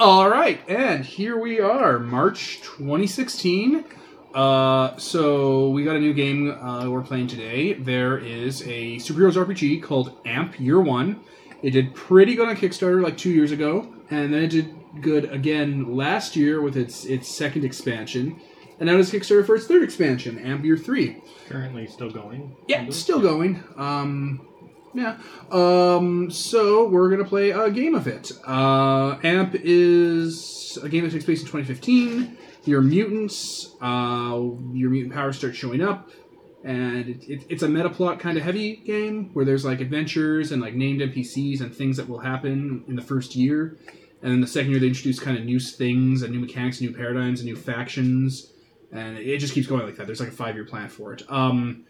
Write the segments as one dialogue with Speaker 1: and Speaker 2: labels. Speaker 1: All right, and here we are, March 2016. Uh, so we got a new game uh, we're playing today. There is a superheroes RPG called Amp Year One. It did pretty good on Kickstarter like two years ago, and then it did good again last year with its its second expansion, and now it's Kickstarter for its third expansion, Amp Year Three.
Speaker 2: Currently still going.
Speaker 1: Yeah, it's still going. Um, yeah. Um, so we're gonna play a game of it. Uh, Amp is a game that takes place in 2015. Your mutants, uh, your mutant powers start showing up, and it, it, it's a meta plot kind of heavy game where there's like adventures and like named NPCs and things that will happen in the first year, and then the second year they introduce kind of new things and new mechanics, new paradigms, and new factions, and it just keeps going like that. There's like a five year plan for it. Um,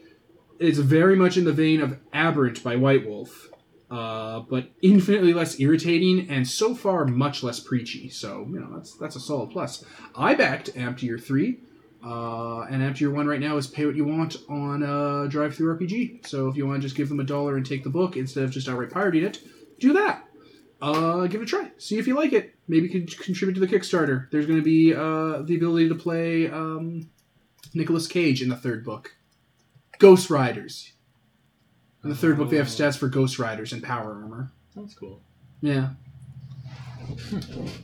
Speaker 1: it's very much in the vein of Aberrant by White Wolf, uh, but infinitely less irritating and so far much less preachy. So you know that's that's a solid plus. I backed Amp to Year Three, uh, and Amp to Year One right now is Pay What You Want on uh, Drive Through RPG. So if you want to just give them a dollar and take the book instead of just outright pirating it, do that. Uh, give it a try. See if you like it. Maybe you could contribute to the Kickstarter. There's going to be uh, the ability to play um, Nicolas Cage in the third book. Ghost Riders. In the third book, they have stats for Ghost Riders and power armor.
Speaker 2: Sounds cool.
Speaker 1: Yeah.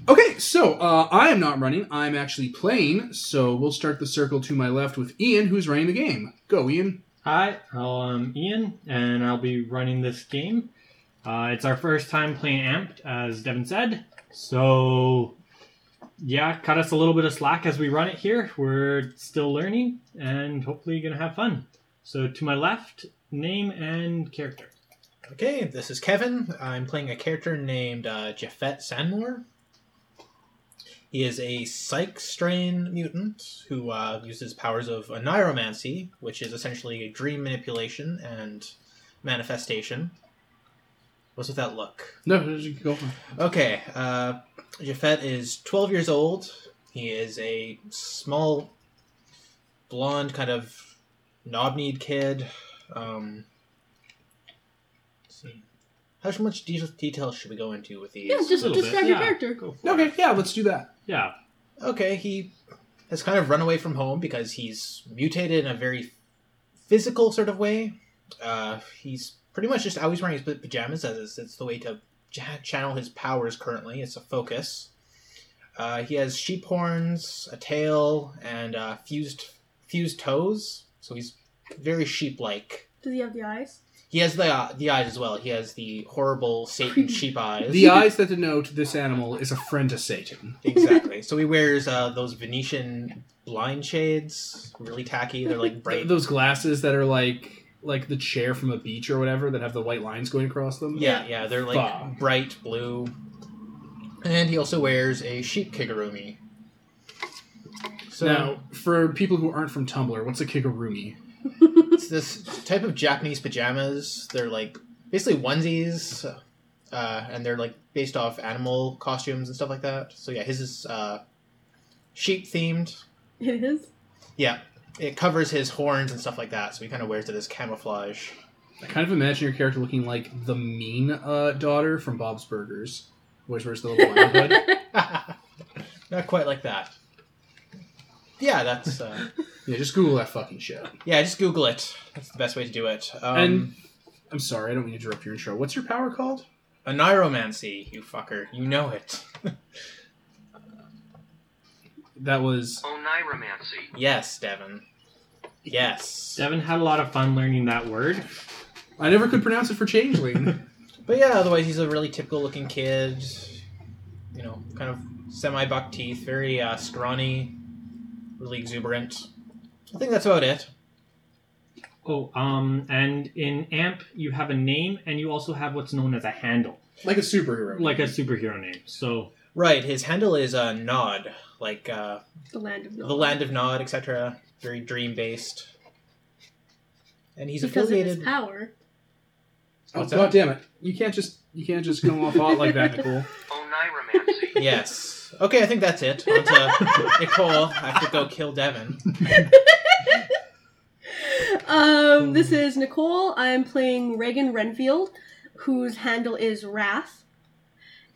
Speaker 1: Okay, so uh, I am not running. I'm actually playing. So we'll start the circle to my left with Ian, who's running the game. Go, Ian.
Speaker 2: Hi, I'm Ian, and I'll be running this game. Uh, it's our first time playing Amped, as Devin said. So, yeah, cut us a little bit of slack as we run it here. We're still learning, and hopefully, gonna have fun. So, to my left, name and character.
Speaker 3: Okay, this is Kevin. I'm playing a character named uh, Jafet Sanmore. He is a psych strain mutant who uh, uses powers of oniromancy, which is essentially dream manipulation and manifestation. What's with that look?
Speaker 1: No, you can go for it.
Speaker 3: Okay, uh, Jafet is 12 years old. He is a small, blonde, kind of knob-kneed kid. Um, let's see. How much de- detail should we go into with these?
Speaker 4: Yeah, just
Speaker 2: little bit,
Speaker 4: describe your
Speaker 2: yeah.
Speaker 4: character.
Speaker 2: Go for
Speaker 1: Okay,
Speaker 2: it.
Speaker 1: yeah, let's do that.
Speaker 2: Yeah.
Speaker 3: okay, he has kind of run away from home because he's mutated in a very physical sort of way. Uh, he's pretty much just always wearing his pa- pajamas as it's, it's the way to cha- channel his powers currently. It's a focus. Uh, he has sheep horns, a tail, and uh, fused fused toes, so he's very sheep-like.
Speaker 4: Does he have the eyes?
Speaker 3: He has the uh, the eyes as well. He has the horrible Satan sheep eyes.
Speaker 1: The eyes that denote this animal is a friend to Satan.
Speaker 3: Exactly. so he wears uh, those Venetian blind shades, really tacky. They're like
Speaker 1: Th-
Speaker 3: bright.
Speaker 1: Those glasses that are like like the chair from a beach or whatever that have the white lines going across them.
Speaker 3: yeah, yeah, they're like
Speaker 1: Fuck.
Speaker 3: bright blue. And he also wears a sheep kigurumi. So
Speaker 1: now, for people who aren't from Tumblr, what's a kigurumi?
Speaker 3: it's this type of Japanese pajamas. They're like basically onesies, uh, and they're like based off animal costumes and stuff like that. So yeah, his is uh, sheep themed.
Speaker 4: It is.
Speaker 3: Yeah, it covers his horns and stuff like that. So he kind of wears it as camouflage.
Speaker 1: I kind of imagine your character looking like the mean uh, daughter from Bob's Burgers, which wears the little blonde hood.
Speaker 3: Not quite like that. Yeah, that's uh,
Speaker 1: Yeah, just Google that fucking shit.
Speaker 3: yeah. Just Google it. That's the best way to do it.
Speaker 1: And-
Speaker 3: Um,
Speaker 1: I'm sorry, I don't mean to interrupt your intro. What's your power called?
Speaker 3: Oniromancy, you fucker. You know it.
Speaker 1: That was
Speaker 5: Oniromancy.
Speaker 3: yes, Devin. Yes.
Speaker 2: Devin had a lot of fun learning that word.
Speaker 1: I never could pronounce it for changeling.
Speaker 3: But yeah, otherwise he's a really typical-looking kid. You know, kind of semi-buck teeth, very uh, scrawny, really exuberant. I think that's about it.
Speaker 2: Oh, um, and in AMP, you have a name, and you also have what's known as a handle,
Speaker 1: like a superhero.
Speaker 2: like a superhero name. So,
Speaker 3: Right. His handle is uh, Nod, like uh,
Speaker 4: The land of
Speaker 3: the land of Nod, etc. Very dream-based. And he's
Speaker 4: because of his
Speaker 3: affiliated.
Speaker 4: power.
Speaker 1: oh,
Speaker 3: What's
Speaker 1: God
Speaker 3: that?
Speaker 1: damn it. You can't just you can't just go off hot like that, Nicole.
Speaker 5: Oniromancy.
Speaker 3: Yes. Okay, I think that's it. On to Nicole. I have to go kill Devin.
Speaker 4: Um, this is Nicole. I'm playing Reagan Renfield, whose handle is Wrath.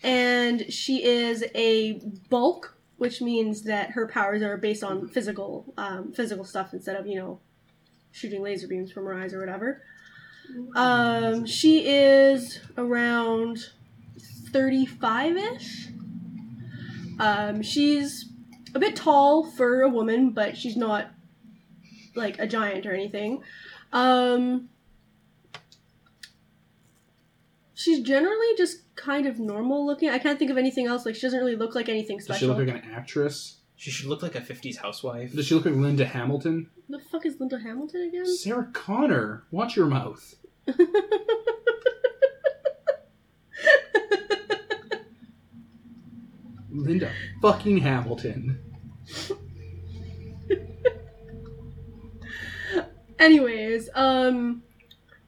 Speaker 4: and she is a bulk, which means that her powers are based on physical um, physical stuff instead of you know shooting laser beams from her eyes or whatever. Um, she is around thirty five ish. Um, she's a bit tall for a woman, but she's not like a giant or anything. Um, she's generally just kind of normal looking. I can't think of anything else. Like she doesn't really look like anything
Speaker 1: Does she
Speaker 4: special.
Speaker 1: look like an actress?
Speaker 3: She should look like a 50s housewife.
Speaker 1: Does she look like Linda Hamilton?
Speaker 4: the fuck is Linda Hamilton again?
Speaker 1: Sarah Connor, watch your mouth. Linda fucking Hamilton.
Speaker 4: Anyways, um,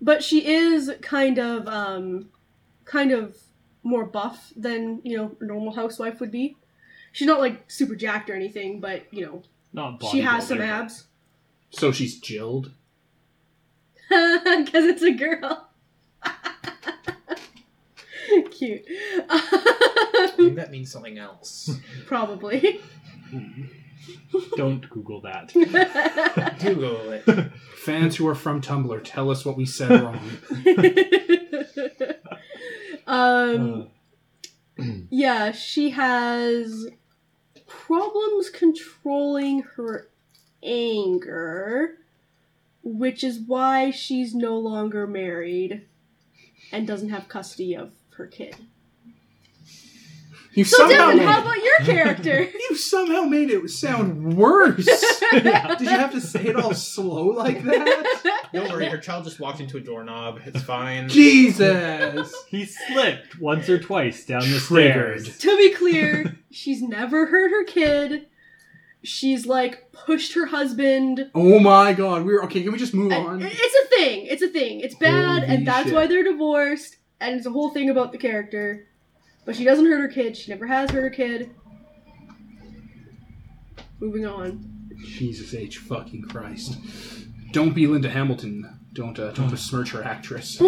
Speaker 4: but she is kind of um, kind of more buff than you know a normal housewife would be. She's not like super jacked or anything, but you know
Speaker 2: Not
Speaker 4: she has some
Speaker 2: bodybuilder.
Speaker 4: abs
Speaker 1: So she's Jilled.
Speaker 4: because it's a girl. Cute,
Speaker 3: I think that means something else.
Speaker 4: probably.
Speaker 2: Don't Google that.
Speaker 3: Do Google it.
Speaker 1: Fans who are from Tumblr, tell us what we said wrong.
Speaker 4: um. Yeah, she has problems controlling her anger, which is why she's no longer married and doesn't have custody of her kid.
Speaker 1: You
Speaker 4: So,
Speaker 1: somehow
Speaker 4: Devin,
Speaker 1: made
Speaker 4: how
Speaker 1: it,
Speaker 4: about your character?
Speaker 1: you somehow made it sound worse.
Speaker 2: Yeah.
Speaker 1: Did you have to say it all slow like that?
Speaker 3: Don't worry, her child just walked into a doorknob. It's fine.
Speaker 1: Jesus.
Speaker 2: He slipped once or twice down the
Speaker 1: Triggered.
Speaker 2: stairs.
Speaker 4: to be clear, she's never hurt her kid. She's like pushed her husband.
Speaker 1: Oh my god. We're okay, can we just move
Speaker 4: And
Speaker 1: on?
Speaker 4: it- it's a thing. It's a thing. It's bad,
Speaker 1: Holy
Speaker 4: and that's
Speaker 1: shit.
Speaker 4: why they're divorced. And it's a whole thing about the character. But she doesn't hurt her kid. She never has hurt her kid. Moving on.
Speaker 1: Jesus H fucking Christ. Don't be Linda Hamilton. Don't uh, don't besmirch her actress.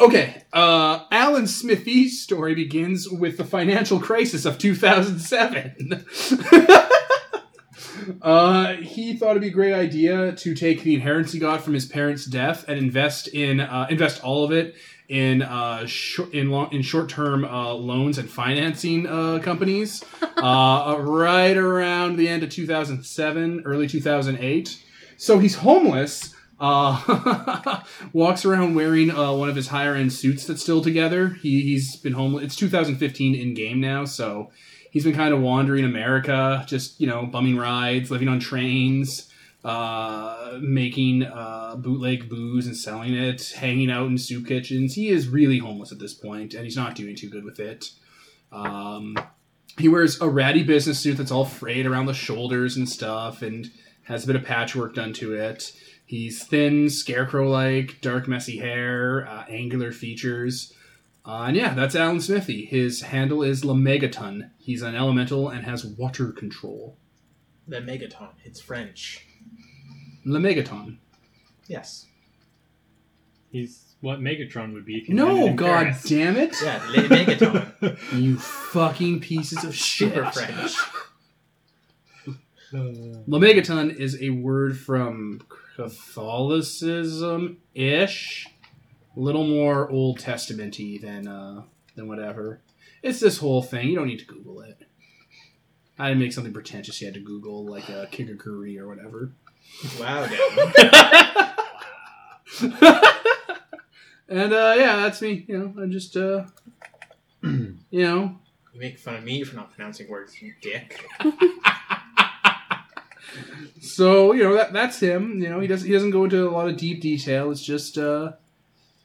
Speaker 1: Okay, uh, Alan Smithy's story begins with the financial crisis of 2007. uh, he thought it'd be a great idea to take the inheritance he got from his parents' death and invest in uh, invest all of it in uh, shor- in long in short term uh, loans and financing uh, companies. uh, right around the end of 2007, early 2008. So he's homeless. Uh, walks around wearing uh, one of his higher end suits that's still together. He, he's been homeless. It's 2015 in game now, so he's been kind of wandering America, just you know, bumming rides, living on trains, uh, making uh, bootleg booze and selling it, hanging out in soup kitchens. He is really homeless at this point, and he's not doing too good with it. Um, he wears a ratty business suit that's all frayed around the shoulders and stuff, and has a bit of patchwork done to it. He's thin, scarecrow-like, dark, messy hair, uh, angular features. Uh, and yeah, that's Alan Smithy. His handle is Lamegaton. He's an elemental and has water control.
Speaker 3: The Megaton. It's French.
Speaker 1: Lamegaton.
Speaker 3: Yes.
Speaker 2: He's what Megatron would be. If he landed
Speaker 1: No,
Speaker 2: in
Speaker 1: god
Speaker 2: Paris.
Speaker 1: damn it!
Speaker 3: Yeah, Le Megaton.
Speaker 1: You fucking pieces of shit.
Speaker 3: Super French.
Speaker 1: Uh, Lamegaton is a word from Catholicism ish. A little more Old Testament y than, uh, than whatever. It's this whole thing. You don't need to Google it. I didn't make something pretentious you had to Google, like a Kigakuri or whatever.
Speaker 3: Wow, Dan.
Speaker 1: and uh, yeah, that's me. You know, I just, uh, you know,
Speaker 3: You make fun of me for not pronouncing words, you dick.
Speaker 1: so you know that that's him. You know he doesn't he doesn't go into a lot of deep detail. It's just uh,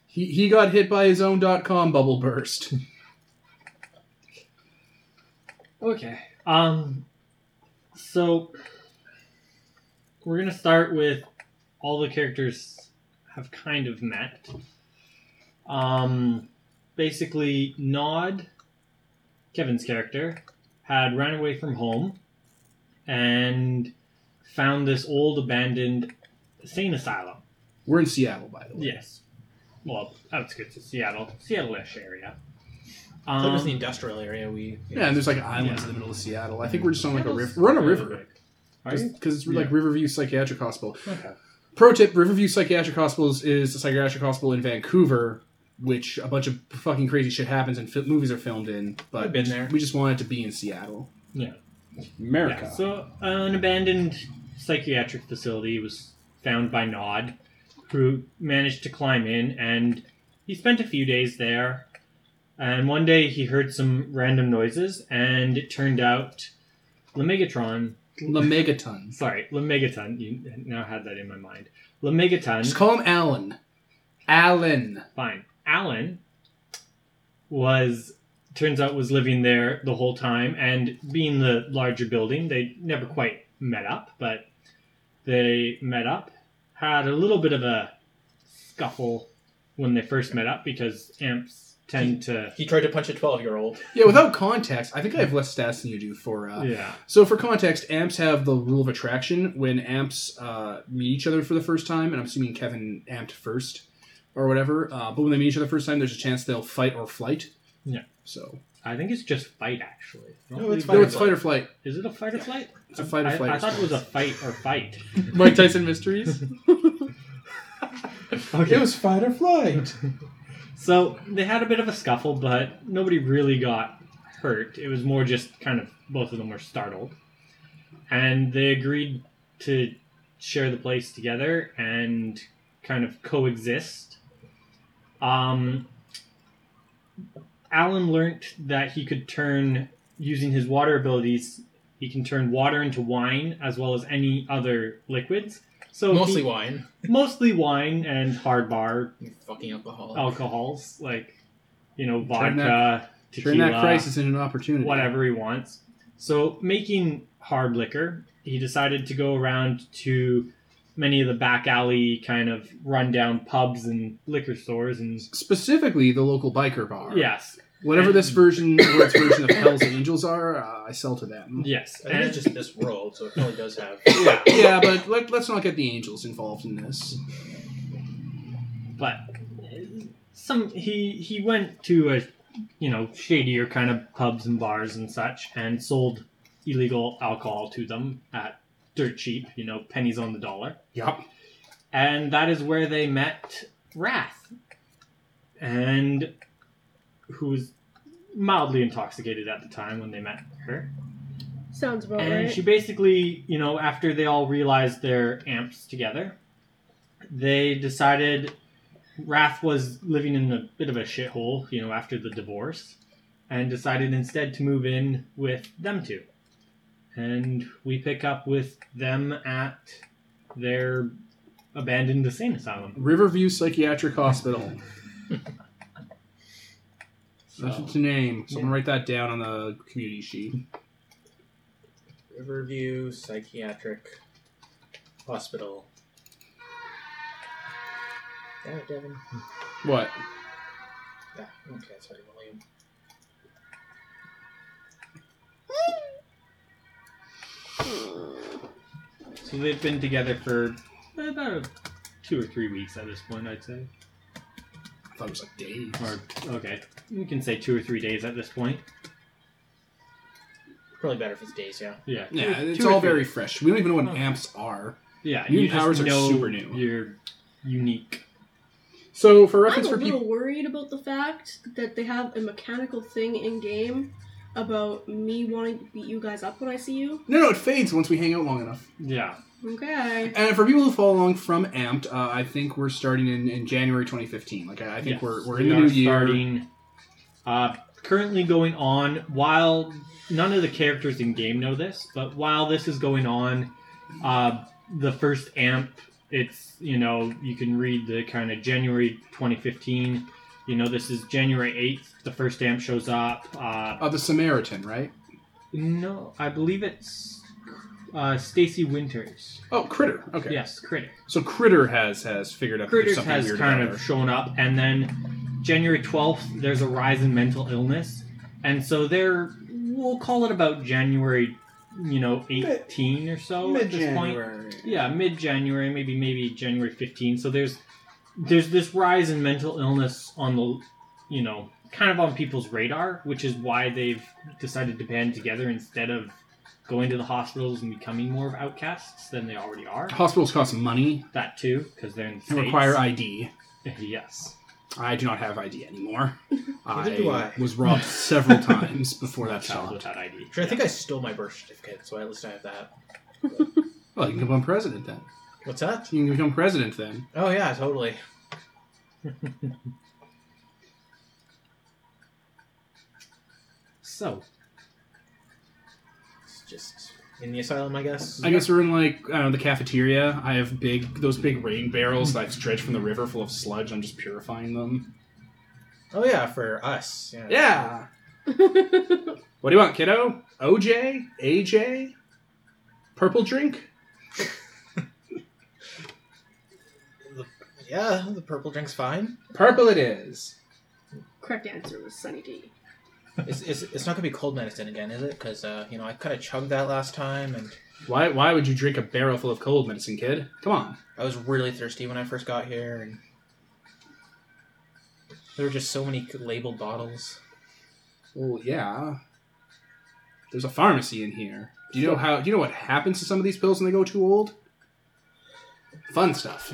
Speaker 1: he he got hit by his own dot com bubble burst.
Speaker 2: Okay. Um. So we're gonna start with all the characters have kind of met. Um. Basically, Nod, Kevin's character, had ran away from home and found this old abandoned insane asylum.
Speaker 1: We're in Seattle, by the way.
Speaker 2: Yes. Well, outskirts of Seattle, Seattle-ish area. Um,
Speaker 3: So just the industrial area, we
Speaker 1: Yeah, and there's like islands
Speaker 2: Yeah.
Speaker 1: in the middle of Seattle. I think we're just on like a river.
Speaker 3: Seattle's
Speaker 1: We're on a
Speaker 3: really
Speaker 1: river.
Speaker 3: big.
Speaker 2: are you?
Speaker 1: because it's like
Speaker 2: Yeah.
Speaker 1: Riverview Psychiatric Hospital.
Speaker 3: Okay.
Speaker 1: Pro tip: Riverview Psychiatric Hospital is, is a psychiatric hospital in Vancouver, which a bunch of fucking crazy shit happens and fi- movies are filmed in. But
Speaker 3: I've been there.
Speaker 1: we just wanted to be in Seattle.
Speaker 2: Yeah.
Speaker 1: America.
Speaker 2: Yeah, so uh, an abandoned psychiatric facility was found by Nod, who managed to climb in, and he spent a few days there. And one day he heard some random noises, and it turned out Lemegatron.
Speaker 1: the Megatons.
Speaker 2: Sorry, Lemegaton. You now had that in my mind. Lemegaton.
Speaker 1: Just call him Alan. Alan.
Speaker 2: Fine. Alan was turns out was living there the whole time and being the larger building, they never quite met up, but they met up, had a little bit of a scuffle when they first met up because amps tend to
Speaker 3: He tried to punch a twelve-year-old.
Speaker 1: Yeah, without context, I think I have less stats than you do for uh,
Speaker 2: yeah.
Speaker 1: So, for context, amps have the rule of attraction. When amps uh, meet each other for the first time, and I'm assuming Kevin amped first or whatever, uh, but when they meet each other first time, there's a chance they'll fight or flight.
Speaker 2: Yeah.
Speaker 1: So,
Speaker 2: I think it's just fight actually. I don't
Speaker 3: No,
Speaker 2: believe-
Speaker 3: it's Fight
Speaker 1: no,
Speaker 3: or
Speaker 1: it's fight or flight.
Speaker 2: Is it a fight or flight?
Speaker 1: It's a fight or
Speaker 2: I,
Speaker 1: flight.
Speaker 2: I thought it was a fight or fight.
Speaker 1: Mike Tyson Mysteries.
Speaker 2: Okay.
Speaker 1: was fight or flight.
Speaker 2: So they had a bit of a scuffle, but nobody really got hurt. It was more just kind of both of them were startled. And they agreed to share the place together and kind of coexist. Um, Alan learnt that he could turn, using his water abilities, he can turn water into wine as well as any other liquids. So he-
Speaker 3: Mostly wine.
Speaker 2: mostly wine and hard bar
Speaker 3: You fucking alcohol.
Speaker 2: Oh, alcohols, like you know,
Speaker 1: Turn that-
Speaker 2: vodka,
Speaker 1: Turn that
Speaker 2: tequila,
Speaker 1: crisis into an opportunity.
Speaker 2: uh, whatever he wants. So, making hard liquor, he decided to go around to many of the back alley kind of rundown pubs and liquor stores, and
Speaker 1: Specifically, the local biker bar.
Speaker 2: yes,
Speaker 1: Whatever this version, or its version of Hell's Angels are, uh, I sell to them.
Speaker 2: yes,
Speaker 3: I think
Speaker 2: and-
Speaker 3: it's just this world, so it probably does have.
Speaker 2: yeah.
Speaker 1: Yeah, but let, let's not get the angels involved in this.
Speaker 2: but uh, some he he went to a you know shadier kind of pubs and bars and such and sold illegal alcohol to them at dirt cheap you know pennies on the dollar
Speaker 1: Yup.
Speaker 2: and that is where they met wrath and who was mildly intoxicated at the time when they met her
Speaker 4: Sounds about
Speaker 2: and
Speaker 4: right.
Speaker 2: she basically, you know, after they all realized their amps together, they decided Wrath was living in a bit of a shithole, you know, after the divorce, and decided instead to move in with them two. And we pick up with them at their abandoned insane asylum.
Speaker 1: Riverview Psychiatric Hospital. That's
Speaker 2: So,
Speaker 1: its name. Someone write that down on the community sheet.
Speaker 3: Riverview Psychiatric Hospital. Damn it, Devin.
Speaker 1: What?
Speaker 3: Ah, okay, sorry, William.
Speaker 2: so they've been together for about two or three weeks at this point, I'd say.
Speaker 1: I thought it was like days.
Speaker 2: Or, okay, we can say two or three days at this point.
Speaker 3: Probably better if it's days, yeah.
Speaker 2: Yeah,
Speaker 1: Yeah,
Speaker 2: two-
Speaker 1: it's
Speaker 2: two or
Speaker 1: all
Speaker 2: three.
Speaker 1: very fresh. We don't even know what
Speaker 2: Oh.
Speaker 1: amps are.
Speaker 2: yeah.
Speaker 1: Mutant
Speaker 2: you just
Speaker 1: powers are
Speaker 2: know
Speaker 1: super new.
Speaker 2: You're unique.
Speaker 1: So for
Speaker 4: I'm
Speaker 1: reference
Speaker 4: a
Speaker 1: for people,
Speaker 4: little worried about the fact that they have a mechanical thing in game about me wanting to beat you guys up when I see you.
Speaker 1: no, no, it fades once we hang out long enough.
Speaker 2: Yeah,
Speaker 4: Okay.
Speaker 1: And for people who follow along from Amped, uh, I think we're starting in, in January 2015. Like I, I think
Speaker 2: Yes.
Speaker 1: we're, we're in
Speaker 2: We
Speaker 1: the
Speaker 2: are
Speaker 1: new year.
Speaker 2: Starting, uh, currently going on while none of the characters in game know this, but while this is going on, uh, the first amp. It's you know you can read the kind of January 2015. You know this is January 8th. The first amp shows up. Uh,
Speaker 1: Uh, the Samaritan, right?
Speaker 2: no, I believe it's uh, Stacy Winters.
Speaker 1: Oh, Critter. Okay.
Speaker 2: Yes, critic.
Speaker 1: So Critter has has figured out that there's
Speaker 2: Critters
Speaker 1: something
Speaker 2: has
Speaker 1: weird
Speaker 2: kind
Speaker 1: about
Speaker 2: of
Speaker 1: her.
Speaker 2: shown up, and then January 12th, there's a rise in mental illness. And so they're, we'll call it about January, you know, 18 or so at this point. Yeah, mid January, maybe maybe January 15. So there's there's this rise in mental illness on the, you know, kind of on people's radar, which is why they've decided to band together instead of going to the hospitals and becoming more of outcasts than they already are.
Speaker 1: Hospitals cost money
Speaker 2: That too, because they're in the
Speaker 1: and
Speaker 2: States.
Speaker 1: require ID.
Speaker 2: yes.
Speaker 1: I do not have ID anymore. I,
Speaker 3: Neither do I.
Speaker 1: was robbed several times before that
Speaker 2: Child
Speaker 1: stopped.
Speaker 2: without ID.
Speaker 3: Sure, I think I stole my birth certificate, so at least I have that.
Speaker 1: Well, you can become president then.
Speaker 3: What's that?
Speaker 1: You can become president then.
Speaker 3: Oh yeah, totally.
Speaker 2: So,
Speaker 3: It's just in the asylum, I guess.
Speaker 1: I guess we're in like I don't know, the cafeteria. I have big those big rain barrels that I've dredged from the river full of sludge. I'm just purifying them.
Speaker 3: Oh yeah, for us. Yeah.
Speaker 1: Yeah. What do you want, kiddo? OJ? AJ? Purple drink?
Speaker 3: Yeah, the purple drink's fine.
Speaker 1: Purple it is.
Speaker 4: Correct answer was Sunny D.
Speaker 3: it's, it's, it's not gonna be cold medicine again, is it? Because uh, you know I kind of chugged that last time, and
Speaker 1: Why why would you drink a barrel full of cold medicine, kid? Come on.
Speaker 3: I was really thirsty when I first got here, and there were just so many labeled bottles.
Speaker 1: Well, yeah. There's a pharmacy in here. Do you know how do you know what happens to some of these pills when they go too old? Fun stuff.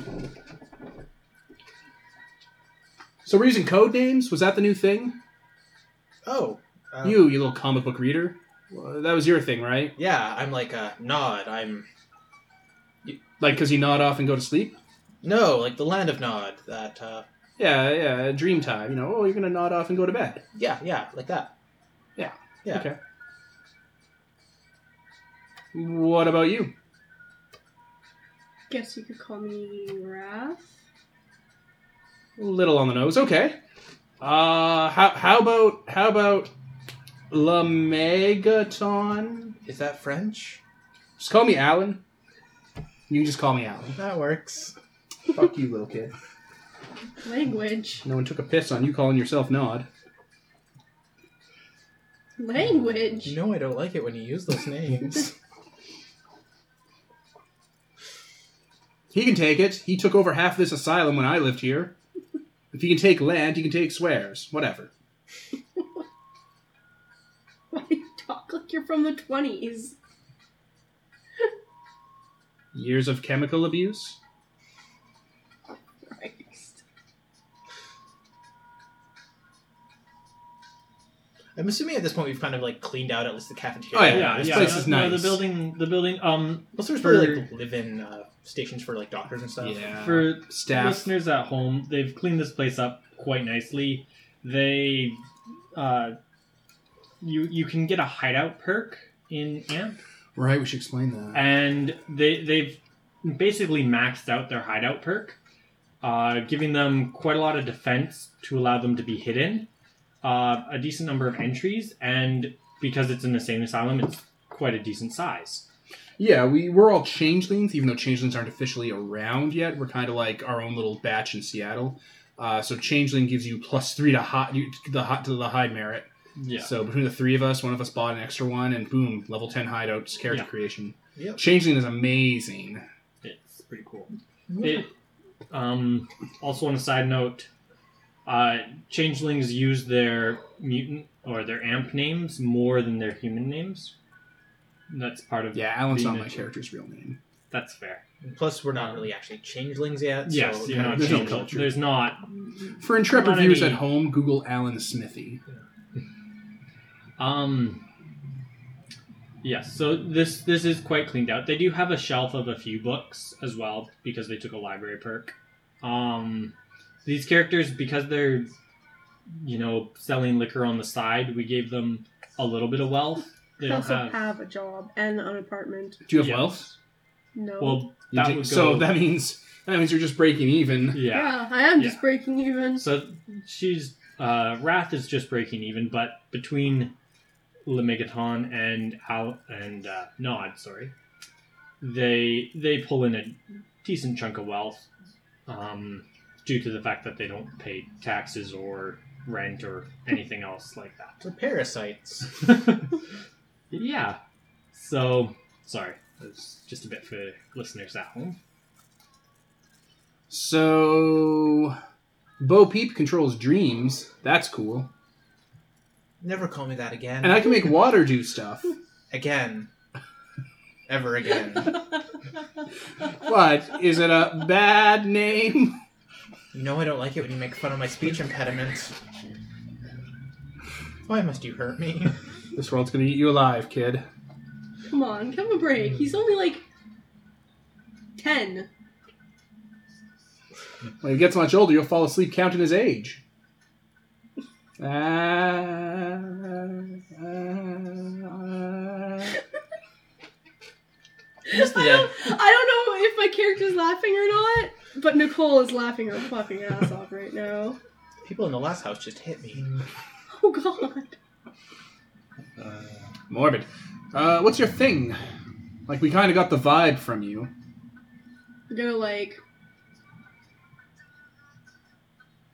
Speaker 1: So we're using code names? Was that the new thing?
Speaker 3: Oh, um,
Speaker 1: you, you little comic book reader. Well, that was your thing, right?
Speaker 3: Yeah, I'm like uh, Nod. I'm
Speaker 1: Like, cause you nod off and go to sleep.
Speaker 3: no, like the land of Nod. That uh,
Speaker 1: Yeah, yeah. Dream time. You know, oh, you're gonna nod off and go to bed.
Speaker 3: yeah, yeah, like that. Yeah.
Speaker 1: Okay. What about you?
Speaker 4: Guess you could call me Wrath.
Speaker 1: A little on the nose. Okay. Uh, how how about how about La Megaton?
Speaker 3: Is that French?
Speaker 1: Just call me Alan. You can just call me Alan.
Speaker 3: That works.
Speaker 1: Fuck you, little kid.
Speaker 4: Language.
Speaker 1: No one took a piss on you calling yourself Nod.
Speaker 4: Language.
Speaker 3: You know I don't like it when you use those names.
Speaker 1: He can take it. He took over half this asylum when I lived here. If he can take land, he can take swears. Whatever.
Speaker 4: Why do you talk like you're from the 20s?
Speaker 1: Years of chemical abuse.
Speaker 4: Christ.
Speaker 3: I'm assuming at this point we've kind of like cleaned out at least the cafeteria.
Speaker 1: Oh, yeah, this place
Speaker 2: no,
Speaker 1: is
Speaker 2: no, the
Speaker 1: nice.
Speaker 2: building, the building. Um,
Speaker 3: Plus, there's
Speaker 2: For-
Speaker 3: really like live-in uh, stations for like doctors and stuff.
Speaker 1: Uh,
Speaker 2: for
Speaker 1: staff.
Speaker 2: listeners at home, they've cleaned this place up quite nicely. They, uh, you you can get a hideout perk in AMP,
Speaker 1: Right. We should explain that.
Speaker 2: and they they've basically maxed out their hideout perk, uh, giving them quite a lot of defense to allow them to be hidden, uh, a decent number of entries, and because it's an insane asylum, it's quite a decent size.
Speaker 1: Yeah, we we're all changelings, even though changelings aren't officially around yet. We're kind of like our own little batch in Seattle. Uh, so changeling gives you plus three to hot you, the hot to the hide merit.
Speaker 2: Yeah.
Speaker 1: So between the three of us, one of us bought an extra one, and boom, level ten hideouts character
Speaker 2: Yeah.
Speaker 1: creation.
Speaker 3: Yep.
Speaker 1: Changeling is amazing.
Speaker 2: It's pretty cool. It, um, also, on a side note, uh, changelings use their mutant or their amp names more than their human names. That's part of
Speaker 1: Yeah, Alan's
Speaker 2: Being
Speaker 1: not my
Speaker 2: a-
Speaker 1: character's real name.
Speaker 2: That's fair.
Speaker 3: Plus, we're not really actually changelings yet. so
Speaker 2: yes,
Speaker 3: it
Speaker 2: you're
Speaker 3: kind
Speaker 2: not
Speaker 3: of-
Speaker 1: there's no
Speaker 2: changeling.
Speaker 1: culture.
Speaker 2: There's not.
Speaker 1: For intrepid
Speaker 2: Not
Speaker 1: viewers
Speaker 2: any-
Speaker 1: at home, Google Alan Smithy.
Speaker 2: Um. Yes, so this this is quite cleaned out. They do have a shelf of a few books as well because they took a library perk. Um, these characters because they're you know selling liquor on the side, we gave them a little bit of wealth. They
Speaker 4: I
Speaker 2: don't
Speaker 4: also
Speaker 2: have,
Speaker 4: have... a job and an apartment.
Speaker 1: Do you have
Speaker 2: Yeah.
Speaker 1: wealth?
Speaker 4: No.
Speaker 2: well
Speaker 1: You
Speaker 2: that
Speaker 1: do-
Speaker 2: would go
Speaker 1: So that means that means you're just breaking even.
Speaker 2: yeah.
Speaker 4: yeah. I am just
Speaker 2: Yeah.
Speaker 4: breaking even.
Speaker 2: So she's uh, Wrath is just breaking even, but between Lemegaton and Al and uh, Nod, sorry, they they pull in a decent chunk of wealth um, due to the fact that they don't pay taxes or rent or anything else like
Speaker 3: We're parasites.
Speaker 2: that. yeah. So sorry, that's just a bit for listeners at home.
Speaker 1: So, Bo Peep controls dreams. That's cool.
Speaker 3: Never call me that again.
Speaker 1: And I can make water do stuff.
Speaker 3: again. Ever again.
Speaker 1: What? Is it a bad name?
Speaker 3: you know I don't like it when you make fun of my speech impediments. Why must you hurt me?
Speaker 1: This world's gonna eat you alive, kid.
Speaker 4: Come on, give him a break. He's only like ten.
Speaker 1: When he gets much older, you'll fall asleep counting his age. Ah, ah, ah.
Speaker 3: Just
Speaker 4: I
Speaker 3: the- uh,
Speaker 4: don't, I don't know if my character's laughing or not, but Nicole is laughing her fucking ass off right now.
Speaker 3: People in the last house just hit me.
Speaker 4: Oh god.
Speaker 1: ah. Morbid. Uh, what's your thing? Like, we kind of got the vibe from you.
Speaker 4: I'm gonna like.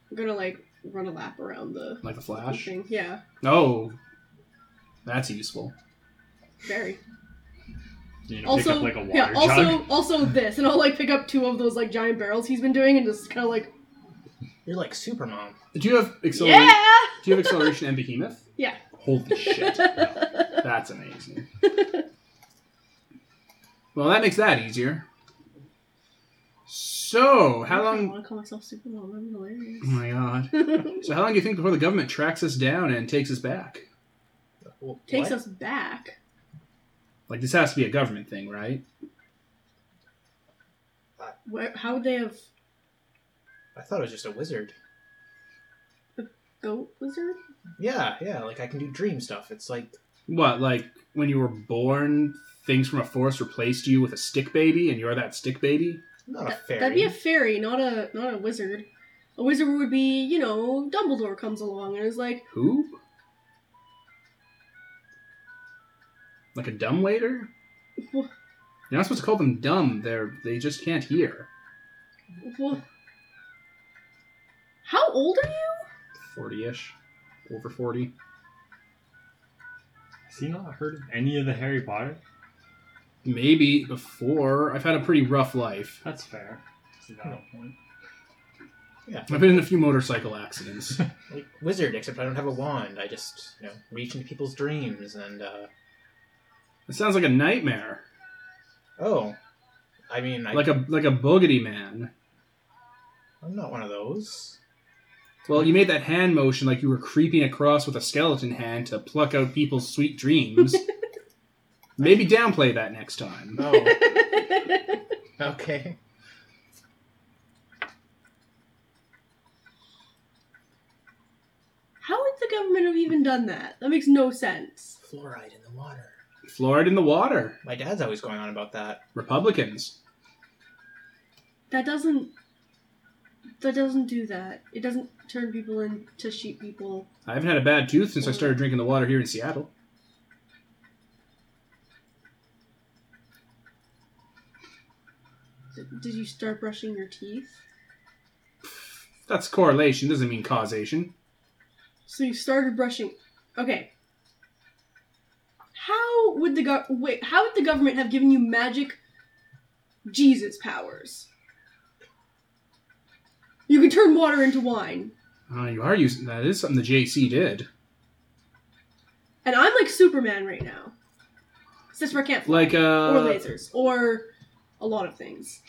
Speaker 4: I'm gonna like run a lap around the
Speaker 1: Like a flash?
Speaker 4: thing. Yeah,
Speaker 1: Oh, that's useful.
Speaker 4: very.
Speaker 2: You know, pick
Speaker 4: Also,
Speaker 2: up like a water
Speaker 4: yeah.
Speaker 2: jug.
Speaker 4: Also, also this, and I'll like pick up two of those like giant barrels he's been doing, and just kind of like,
Speaker 3: You're like Supermom.
Speaker 1: Do you have acceleration?
Speaker 4: yeah.
Speaker 1: Do you have acceleration and behemoth?
Speaker 4: Yeah.
Speaker 1: Holy shit. That's amazing. well, that makes that easier. So, how
Speaker 4: I
Speaker 1: long?
Speaker 4: want to call myself Supermom. I'm
Speaker 1: Oh
Speaker 4: hilarious.
Speaker 1: my god. So, how long do you think before the government tracks us down and takes us back?
Speaker 3: Wh-
Speaker 4: Takes
Speaker 3: what?
Speaker 4: us back.
Speaker 1: Like, this has to be a government thing, right?
Speaker 4: Where? How would they have
Speaker 3: I thought it was just a wizard.
Speaker 4: goat wizard?
Speaker 3: Yeah, yeah, like I can do dream stuff. It's like
Speaker 1: What, like, when you were born, things from a forest replaced you with a stick baby, and you're that stick baby?
Speaker 3: not a
Speaker 4: That-
Speaker 3: fairy.
Speaker 4: That'd be a fairy, not a not a wizard. A wizard would be, you know, Dumbledore comes along and is like,
Speaker 1: Who? Like a dumb waiter? You're not supposed to call them dumb. They're they just can't hear.
Speaker 4: "Wha- "How old are you?"
Speaker 1: Forty-ish, over forty.
Speaker 2: Has he not heard of any of the Harry Potter?
Speaker 1: Maybe before. I've had a pretty rough life.
Speaker 2: That's fair. That's a valid point.
Speaker 1: I've been in a few motorcycle accidents.
Speaker 3: like wizard, except I don't have a wand. I just you know reach into people's dreams and uh,
Speaker 1: it sounds like a nightmare.
Speaker 3: oh, I mean, I,
Speaker 1: Like a like a boogity man.
Speaker 3: I'm not one of those.
Speaker 1: Well, you made that hand motion like you were creeping across with a skeleton hand to pluck out people's sweet dreams. Maybe downplay that next time.
Speaker 3: Oh,
Speaker 1: Oh.
Speaker 3: okay.
Speaker 4: How would the government have even done that? That makes no sense.
Speaker 3: Fluoride in the water.
Speaker 1: Fluoride in the water.
Speaker 3: My dad's always going on about that.
Speaker 1: Republicans.
Speaker 4: That doesn't. That doesn't do that. It doesn't turn people into sheep people.
Speaker 1: I haven't had a bad tooth since I started drinking the water here in Seattle.
Speaker 4: D- Did you start brushing your teeth?
Speaker 1: That's correlation, doesn't mean causation.
Speaker 4: So you started brushing. Okay. How would the go- wait? How would the government have given you magic Jesus powers? You can turn water into wine,
Speaker 1: Uh, you are using that is something the JC did.
Speaker 4: and I'm like Superman right now. Since I can't fly,
Speaker 1: Like
Speaker 4: or
Speaker 1: uh
Speaker 4: lasers, or a lot of things.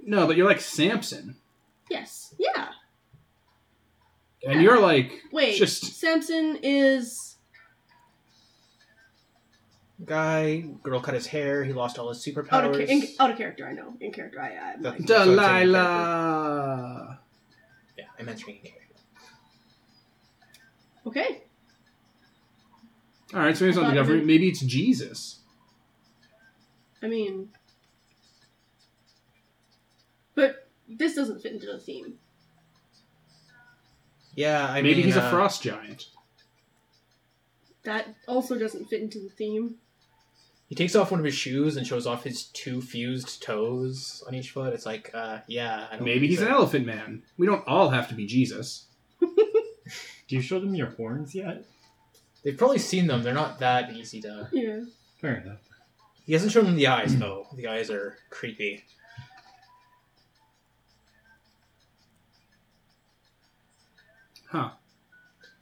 Speaker 1: no, but you're like Samson,
Speaker 4: Yes. Yeah. Yeah.
Speaker 1: and you're like
Speaker 4: Wait.
Speaker 1: Just-
Speaker 4: Samson is.
Speaker 3: Guy, girl cut his hair. He lost all his superpowers.
Speaker 4: Out of, cha- in, out of character, I know. In character, I, I'm
Speaker 3: The-
Speaker 4: like,
Speaker 1: Delilah.
Speaker 3: yeah, I meant drinking character.
Speaker 4: okay.
Speaker 1: All right, so maybe it's not the government. Maybe it's Jesus.
Speaker 4: I mean, but this doesn't fit into the theme.
Speaker 3: Yeah, I
Speaker 1: maybe
Speaker 3: mean,
Speaker 1: he's a
Speaker 3: uh,
Speaker 1: frost giant.
Speaker 4: That also doesn't fit into the theme.
Speaker 3: He takes off one of his shoes and shows off his two fused toes on each foot. It's like, uh, yeah. I don't
Speaker 1: Maybe he's an
Speaker 3: think
Speaker 1: elephant man. We don't all have to be Jesus.
Speaker 2: Do you show them your horns yet?
Speaker 3: so. They've probably seen them. They're not that easy to.
Speaker 4: Yeah.
Speaker 2: Fair enough.
Speaker 3: He hasn't shown them the eyes though. The eyes are creepy.
Speaker 1: Huh.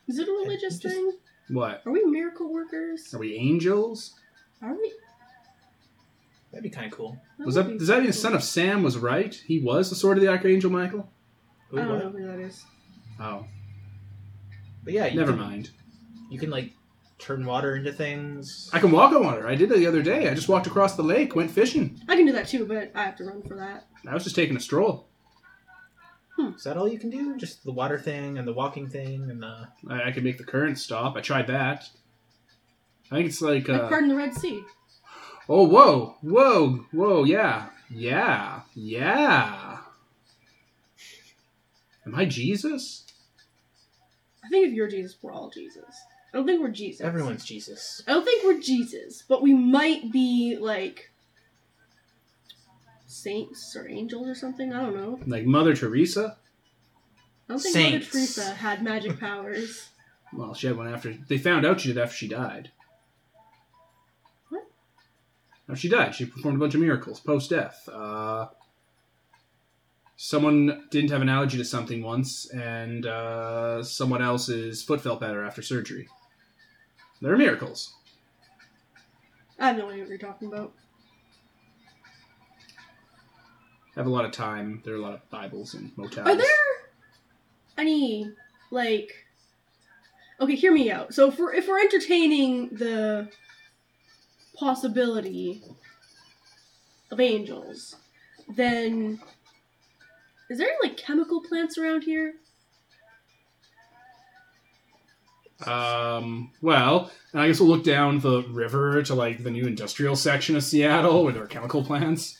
Speaker 4: Is it a religious
Speaker 3: Just-
Speaker 4: thing?
Speaker 1: What?
Speaker 4: Are we miracle workers?
Speaker 1: Are we angels?
Speaker 4: Are we?
Speaker 3: That'd be kind of cool.
Speaker 1: Was that does that mean Son of Sam was right? He was the sword of the Archangel Michael?
Speaker 4: I don't know who that is.
Speaker 1: Oh.
Speaker 3: But yeah, you
Speaker 1: Never
Speaker 3: can,
Speaker 1: mind.
Speaker 3: You can like turn water into things.
Speaker 1: I can walk on water. I did that the other day. I just walked across the lake, went fishing.
Speaker 4: I can do that too, but I have to run for that.
Speaker 1: I was just taking a stroll.
Speaker 3: Is that all you can do? Just the water thing and the walking thing and the
Speaker 1: I, I could make the current stop. I tried that. I think it's like
Speaker 4: Like
Speaker 1: uh,
Speaker 4: pardon the Red Sea.
Speaker 1: Oh, whoa, whoa, whoa, yeah, yeah, yeah. Am I Jesus?
Speaker 4: I think if you're Jesus, we're all Jesus. I don't think we're Jesus.
Speaker 3: everyone's Jesus.
Speaker 4: I don't think we're Jesus, but we might be like saints or angels or something. I don't know.
Speaker 1: Like Mother Teresa?
Speaker 4: I don't think Mother
Speaker 3: Saints.
Speaker 4: Teresa had magic powers.
Speaker 1: Well, she had one after. They found out she did after she died.
Speaker 4: What?
Speaker 1: After she died, she performed a bunch of miracles post death. Uh, someone didn't have an allergy to something once, and uh, someone else's foot felt better after surgery. There are miracles.
Speaker 4: I have no idea what you're talking about.
Speaker 1: Have a lot of time. There are a lot of Bibles and motels.
Speaker 4: Are there any like? Okay, hear me out. So if we're if we're entertaining the possibility of angels, then is there any like chemical plants around here?
Speaker 1: Um, well, and I guess we'll look down the river to like the new industrial section of Seattle where there are chemical plants.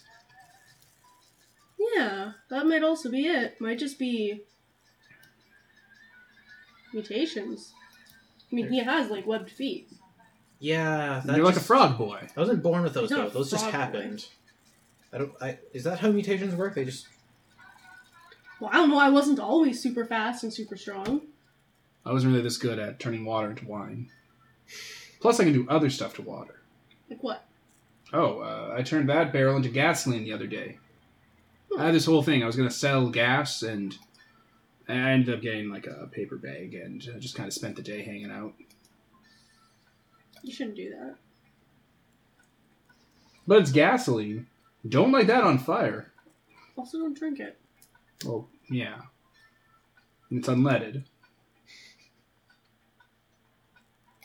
Speaker 4: Yeah, that might also be it. Might just be mutations. I mean, he has like webbed feet.
Speaker 3: Yeah, that
Speaker 1: You're like a
Speaker 3: just-
Speaker 1: frog boy.
Speaker 3: I wasn't born with those
Speaker 4: He's not
Speaker 3: though.
Speaker 4: a
Speaker 3: Those just
Speaker 4: frog boy.
Speaker 3: happened. I don't. I, is that how mutations work? They just
Speaker 4: Well, I don't know. I wasn't always super fast and super strong.
Speaker 1: I wasn't really this good at turning water into wine. Plus, I can do other stuff to water.
Speaker 4: Like what?
Speaker 1: Oh, uh, I turned that barrel into gasoline the other day. I had this whole thing. I was gonna sell gas, and I ended up getting like a paper bag, and I just kind of spent the day hanging out.
Speaker 4: You shouldn't do that.
Speaker 1: But it's gasoline. Don't light that on fire.
Speaker 4: Also, don't drink it.
Speaker 1: Well, yeah. It's unleaded.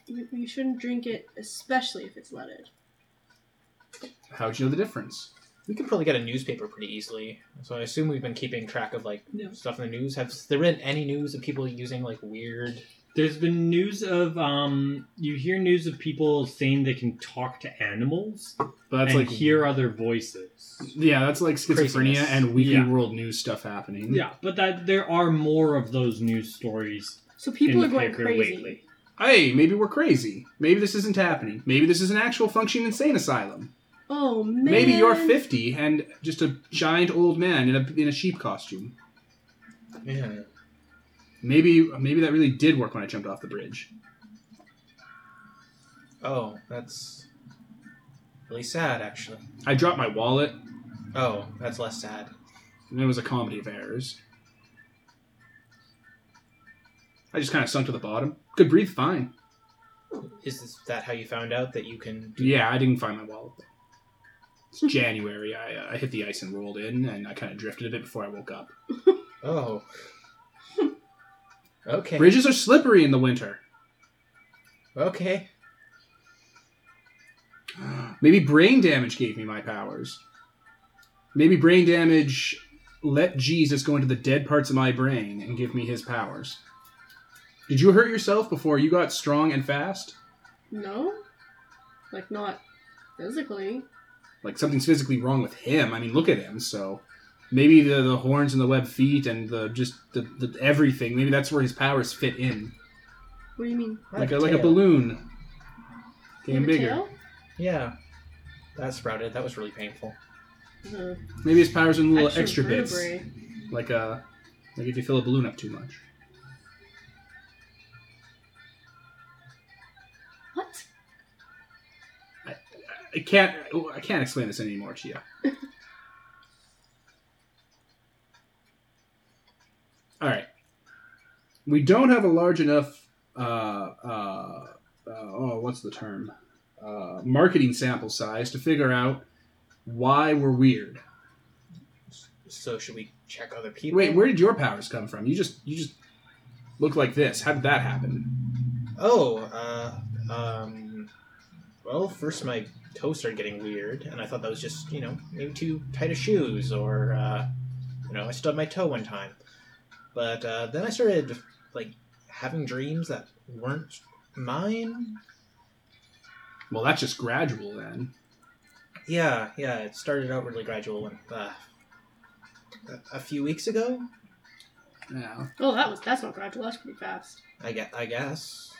Speaker 4: You, you shouldn't drink it, especially if it's leaded.
Speaker 1: How'd you know the difference?
Speaker 3: we could probably get a newspaper pretty easily. So I assume we've been keeping track of like
Speaker 2: Yeah.
Speaker 3: stuff in the news. Have there been any news of people using like weird?
Speaker 2: There's been news of um, you hear news of people saying they can talk to animals
Speaker 1: But that's
Speaker 2: and
Speaker 1: like Mm-hmm.
Speaker 2: hear other voices.
Speaker 1: Yeah, that's like schizophrenia
Speaker 3: Craziness.
Speaker 1: and weekly
Speaker 2: Yeah.
Speaker 1: world news stuff happening.
Speaker 2: Yeah, but that there are more of those news stories
Speaker 4: So people
Speaker 2: in
Speaker 4: are
Speaker 2: the
Speaker 4: going
Speaker 2: paper
Speaker 4: crazy.
Speaker 2: lately.
Speaker 1: Hey, maybe we're crazy. Maybe this isn't happening. Maybe this is an actual functioning insane asylum.
Speaker 4: Oh man.
Speaker 1: Maybe you're 50 and just a giant old man in a, in a sheep costume.
Speaker 3: Yeah.
Speaker 1: Maybe maybe that really did work when I jumped off the bridge.
Speaker 3: Oh, that's really sad, actually.
Speaker 1: I dropped my wallet
Speaker 3: Oh, that's less sad.
Speaker 1: and it was a comedy of errors. I just kind of sunk to the bottom. Could breathe fine.
Speaker 3: Is this, that how you found out that you can? Do
Speaker 1: Yeah, I didn't find my wallet. though. It's January. I, uh, I hit the ice and rolled in, and I kind of drifted a bit before I woke up.
Speaker 3: Oh. okay.
Speaker 1: Bridges are slippery in the winter.
Speaker 3: Okay.
Speaker 1: Maybe brain damage gave me my powers. Maybe brain damage let Jesus go into the dead parts of my brain and give me his powers. Did you hurt yourself before you got strong and fast?
Speaker 4: No, like not physically.
Speaker 1: Like something's physically wrong with him. I mean, look at him. So maybe the, the horns and the webbed feet and the just the, the everything. Maybe that's where his powers fit in,
Speaker 4: What do you mean?
Speaker 1: like a,
Speaker 3: Right,
Speaker 1: like a
Speaker 3: tail.
Speaker 1: balloon,
Speaker 4: You have
Speaker 1: getting
Speaker 4: a
Speaker 1: bigger.
Speaker 4: tail?
Speaker 3: Yeah. That sprouted. That was really painful.
Speaker 4: Uh,
Speaker 1: Maybe his powers are in little
Speaker 4: extra
Speaker 1: extra bits,
Speaker 4: vertebrae.
Speaker 1: like a like if you fill a balloon up too much.
Speaker 4: What?
Speaker 1: I can't oh, I can't explain this anymore to you. All right. We don't have a large enough uh, uh, oh, what's the term? Uh, marketing sample size to figure out why we're weird.
Speaker 3: So should we check other people?
Speaker 1: Wait, where did your powers come from? You just you just look like this. How did that happen?
Speaker 3: Oh, uh, um, well, first my toes started getting weird, and I thought that was just, you know, maybe too tight of shoes, or, uh, you know, I stubbed my toe one time. But uh, then I started, like, having dreams that weren't mine.
Speaker 1: Well, that's just gradual then.
Speaker 3: Yeah, yeah, it started out really gradual and, uh, a- a few weeks ago,
Speaker 1: Yeah.
Speaker 4: Oh, that was that's not gradual. That's pretty fast.
Speaker 3: I guess. I guess.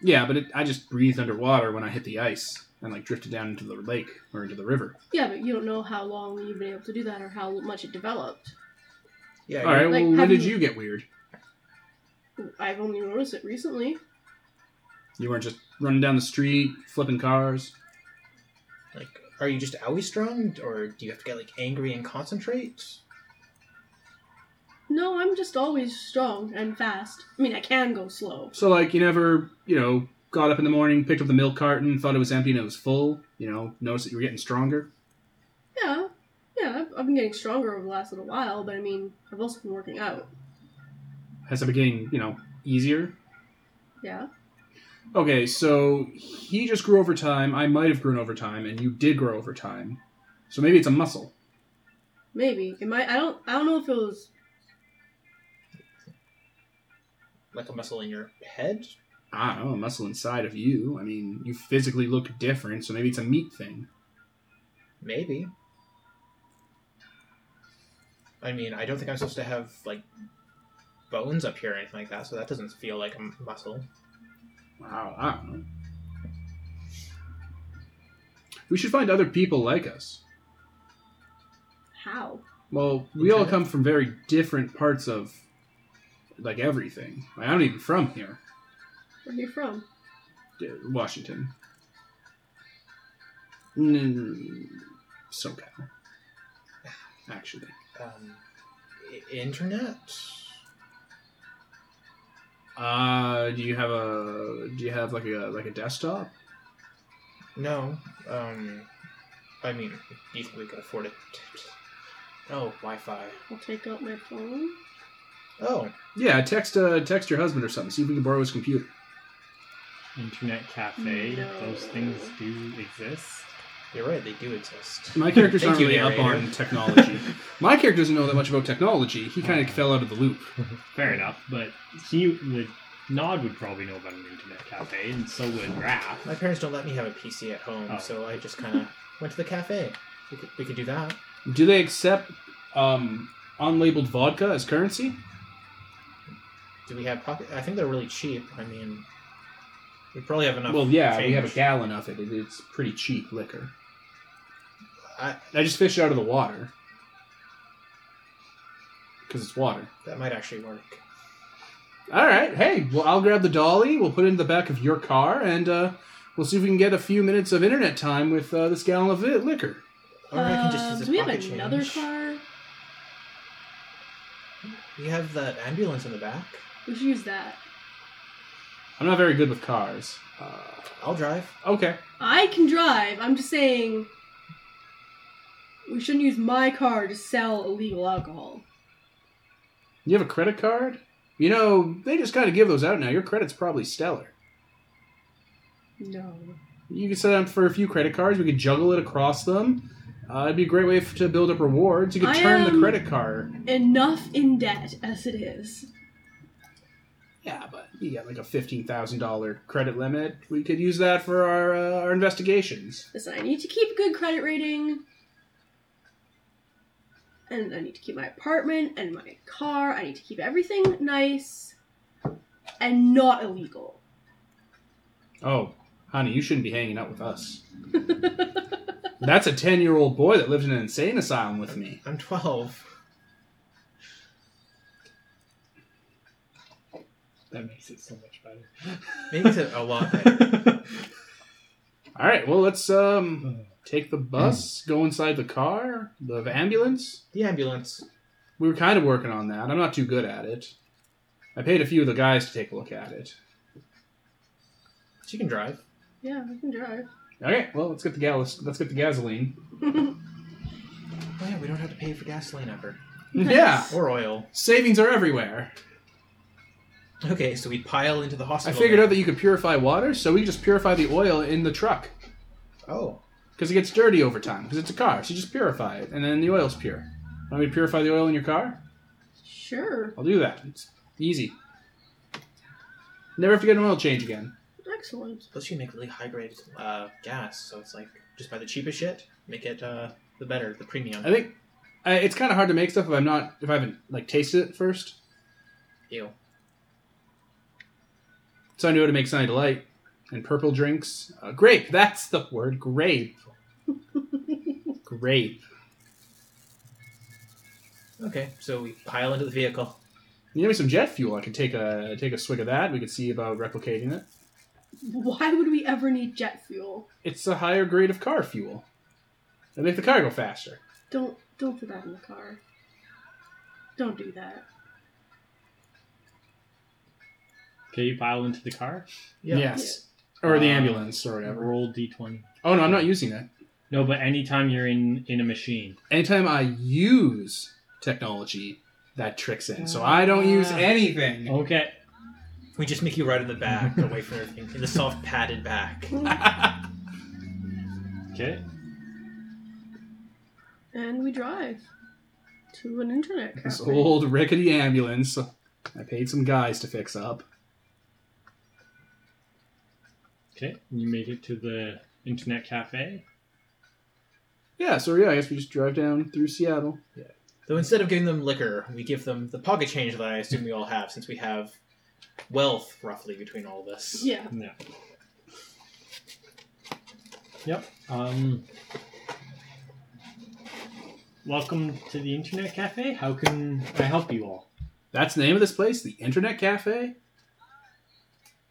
Speaker 1: Yeah, but it, I just breathed underwater when I hit the ice and like drifted down into the lake or into the river.
Speaker 4: Yeah, but you don't know how long you've been able to do that or how much it developed.
Speaker 3: Yeah,
Speaker 1: All
Speaker 3: I
Speaker 1: right.
Speaker 4: Like,
Speaker 1: well,
Speaker 4: how
Speaker 1: when
Speaker 4: do
Speaker 1: did
Speaker 4: you-
Speaker 1: you get weird?
Speaker 4: I've only noticed it recently.
Speaker 1: You weren't just running down the street, flipping cars.
Speaker 3: Like, are you just always strung, or do you have to get like angry and concentrate?
Speaker 4: No, I'm just always strong and fast. I mean, I can go slow.
Speaker 1: So like you never, you know, got up in the morning, picked up the milk carton, thought it was empty and it was full. You know, noticed that you were getting stronger.
Speaker 4: Yeah, yeah, I've, I've been getting stronger over the last little while, but I mean, I've also been working out.
Speaker 1: Has it been getting, you know, easier?
Speaker 4: Yeah.
Speaker 1: Okay, so he just grew over time. I might have grown over time, and you did grow over time. So maybe it's a muscle.
Speaker 4: Maybe it might. I don't. I don't know if it was.
Speaker 3: Like a muscle in your head?
Speaker 1: I don't know, a muscle inside of you. I mean, you physically look different, so maybe it's a meat thing.
Speaker 3: Maybe. I mean, I don't think I'm supposed to have like bones up here or anything like that, so that doesn't feel like a m- muscle.
Speaker 1: Wow, I don't know. We should find other people like us.
Speaker 4: How?
Speaker 1: Well, we all
Speaker 3: Okay.
Speaker 1: come from very different parts of, like, everything. Like, I'm not even from here,
Speaker 4: Where are you from?
Speaker 1: D- Washington. Mm, SoCal. Actually.
Speaker 3: Um, i- internet?
Speaker 1: Uh, do you have a do you have like a like a desktop?
Speaker 3: No. Um, I mean, do you think we could afford it? Oh, Wi-Fi.
Speaker 4: I'll take out my phone.
Speaker 3: Oh,
Speaker 1: Yeah, text uh text your husband or something. See if we can borrow his computer.
Speaker 2: Internet cafe,
Speaker 4: No.
Speaker 2: those things do exist.
Speaker 3: you're right. They do exist.
Speaker 1: My character's
Speaker 3: Thank
Speaker 1: not
Speaker 3: you,
Speaker 1: really up
Speaker 3: narrator.
Speaker 1: on technology. My character doesn't know that much about technology. He kind of
Speaker 3: Oh.
Speaker 2: Uh-huh.
Speaker 1: fell out of the loop.
Speaker 2: Fair enough, but he, the Nod would probably know about an internet cafe, and so would Raph.
Speaker 3: My parents don't let me have a PC at home,
Speaker 2: Oh.
Speaker 3: so I just kind of went to the cafe. We could, we could do that.
Speaker 1: Do they accept um unlabeled vodka as currency?
Speaker 3: Do we have pocket? I think they're really cheap. I mean, we probably have enough.
Speaker 1: Well, yeah, we have a
Speaker 3: change.
Speaker 1: gallon of it. it. It's pretty cheap liquor.
Speaker 3: I,
Speaker 1: I just fished it out of the water because it's water.
Speaker 3: that might actually work.
Speaker 1: All right. Hey, well, I'll grab the dolly. We'll put it in the back of your car, and uh, we'll see if we can get a few minutes of internet time with uh, this gallon of li- liquor.
Speaker 3: Or I can just
Speaker 4: Uh,
Speaker 3: use
Speaker 4: do
Speaker 3: the
Speaker 4: we have
Speaker 3: pocket change.
Speaker 4: another car?
Speaker 3: We have that ambulance in the back.
Speaker 4: We should use that.
Speaker 1: I'm not very good with cars. Uh,
Speaker 3: I'll drive.
Speaker 1: okay.
Speaker 4: I can drive. I'm just saying. We shouldn't use my car to sell illegal alcohol.
Speaker 1: You have a credit card? You know, they just kind of give those out now. Your credit's probably stellar.
Speaker 4: No.
Speaker 1: You could set up for a few credit cards. We could juggle it across them. Uh, it'd be a great way f- to build up rewards. You could
Speaker 4: I,
Speaker 1: turn the
Speaker 4: um,
Speaker 1: credit card.
Speaker 4: Enough in debt as it is.
Speaker 1: Yeah, but you got like a fifteen thousand dollar credit limit. We could use that for our uh, our investigations.
Speaker 4: Listen, I need to keep a good credit rating. And I need to keep my apartment and my car. I need to keep everything nice and not illegal.
Speaker 1: Oh, honey, you shouldn't be hanging out with us. That's a 10 year old boy that lives in an insane asylum with me.
Speaker 3: I'm 12.
Speaker 2: That makes it so much better.
Speaker 3: Makes it a lot better.
Speaker 2: better.
Speaker 1: All right, well, let's um take the bus, go inside the car, the ambulance.
Speaker 3: The ambulance.
Speaker 1: We were kind of working on that. I'm not too good at it. I paid a few of the guys to take a look at it.
Speaker 3: She can drive.
Speaker 4: Yeah, I can drive.
Speaker 1: Okay, well let's get the gas. Let's get the gasoline.
Speaker 3: Oh yeah, we don't have to pay for gasoline ever
Speaker 1: Yeah,
Speaker 3: or oil.
Speaker 1: savings are everywhere.
Speaker 3: Okay, so we pile into the
Speaker 1: I
Speaker 3: hospital.
Speaker 1: figured out that you could purify water, so we can just purify the oil in the truck
Speaker 3: Oh,
Speaker 1: because it gets dirty over time because it's a car. So you just purify it, and then the oil's pure. Want me to purify the oil in your car?
Speaker 4: Sure.
Speaker 1: I'll do that. It's easy. Never have to get an oil change again.
Speaker 4: Excellent.
Speaker 3: plus you make really high grade uh, gas, so it's like just buy the cheapest shit, make it uh, the better, the premium.
Speaker 1: I think I, it's kind of hard to make stuff if I'm not if I haven't like tasted it first.
Speaker 3: Ew.
Speaker 1: So I knew how to make Sunny Delight and purple drinks. Uh, grape, that's the word. Grape. grape.
Speaker 3: Okay, so we pile into the vehicle.
Speaker 1: You give me some jet fuel. I could take a take a swig of that. We could see about replicating it.
Speaker 4: Why would we ever need jet fuel?
Speaker 1: It's a higher grade of car fuel. They make the car go faster.
Speaker 4: Don't don't put that in the car. Don't do that.
Speaker 2: Okay, you pile into the car.
Speaker 1: Yes. Or the
Speaker 2: Uh,
Speaker 1: ambulance or whatever.
Speaker 2: Roll d20.
Speaker 1: Oh no, I'm not using that.
Speaker 2: No, but anytime you're in in a machine,
Speaker 1: Anytime I use technology, that tricks in. So I don't use
Speaker 3: Ah.
Speaker 1: anything.
Speaker 2: okay.
Speaker 3: We just make you ride in the back, away from everything, in the soft padded back.
Speaker 2: Okay.
Speaker 4: And we drive to an internet cafe.
Speaker 1: This old rickety ambulance. I paid some guys to fix up.
Speaker 2: Okay. You make it to the internet cafe.
Speaker 1: Yeah, so yeah, I guess we just drive down through Seattle.
Speaker 3: Though instead of giving them liquor, we give them the pocket change that I assume we all have, since we have wealth roughly between all of us.
Speaker 4: Yeah.
Speaker 2: Yeah. Yep. Um. Welcome to the internet cafe. How can I help you all?
Speaker 1: That's the name of this place, the Internet Cafe.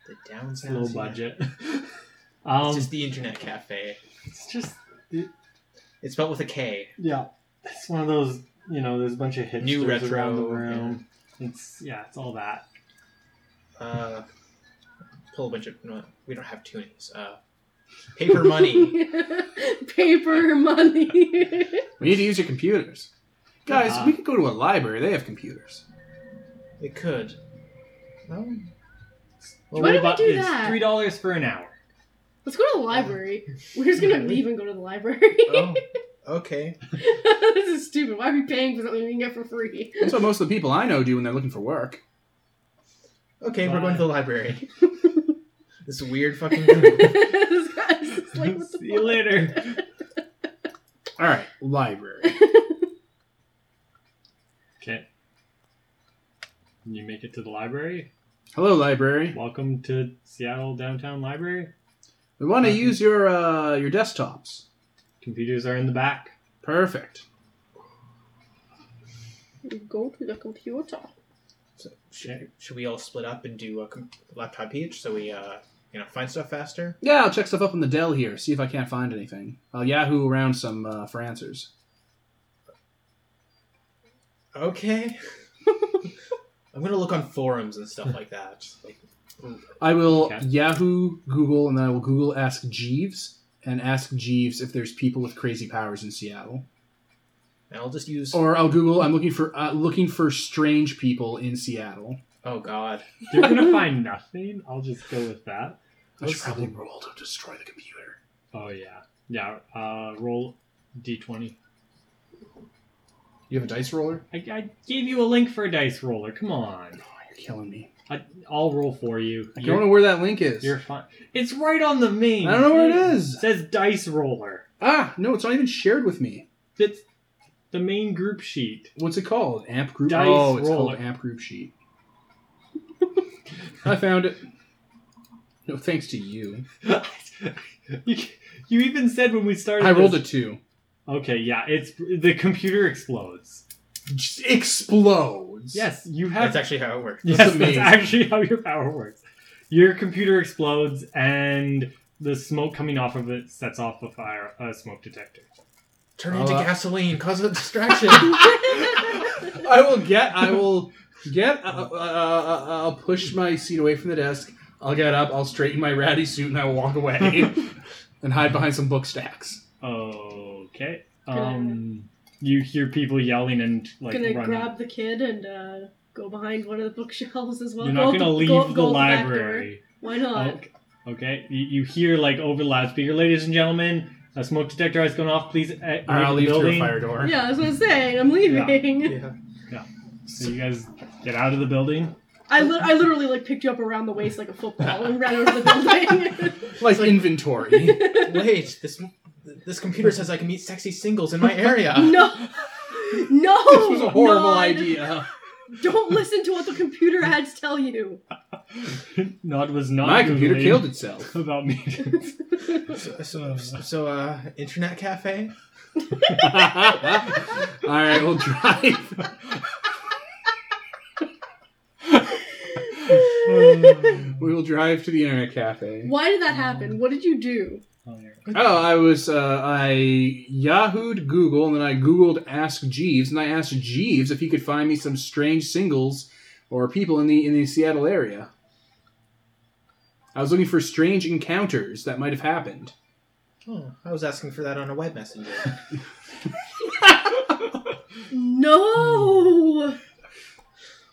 Speaker 3: The downside.
Speaker 2: Low budget. um,
Speaker 3: It's just the internet cafe.
Speaker 2: it's just
Speaker 3: It's spelled with a K.
Speaker 2: Yeah, it's one of those. You know, there's a bunch of hipsters
Speaker 3: New retro,
Speaker 2: around the room. It's yeah, it's all that.
Speaker 3: Uh, pull a bunch of. No, we don't have too many. Uh, paper money.
Speaker 4: Paper money.
Speaker 1: We need to use your computers. Guys,
Speaker 2: Uh-huh.
Speaker 1: we could go to a library. They have computers.
Speaker 3: it could. Well,
Speaker 2: Well, what
Speaker 4: Why don't we
Speaker 2: about
Speaker 4: do
Speaker 2: it's
Speaker 4: that?
Speaker 2: Three dollars for an hour.
Speaker 4: Let's go to the library. We're just gonna leave and go to the library.
Speaker 2: Uh.
Speaker 3: oh, okay.
Speaker 4: this is stupid. Why are we paying for something we can get for free?
Speaker 1: That's what most of the people I know do when they're looking for work.
Speaker 3: Okay, we're going to the library. this weird fucking group.
Speaker 4: this guy's just like, what the
Speaker 2: See you
Speaker 4: fuck?
Speaker 2: later.
Speaker 1: All right, library.
Speaker 2: Okay. You make it to the library.
Speaker 1: Hello, library.
Speaker 2: Welcome to Seattle Downtown Library.
Speaker 1: We want to
Speaker 2: Mhm.
Speaker 1: use your uh, your desktops.
Speaker 2: Computers are in the back.
Speaker 1: Perfect.
Speaker 4: Go to the computer.
Speaker 3: So should, should we all split up and do a com- laptop each so we uh, you know find stuff faster?
Speaker 1: Yeah, I'll check stuff up on the Dell here. See if I can't find anything. I'll Yahoo around some uh, for answers.
Speaker 3: Okay. I'm gonna look on forums and stuff like that. Like,
Speaker 1: I will
Speaker 2: Okay.
Speaker 1: Yahoo, Google, and then I will Google Ask Jeeves and ask Jeeves if there's people with crazy powers in Seattle.
Speaker 3: and I'll just use.
Speaker 1: Or I'll Google. I'm looking for uh, looking for strange people in Seattle.
Speaker 3: Oh God.
Speaker 2: You're gonna find nothing. I'll just go with that.
Speaker 1: I should
Speaker 3: Let's-
Speaker 1: probably roll to destroy the computer.
Speaker 2: Oh yeah, yeah. Uh, roll d20.
Speaker 1: You have a dice roller?
Speaker 2: I, I gave you a link for a dice roller. Come on.
Speaker 1: Oh, you're killing me.
Speaker 2: I, I'll roll for you.
Speaker 1: I
Speaker 2: You're-
Speaker 1: don't know where that link is.
Speaker 2: You're fine. It's right on the main.
Speaker 1: I don't know where it
Speaker 2: It
Speaker 1: is.
Speaker 2: says dice roller.
Speaker 1: Ah, no, it's not even shared with me.
Speaker 2: It's the main group sheet.
Speaker 1: What's it called? Amp group.
Speaker 2: Dice
Speaker 1: oh, it's
Speaker 2: roller.
Speaker 1: called amp group sheet. I found it. No, thanks to you.
Speaker 2: you, you even said when we started.
Speaker 1: I rolled a
Speaker 2: this-
Speaker 1: two.
Speaker 2: Okay, yeah. It's the computer explodes.
Speaker 1: Just explodes.
Speaker 2: Yes, you have.
Speaker 3: That's actually how it works.
Speaker 2: yes,
Speaker 1: that's
Speaker 2: that's
Speaker 1: amazing.
Speaker 2: actually how your power works. Your computer explodes, and the smoke coming off of it sets off a fire, a smoke detector.
Speaker 3: Turn it into
Speaker 1: Uh,
Speaker 3: gasoline, cause a distraction.
Speaker 1: I will get. I will get. Uh, uh, uh, uh, I'll push my seat away from the desk. I'll get up, I'll straighten my ratty suit, and I will walk away and hide behind some book stacks.
Speaker 2: Okay.
Speaker 4: Gonna-
Speaker 2: Um, you hear people yelling and like
Speaker 4: gonna
Speaker 2: running.
Speaker 4: grab the kid and uh, go behind one of the bookshelves as well.
Speaker 2: You're not
Speaker 4: Go-
Speaker 2: gonna
Speaker 4: go-
Speaker 2: leave
Speaker 4: go out
Speaker 2: the
Speaker 4: back door.
Speaker 2: library. Oh,
Speaker 4: Why not?
Speaker 2: Okay. okay. You, you hear like over the loudspeaker, ladies and gentlemen, a smoke detector has gone off. Please e- leave
Speaker 1: Or I'll
Speaker 2: the
Speaker 1: leave through a
Speaker 2: building.
Speaker 1: fire door.
Speaker 4: Yeah, that's what I'm saying. I'm leaving.
Speaker 3: Yeah.
Speaker 2: So you guys get out of the building.
Speaker 4: I, li- I literally like picked you up around the waist like a football and ran over the building.
Speaker 1: Like inventory.
Speaker 3: Wait, this this computer says I can meet sexy singles in my area.
Speaker 4: no, no,
Speaker 1: Uh, this
Speaker 2: Oh,
Speaker 1: was a horrible
Speaker 4: Nod.
Speaker 1: idea.
Speaker 4: Don't listen to what the computer ads tell you.
Speaker 2: Nod was not.
Speaker 1: My computer
Speaker 2: Googling
Speaker 1: killed itself.
Speaker 2: about me.
Speaker 3: So, so, so, uh, internet cafe.
Speaker 1: All right, we'll drive. We will drive to the internet cafe.
Speaker 4: Why did that happen? What did you do?
Speaker 1: Oh, I was uh, I Yahooed Google and then I Googled Ask Jeeves and I asked Jeeves if he could find me some strange singles or people in the in the Seattle area. I was looking for strange encounters that might have happened.
Speaker 3: Oh, I was asking for that on a web messenger.
Speaker 4: No.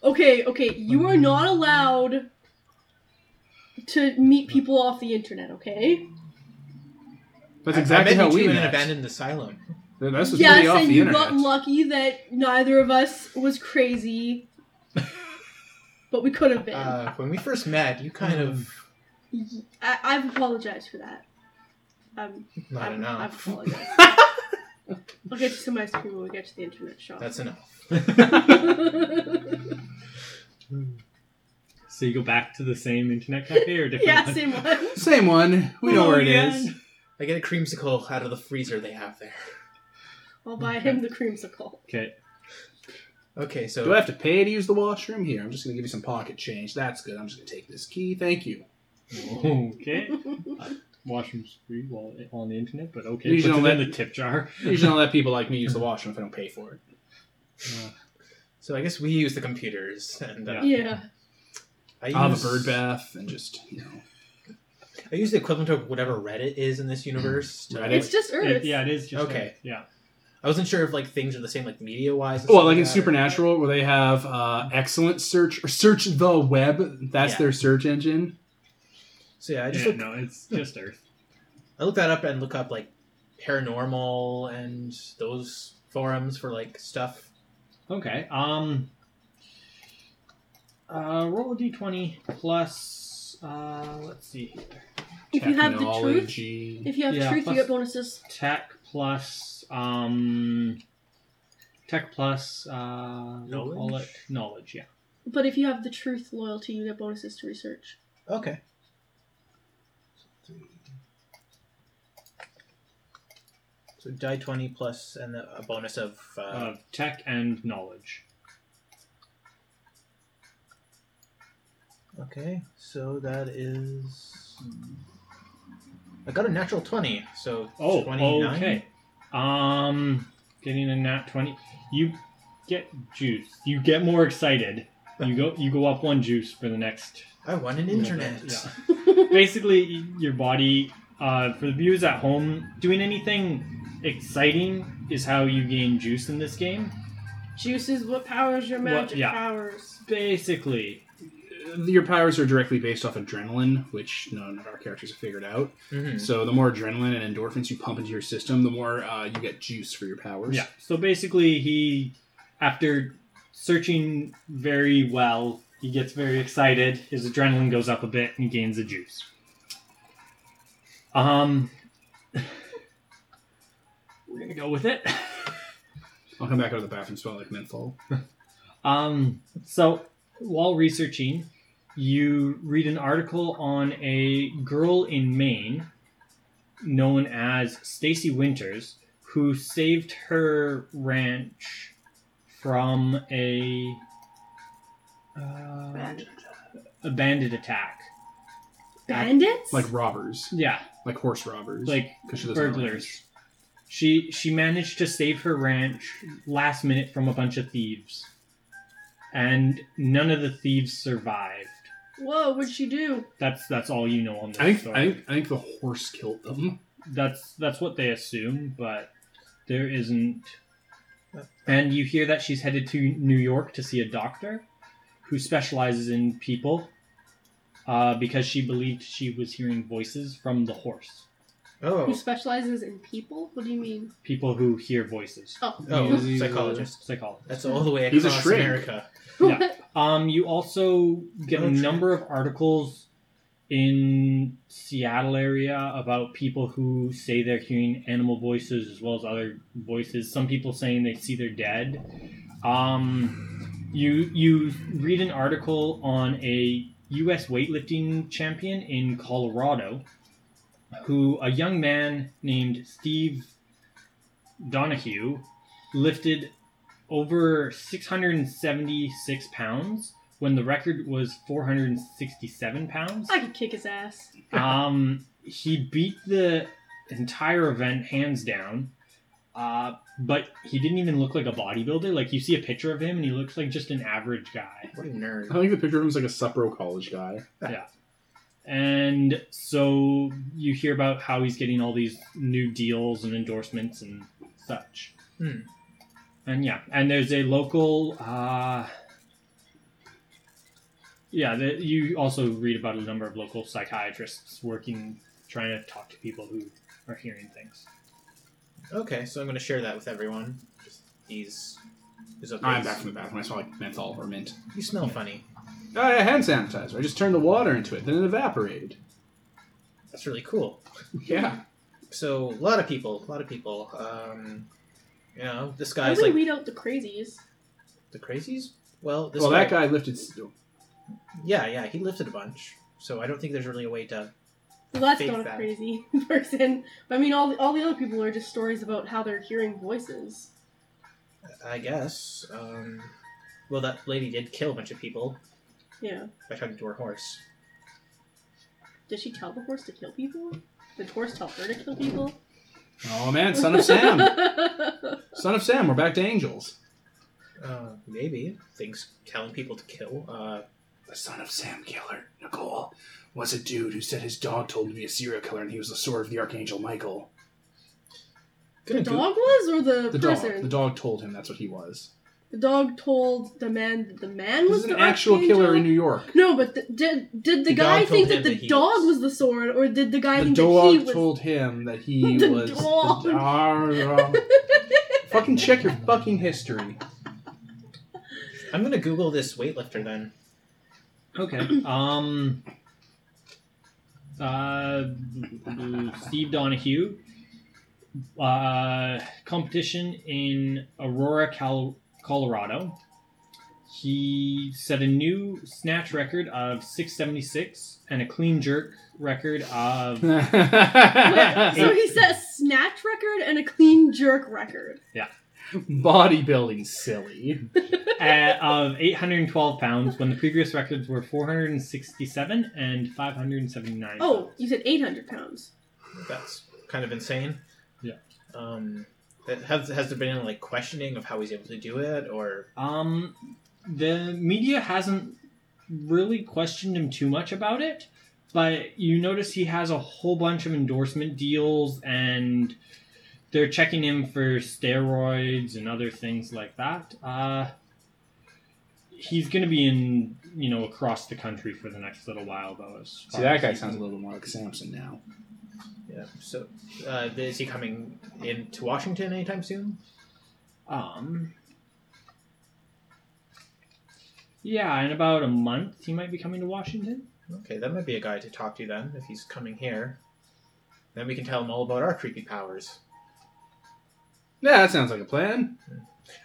Speaker 4: Okay, okay, you are not allowed to meet people off the internet. Okay.
Speaker 1: That's
Speaker 3: I- I
Speaker 1: exactly
Speaker 3: met
Speaker 1: how
Speaker 3: you
Speaker 1: we
Speaker 3: two in an
Speaker 1: met.
Speaker 3: abandoned asylum.
Speaker 1: That's just really
Speaker 4: yes,
Speaker 1: off
Speaker 4: and
Speaker 1: the
Speaker 4: you
Speaker 1: internet.
Speaker 4: got lucky that neither of us was crazy, but we could have been.
Speaker 3: Uh, when we first met, you kind of
Speaker 4: I, I've apologized for that. Um,
Speaker 3: not
Speaker 4: I've, I've
Speaker 3: enough.
Speaker 4: apologized. I'll get you some ice cream when we get to the internet shop.
Speaker 3: That's enough.
Speaker 2: so you go back to the same internet cafe or different?
Speaker 4: yeah,
Speaker 2: one?
Speaker 4: same one.
Speaker 1: Same one. We know
Speaker 2: Oh,
Speaker 1: where it
Speaker 2: yeah.
Speaker 1: is.
Speaker 3: I get a creamsicle out of the freezer they have there.
Speaker 4: I'll buy him the creamsicle.
Speaker 2: Okay.
Speaker 3: Okay, so
Speaker 1: Do I have to pay to use the washroom? Here, I'm just going to give you some pocket change. That's good. I'm just going to take this key. Thank you.
Speaker 2: Okay. uh, washroom's free while on the internet, but okay.
Speaker 1: You
Speaker 2: Puts
Speaker 1: don't
Speaker 2: it in
Speaker 1: let-
Speaker 2: the tip jar.
Speaker 1: I usually don't let people like me use the washroom if I don't pay for it.
Speaker 3: so I guess we use the computers, and uh,
Speaker 2: Yeah.
Speaker 4: Yeah.
Speaker 3: I use
Speaker 1: I'll have a bird bath and just, you know.
Speaker 3: I use the equivalent of whatever Reddit is in this universe. to-
Speaker 1: Mm, Reddit?
Speaker 4: It's just Earth.
Speaker 2: It- yeah, it is just
Speaker 3: Okay.
Speaker 2: Earth, Yeah.
Speaker 3: I wasn't sure if like things are the same, like media wise.
Speaker 1: Well, like in Supernatural, where they have uh, excellent search or search the web. That's
Speaker 3: Yeah.
Speaker 1: their search engine.
Speaker 3: So yeah, I just
Speaker 2: Yeah,
Speaker 3: look,
Speaker 2: no, it's just Earth.
Speaker 3: I look that up and look up like paranormal and those forums for like stuff.
Speaker 2: Okay. Um. Uh, roll a d20 plus. Uh, let's see here.
Speaker 4: If you have the truth,
Speaker 1: Technology.
Speaker 4: if you have
Speaker 2: Yeah,
Speaker 4: truth,
Speaker 2: plus-
Speaker 4: you get bonuses.
Speaker 2: Tech plus. Um. Tech plus. Uh, we'll call
Speaker 3: Knowledge?
Speaker 2: it knowledge. Yeah.
Speaker 4: But if you have the truth loyalty, you get bonuses to research.
Speaker 3: Okay. So die twenty plus and a bonus of uh,
Speaker 2: Of tech and knowledge.
Speaker 3: okay. So that is. I got a natural twenty. So
Speaker 2: Oh.
Speaker 3: 29?
Speaker 2: Okay. Um. Getting a nat twenty. You get juice. You get more excited. You go. You go up one juice for the next
Speaker 3: I won an internet.
Speaker 2: Yeah. Basically, y- your body, uh, for the viewers at home, doing anything exciting is how you gain juice in this game.
Speaker 4: Juice is what powers your
Speaker 2: What-
Speaker 4: magic
Speaker 2: yeah.
Speaker 4: powers.
Speaker 2: Basically,
Speaker 1: Your powers are directly based off adrenaline, which none of our characters have figured out.
Speaker 4: Hmm.
Speaker 3: Mhm.
Speaker 1: So the more adrenaline and endorphins you pump into your system, the more uh, you get juice for your powers.
Speaker 2: yeah. So basically, he, after searching very well, he gets very excited. His adrenaline goes up a bit, and he gains the juice. Um, we're gonna go with it.
Speaker 1: I'll come back out of the bathroom smell like menthol.
Speaker 2: Um, so while researching, you read an article on a girl in Maine known as Stacy Winters who saved her ranch from a uh, abandoned attack.
Speaker 4: Bandits?
Speaker 1: Like robbers,
Speaker 2: Yeah,
Speaker 1: like horse robbers,
Speaker 2: like
Speaker 1: 'cause she lives on a ranch.
Speaker 2: burglars. She she managed to save her ranch last minute from a bunch of thieves, and none of the thieves survived.
Speaker 4: Whoa, what'd she do?
Speaker 2: That's that's all you know on this
Speaker 1: I think
Speaker 2: story.
Speaker 1: I think I think the horse killed them.
Speaker 2: that's that's what they assume, but there isn't. And you hear that she's headed to New York to see a doctor who specializes in people uh, because she believed she was hearing voices from the horse.
Speaker 4: Who
Speaker 3: Oh,
Speaker 4: specializes in people? What do you mean?
Speaker 2: People who hear voices.
Speaker 4: Oh,
Speaker 3: oh,
Speaker 1: He's a-
Speaker 3: psychologist.
Speaker 2: Psychology.
Speaker 3: That's all the way
Speaker 1: He's a
Speaker 3: across
Speaker 1: shrink.
Speaker 3: America.
Speaker 2: Yeah. Um, you also get a
Speaker 3: Okay.
Speaker 2: number of articles in Seattle area about people who say they're hearing animal voices as well as other voices. Some people saying they see their dead. Um, you you read an article on a U.S. weightlifting champion in Colorado, who a young man named Steve Donahue lifted over 676 pounds when the record was 467 pounds.
Speaker 4: I could kick his ass.
Speaker 2: Um, he beat the entire event hands down. Uh, but he didn't even look like a bodybuilder. Like you see a picture of him, and he looks like just an average guy.
Speaker 3: What a nerd.
Speaker 1: I think the picture of him's like a Supro college guy.
Speaker 2: And so you hear about how he's getting all these new deals and endorsements and such.
Speaker 3: Hmm.
Speaker 2: And yeah, and there's a local. Uh, yeah, the, you also read about a number of local psychiatrists working, trying to talk to people who are hearing things.
Speaker 1: Uh-huh.
Speaker 3: Okay, so I'm going to share that with everyone. Just These. these updates.
Speaker 1: I'm back from the bathroom. I smell like menthol or mint.
Speaker 3: You smell funny.
Speaker 1: Oh, yeah, hand sanitizer. I just turned the water into it, then it evaporated.
Speaker 3: That's really cool.
Speaker 1: Yeah.
Speaker 3: So a lot of people, a lot of people. Um, you know, this
Speaker 4: How
Speaker 3: guy's
Speaker 4: do we
Speaker 3: like
Speaker 4: weed out the crazies?
Speaker 3: the crazies. Well, this
Speaker 1: well, that
Speaker 3: guy-
Speaker 1: guy lifted. s-
Speaker 3: Yeah, yeah, he lifted a bunch. So I don't think there's really a way to.
Speaker 4: Well, that's
Speaker 3: Fake
Speaker 4: not a
Speaker 3: that.
Speaker 4: crazy person. But I mean, all the, all the other people are just stories about how they're hearing voices.
Speaker 3: I guess. Um, well, that lady did kill a bunch of people
Speaker 4: Yeah.
Speaker 3: by talking to her horse.
Speaker 4: Did she tell the horse to kill people? Did the horse tell her to kill people?
Speaker 1: Oh man, son of Sam, son of Sam. We're back to angels.
Speaker 3: Uh, maybe things telling people to kill. Uh,
Speaker 1: The son of Sam killer, Nicole, was a dude who said his dog told him to be a serial killer, and he was the sword of the archangel Michael.
Speaker 4: the
Speaker 3: gonna go-
Speaker 4: dog was, or the,
Speaker 1: The dog.
Speaker 4: person?
Speaker 1: The dog told him that's what he was.
Speaker 4: The dog told the man that the man
Speaker 1: This
Speaker 4: was
Speaker 1: is an
Speaker 4: the
Speaker 1: actual
Speaker 4: archangel.
Speaker 1: killer in New York.
Speaker 4: No, but th- did did the,
Speaker 3: The
Speaker 4: guy
Speaker 3: dog
Speaker 4: think
Speaker 3: told
Speaker 4: that
Speaker 3: him
Speaker 4: the
Speaker 3: that he
Speaker 4: dog
Speaker 3: was-
Speaker 4: was the sword, or did the guy
Speaker 1: the
Speaker 4: think that he
Speaker 1: dog
Speaker 4: was?
Speaker 1: told him that he
Speaker 4: The
Speaker 1: was.
Speaker 4: dog.
Speaker 1: The dog. fucking check your fucking history.
Speaker 3: I'm gonna Google this weightlifter then.
Speaker 2: Okay. um. Uh, Steve Donahue. Uh, competition in Aurora, Cal- Colorado. He set a new snatch record of 676 and a clean jerk record of
Speaker 4: Wait, so
Speaker 1: Bodybuilding
Speaker 4: he set a snatch record and a clean jerk record.
Speaker 1: silly.
Speaker 2: uh, of 812 pounds when the previous records were 467 and 579.
Speaker 4: Oh, you said eight hundred pounds.
Speaker 3: That's kind of insane.
Speaker 2: Yeah.
Speaker 3: Um, that- has has there been any like questioning of how he's able to do it, or
Speaker 2: Um, the media hasn't really questioned him too much about it, but you notice he has a whole bunch of endorsement deals, and they're checking him for steroids and other things like that. Uh, he's going to be in, you know, across the country for the next little while, though. as
Speaker 1: See,
Speaker 2: far
Speaker 1: that
Speaker 2: as
Speaker 1: guy
Speaker 2: he-
Speaker 1: sounds a little more like Samson now.
Speaker 3: yeah? So uh, is he coming in to Washington anytime soon?
Speaker 2: Um. Yeah, in about a month, he might be coming to Washington.
Speaker 3: Okay, that might be a guy to talk to then if he's coming here. Then we can tell him all about our creepy powers.
Speaker 1: Yeah, that sounds like a plan.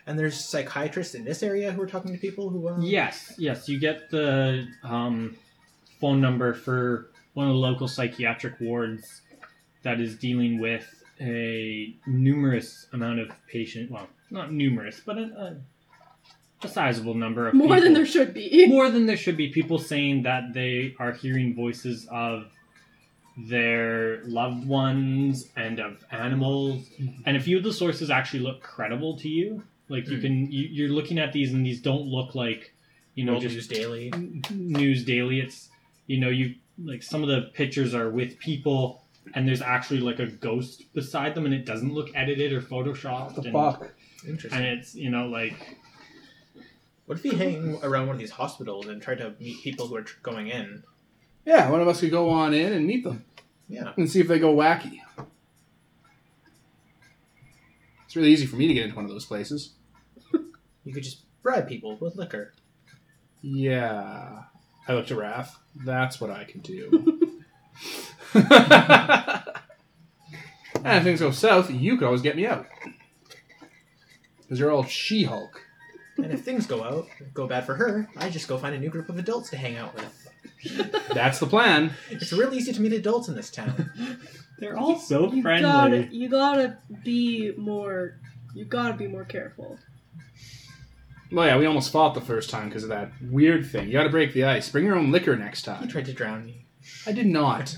Speaker 3: And there's psychiatrists in this area who are talking to people who. Um,
Speaker 2: Yes, yes. You get the um, phone number for one of the local psychiatric wards that is dealing with a numerous amount of patient. Well, not numerous, but a, a, a sizable number of
Speaker 4: More than
Speaker 2: people-
Speaker 4: there should be.
Speaker 2: more than there should be people saying that they are hearing voices of their loved ones and of animals and a few of the sources actually look credible to you like you
Speaker 3: Hmm.
Speaker 2: can you, you're looking at these and these don't look like you know,
Speaker 3: News Daily.
Speaker 2: news daily it's you know you like some of the pictures are with people and there's actually like a ghost beside them and it doesn't look edited or photoshopped
Speaker 1: What the
Speaker 2: and,
Speaker 1: fuck?
Speaker 3: Interesting.
Speaker 2: and it's you know like
Speaker 3: What if you hang around one of these hospitals and try to meet people who are tr- going in?
Speaker 1: Yeah, one of us could go on in and meet them
Speaker 3: Yeah.
Speaker 1: and see if they go wacky. It's really easy for me to get into one of those places.
Speaker 3: You could just bribe people with liquor.
Speaker 1: Yeah. I looked at Raph. That's what I can do. and if things go south, you could always get me out. Because you're all She Hulk.
Speaker 3: And if things go out, go bad for her, I just go find a new group of adults to hang out with.
Speaker 1: That's the plan.
Speaker 3: It's real easy to meet adults in this town.
Speaker 2: they're all so
Speaker 4: You
Speaker 2: friendly
Speaker 4: gotta, you gotta be more. You gotta be more careful.
Speaker 1: Well, yeah, we almost fought the first time because of that weird thing. You gotta break the ice. Bring your own liquor next
Speaker 3: You
Speaker 1: time.
Speaker 3: tried to drown me.
Speaker 1: I did not.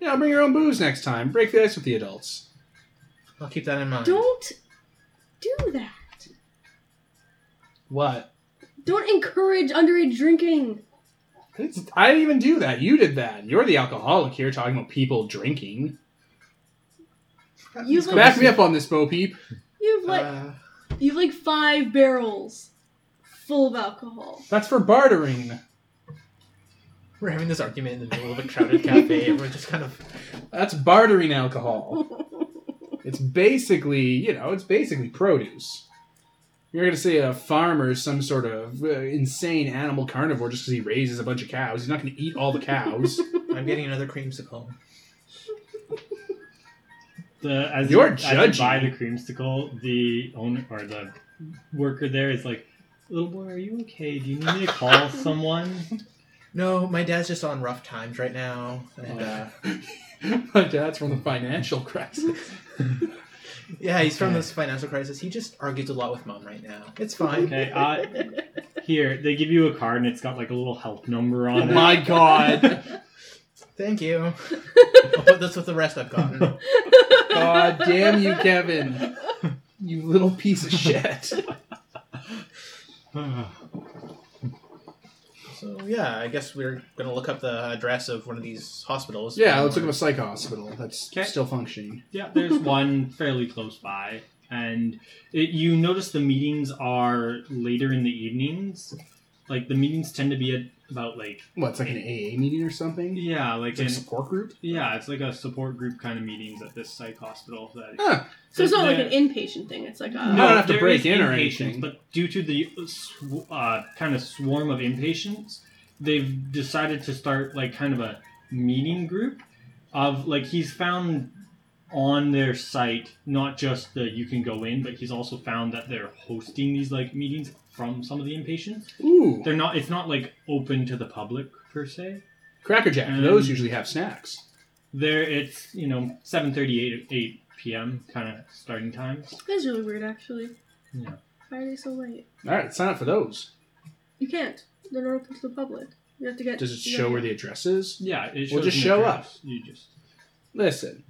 Speaker 1: Yeah, bring your own booze next time. Break the ice with the adults.
Speaker 3: I'll keep that in mind. Uh,
Speaker 4: Don't do that.
Speaker 1: What?
Speaker 4: Don't encourage underage drinking.
Speaker 1: It's- I didn't even do that. You did that. You're the alcoholic here talking about people drinking.
Speaker 4: You
Speaker 3: Let's go
Speaker 1: Back
Speaker 3: visit-
Speaker 1: me up on this, Bo Peep.
Speaker 4: You've like
Speaker 3: Uh,
Speaker 4: you've like five barrels full of alcohol.
Speaker 1: That's for bartering.
Speaker 3: we're having this argument in the middle of a crowded cafe. Everyone just kind of
Speaker 1: That's bartering alcohol. It's basically, you know, it's basically produce. You're going to say a farmer is some sort of uh, insane animal carnivore just because he raises a bunch of cows. He's not going to eat all the cows.
Speaker 3: I'm getting another creamsicle.
Speaker 2: the, as
Speaker 1: You're
Speaker 2: you, as
Speaker 1: judgy.
Speaker 2: you buy the creamsicle the owner or the worker there is like little boy are you okay do you need me to call someone
Speaker 3: No, my dad's just on rough times right now, and uh,
Speaker 1: but that's from the financial crisis.
Speaker 3: yeah, he's from this financial crisis. He just argues a lot with mom right now. It's fine.
Speaker 2: okay uh, here they give you a card and it's got like a little help number
Speaker 1: Oh
Speaker 2: on it
Speaker 1: my god.
Speaker 3: Thank you. I'll put this with the rest I've gotten.
Speaker 1: God damn you, Kevin. You little piece of shit.
Speaker 3: So yeah, I guess we're gonna look up the address of one of these hospitals.
Speaker 1: Yeah, let's look at a psych hospital that's
Speaker 2: Okay.
Speaker 1: still functioning.
Speaker 2: Yeah, there's one fairly close by, and it, you notice the meetings are later in the evenings. Like the meetings tend to be at about like
Speaker 1: What, it's like an AA meeting or something?
Speaker 2: yeah, like
Speaker 1: It's like a
Speaker 2: an,
Speaker 1: support group?
Speaker 2: yeah, it's like a support group kind of meetings at this psych hospital. That
Speaker 1: Huh.
Speaker 4: So it's not like
Speaker 2: There-
Speaker 4: an inpatient thing. It's like uh, a
Speaker 1: No. I don't have to
Speaker 2: there
Speaker 1: break
Speaker 2: is
Speaker 1: in or
Speaker 2: inpatients,
Speaker 1: anything.
Speaker 2: But due to the uh, sw- uh, kind of swarm of inpatients, they've decided to start like kind of a meeting group of like he's found on their site not just that you can go in, but he's also found that they're hosting these like meetings from some of the inpatients.
Speaker 1: Ooh.
Speaker 2: They're not. It's not like open to the public per se.
Speaker 1: Cracker Jack.
Speaker 2: Um,
Speaker 1: those usually have snacks.
Speaker 2: There, it's you know seven thirty eight eight p.m. kind of starting times.
Speaker 4: That's really weird, actually.
Speaker 2: Yeah.
Speaker 4: Why are they so late?
Speaker 1: All right, sign up for those.
Speaker 4: You can't. They're not open to the public. You have to get.
Speaker 1: Does it
Speaker 4: you
Speaker 1: show
Speaker 4: have
Speaker 1: where the address is?
Speaker 2: Yeah, it
Speaker 1: Well,
Speaker 2: shows
Speaker 1: just
Speaker 2: an
Speaker 1: show
Speaker 2: address. You just
Speaker 1: Listen,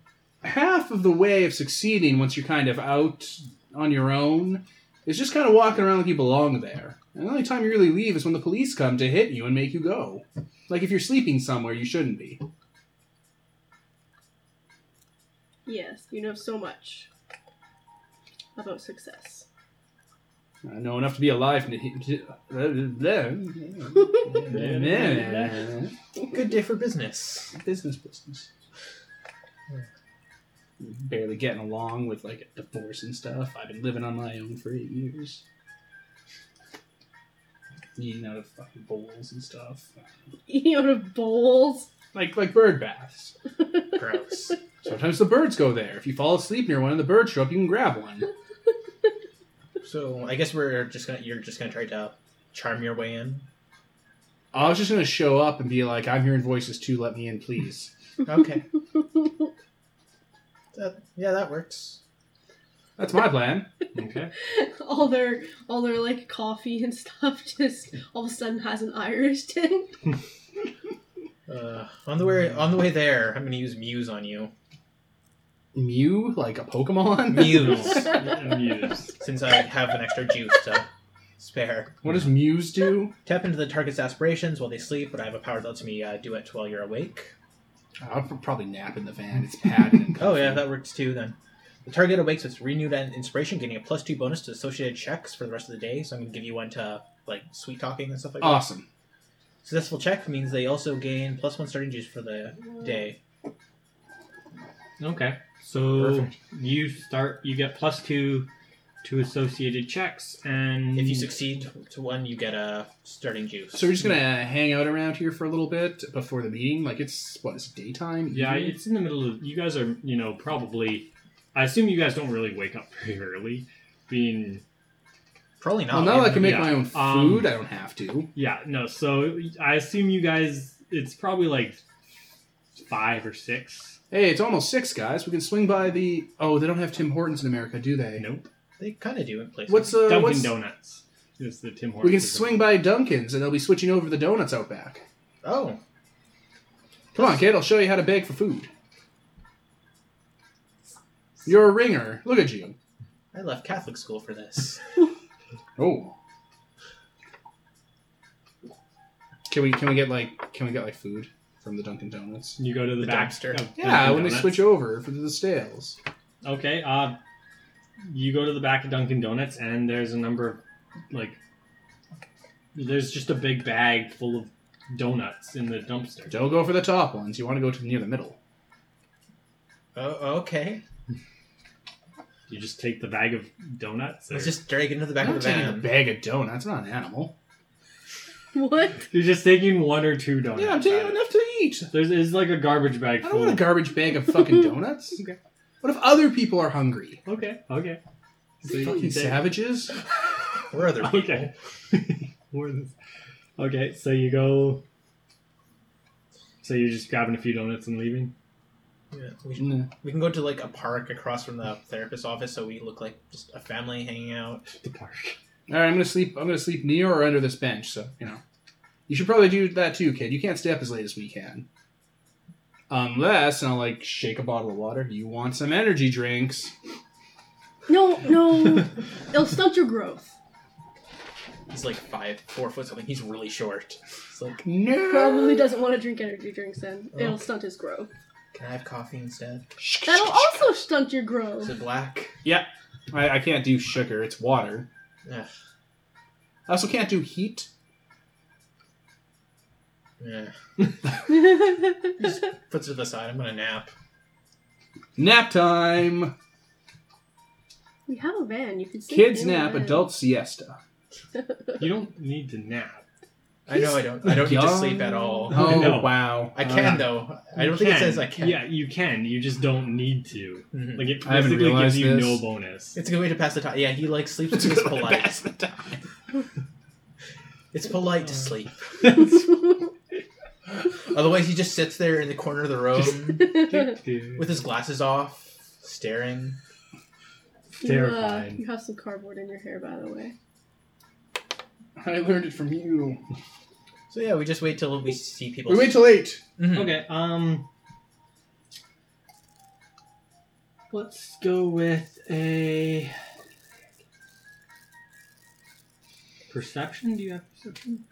Speaker 1: half of the way of succeeding once you're kind of out on your own is just kind of walking around like you belong there. And the only time you really leave is when the police come to hit you and make you go. Like if you're sleeping somewhere, you shouldn't be.
Speaker 4: Yes, you know so much about success.
Speaker 1: I know enough to be alive. and-
Speaker 3: Good day for business.
Speaker 1: business business. Barely getting along with like a divorce and stuff. I've been living on my own for eight years. Eating out of fucking bowls and stuff.
Speaker 4: Eating out of bowls.
Speaker 1: Like like bird baths.
Speaker 3: Gross.
Speaker 1: Sometimes the birds go there. If you fall asleep near one and the birds show up, you can grab one.
Speaker 3: So I guess we're just gonna you're just gonna try to charm your way in.
Speaker 1: I was just gonna show up and be like, I'm hearing voices too, let me in, please.
Speaker 3: Okay. that, yeah, that works.
Speaker 1: That's my plan.
Speaker 2: okay.
Speaker 4: all their all their like coffee and stuff just all of a sudden has an Irish tin.
Speaker 3: Uh, on the way on the way there, I'm gonna use Muse on you.
Speaker 1: Mew, like a Pokemon?
Speaker 3: Muse.
Speaker 2: Amused.
Speaker 3: Since I have an extra juice to Spare.
Speaker 1: What does Muse do?
Speaker 3: Tap into the target's aspirations while they sleep, but I have a power that lets me uh, do it while you're awake.
Speaker 6: I'll probably nap in the van. It's padded. And
Speaker 3: Oh yeah,
Speaker 6: comfy.
Speaker 3: that works too then. The target awakes with renewed in- inspiration, getting a plus two bonus to associated checks for the rest of the day. So I'm gonna give you one to like sweet talking and stuff like that.
Speaker 1: Awesome.
Speaker 3: Successful check means they also gain plus one starting juice for the day.
Speaker 2: Okay. So you start. You get plus two to associated checks, and
Speaker 3: If you succeed to one, you get a starting juice.
Speaker 1: So we're just gonna hang out around here for a little bit before the meeting. Like it's what it's daytime.
Speaker 2: yeah,
Speaker 1: evening?
Speaker 2: it's in the middle of. You guys are, you know, probably. I assume you guys don't really wake up very early, being
Speaker 3: Hmm. probably
Speaker 1: well,
Speaker 3: not.
Speaker 1: now that I can make
Speaker 2: yeah.
Speaker 1: my own
Speaker 2: Um,
Speaker 1: food. I don't have to.
Speaker 2: Yeah, no. So I assume you guys, it's probably like five or six.
Speaker 1: Hey, it's almost six, guys. We can swing by the. Oh, they don't have Tim Hortons in America, do they?
Speaker 2: Nope.
Speaker 3: they kind of do in places.
Speaker 1: What's uh?
Speaker 2: Dunkin'
Speaker 1: what's-
Speaker 2: Donuts is the Tim
Speaker 1: we
Speaker 2: Hortons.
Speaker 1: can swing by Dunkin's and they'll be switching over to the donuts out back.
Speaker 3: oh
Speaker 1: Come on, kid. I'll show you how to beg for food. You're a ringer. Look at you.
Speaker 3: I left Catholic school for this.
Speaker 1: Oh. Can we can we get like can we get like food from the Dunkin' Donuts?
Speaker 2: You go to the,
Speaker 3: The
Speaker 2: back.
Speaker 3: dumpster.
Speaker 2: of
Speaker 1: Yeah,
Speaker 2: Dunkin'
Speaker 1: when they
Speaker 2: Donuts.
Speaker 1: switch over for the stales.
Speaker 2: Okay. Uh, you go to the back of Dunkin' Donuts, and there's a number of like, there's just a big bag full of donuts in the dumpster.
Speaker 1: Don't go for the top ones. You want to go to near the middle.
Speaker 3: Oh, okay.
Speaker 2: You just take the bag of donuts. or-
Speaker 3: Let's just drag into the
Speaker 1: I'm
Speaker 3: back
Speaker 1: not
Speaker 3: of the
Speaker 1: taking
Speaker 3: van.
Speaker 1: a bag of donuts. I'm not an animal.
Speaker 4: What?
Speaker 2: You're just taking one or two donuts.
Speaker 1: Yeah, I'm taking
Speaker 2: out.
Speaker 1: enough to eat.
Speaker 2: There's it's like a garbage bag
Speaker 1: I
Speaker 2: full.
Speaker 1: don't want a garbage bag of fucking donuts.
Speaker 2: Okay.
Speaker 1: What if other people are hungry?
Speaker 2: of- okay. Okay. So you
Speaker 1: fucking
Speaker 2: take-
Speaker 1: savages.
Speaker 3: We're other people.
Speaker 2: Okay. More than- okay, so you go. So you're just grabbing a few donuts and leaving.
Speaker 3: Yeah, we, should-
Speaker 1: No.
Speaker 3: we can go to like a park across from the therapist's office, so we look like just a family hanging out.
Speaker 2: The park.
Speaker 1: All right, I'm gonna sleep. I'm gonna sleep near or under this bench. So you know, you should probably do that too, kid. You can't stay up as late as we can, unless and I'll like shake a bottle of water. You want some energy drinks?
Speaker 4: No, no. It'll stunt your growth.
Speaker 3: He's like five, four foot something. He's really short. It's like,
Speaker 1: No.
Speaker 4: Probably doesn't want to drink energy drinks then. It'll stunt his growth.
Speaker 3: can I have coffee instead?
Speaker 4: That'll also stunt your
Speaker 3: Is
Speaker 4: growth.
Speaker 3: it black?
Speaker 1: I, I can't do sugar. It's water.
Speaker 3: Ugh.
Speaker 1: I also can't do heat.
Speaker 3: Yeah.
Speaker 4: Just
Speaker 3: Puts it to the side. I'm gonna nap.
Speaker 1: Nap time.
Speaker 4: We have a van. You can sleep
Speaker 1: Kids
Speaker 4: in the
Speaker 1: nap.
Speaker 4: van.
Speaker 1: Adults siesta.
Speaker 2: You don't need to nap.
Speaker 3: I know I don't. I don't need to
Speaker 1: young.
Speaker 3: sleep at all.
Speaker 1: Oh
Speaker 2: No.
Speaker 1: wow.
Speaker 3: I
Speaker 1: Uh,
Speaker 3: can though. I
Speaker 2: You
Speaker 3: don't think it
Speaker 2: can.
Speaker 3: says I can.
Speaker 2: Yeah, you can. You just don't need to.
Speaker 3: Mhm.
Speaker 2: Like it
Speaker 1: I haven't
Speaker 2: basically
Speaker 1: realized
Speaker 2: gives you
Speaker 1: this.
Speaker 2: no bonus.
Speaker 3: It's a good way to pass the time. Yeah, he like sleeps.
Speaker 1: It's
Speaker 3: It's
Speaker 1: gonna pass
Speaker 3: polite.
Speaker 1: the time.
Speaker 3: It's polite to sleep.
Speaker 4: With
Speaker 3: Otherwise, he just sits there in the corner of the room with
Speaker 4: uh,
Speaker 2: Terrifying.
Speaker 3: his glasses off, staring.
Speaker 2: Terrifying.
Speaker 4: You have some cardboard in your hair, by the way.
Speaker 1: I learned it from you.
Speaker 3: So yeah, we just wait till we see people.
Speaker 1: We wait till eight.
Speaker 3: Mhm.
Speaker 2: Okay. Um. Let's go with a perception. Do you have perception?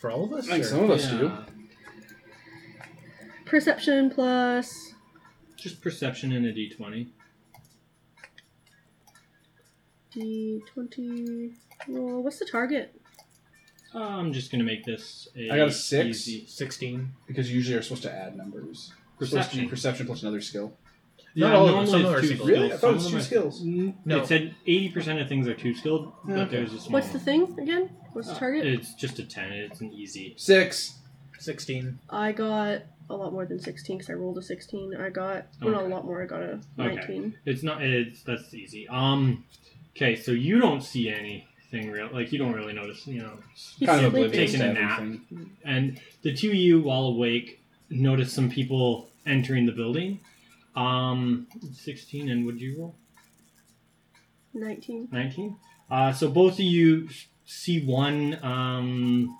Speaker 3: for all of us.
Speaker 1: Like
Speaker 3: or-
Speaker 1: some of us do.
Speaker 4: Perception plus.
Speaker 2: Just perception and a d twenty.
Speaker 4: D20. Roll. What's the target?
Speaker 2: Uh, I'm just gonna make this. A
Speaker 1: I got a six.
Speaker 2: easy-
Speaker 3: Sixteen.
Speaker 1: Because usually you're supposed to add numbers. You're supposed to do perception
Speaker 2: Perception.
Speaker 1: plus another skill.
Speaker 2: Yeah,
Speaker 3: Not all of them,
Speaker 2: normally
Speaker 3: some
Speaker 2: it's
Speaker 3: of them are
Speaker 2: two
Speaker 3: single.
Speaker 2: skilled,
Speaker 1: Really? I thought it was
Speaker 2: some
Speaker 1: two
Speaker 2: of them are-
Speaker 1: skills.
Speaker 2: N-
Speaker 3: No.
Speaker 2: It said eighty percent of things are two skilled, but
Speaker 1: Okay.
Speaker 2: there's a small.
Speaker 4: What's the thing again? What's the
Speaker 2: Oh. Uh,
Speaker 4: target?
Speaker 2: It's just a ten. It's an easy.
Speaker 1: Six.
Speaker 3: 16.
Speaker 4: I got a lot more than 16 because I rolled a 16. I got, well, not a
Speaker 2: Okay.
Speaker 4: lot more, I got a 19.
Speaker 2: It's not. It's that's easy. Um. Okay, so you don't see anything real. Like you don't really notice. You know,
Speaker 4: He's
Speaker 1: kind of
Speaker 4: sleeping.
Speaker 1: oblivious
Speaker 2: Taking
Speaker 1: to
Speaker 2: a nap.
Speaker 1: everything.
Speaker 2: and the two of you while awake notice some people entering the building. Um, sixteen, and would you roll?
Speaker 4: 19.
Speaker 2: 19. Uh, so both of you see one. Um,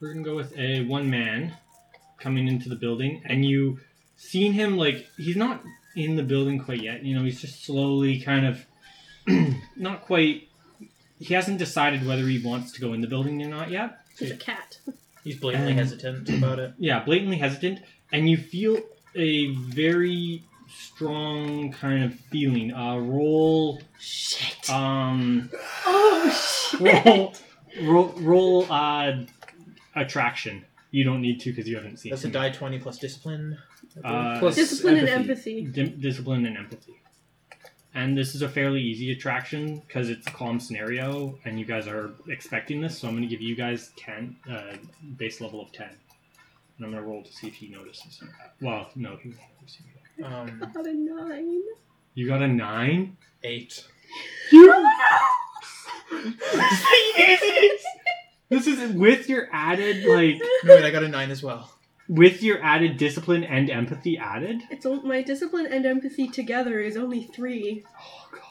Speaker 2: we're gonna go with a one man coming into the building, and you seen him like he's not in the building quite yet. You know, he's just slowly kind of not quite he hasn't decided whether he wants to go in the building or not yet.
Speaker 4: It's a cat.
Speaker 3: He's blatantly
Speaker 2: Um,
Speaker 3: hesitant about it.
Speaker 2: Yeah, blatantly hesitant, and you feel a very strong kind of feeling. Uh, roll,
Speaker 4: Shit.
Speaker 2: um,
Speaker 4: oh shit.
Speaker 2: roll, roll, roll uh, attraction. You don't need to because you haven't seen.
Speaker 3: That's a
Speaker 2: him.
Speaker 3: die twenty plus discipline.
Speaker 2: Uh,
Speaker 1: Plus
Speaker 4: Discipline and
Speaker 1: empathy.
Speaker 4: empathy.
Speaker 2: Dim- discipline and empathy. And this is a fairly easy attraction because it's a calm scenario, and you guys are expecting this. So I'm going to give you guys ten uh, base level of ten, and I'm going to roll to see if he notices. Well, no, he won't notice you.
Speaker 3: Um,
Speaker 4: Out of nine.
Speaker 2: You got a nine.
Speaker 3: eight.
Speaker 2: This is with your added like
Speaker 3: No, wait, I got a nine as well.
Speaker 2: with your added discipline and empathy added.
Speaker 4: It's all, my discipline and empathy together is only three.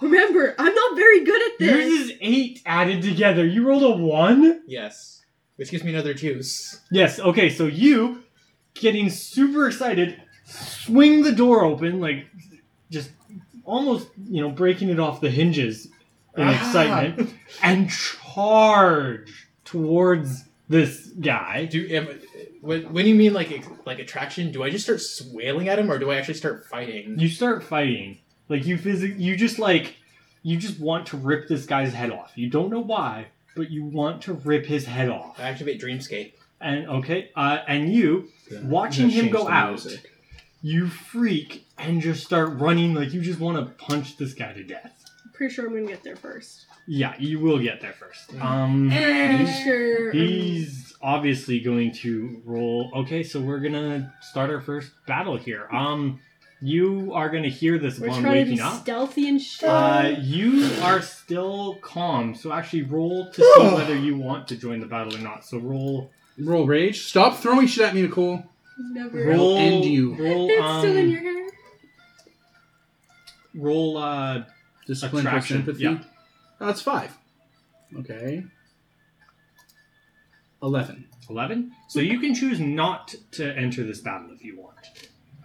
Speaker 4: Remember, I'm not very good at
Speaker 2: Yours
Speaker 4: this.
Speaker 2: is eight added together. You rolled a one.
Speaker 3: Yes, which gives me another juice.
Speaker 2: Yes, okay, so you, getting super excited, swing the door open, like just almost, you know, breaking it off the hinges in
Speaker 3: Ah.
Speaker 2: excitement, and charge towards this guy.
Speaker 3: Do am, when, when you mean like like attraction? Do I just start swailing at him, or do I actually start fighting?
Speaker 2: You start fighting. Like, you physic, you just like, you just want to rip this guy's head off. You don't know why, but you want to rip his head off.
Speaker 3: I activate Dreamscape.
Speaker 2: And okay, uh, and you, Watching him go out. you freak and just start running like you just want to punch this guy to death.
Speaker 4: Pretty sure I'm gonna get there first.
Speaker 2: Yeah, you will get there first.
Speaker 3: Mm.
Speaker 2: Um,
Speaker 4: Pretty sure.
Speaker 2: he's obviously going to roll. Okay, so we're gonna start our first battle here. Um, you are gonna hear this
Speaker 4: We're
Speaker 2: upon
Speaker 4: trying to
Speaker 2: waking
Speaker 4: be
Speaker 2: up.
Speaker 4: stealthy and shit.
Speaker 2: Uh, you are still calm, so actually roll to see whether you want to join the battle or not. So roll,
Speaker 1: Roll rage. Stop throwing shit at me, Nicole.
Speaker 4: Never.
Speaker 2: roll,
Speaker 1: end you.
Speaker 2: roll,
Speaker 4: it's
Speaker 2: um,
Speaker 4: still in your hair.
Speaker 2: roll. Uh,
Speaker 1: Discipline plus
Speaker 2: Attraction,
Speaker 1: empathy. Oh,
Speaker 2: yeah.
Speaker 1: That's five. Okay. Eleven.
Speaker 2: 11. So you can choose not to enter this battle if you want.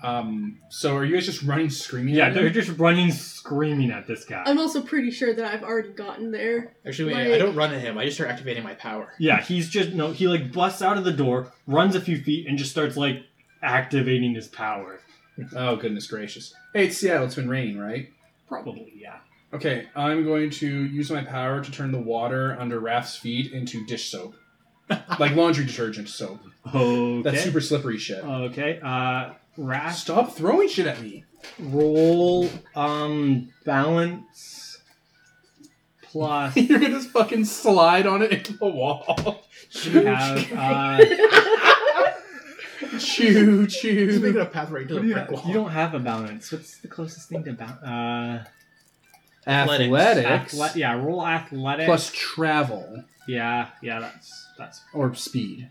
Speaker 1: Um. So are you guys just running, screaming?
Speaker 2: Yeah,
Speaker 1: at
Speaker 2: they're
Speaker 1: him?
Speaker 2: just running, screaming at this guy.
Speaker 4: I'm also pretty sure that I've already gotten there.
Speaker 3: Actually, wait, I
Speaker 4: Like-
Speaker 3: don't run at him. I just start activating my power.
Speaker 2: Yeah, he's just, no, he like busts out of the door, runs a few feet, and just starts like activating his power.
Speaker 1: Oh goodness gracious! Hey, it's Seattle. It's been raining, right?
Speaker 2: Probably, yeah.
Speaker 1: Okay, I'm going to use my power to turn the water under Raph's feet into dish soap, like laundry detergent soap.
Speaker 2: Okay.
Speaker 1: That's super slippery shit.
Speaker 2: Okay, uh, Rash,
Speaker 1: Stop throwing shit at me.
Speaker 2: roll, um, balance, plus,
Speaker 1: You're gonna just fucking slide on it into the wall.
Speaker 2: you have, uh,
Speaker 1: Choo
Speaker 3: He's making
Speaker 1: choo.
Speaker 3: a path right to the
Speaker 2: you,
Speaker 3: brick wall.
Speaker 2: you don't have a balance. What's the closest thing to balance? Uh,
Speaker 3: Athletics.
Speaker 2: athle- yeah, roll athletics.
Speaker 1: plus travel
Speaker 2: Yeah, yeah, that's that's
Speaker 1: or speed.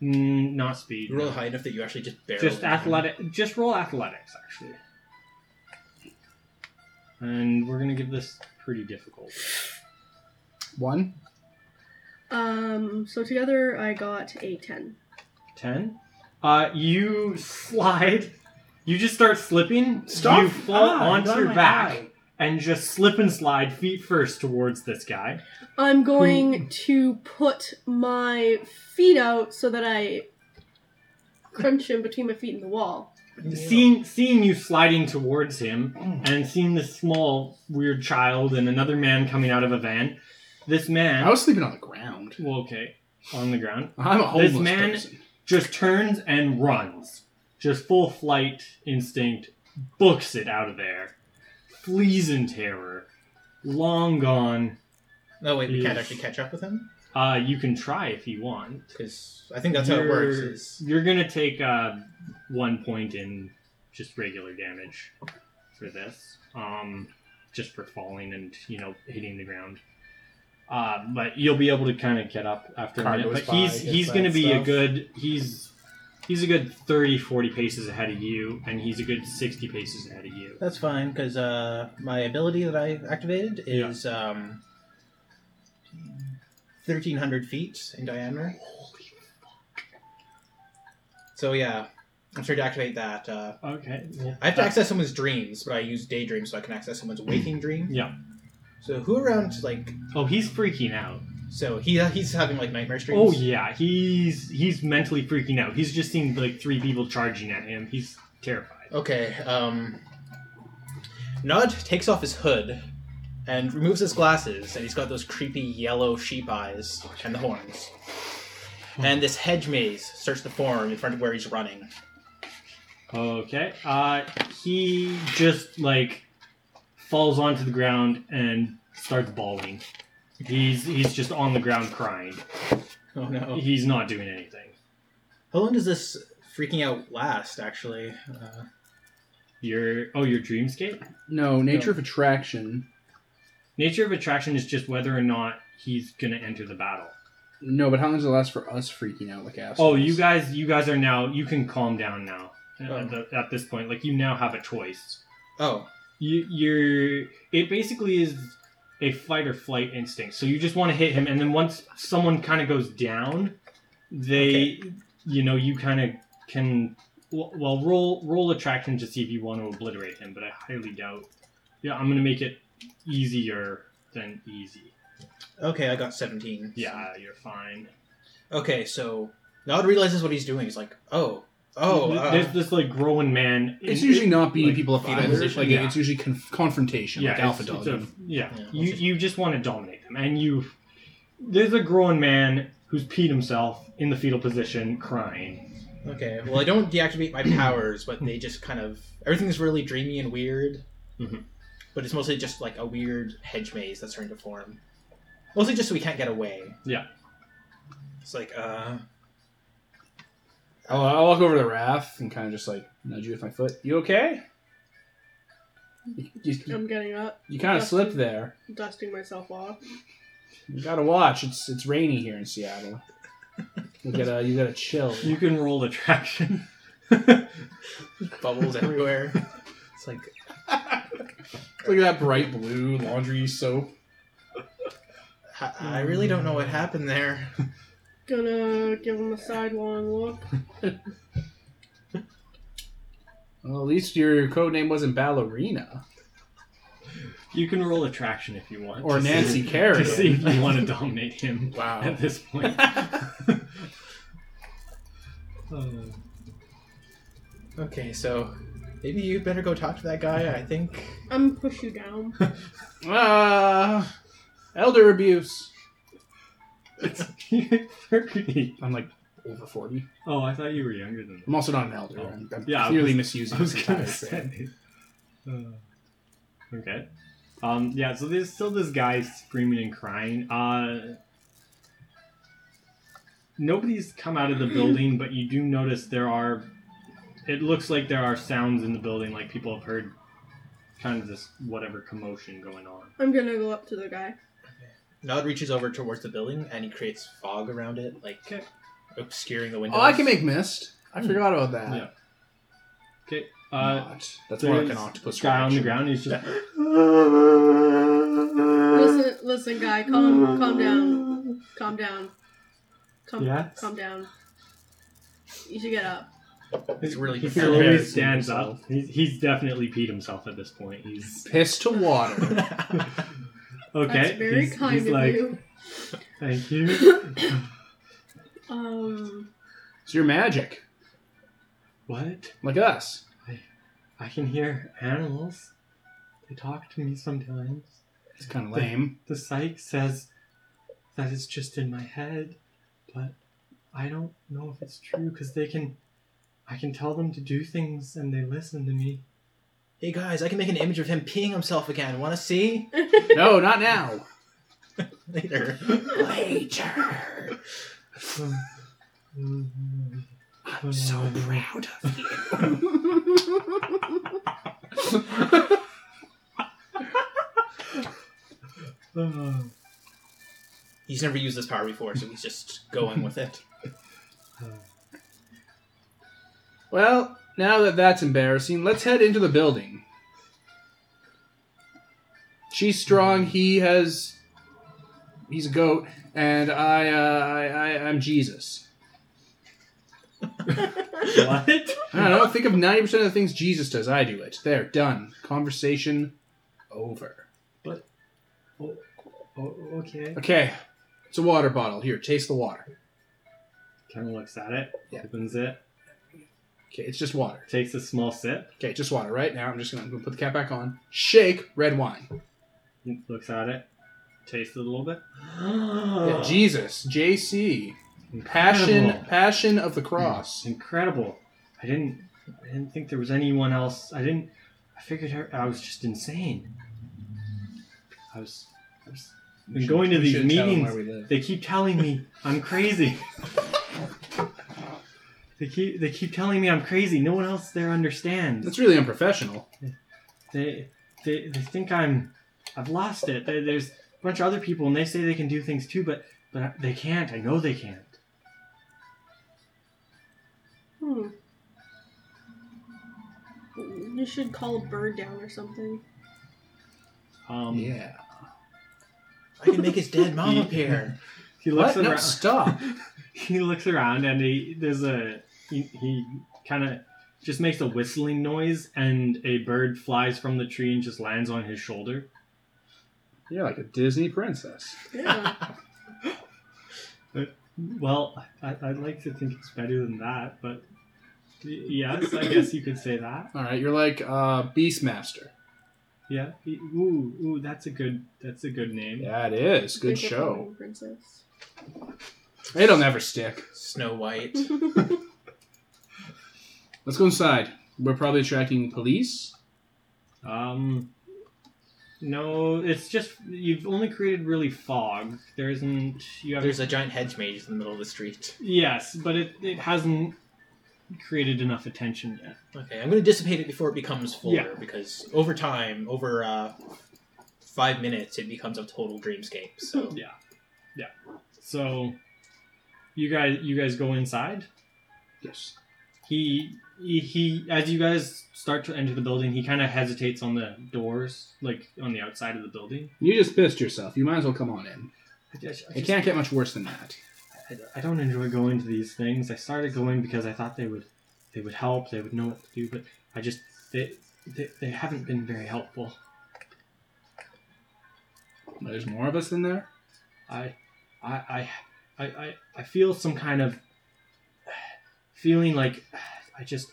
Speaker 2: mm, not speed.
Speaker 3: You roll
Speaker 2: no.
Speaker 3: high enough that you actually just barely.
Speaker 2: Just athletic. Just roll athletics, actually. And we're gonna give this pretty difficult.
Speaker 1: One.
Speaker 4: Um, so together I got a ten.
Speaker 2: Ten. Uh, you slide. You just start slipping. You fall
Speaker 1: Ah,
Speaker 2: onto
Speaker 1: got
Speaker 2: your
Speaker 1: my
Speaker 2: back
Speaker 1: eye.
Speaker 2: and just slip and slide feet first towards this guy.
Speaker 4: I'm
Speaker 2: Hmm.
Speaker 4: going to put my feet out so that I crunch in between my feet and the wall.
Speaker 2: Seeing seeing you sliding towards him
Speaker 1: Mm.
Speaker 2: and seeing this small weird child and another man coming out of a van. This man
Speaker 1: I was sleeping on the ground.
Speaker 2: Well, okay. On the ground.
Speaker 1: I'm a homeless
Speaker 2: This man-
Speaker 1: person.
Speaker 2: Just turns and runs. Just full flight instinct. Books it out of there. Flees in terror. Long gone.
Speaker 3: No, wait, we can't
Speaker 2: Yes.
Speaker 3: actually catch up with him
Speaker 2: Uh, you can try if you want.
Speaker 3: because I think that's how it works. Is
Speaker 2: You're gonna take uh, one point in just regular damage for this. Um, just for falling and you know hitting the ground. Uh, but you'll be able to kind of get up after
Speaker 6: Car
Speaker 2: a minute.
Speaker 6: goes
Speaker 2: But
Speaker 6: by,
Speaker 2: he's
Speaker 6: hits
Speaker 2: he's
Speaker 6: that
Speaker 2: gonna be a
Speaker 6: stuff.
Speaker 2: good he's he's a good 30, 40 paces ahead of you, and he's a good sixty paces ahead of you.
Speaker 3: that's fine because uh, my ability that I activated
Speaker 2: Yeah.
Speaker 3: is um, thirteen hundred feet in diameter. So yeah, I'm sure to activate that. Uh,
Speaker 2: Okay. Uh,
Speaker 3: I have to access someone's dreams, but I use daydream, so I can access someone's waking dream.
Speaker 2: Yeah.
Speaker 3: So who around like
Speaker 2: Oh, he's freaking out.
Speaker 3: so he he's having like nightmare
Speaker 2: Oh
Speaker 3: dreams.
Speaker 2: yeah, he's he's mentally freaking out. He's just seen like three people charging at him. He's terrified.
Speaker 3: Okay. Um. Nod takes off his hood and removes his glasses, and he's got those creepy yellow sheep eyes and the horns. And this hedge maze starts to form in front of where he's running.
Speaker 2: Okay. Uh, he just like falls onto the ground and starts bawling. He's he's just on the ground crying.
Speaker 3: Oh no!
Speaker 2: He's not doing anything.
Speaker 3: How long does this freaking out last? Actually, uh,
Speaker 2: Your oh your dreamscape.
Speaker 1: No, nature of attraction.
Speaker 2: Nature of attraction is just whether or not he's gonna enter the battle.
Speaker 1: No, but how long does it last for us freaking out like assholes?
Speaker 2: Oh, you guys, you guys are now. You can calm down now.
Speaker 3: Oh.
Speaker 2: At, the, at this point, like you now have a choice.
Speaker 3: oh,
Speaker 2: You, you're. It basically is a fight or flight instinct. So you just want to hit him, and then once someone kind of goes down, they, you know, you kind of can. Well, well, roll roll attraction to see if you want to obliterate him, but I highly doubt. Yeah, I'm gonna make it easier than easy.
Speaker 3: okay, I got seventeen.
Speaker 2: Yeah, you're fine.
Speaker 3: Okay, so Nod realizes what he's doing. He's like, oh, oh,
Speaker 2: Th-
Speaker 3: uh,
Speaker 2: there's this like growing man.
Speaker 1: It's
Speaker 2: in-
Speaker 1: usually not beating
Speaker 2: like,
Speaker 1: people up
Speaker 6: fetal
Speaker 1: either.
Speaker 6: position,
Speaker 1: Like
Speaker 6: yeah.
Speaker 1: it's usually conf- confrontation, like alpha
Speaker 2: it's-
Speaker 1: dog.
Speaker 2: it's a- yeah,
Speaker 3: Yeah,
Speaker 2: you
Speaker 3: okay.
Speaker 2: you just want to dominate them, and you there's a grown man who's peed himself in the fetal position, crying.
Speaker 3: Okay, well, I don't deactivate my powers, but they just kind of everything's really dreamy and weird.
Speaker 2: Mhm.
Speaker 3: But it's mostly just like a weird hedge maze that's starting to form. Mostly just so we can't get away.
Speaker 2: Yeah.
Speaker 3: It's like, uh,
Speaker 1: I'll, I'll walk over to Raph and kind of just like nudge you with my foot. You okay? You,
Speaker 4: I'm getting up,
Speaker 1: kind
Speaker 4: yeah.
Speaker 1: of slipped there.
Speaker 4: dusting myself off.
Speaker 1: You gotta watch. It's it's rainy here in Seattle. You gotta you gotta chill.
Speaker 2: You can roll attraction.
Speaker 3: bubbles everywhere. It's like,
Speaker 1: Look at that bright blue laundry soap.
Speaker 3: I, I really don't know what happened there.
Speaker 4: Gonna give him a sidelong look.
Speaker 1: Well, at least your code name wasn't Ballerina
Speaker 2: You can roll attraction if you want,
Speaker 1: or
Speaker 2: to see-
Speaker 1: Nancy
Speaker 2: to see
Speaker 1: Kerrigan.
Speaker 2: if you want to dominate him
Speaker 1: Wow.
Speaker 2: at this point. Uh,
Speaker 3: Okay, so maybe you better go talk to that guy. I think.
Speaker 4: I'm gonna push you down.
Speaker 1: Ah, elder abuse.
Speaker 2: Thirty.
Speaker 1: I'm like over forty.
Speaker 2: oh, I thought you were younger than that.
Speaker 1: I'm also not an elder. I'm, I'm
Speaker 2: Oh. Yeah, I
Speaker 1: clearly
Speaker 2: was-
Speaker 1: misusing
Speaker 2: I was
Speaker 1: this
Speaker 2: gonna
Speaker 1: entire
Speaker 2: say.
Speaker 1: thing.
Speaker 2: Uh, okay. Um, yeah, so there's still this guy screaming and crying. Uh, nobody's come out of the building, but you do notice there are. It looks like there are sounds in the building, like people have heard kind of this whatever commotion going on.
Speaker 4: I'm gonna go up to the guy.
Speaker 3: Nod reaches over towards the building and he creates fog around it, like
Speaker 2: Okay.
Speaker 3: obscuring the windows.
Speaker 1: Oh, I can make mist. I forgot about that.
Speaker 2: Hmm. Yeah. Okay. Uh,
Speaker 1: Not. That's more like an
Speaker 2: there's
Speaker 1: octopus.
Speaker 2: guy on
Speaker 1: reaction.
Speaker 2: the ground. He's just
Speaker 4: Listen, listen, guy, calm, calm down, calm down, calm,
Speaker 2: Yes?
Speaker 4: calm down. You should get up.
Speaker 3: It's really
Speaker 2: he
Speaker 3: prepared.
Speaker 2: slowly
Speaker 1: embarrassing
Speaker 2: stands
Speaker 1: himself.
Speaker 2: up. He's, he's definitely peed himself at this point. He's
Speaker 1: Piss to water.
Speaker 2: Okay.
Speaker 4: That's very
Speaker 2: he's,
Speaker 4: kind
Speaker 2: he's
Speaker 4: of
Speaker 2: like,
Speaker 4: you.
Speaker 2: Thank you.
Speaker 4: Um,
Speaker 1: so you're magic,
Speaker 2: what?
Speaker 1: like us.
Speaker 2: I can hear animals. They talk to me sometimes.
Speaker 1: It's kind of lame.
Speaker 2: The psych says that it's just in my head, but I don't know if it's true because they can. I can tell them to do things and they listen to me.
Speaker 3: Hey guys, I can make an image of him peeing himself again. Want to see?
Speaker 1: no, not now.
Speaker 3: Later. Later.
Speaker 2: I'm so proud of you.
Speaker 3: He's never used this power before, so he's just going with it.
Speaker 1: Well, now that that's embarrassing, let's head into the building. She's strong. He has. He's a goat, and I, uh, I, I I'm Jesus.
Speaker 2: what?
Speaker 1: I don't know. Think of ninety percent of the things Jesus does. I do it. There, done. Conversation over.
Speaker 2: Oh, okay.
Speaker 1: Okay, it's a water bottle. Here, taste the water.
Speaker 2: Kind of looks at it,
Speaker 1: Yeah.
Speaker 2: opens it,
Speaker 1: Okay, it's just water.
Speaker 2: takes a small sip,
Speaker 1: Okay, just water. Right now, I'm just gonna, I'm gonna put the cap back on. Shake red wine.
Speaker 2: looks at it, tastes it a little bit.
Speaker 1: Yeah, Jesus, JC, passion,
Speaker 2: Incredible.
Speaker 1: passion of the cross.
Speaker 2: It's incredible. I didn't I didn't think there was anyone else. I didn't I figured her, I was just insane. I was, I was
Speaker 1: We
Speaker 2: been
Speaker 1: should-
Speaker 2: Mm. going to
Speaker 1: we
Speaker 2: these
Speaker 1: should tell them
Speaker 2: meetings.
Speaker 1: where we live.
Speaker 2: They keep telling me I'm crazy. they keep they keep telling me I'm crazy. No one else there understands.
Speaker 1: That's really unprofessional.
Speaker 2: They they, they think I'm I've lost it. There- There's a bunch of other people and they say they can do things too, but but they can't. I know they can't.
Speaker 4: Hmm. You should call a bird down or something.
Speaker 2: Um,
Speaker 1: Yeah.
Speaker 3: I can make his dead mom appear.
Speaker 2: He looks
Speaker 1: What? No,
Speaker 2: around.
Speaker 1: stop.
Speaker 2: he looks around and he there's a he, he kind of just makes a whistling noise and a bird flies from the tree and just lands on his shoulder
Speaker 1: You're like a Disney princess.
Speaker 4: Yeah.
Speaker 2: well I, i'd like to think it's better than that but y- yes i guess you could say that
Speaker 1: All right, you're like uh, Beastmaster.
Speaker 2: yeah he- ooh ooh that's a good that's a good name
Speaker 1: Yeah, it is. Good
Speaker 4: Think of
Speaker 1: show.
Speaker 4: Flying Princess.
Speaker 1: It'll never stick.
Speaker 3: Snow White.
Speaker 1: Let's go inside. We're probably attracting police.
Speaker 2: um no it's just you've only created really fog there isn't you haven't
Speaker 3: There's a giant hedge maze in the middle of the street.
Speaker 2: yes but it, it hasn't created enough attention yet
Speaker 3: Okay, I'm going to dissipate it before it becomes fuller
Speaker 2: Yeah.
Speaker 3: because over time, over uh, five minutes, it becomes a total dreamscape. So
Speaker 2: So you guys you guys go inside.
Speaker 1: Yes.
Speaker 2: He he, he as you guys start to enter the building, he kind of hesitates on the doors, like on the outside of the building.
Speaker 1: You just pissed yourself. You might as well come on in.
Speaker 2: I, just- I
Speaker 1: It
Speaker 2: just-
Speaker 1: can't get much worse than that.
Speaker 2: I- I don't enjoy going to these things. I started going because I thought they would they would help, they would know what to do, but I just they they, they haven't been very helpful.
Speaker 1: There's more of us in there.
Speaker 2: I, I, I, I, I, I feel some kind of feeling like I just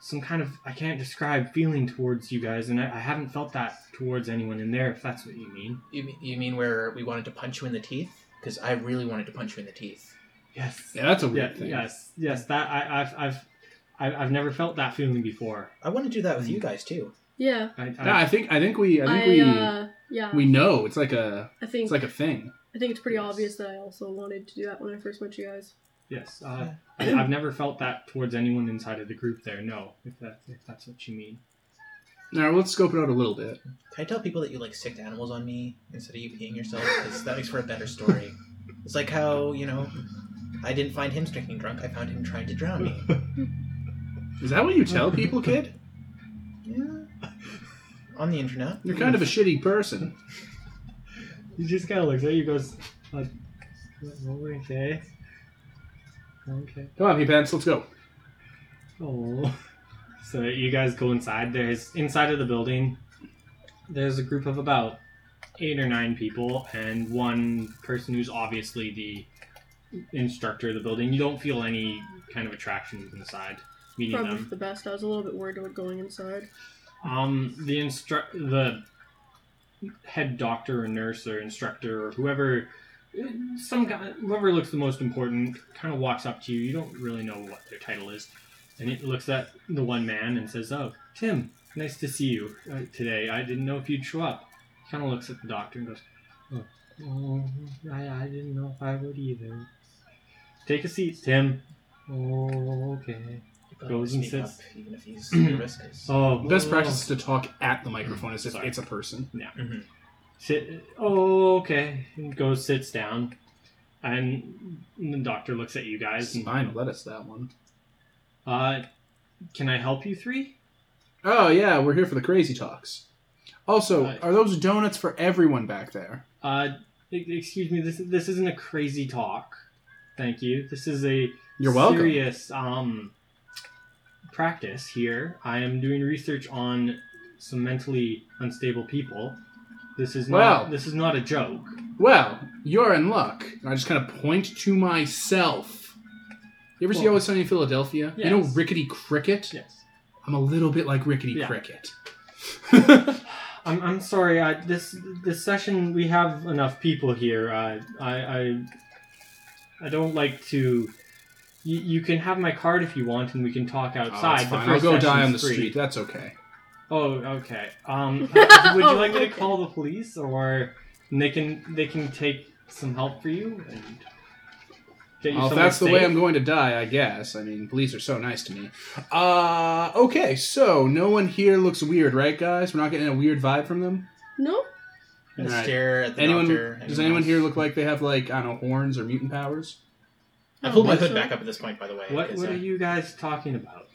Speaker 2: some kind of I can't describe feeling towards you guys, and I, I haven't felt that towards anyone in there. If that's what you mean.
Speaker 3: you, mean- you mean where we wanted to punch you in the teeth? Because I really wanted to punch you in the teeth.
Speaker 2: Yes.
Speaker 1: Yeah, that's a
Speaker 2: Yeah,
Speaker 1: weird thing.
Speaker 2: yes. Yes. That I, I've, I've, I've, I've never felt that feeling before.
Speaker 3: I want to do that with you guys too.
Speaker 4: yeah.
Speaker 2: I,
Speaker 1: Yeah,
Speaker 2: I,
Speaker 1: I think I think we I think
Speaker 4: I,
Speaker 1: we
Speaker 4: uh, yeah.
Speaker 1: we know it's like a
Speaker 4: I think
Speaker 1: it's like a thing.
Speaker 4: I think it's pretty obvious that I also wanted to do that when I first met you guys.
Speaker 2: yes. Uh, I, I've never felt that towards anyone inside of the group. There. No. If that, if that's what you mean.
Speaker 1: All right, let's scope it out a little bit.
Speaker 3: Can I tell people that you like sicked animals on me instead of you peeing yourself? 'Cause that makes for a better story. It's like how, you know, I didn't find him drinking drunk, I found him trying to drown me.
Speaker 1: Is that what you tell people, kid?
Speaker 3: Yeah. On the internet.
Speaker 1: You're kind of a shitty person.
Speaker 2: He just kind of looks at you, goes, uh, "Okay, okay."
Speaker 1: Come on, you pants. Let's go.
Speaker 2: Oh. So you guys go inside. There's inside of the building. There's a group of about eight or nine people, and one person who's obviously the instructor of the building. You don't feel any kind of attraction inside meeting
Speaker 4: Probably
Speaker 2: them.
Speaker 4: the best. I was a little bit worried about going inside.
Speaker 2: Um, the instru- the head doctor or nurse or instructor or whoever, some guy, whoever looks the most important, kind of walks up to you. You don't really know what their title is, and it looks at the one man and says, "Oh, Tim, nice to see you uh, today. I didn't know if you'd show up." He kind of looks at the doctor and goes, "Oh, oh I, I didn't know if I would either." Take a seat, Tim. Oh, okay. Goes and
Speaker 3: Speak
Speaker 2: sits.
Speaker 3: up, even if he's nervous. 'cause-
Speaker 2: Oh,
Speaker 1: Best
Speaker 2: oh.
Speaker 1: practice is to talk at the microphone as if
Speaker 2: Sorry.
Speaker 1: it's a person.
Speaker 3: Mhm.
Speaker 2: Sit. Oh, okay. And goes, sits down, and the doctor looks at you guys. And,
Speaker 1: Spinal lettuce, that one.
Speaker 2: uh, can I help you three?
Speaker 1: Oh yeah, we're here for the crazy talks. Also,
Speaker 2: Right.
Speaker 1: are those donuts for everyone back there?
Speaker 2: Uh, e- excuse me. This this isn't a crazy talk. Thank you. This is a
Speaker 1: You're welcome.
Speaker 2: serious um practice here. I am doing research on some mentally unstable people, This is not.
Speaker 1: Well.
Speaker 2: This is not a joke.
Speaker 1: Well, you're in luck. And I just kind of point to myself. You ever see
Speaker 2: Well-
Speaker 1: Always Sunny in Philadelphia? You know
Speaker 2: Yes.
Speaker 1: Rickety Cricket?
Speaker 2: Yes.
Speaker 1: I'm a little bit like Rickety
Speaker 2: Yeah.
Speaker 1: Cricket. Oh,
Speaker 2: I'm, I'm sorry. I, this this session we have enough people here. Uh, I I I don't like to. You, you can have my card if you want, and we can talk outside.
Speaker 1: Oh, that's
Speaker 2: The
Speaker 1: fine. I'll
Speaker 2: first
Speaker 1: go die
Speaker 2: session's
Speaker 1: on the
Speaker 2: free.
Speaker 1: street. That's okay.
Speaker 2: Oh, okay. Um, uh, would you like me to
Speaker 4: Okay.
Speaker 2: call the police, or they can they can take some help for you and get you
Speaker 1: Well, Oh, if
Speaker 2: somewhere
Speaker 1: that's the way
Speaker 2: safe?
Speaker 1: I'm going to die, I guess. I mean, police are so nice to me. Uh, okay, so no one here looks weird, right, guys? We're not getting a weird vibe from them.
Speaker 4: No?
Speaker 3: And
Speaker 1: Alright.
Speaker 3: stare at the
Speaker 1: anyone?
Speaker 3: doctor.
Speaker 1: does anyone
Speaker 3: else.
Speaker 1: here look like they have like I don't know horns or mutant powers?
Speaker 3: I pulled my
Speaker 4: Okay.
Speaker 3: hood back up at this point, by the way.
Speaker 2: What
Speaker 3: 'cause,
Speaker 2: what
Speaker 3: uh,
Speaker 2: are you guys talking about?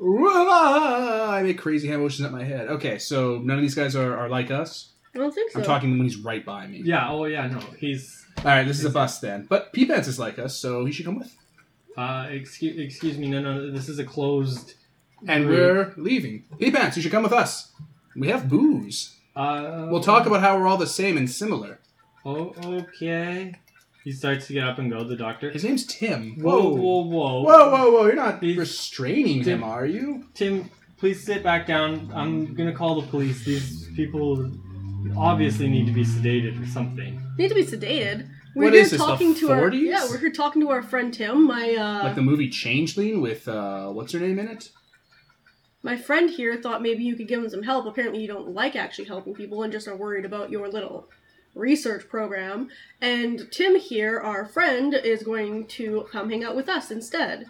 Speaker 1: Wah! I make crazy hand motions at my head. Okay, so none of these guys are, are like us.
Speaker 4: I don't think so.
Speaker 1: I'm talking when he's right by me.
Speaker 2: Yeah. Oh, yeah. No, he's.
Speaker 1: All right, this is a bust then. But P Pants is like us, so he should come with.
Speaker 2: Uh, excuse excuse me. No, no. This is a closed.
Speaker 1: And we're
Speaker 2: Rude.
Speaker 1: leaving. P Pants, you should come with us. We have booze.
Speaker 2: Uh,
Speaker 1: We'll talk about how we're all the same and similar.
Speaker 2: Oh, okay. He starts to get up and go. The doctor.
Speaker 1: His name's Tim.
Speaker 2: Whoa, whoa,
Speaker 1: Whoa,
Speaker 2: whoa,
Speaker 1: whoa, whoa. You're not
Speaker 2: He's-
Speaker 1: restraining
Speaker 2: Tim-
Speaker 1: him, are you?
Speaker 2: Tim, please sit back down. I'm gonna call the police. These people obviously need to be sedated or something.
Speaker 4: Need to be sedated. We're
Speaker 1: What
Speaker 4: here
Speaker 1: is this, the
Speaker 4: talking to our
Speaker 1: 40s?
Speaker 4: yeah, we're here talking to our friend Tim. My uh,
Speaker 1: Like the movie Changeling with, uh, what's her name in it?
Speaker 4: my friend here thought maybe you could give him some help. Apparently, you don't like actually helping people and just are worried about your little research program. And Tim here, our friend, is going to come hang out with us instead.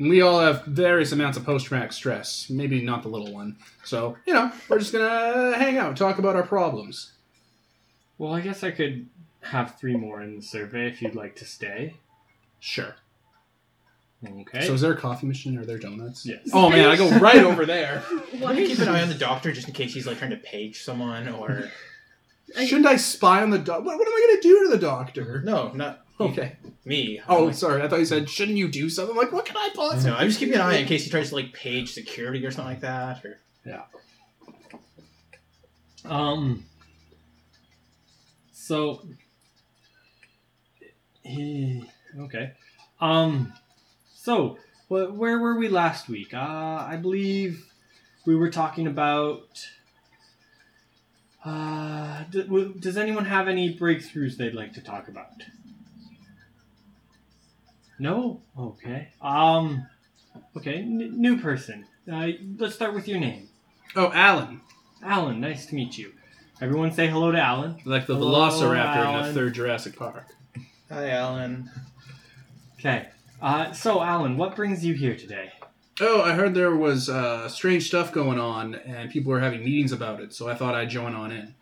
Speaker 1: We all have various amounts of post traumatic stress. Maybe not the little one. So, you know, we're just gonna hang out, talk about our problems.
Speaker 2: Well, I guess I could have three more in the survey if you'd like to stay.
Speaker 1: Sure.
Speaker 2: Okay.
Speaker 1: So, is there a coffee machine? Are there donuts?
Speaker 2: yes.
Speaker 1: Oh man, I go right over there.
Speaker 4: Why
Speaker 3: Keep an eye on the doctor just in case he's like trying to page someone or
Speaker 4: I-
Speaker 1: Shouldn't I spy on the doctor? What, what am I gonna do to the doctor?
Speaker 3: no, not
Speaker 1: Okay.
Speaker 3: me.
Speaker 1: Oh,
Speaker 3: I'm like,
Speaker 1: sorry. I thought you said, shouldn't you do something? I'm like, what can I possibly
Speaker 3: no, I'm just keeping an eye in case he tries to like page security or something like that. Or
Speaker 2: Um. So. He, okay. Um. So, wh- where were we last week? Uh, I believe we were talking about. Uh, d- w- does anyone have any breakthroughs they'd like to talk about? No. Okay. Um. Okay. N- new person. Uh, let's start with your name.
Speaker 1: Oh, Alan.
Speaker 2: Alan, nice to meet you. Everyone say hello to Alan.
Speaker 1: Like the
Speaker 2: Hello,
Speaker 1: velociraptor in the
Speaker 2: Alan.
Speaker 1: third Jurassic Park.
Speaker 3: hi, Alan.
Speaker 2: Okay. Uh, so, Alan, what brings you here today?
Speaker 1: Oh, I heard there was uh, strange stuff going on, and people were having meetings about it. So I thought I'd join on in.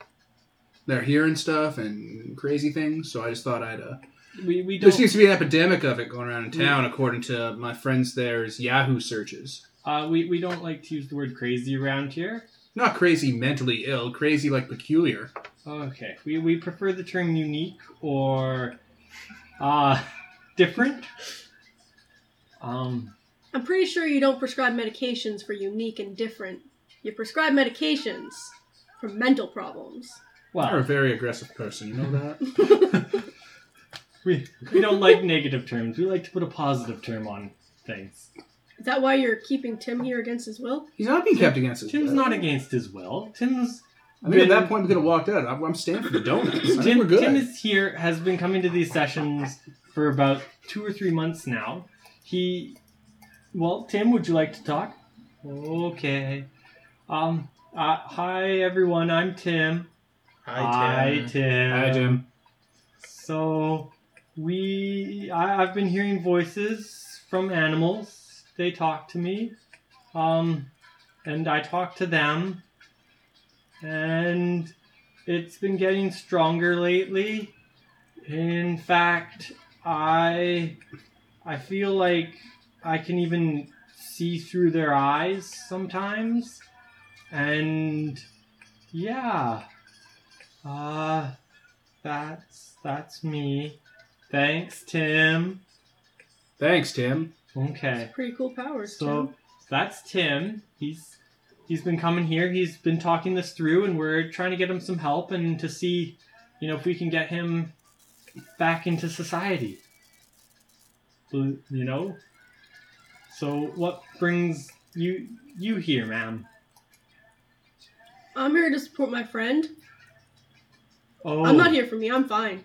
Speaker 1: They're hearing stuff and crazy things, so I just thought I'd. Uh...
Speaker 2: We, we
Speaker 1: There
Speaker 2: don't.
Speaker 1: seems to be an epidemic of it going around in town, according to my friends. There's Yahoo searches.
Speaker 2: Uh, we, we don't like to use the word crazy around here.
Speaker 1: Not crazy mentally ill, crazy like peculiar.
Speaker 2: Okay. We, we prefer the term unique or uh, different. Um,
Speaker 4: I'm pretty sure you don't prescribe medications for unique and different. You prescribe medications for mental problems.
Speaker 1: You're a
Speaker 2: well,
Speaker 1: very aggressive person, you know that?
Speaker 2: we, we don't like negative terms. We like to put a positive term on things.
Speaker 4: Is that why you're keeping Tim here against his will?
Speaker 1: He's not being kept against his
Speaker 2: Tim's
Speaker 1: will.
Speaker 2: not against his will. Tim's
Speaker 1: I think at
Speaker 2: been-
Speaker 1: that point we could have walked out. I'm, I'm standing for the donuts. I think
Speaker 2: Tim,
Speaker 1: we're good.
Speaker 2: Tim is here, has been coming to these sessions for about two or three months now. He, well, Tim, would you like to talk? Okay. Um. Uh, hi everyone. I'm Tim.
Speaker 3: Hi, Tim.
Speaker 2: Tim.
Speaker 1: Hi, Tim.
Speaker 2: So we, I, I've been hearing voices from animals. They talk to me, um, and I talk to them, and it's been getting stronger lately. In fact, I, I feel like I can even see through their eyes sometimes, and yeah, uh, that's that's me. Thanks, Tim.
Speaker 1: Thanks, Tim.
Speaker 2: Okay.
Speaker 4: Pretty cool powers,
Speaker 2: So that's Tim. He's he's been coming here. He's been talking this through, and we're trying to get him some help and to see, you know, if we can get him back into society. So, you know. So what brings you you here, ma'am?
Speaker 4: I'm here to support my friend.
Speaker 2: Oh,
Speaker 4: I'm not here for me. I'm fine.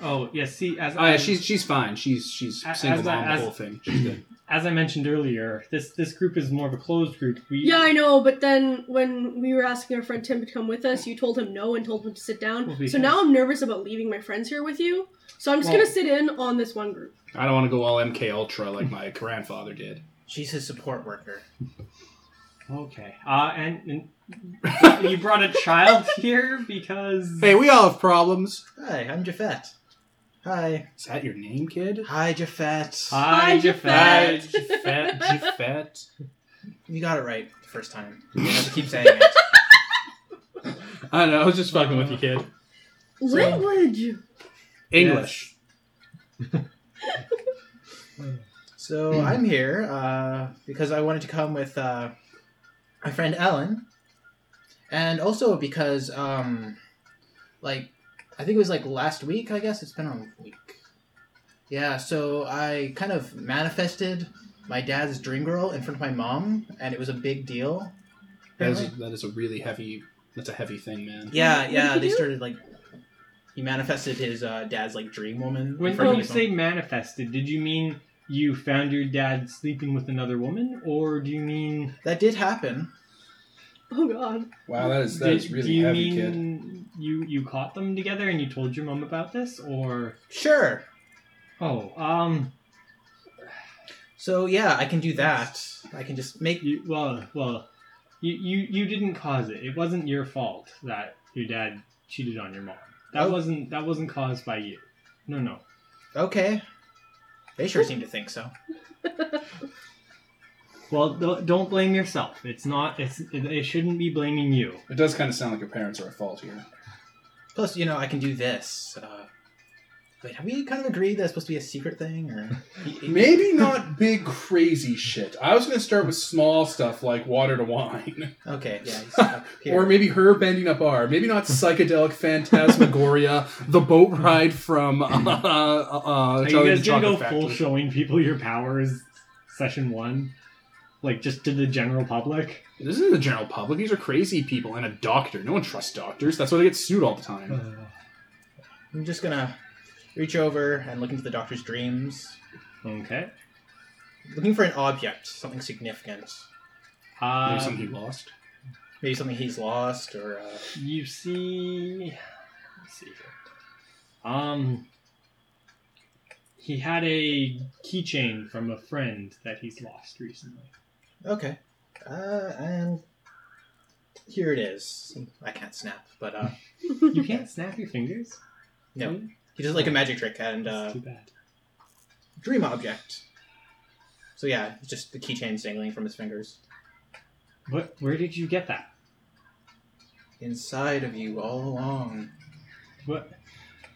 Speaker 2: Oh, yes. see, as
Speaker 1: Oh yeah,
Speaker 2: I-
Speaker 1: she's she's fine. She's she's
Speaker 2: As-
Speaker 1: single
Speaker 2: as
Speaker 1: mom
Speaker 2: I- as-
Speaker 1: the whole thing. She's good.
Speaker 2: as I mentioned earlier, this this group is more of a closed group. We,
Speaker 4: Yeah, I know, but then when we were asking our friend Tim to come with us, you told him no and told him to sit down.
Speaker 2: Well, because-
Speaker 4: so now I'm nervous about leaving my friends here with you. So I'm just
Speaker 2: Well-
Speaker 4: gonna sit in on this one group.
Speaker 1: I don't want to go all MK Ultra like my grandfather did.
Speaker 3: She's his support worker.
Speaker 2: Okay. Uh, and, and you brought a child here because
Speaker 1: Hey, we all have problems.
Speaker 3: Hi, I'm Jafet. Hi.
Speaker 1: Is that your name, kid?
Speaker 3: Hi, Jafet.
Speaker 4: Hi, Jafet.
Speaker 1: Jafet. Jafet.
Speaker 3: You got it right the first time. You have to keep saying it.
Speaker 1: I don't know. I was just fucking with you, kid.
Speaker 4: Language.
Speaker 1: English.
Speaker 3: So I'm here uh, because I wanted to come with uh, my friend Alan, and also because, um, like, I think it was like last week. I guess it's been a week. Yeah. So I kind of manifested my dad's dream girl in front of my mom, and it was a big deal.
Speaker 1: That
Speaker 3: apparently.
Speaker 1: is, that is a really heavy. That's a heavy thing, man.
Speaker 3: Yeah,
Speaker 4: What
Speaker 3: yeah.
Speaker 4: did he
Speaker 3: They
Speaker 4: do?
Speaker 3: started like he manifested his uh, dad's like dream woman. in
Speaker 2: when
Speaker 3: front of
Speaker 2: you
Speaker 3: his
Speaker 2: say
Speaker 3: mom.
Speaker 2: manifested, did you mean you found your dad sleeping with another woman, or do you mean
Speaker 3: that did happen,
Speaker 4: Oh god.
Speaker 6: Wow, that is that
Speaker 2: did,
Speaker 6: is
Speaker 2: do
Speaker 6: really
Speaker 2: you
Speaker 6: heavy, kid.
Speaker 2: mean you you caught them together and you told your mom about this, or
Speaker 3: sure.
Speaker 2: oh um
Speaker 3: So yeah, I can do that. I can just make
Speaker 2: you, well well you, you you didn't cause it. It wasn't your fault that your dad cheated on your mom. That
Speaker 3: Oh.
Speaker 2: wasn't that wasn't caused by you. No no.
Speaker 3: Okay. They sure seem to think so.
Speaker 2: Well, th- don't blame yourself. It's not. It's. It, it shouldn't be blaming you.
Speaker 6: It does kind of sound like your parents are at fault here.
Speaker 3: Plus, you know, I can do this. Uh, wait, have we kind of agreed that's supposed to be a secret thing, or
Speaker 6: Maybe not big crazy shit. I was gonna start with small stuff like water to wine,
Speaker 3: okay? Yeah. it's up here.
Speaker 6: or maybe her bending a bar. Maybe not psychedelic phantasmagoria, the boat ride from uh, uh, uh,
Speaker 2: Are
Speaker 6: Charlie
Speaker 2: you
Speaker 6: and
Speaker 2: guys
Speaker 6: the
Speaker 2: gonna go
Speaker 6: Chocolate
Speaker 2: full
Speaker 6: Factory.
Speaker 2: showing people your powers, session one, like just to the general public?
Speaker 1: This isn't the general public. These are crazy people and a doctor. No one trusts doctors. That's why they get sued all the time.
Speaker 3: I'm just gonna reach over and look into the doctor's dreams,
Speaker 2: okay.
Speaker 3: looking for an object, something significant,
Speaker 1: Maybe
Speaker 2: Uh,
Speaker 1: something he lost.
Speaker 3: maybe something he's lost, or uh,
Speaker 2: you see. Let's see here. Um. He had a keychain from a friend that he's lost recently.
Speaker 3: okay. Uh, and here it is. I can't snap, but uh,
Speaker 2: You can't snap your fingers.
Speaker 3: no, he does like a magic trick and uh,
Speaker 2: That's too bad.
Speaker 3: dream object. So yeah, it's just the keychain dangling from his fingers.
Speaker 2: What? Where did you get that?
Speaker 3: Inside of you all along.
Speaker 2: What?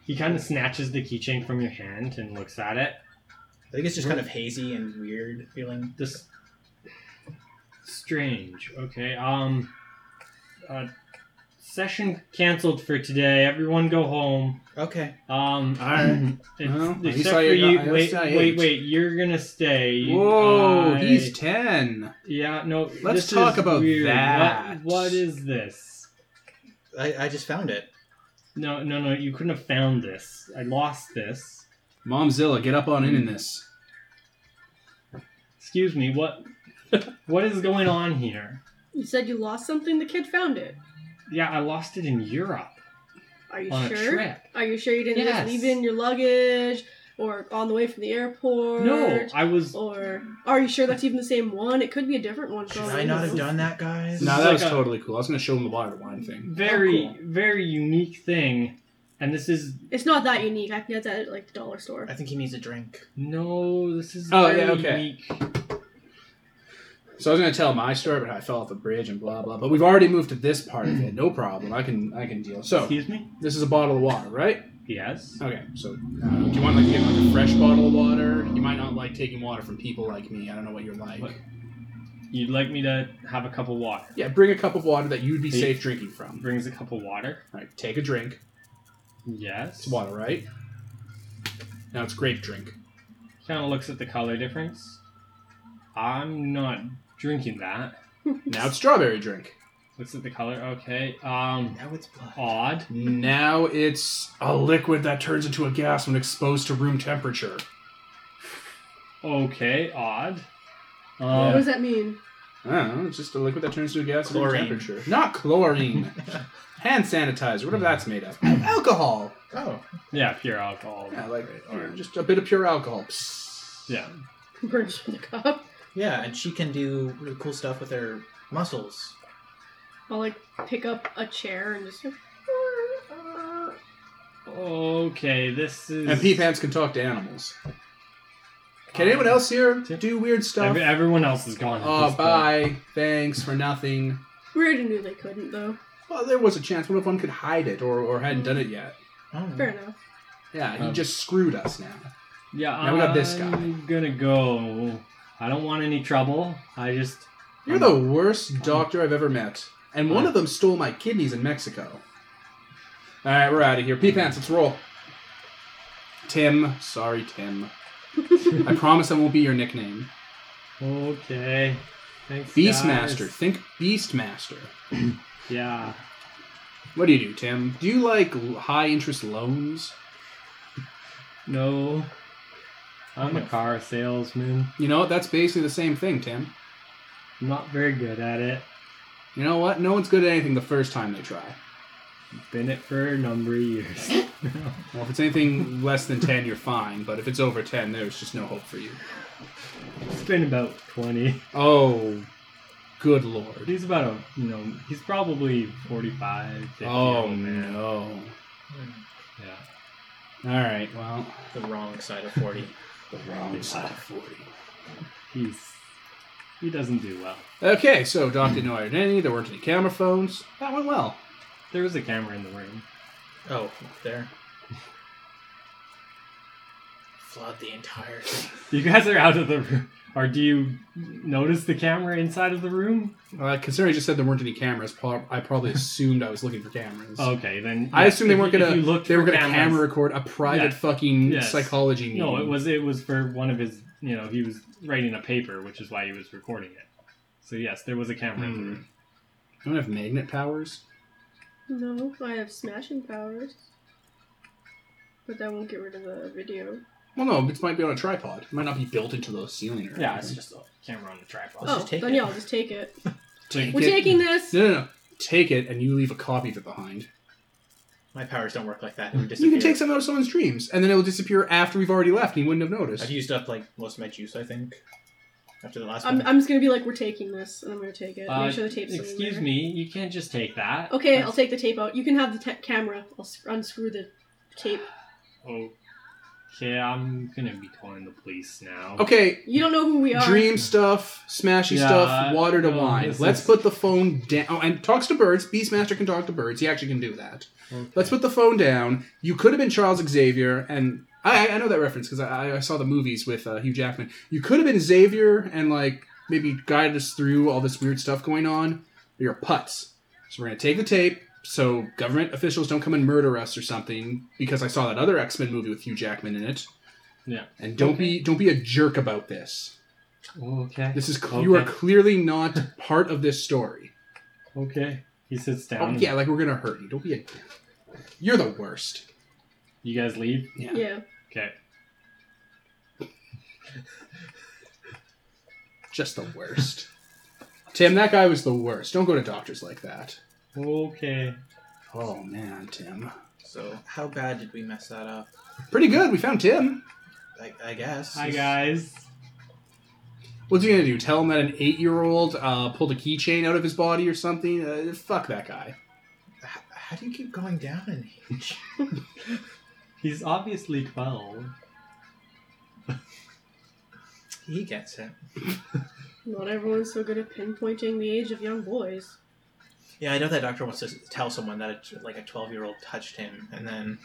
Speaker 2: He kind of snatches the keychain from your hand and looks at it.
Speaker 3: I think it's just kind of hazy and weird feeling.
Speaker 2: This strange. Okay. Um. Uh, session canceled for today. Everyone go home.
Speaker 3: Okay.
Speaker 2: Um.
Speaker 1: All right.
Speaker 2: it's-
Speaker 1: Well, at least
Speaker 2: except
Speaker 1: I-
Speaker 2: for you.
Speaker 1: I- I
Speaker 2: wait,
Speaker 1: said I
Speaker 2: wait,
Speaker 1: ate.
Speaker 2: wait. You're gonna stay.
Speaker 1: Whoa,
Speaker 2: I-
Speaker 1: he's ten.
Speaker 2: Yeah. No.
Speaker 1: Let's
Speaker 2: this
Speaker 1: talk
Speaker 2: is
Speaker 1: about
Speaker 2: weird. What-
Speaker 1: that.
Speaker 2: what is this?
Speaker 3: I, I just found it.
Speaker 2: No, no, no. You couldn't have found this. I lost this.
Speaker 1: Momzilla, get up on in in this.
Speaker 2: Excuse me. What? what is going on here?
Speaker 4: You said you lost something. The kid found it.
Speaker 2: Yeah, I lost it in Europe
Speaker 4: Are you
Speaker 2: on a
Speaker 4: sure?
Speaker 2: trip.
Speaker 4: Are you sure you didn't
Speaker 2: Yes.
Speaker 4: just leave it in your luggage or on the way from the airport?
Speaker 2: No, I was.
Speaker 4: Or are you sure that's even the same one? It could be a different one. for
Speaker 3: Should
Speaker 4: all
Speaker 3: I
Speaker 4: we
Speaker 3: not
Speaker 4: know.
Speaker 3: have done that, guys?
Speaker 1: No,
Speaker 2: is
Speaker 1: that
Speaker 2: like
Speaker 1: was
Speaker 2: a-
Speaker 1: totally cool. I was going to show him the water wine thing.
Speaker 2: Very,
Speaker 4: Oh,
Speaker 2: very unique thing, and this is
Speaker 4: It's not that unique. I can get that at like the dollar store.
Speaker 3: I think he needs a drink.
Speaker 2: no. This is
Speaker 1: Oh,
Speaker 2: very
Speaker 1: yeah, okay.
Speaker 2: unique.
Speaker 1: So I was going to tell my story about how I fell off the bridge and blah blah. But we've already moved to this part of it. No problem. I can I can deal. So
Speaker 2: Excuse me.
Speaker 1: this is a bottle of water, right?
Speaker 2: Yes.
Speaker 1: Okay. So uh, do you want like to get like a fresh bottle of water? You might not like taking water from people like me. I don't know what you're like.
Speaker 2: What? You'd like me to have a cup of water.
Speaker 1: Yeah, bring a cup of water that you'd be
Speaker 2: Hey.
Speaker 1: safe drinking from.
Speaker 2: Brings a cup of water.
Speaker 1: All right, take a drink.
Speaker 2: Yes.
Speaker 1: It's water, right? Now it's grape drink.
Speaker 2: Kind of looks at the color difference. I'm not drinking that.
Speaker 1: Now it's strawberry drink.
Speaker 2: Looks at the color. Okay. Um.
Speaker 3: Now it's blood.
Speaker 2: Odd.
Speaker 1: Now it's a liquid that turns into a gas when exposed to room temperature.
Speaker 2: Okay. Odd.
Speaker 4: What
Speaker 2: Um,
Speaker 4: does that mean?
Speaker 1: I don't know, it's just a liquid that turns into a gas at room
Speaker 3: Chlorine.
Speaker 1: temperature. Hmm. Not chlorine. Hand sanitizer, whatever that's made of.
Speaker 3: Alcohol. Oh,
Speaker 2: yeah. Pure alcohol.
Speaker 1: Yeah, like
Speaker 3: Right,
Speaker 1: you know,
Speaker 3: alright.
Speaker 1: just a bit of pure alcohol. Psst.
Speaker 2: Yeah.
Speaker 4: Burns from the cup.
Speaker 3: yeah, and she can do really cool stuff with her muscles.
Speaker 4: I'll like pick up a chair and just.
Speaker 2: Okay. This is.
Speaker 1: And pee pants can talk to animals. Can anyone else here do weird stuff?
Speaker 2: Every- everyone else is gone. at
Speaker 1: Oh,
Speaker 2: this point.
Speaker 1: bye. Thanks for nothing.
Speaker 4: We already knew they couldn't though.
Speaker 1: Well, there was a chance. What if one could hide it or, or hadn't done it yet?
Speaker 3: Oh,
Speaker 4: Fair enough.
Speaker 1: Yeah, he
Speaker 2: Um,
Speaker 1: just screwed us now.
Speaker 2: Yeah.
Speaker 1: Now we got this guy.
Speaker 2: I'm gonna go. I don't want any trouble. I just.
Speaker 1: You're
Speaker 2: um,
Speaker 1: the worst doctor I've ever met. And one of them stole my kidneys in Mexico. All right, we're out of here. Pee Pants, let's roll. Tim. Sorry, Tim. I promise I won't be your nickname.
Speaker 2: Okay. Thanks.
Speaker 1: Beastmaster.
Speaker 2: guys.
Speaker 1: Think Beastmaster.
Speaker 2: Yeah.
Speaker 1: What do you do, Tim? Do you like l- high interest loans?
Speaker 2: No. I'm a car salesman.
Speaker 1: You know what? That's basically the same thing, Tim.
Speaker 2: I'm not very good at it.
Speaker 1: You know what? No one's good at anything the first time they try.
Speaker 2: Been it for a number of years.
Speaker 1: Well, if it's anything less than 10, you're fine, but if it's over 10, there's just no hope for you.
Speaker 2: it's been about 20.
Speaker 1: Oh, good lord.
Speaker 2: He's about a, you know, he's probably 45. 50
Speaker 1: Oh,
Speaker 2: old man.
Speaker 1: no.
Speaker 2: Yeah.
Speaker 1: All right, well,
Speaker 3: Hmm. the wrong side of forty.
Speaker 1: the wrong side of 40.
Speaker 2: He's, he doesn't do well.
Speaker 1: Okay, so Doc didn't know our identity, there weren't any camera phones. That went well.
Speaker 2: There was a camera in the room.
Speaker 3: Oh, up there. Flood the entire thing.
Speaker 2: You guys are out of the room. Or do you notice the camera inside of the room?
Speaker 1: Uh, considering I just said there weren't any cameras, prob- I probably assumed I was looking for cameras.
Speaker 2: Okay, then.
Speaker 1: I assume they
Speaker 2: if
Speaker 1: weren't
Speaker 2: you- Oh, if
Speaker 1: gonna.
Speaker 2: you looked
Speaker 1: They were
Speaker 2: for
Speaker 1: gonna
Speaker 2: cameras-
Speaker 1: camera record a private
Speaker 2: Yeah.
Speaker 1: fucking
Speaker 2: Yes.
Speaker 1: psychology. Meeting.
Speaker 2: No, it was it was for one of his. You know, he was writing a paper, which is why he was recording it. So yes, there was a camera in the
Speaker 1: Hmm.
Speaker 2: room.
Speaker 1: I don't have magnet powers.
Speaker 4: No, I have smashing powers, but that won't get rid of the video.
Speaker 1: Well, no, it might be on a tripod. It might not be built into the ceiling. Or
Speaker 2: Hmm. Yeah, it's
Speaker 1: anything.
Speaker 2: just a camera on a tripod.
Speaker 3: Let's
Speaker 4: oh,
Speaker 3: just take
Speaker 4: then
Speaker 3: it.
Speaker 4: yeah, I'll just take it.
Speaker 1: Take
Speaker 4: We're
Speaker 1: it-
Speaker 4: taking this.
Speaker 1: No, no, no. Take it, and you leave a copy of it behind.
Speaker 3: My powers don't work like that. It would
Speaker 1: You can
Speaker 3: disappear.
Speaker 1: take something out of someone's dreams, and then it will disappear after we've already left, and you wouldn't have noticed.
Speaker 3: I've used up like most of my juice, I think. After the last
Speaker 4: I'm,
Speaker 3: one.
Speaker 4: I'm just gonna be like, we're taking this, and I'm gonna take it.
Speaker 2: Uh,
Speaker 4: Oh, Make sure the tape's still in
Speaker 2: Excuse
Speaker 4: there.
Speaker 2: me, you can't just take that.
Speaker 4: Okay, I'll take the tape out. You can have the te- camera. I'll sc- unscrew the tape.
Speaker 2: Oh, okay, I'm gonna be calling the police now.
Speaker 1: Okay,
Speaker 4: You don't know who we are.
Speaker 1: dream stuff, smashy
Speaker 2: Yeah,
Speaker 1: stuff, water to
Speaker 2: no,
Speaker 1: wine.
Speaker 2: this
Speaker 1: Let's
Speaker 2: is-
Speaker 1: put the phone down. Oh, and talks to birds. Beastmaster can talk to birds. He actually can do that.
Speaker 2: Okay.
Speaker 1: Let's put the phone down. You could have been Charles Xavier, and I, I know that reference because I, I saw the movies with uh, Hugh Jackman. You could have been Xavier and like maybe guided us through all this weird stuff going on. But you're putz. So we're gonna take the tape. So government officials don't come and murder us or something because I saw that other X Men movie with Hugh Jackman in it.
Speaker 2: Yeah.
Speaker 1: And don't be don't be a jerk about this.
Speaker 2: Okay.
Speaker 1: This is cl- you are
Speaker 2: Okay.
Speaker 1: clearly not part of this story.
Speaker 2: Okay. He sits
Speaker 1: Oh,
Speaker 2: down.
Speaker 1: yeah, like we're gonna hurt you. Don't be a. You're the worst.
Speaker 2: You guys leave.
Speaker 4: Yeah.
Speaker 2: Okay.
Speaker 1: Just the worst. Tim, that guy was the worst. Don't go to doctors like that.
Speaker 2: Okay.
Speaker 1: Oh man, Tim.
Speaker 3: So how bad did we mess that up?
Speaker 1: Pretty good. We found Tim.
Speaker 3: I, I guess.
Speaker 2: Hi guys.
Speaker 1: What's he gonna do? Tell him that an eight-year-old uh, pulled a keychain out of his body or something? Uh, fuck that guy.
Speaker 3: H- how do you keep going down in age?
Speaker 2: He's obviously twelve.
Speaker 3: he gets it.
Speaker 4: Not everyone's so good at pinpointing the age of young boys.
Speaker 3: Yeah, I know that doctor wants to s- tell someone that a, like a twelve-year-old touched him and then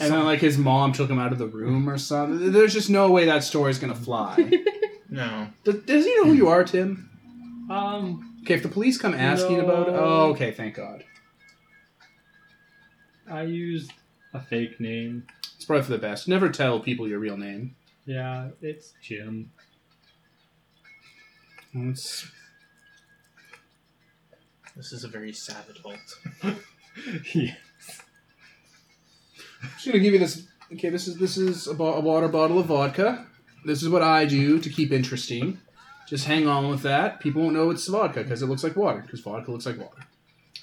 Speaker 1: And
Speaker 3: some-
Speaker 1: then like his mom took him out of the room or something. There's just no way that story's gonna fly.
Speaker 3: No.
Speaker 1: Does, does he know who you are, Tim?
Speaker 2: Um,
Speaker 1: Okay, if the police come asking
Speaker 2: No.
Speaker 1: about, oh, okay, thank God.
Speaker 2: I used a fake name.
Speaker 1: It's probably for the best. Never tell people your real name.
Speaker 2: Yeah, it's Jim.
Speaker 1: It's
Speaker 3: This is a very sad adult.
Speaker 2: yeah.
Speaker 1: just gonna give you this. Okay, this is this is a, bo- a water bottle of vodka. This is what I do to keep interesting. Just hang on with that. People won't know it's vodka because it looks like water. Because vodka looks like water.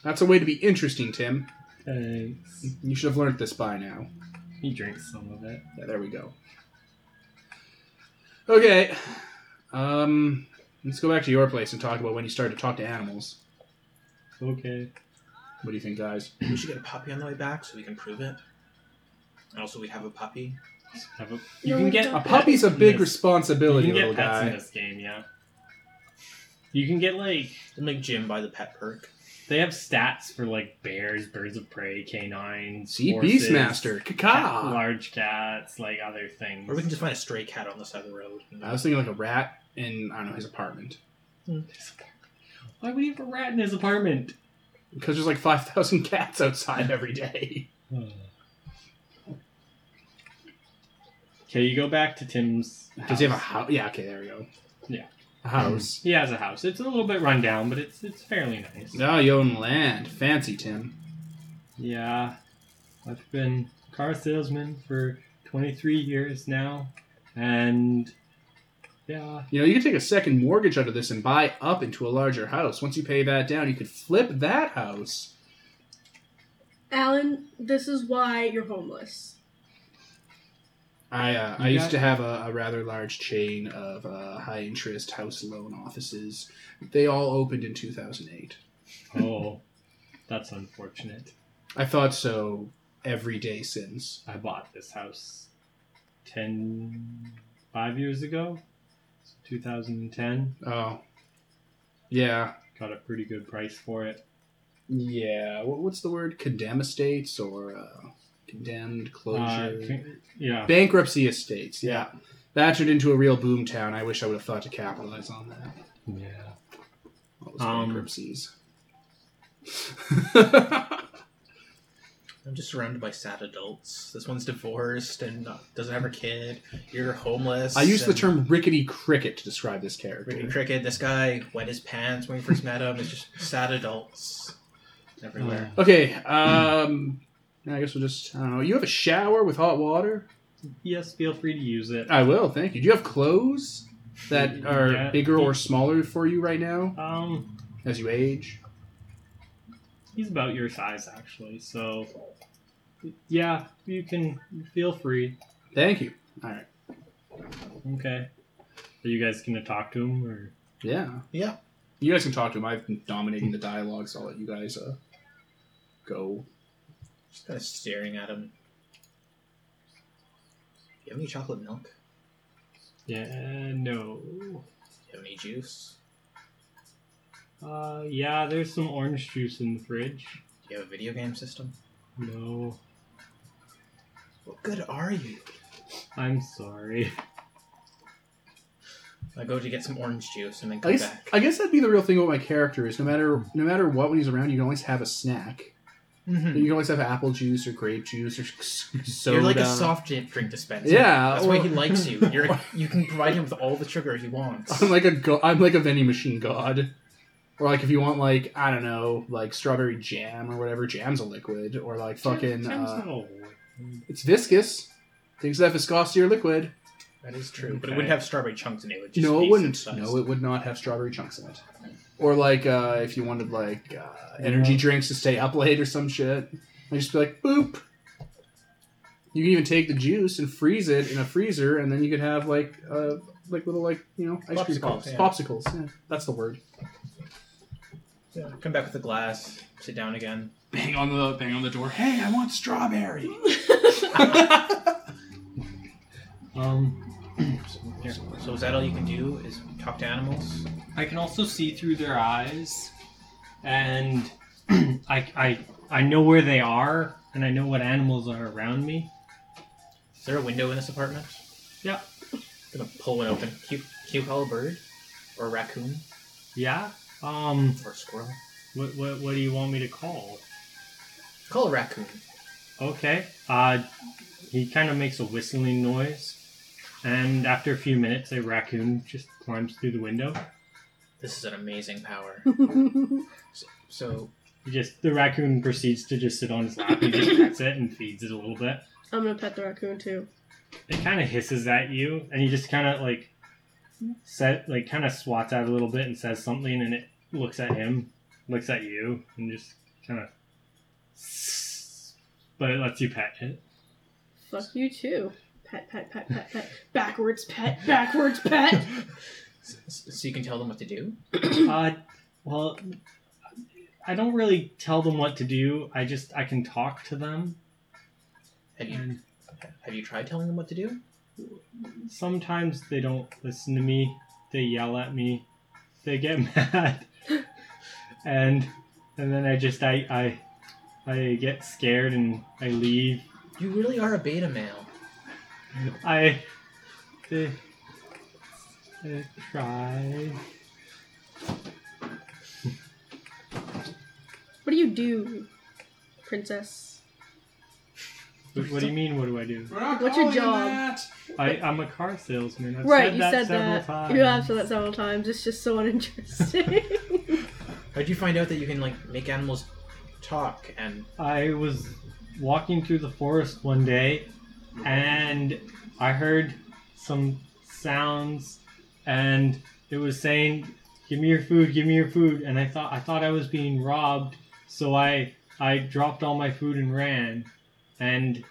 Speaker 1: That's a way to be interesting, Tim.
Speaker 2: Thanks.
Speaker 1: You should have learned this by now.
Speaker 2: He drinks some of it.
Speaker 1: Yeah, there we go. Okay. Um, let's go back to your place and talk about when you started to talk to animals.
Speaker 2: Okay.
Speaker 1: What do you think, guys?
Speaker 3: We should get a puppy on the way back so we can prove it. And also, we'd have a puppy.
Speaker 2: Have a,
Speaker 4: No,
Speaker 2: you can
Speaker 4: we
Speaker 2: get
Speaker 4: don't.
Speaker 1: A puppy's a big
Speaker 2: Yes. you
Speaker 1: responsibility,
Speaker 2: can
Speaker 1: little
Speaker 2: get pets in
Speaker 1: guy.
Speaker 2: this game. Yeah. You can get like
Speaker 3: Then make Jim buy the pet perk.
Speaker 2: they have stats for like bears, birds of prey, canines,
Speaker 1: See,
Speaker 2: horses,
Speaker 1: Beastmaster.
Speaker 2: cat,
Speaker 1: Kaka.
Speaker 2: large cats, like other things.
Speaker 3: Or we can just find a stray cat on the side of the road.
Speaker 1: I was thinking like a rat in I don't know his apartment
Speaker 2: Why would he have a rat in his apartment?
Speaker 1: because there's like five thousand cats outside every day.
Speaker 2: Hmm. Okay, you go back to Tim's.
Speaker 1: Does he have a
Speaker 2: house.
Speaker 1: house? Yeah. Okay. There we go.
Speaker 2: Yeah.
Speaker 1: A house.
Speaker 2: He has a house. It's a little bit run down, but it's it's fairly nice.
Speaker 1: Oh, you own land. Fancy, Tim.
Speaker 2: Yeah. I've been car salesman for 23 years now, and yeah,
Speaker 1: You know, you could take a second mortgage out of this and buy up into a larger house. Once you pay that down, you could flip that house.
Speaker 4: Alan, this is why you're homeless.
Speaker 1: I uh,
Speaker 2: You
Speaker 1: I used
Speaker 2: got-
Speaker 1: to have a, a rather large chain of uh, high interest house loan offices. They all opened in 2008.
Speaker 2: oh, that's unfortunate.
Speaker 1: I thought so every day since.
Speaker 2: I bought this house 10 5 years ago. 2010.
Speaker 1: Oh, yeah,
Speaker 2: Got a pretty good price for it.
Speaker 1: yeah. What, what's the word? Condemn estates or uh, condemned closure?
Speaker 2: Uh, can- yeah.
Speaker 1: Bankruptcy estates. Yeah, that turned into a real boom town. I wish I would have thought to capitalize on that.
Speaker 2: Yeah.
Speaker 1: All those
Speaker 2: Um,
Speaker 1: bankruptcies.
Speaker 3: I'm just surrounded by sad adults. This one's divorced and not, doesn't have her kid. You're homeless.
Speaker 1: I used the
Speaker 3: and
Speaker 1: term rickety cricket to describe this
Speaker 3: Rickety
Speaker 1: character.
Speaker 3: Cricket. This guy wet his pants when we first met him. It's just sad adults everywhere.
Speaker 1: Okay, um, I guess we'll just, I don't know. You have a shower with hot water?
Speaker 2: Yes, feel free to use it.
Speaker 1: I will, thank you. Do you have clothes that are
Speaker 2: Yeah.
Speaker 1: bigger or smaller for you right now
Speaker 2: Um,
Speaker 1: as you age?
Speaker 2: He's about your size, actually. So, yeah, you can feel free.
Speaker 1: Thank you.
Speaker 2: Okay. Are you guys gonna talk to him, or
Speaker 1: Yeah.
Speaker 3: Yeah.
Speaker 1: You guys can talk to him. I've been dominating the dialogue, so I'll let you guys uh, go.
Speaker 3: Just kind of staring at him. You have any chocolate milk?
Speaker 2: yeah, no?
Speaker 3: You have any juice?
Speaker 2: Uh, yeah, there's some orange juice in the fridge.
Speaker 3: Do you have a video game system?
Speaker 2: No,
Speaker 3: What good are you?
Speaker 2: I'm sorry.
Speaker 3: I go to get some orange juice and then
Speaker 1: I
Speaker 3: come
Speaker 1: guess,
Speaker 3: back.
Speaker 1: I guess that'd be the real thing about my character is no matter no matter what when he's around, you can always have a snack.
Speaker 3: Mhm.
Speaker 1: You can always have apple juice or grape juice or soda.
Speaker 3: You're like a soft drink drink dispenser.
Speaker 1: Yeah,
Speaker 3: that's
Speaker 1: or-
Speaker 3: why he likes you. You're you can provide him with all the sugar he wants.
Speaker 1: I'm like a go- I'm like a vending machine god. Or like if you want like I don't know like strawberry jam or whatever jam's a liquid or like fucking
Speaker 2: Tim's
Speaker 1: uh,
Speaker 2: not old.
Speaker 1: it's viscous. Things that have viscosity are liquid.
Speaker 3: That is true, but it
Speaker 2: Okay.
Speaker 3: wouldn't have strawberry chunks in it. it would just
Speaker 1: no,
Speaker 3: be
Speaker 1: it wouldn't.
Speaker 3: synthesized.
Speaker 1: No, it would not have strawberry chunks in it. Or like uh, if you wanted like uh, energy
Speaker 2: Yeah.
Speaker 1: drinks to stay up late or some shit, I just be like boop. You can even take the juice and freeze it in a freezer, and then you could have like uh, like little like you know ice cream
Speaker 3: Popsicles,
Speaker 1: pops,
Speaker 3: yeah.
Speaker 1: popsicles. Yeah, that's the word.
Speaker 3: Yeah, Come back with a glass. Sit down again.
Speaker 6: Bang on the bang on the door. Hey, I want strawberry.
Speaker 2: Um,
Speaker 3: Here. So is that all you can do? Is talk to animals?
Speaker 2: I can also see through their eyes, and I, I, I know where they are, and I know what animals are around me.
Speaker 3: Is there a window in this apartment?
Speaker 2: Yeah.
Speaker 3: gonna pull one open. Cute, cute little bird, or raccoon,
Speaker 2: Yeah. Um.
Speaker 3: or squirrel.
Speaker 2: What what what do you want me to call?
Speaker 3: Call a raccoon.
Speaker 2: Okay. Uh, he kind of makes a whistling noise, and after a few minutes, a raccoon just climbs through the window.
Speaker 3: This is an amazing power.
Speaker 4: That's
Speaker 3: So
Speaker 2: He just the raccoon proceeds to just sit on his lap. He just pets it and feeds it a little bit.
Speaker 4: I'm gonna pet the raccoon too.
Speaker 2: It kind of hisses at you, and he just kind of like set like kind of swats out a little bit and says something, and it looks at him, looks at you, and just kind of. But it lets you pet it.
Speaker 4: Fuck you too. Pet, pet, pet, pet, pet. Backwards pet, backwards pet.
Speaker 3: so you can tell them what to do.
Speaker 2: Uh, well, I don't really tell them what to do. I just I can talk to them,
Speaker 3: Have you
Speaker 2: and
Speaker 3: have you tried telling them what to do?
Speaker 2: sometimes they don't listen to me. They yell at me. They get mad, and and then I just I I I get scared and I leave.
Speaker 3: You really are a beta male.
Speaker 2: I they, they try.
Speaker 4: What do you do, princess?
Speaker 2: What, what do you mean? What do I do?
Speaker 6: We're not
Speaker 4: What's your
Speaker 6: calling you
Speaker 4: job?
Speaker 6: that.
Speaker 2: I I'm a car salesman. I've
Speaker 4: right,
Speaker 2: Oh, said
Speaker 4: you
Speaker 2: that
Speaker 4: said
Speaker 2: several
Speaker 4: that.
Speaker 2: times.
Speaker 4: You have said that several times. It's just so uninteresting.
Speaker 3: How'd you find out that you can like make animals talk and
Speaker 2: I was walking through the forest one day and I heard some sounds and it was saying, Give me your food, give me your food and I thought I thought I was being robbed, so I I dropped all my food and ran. And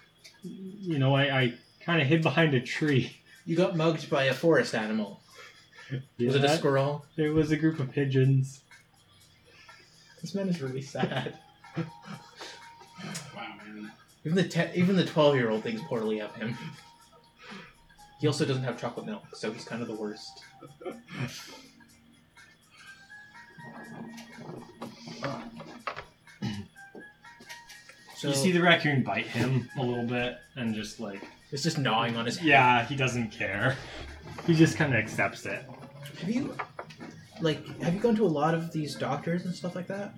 Speaker 2: you know, I, I kinda hid behind a tree.
Speaker 3: you got mugged by a forest animal? Was it a
Speaker 2: Yeah,
Speaker 3: squirrel?
Speaker 2: there was a group of pigeons.
Speaker 3: This man is really sad.
Speaker 6: Wow, man.
Speaker 3: Even the te- even the twelve year old thinks poorly of him. He also doesn't have chocolate milk, so he's kind of the worst. so
Speaker 2: you see the raccoon bite him a little bit and just like
Speaker 3: it's just gnawing on his head.
Speaker 2: Yeah, he doesn't care. He just kind of accepts it.
Speaker 3: Have you like have you gone to a lot of these doctors and stuff like that?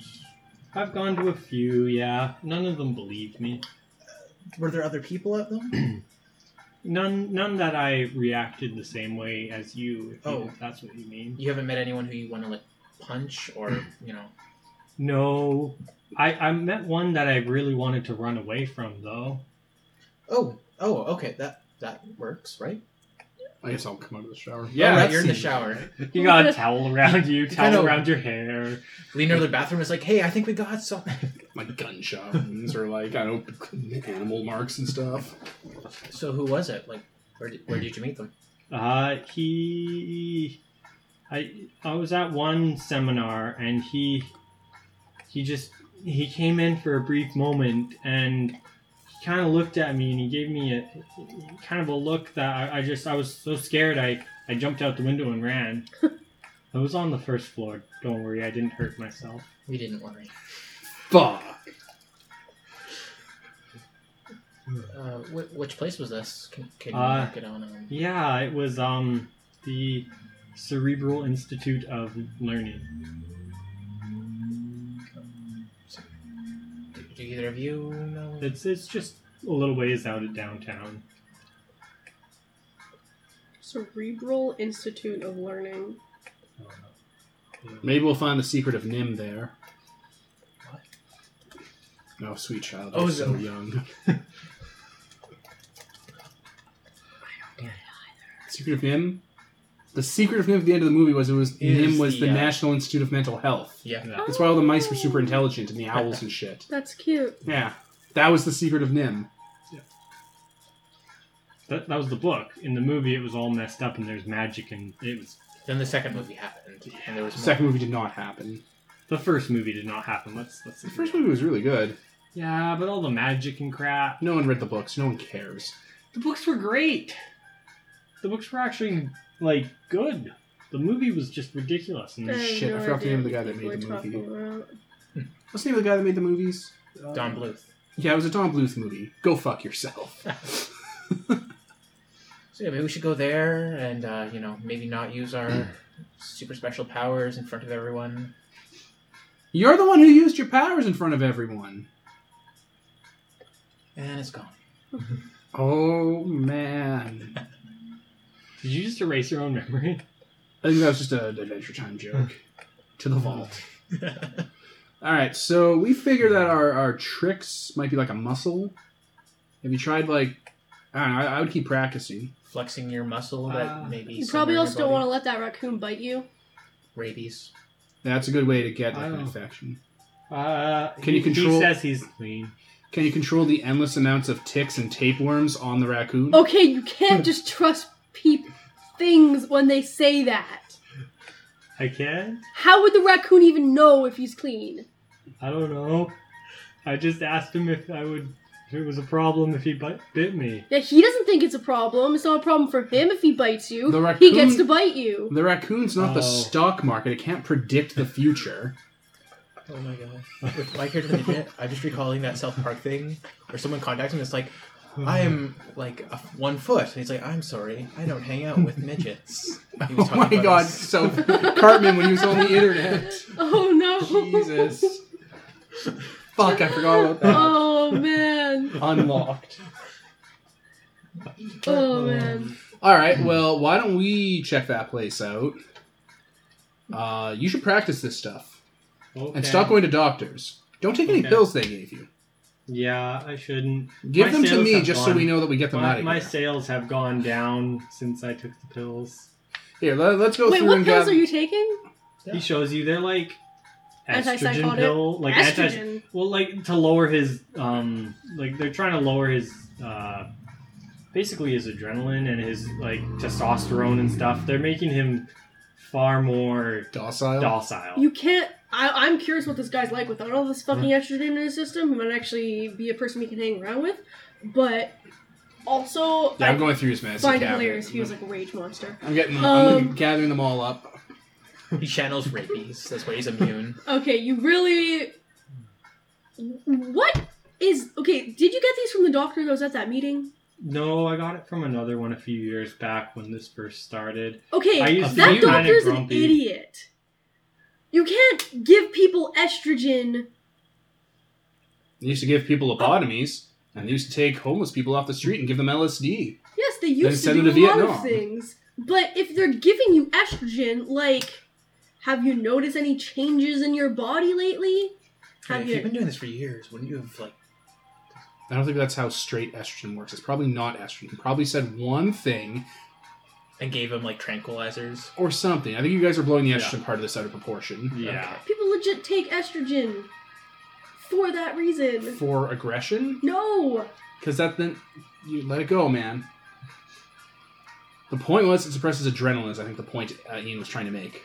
Speaker 2: I've gone to a few, yeah. None of them believe me.
Speaker 3: Were there other people at them?
Speaker 2: None, none that I reacted the same way as you. If
Speaker 3: Oh.
Speaker 2: you, if that's what you mean.
Speaker 3: You haven't met anyone who you want to like punch or you know.
Speaker 2: No, I, I met one that I really wanted to run away from though.
Speaker 3: Oh, oh, okay, that that works, right?
Speaker 6: I guess I'll come out of the shower.
Speaker 3: Oh,
Speaker 6: Yeah,
Speaker 3: right,
Speaker 6: that
Speaker 3: you're in the
Speaker 6: seems-
Speaker 3: shower.
Speaker 2: You got a towel around you,
Speaker 3: I know.
Speaker 2: towel around your hair.
Speaker 3: Leaning over the bathroom is like, hey, I think we got something.
Speaker 6: My gunshot wounds or like I don't animal marks and stuff.
Speaker 3: So who was it? Like, where did, where did you meet them?
Speaker 2: Uh, he, I, I was at one seminar, and he, he just he came in for a brief moment, and he kind of looked at me, and he gave me a kind of a look that I, I just I was so scared I I jumped out the window and ran. I was on the first floor. Don't worry, I didn't hurt myself.
Speaker 3: We didn't worry.
Speaker 6: Fuck.
Speaker 3: Uh, wh- which place was this? Can, can you
Speaker 2: Uh,
Speaker 3: mark it on? Um,
Speaker 2: Yeah, it was um the Cerebral Institute of Learning.
Speaker 3: do, do either of you know?
Speaker 2: It's it's just a little ways out of downtown.
Speaker 4: Cerebral Institute of Learning.
Speaker 6: Maybe we'll find the secret of Nim there.
Speaker 3: What?
Speaker 6: Oh, sweet child.
Speaker 3: Oh,
Speaker 6: Oh, so
Speaker 3: no.
Speaker 6: young. Secret of Nim. The secret of Nim at the end of the movie was it was
Speaker 3: Is
Speaker 6: Nim was the,
Speaker 3: the, uh,
Speaker 6: National Institute of Mental Health.
Speaker 3: yeah.
Speaker 6: That's why all the mice were super
Speaker 4: Oh,
Speaker 6: intelligent and the owls and shit.
Speaker 4: That's cute.
Speaker 6: Yeah, that was the secret of Nim.
Speaker 2: That, that was the book. In the movie, it was all messed up, and there's magic, and it was
Speaker 3: Then the second movie happened, and there was
Speaker 6: The
Speaker 3: more.
Speaker 6: second movie did not happen.
Speaker 2: the first movie did not happen. Let's let's.
Speaker 6: The first movie was really good.
Speaker 2: Yeah, but all the magic and crap.
Speaker 6: No one read the books. No one cares.
Speaker 2: The books were great. The books were actually like good. The movie was just ridiculous. And
Speaker 4: have
Speaker 6: Mm, shit, I forgot the
Speaker 4: idea
Speaker 6: name of the guy that
Speaker 4: what
Speaker 6: made
Speaker 4: we're
Speaker 6: the movie.
Speaker 4: talking about.
Speaker 6: What's the name of the guy that made the movies? Uh,
Speaker 3: Don Bluth.
Speaker 6: Yeah, it was a Don Bluth movie. Go fuck yourself.
Speaker 3: So yeah, maybe we should go there and uh, you know maybe not use our super special powers in front of everyone.
Speaker 1: You're the one who used your powers in front of everyone.
Speaker 3: And it's gone.
Speaker 1: Oh man.
Speaker 2: Did you just erase your own memory?
Speaker 1: I think that was just an Adventure Time joke. to the vault. All right, so we figured that our, our tricks might be like a muscle. Have you tried like I don't know, I, I would keep practicing.
Speaker 3: Flexing your muscle that
Speaker 2: Uh,
Speaker 3: maybe
Speaker 4: Ah. You probably also don't
Speaker 3: want
Speaker 4: want to let that raccoon bite you.
Speaker 3: rabies.
Speaker 1: That's a good way to get like, an
Speaker 2: Oh.
Speaker 1: infection.
Speaker 2: Uh,
Speaker 1: Can you
Speaker 2: he-
Speaker 1: control-
Speaker 2: He says he's clean.
Speaker 1: Can you control the endless amounts of ticks and tapeworms on the raccoon?
Speaker 4: Okay, you can't just trust people things when they say that.
Speaker 2: I can.
Speaker 4: How would the raccoon even know if he's clean?
Speaker 2: I don't know. I just asked him if I would. If it was a problem if he bit, bit me.
Speaker 4: Yeah, he doesn't think it's a problem. It's not a problem for him if he bites you.
Speaker 1: The
Speaker 4: He gets
Speaker 1: raccoon-
Speaker 4: to bite you.
Speaker 1: The raccoon's not
Speaker 2: Oh.
Speaker 1: the stock market. It can't predict the future.
Speaker 3: Oh my god. With my character, in the internet, I'm just recalling that South Park thing where someone contacts him. It's like, I am like a, one foot. And he's like, I'm sorry, I don't hang out with midgets. He was
Speaker 1: Oh
Speaker 3: talking
Speaker 1: my
Speaker 3: about
Speaker 1: god,
Speaker 3: us.
Speaker 1: so Cartman when he was on the internet.
Speaker 4: Oh no.
Speaker 1: Jesus. Fuck, I forgot about that.
Speaker 4: Oh man.
Speaker 1: Unlocked.
Speaker 4: Oh man.
Speaker 1: All right. Well, why don't we check that place out? Uh, you should practice this stuff
Speaker 2: Okay.
Speaker 1: and stop going to doctors. Don't take any
Speaker 2: Okay.
Speaker 1: pills they gave you.
Speaker 2: Yeah, I shouldn't.
Speaker 1: Give
Speaker 2: My
Speaker 1: them to
Speaker 2: sales
Speaker 1: me
Speaker 2: have
Speaker 1: just so
Speaker 2: gone-
Speaker 1: we know that we get them out
Speaker 2: My,
Speaker 1: of
Speaker 2: my
Speaker 1: here.
Speaker 2: sales have gone down since I took the pills.
Speaker 1: Here, let, us go
Speaker 4: Wait,
Speaker 1: through
Speaker 4: what
Speaker 1: and
Speaker 4: pills
Speaker 1: grab.
Speaker 4: are you taking?
Speaker 2: He shows you they're like estrogen
Speaker 4: Antipsychotic?
Speaker 2: pill, like anti-
Speaker 4: Estrogen.
Speaker 2: well, like to lower his um, like they're trying to lower his uh, basically his adrenaline and his like testosterone and stuff. They're making him far more
Speaker 1: Docile.
Speaker 2: docile.
Speaker 4: You can't. I, I'm curious what this guy's like without all this fucking estrogen in his system. He might actually be a person we can hang around with, but also
Speaker 1: yeah,
Speaker 4: I
Speaker 1: I'm going through his medicine
Speaker 4: find it
Speaker 1: cabinet.
Speaker 4: hilarious. He was like a rage monster.
Speaker 1: I'm getting.
Speaker 4: Um,
Speaker 1: I'm gathering them all up.
Speaker 3: He channels rabies. That's why he's immune.
Speaker 4: Okay, you really. What is okay? Did you get these from the doctor that was at that meeting?
Speaker 2: No, I got it from another one a few years back when this first started. I
Speaker 4: Okay,
Speaker 2: used
Speaker 1: to
Speaker 4: that
Speaker 1: be kinda
Speaker 4: doctor's an
Speaker 2: grumpy.
Speaker 4: idiot. You can't give people estrogen.
Speaker 1: They used to give people lobotomies, and they used to take homeless people off the street and give them LSD.
Speaker 4: Yes, they used to
Speaker 1: send
Speaker 4: do a
Speaker 1: them to
Speaker 4: lot of
Speaker 1: Vietnam.
Speaker 4: things, but if they're giving you estrogen, like, have you noticed any changes in your body lately?
Speaker 3: Yeah,
Speaker 4: Have
Speaker 3: if you've
Speaker 4: you?
Speaker 3: been doing this for years, wouldn't you have like?
Speaker 1: I don't think that's how straight estrogen works. It's probably not estrogen. He probably said one thing
Speaker 3: And gave him like tranquilizers.
Speaker 1: or something. I think you guys are blowing the
Speaker 2: Yeah.
Speaker 1: estrogen part of this out of proportion.
Speaker 2: Yeah,
Speaker 4: People legit take estrogen for that reason.
Speaker 1: For aggression?
Speaker 4: No.
Speaker 1: Because that then you let it go, man. The point was it suppresses adrenaline. Is I think the point uh, Ian was trying to make,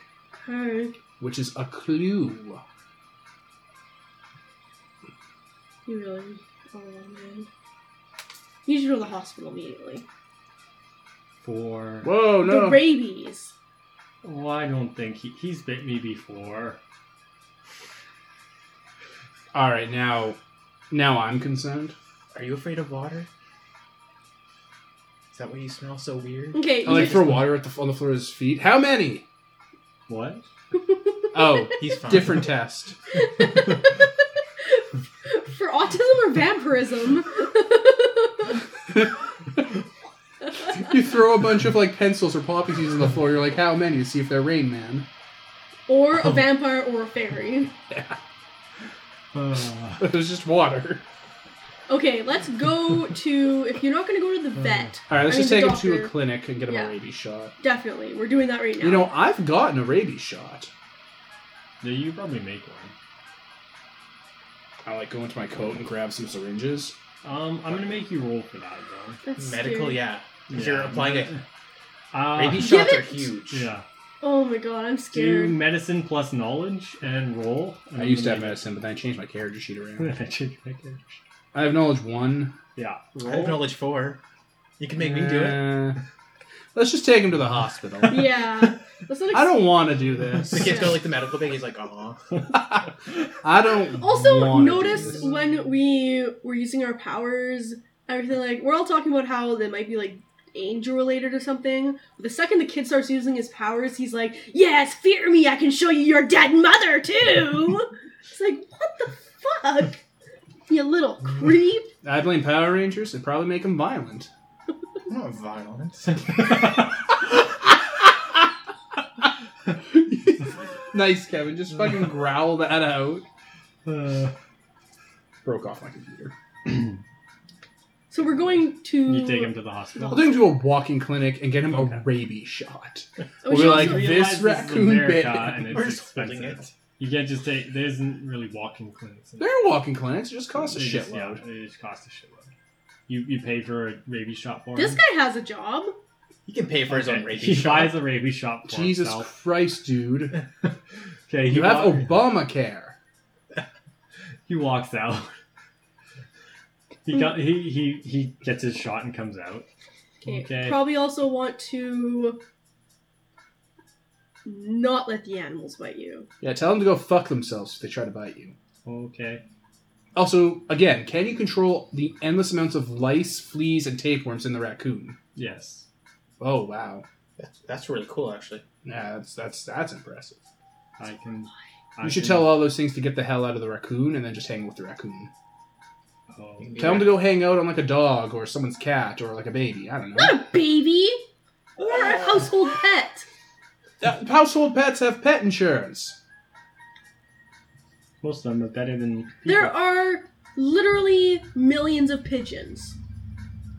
Speaker 4: Alright,
Speaker 1: which is a clue.
Speaker 4: you really. Oh man. You should go to the hospital immediately.
Speaker 2: for
Speaker 1: Whoa,
Speaker 4: The
Speaker 1: Oh, no!
Speaker 4: rabies.
Speaker 2: well, I don't think he, he's bit me before.
Speaker 1: All right, now, now I'm concerned.
Speaker 3: Are you afraid of water? Is that why you smell so weird?
Speaker 4: Okay.
Speaker 1: Oh, I like
Speaker 4: you-
Speaker 1: throw water at the on the floor at his feet. How many?
Speaker 2: What?
Speaker 1: Oh,
Speaker 3: He's fine.
Speaker 1: different test.
Speaker 4: for autism or vampirism?
Speaker 1: You throw a bunch of like pencils or poppy seeds on the floor. You're like, how many? To see if they're rain, man.
Speaker 4: or
Speaker 1: Um,
Speaker 4: a vampire or a fairy.
Speaker 2: Uh,
Speaker 1: it was just water.
Speaker 4: Okay, let's go to. If you're not going to go to
Speaker 1: Hmm.
Speaker 4: the vet,
Speaker 1: All right, let's
Speaker 4: I
Speaker 1: just
Speaker 4: mean,
Speaker 1: take
Speaker 4: the
Speaker 1: him to
Speaker 4: doctor-
Speaker 1: a clinic and get him
Speaker 4: Yeah.
Speaker 1: a rabies shot.
Speaker 4: definitely. We're doing that right now.
Speaker 1: You know, I've gotten a rabies shot.
Speaker 2: yeah, you probably make one.
Speaker 1: I like go into my coat and grab some syringes.
Speaker 2: Um, I'm gonna make you roll for that, though.
Speaker 4: That's
Speaker 3: Medical,
Speaker 4: scary.
Speaker 3: yeah. If you're applying it,
Speaker 2: Uh,
Speaker 3: rabies
Speaker 4: Give
Speaker 3: shots are
Speaker 4: it-
Speaker 3: huge.
Speaker 2: Yeah.
Speaker 4: Oh my god, I'm
Speaker 2: Do
Speaker 4: scared.
Speaker 2: medicine plus knowledge and roll.
Speaker 3: Mm-hmm.
Speaker 1: I used to have medicine, but then I changed my character sheet around.
Speaker 2: medicine.
Speaker 1: I have knowledge one.
Speaker 2: yeah.
Speaker 3: I have knowledge four. You can make me do it.
Speaker 1: Uh, let's just take him to the hospital.
Speaker 4: yeah. Let's not
Speaker 1: I don't want to do this.
Speaker 3: The kid's got like the medical thing. He's like, oh,
Speaker 1: I don't.
Speaker 4: Also,
Speaker 1: wanna do
Speaker 4: notice
Speaker 1: this.
Speaker 4: when we were using our powers, everything like we're all talking about how they might be like angel related or something. The second the kid starts using his powers, he's like, "Yes, fear me! I can show you your dead mother too." it's like, what the fuck, you little creep!
Speaker 1: I blame Power Rangers. They probably make them violent.
Speaker 3: I'm not violent.
Speaker 1: nice, Kevin. Just fucking growl that out.
Speaker 2: Uh,
Speaker 1: Broke off my computer.
Speaker 4: So we're going to.
Speaker 2: you take him to the
Speaker 1: I'll
Speaker 2: hospital.
Speaker 1: take him to a walking clinic and get him
Speaker 2: Okay.
Speaker 1: a rabies shot.
Speaker 4: Oh,
Speaker 1: We'll
Speaker 4: she
Speaker 1: be
Speaker 4: also-
Speaker 1: like,
Speaker 2: Realize
Speaker 1: this
Speaker 2: is
Speaker 1: raccoon
Speaker 2: America
Speaker 1: bit-
Speaker 2: and
Speaker 3: We're
Speaker 2: it's
Speaker 3: just holding
Speaker 2: expensive.
Speaker 3: it.
Speaker 2: You can't just take. There isn't really walking clinics. in-
Speaker 1: They're walking clinics. It just costs a
Speaker 2: They just-
Speaker 1: shitload.
Speaker 2: Yeah, it just costs a shitload. You you pay for a rabies shot for
Speaker 4: this
Speaker 2: him.
Speaker 4: guy has a job.
Speaker 3: He can pay for his own
Speaker 2: Okay,
Speaker 3: rabies
Speaker 2: He
Speaker 3: shot.
Speaker 2: buys a rabies shot for
Speaker 1: Jesus
Speaker 2: himself.
Speaker 1: Christ, dude.
Speaker 2: Okay, he
Speaker 1: You have
Speaker 2: walk-
Speaker 1: Obamacare.
Speaker 2: He walks out. He, got, he he he gets his shot and comes out.
Speaker 4: Okay.
Speaker 2: Okay.
Speaker 4: Probably also want to not let the animals bite you.
Speaker 1: Yeah, tell them to go fuck themselves if they try to bite you.
Speaker 2: Okay.
Speaker 1: Also, again, can you control the endless amounts of lice, fleas, and tapeworms in the raccoon?
Speaker 2: Yes.
Speaker 1: Oh wow,
Speaker 3: That's, that's really cool, actually.
Speaker 1: yeah, that's that's that's impressive.
Speaker 2: I can. I
Speaker 1: You should
Speaker 2: can-
Speaker 1: tell all those things to get the hell out of the raccoon and then just hang with the raccoon.
Speaker 2: Oh,
Speaker 3: You can be
Speaker 1: Tell them
Speaker 3: ra-
Speaker 1: to go hang out on like a dog or someone's cat or like a baby. I don't know.
Speaker 4: Not a baby or a household pet.
Speaker 1: Uh, household pets have pet insurance.
Speaker 2: most of them are better than. People.
Speaker 4: There are literally millions of pigeons.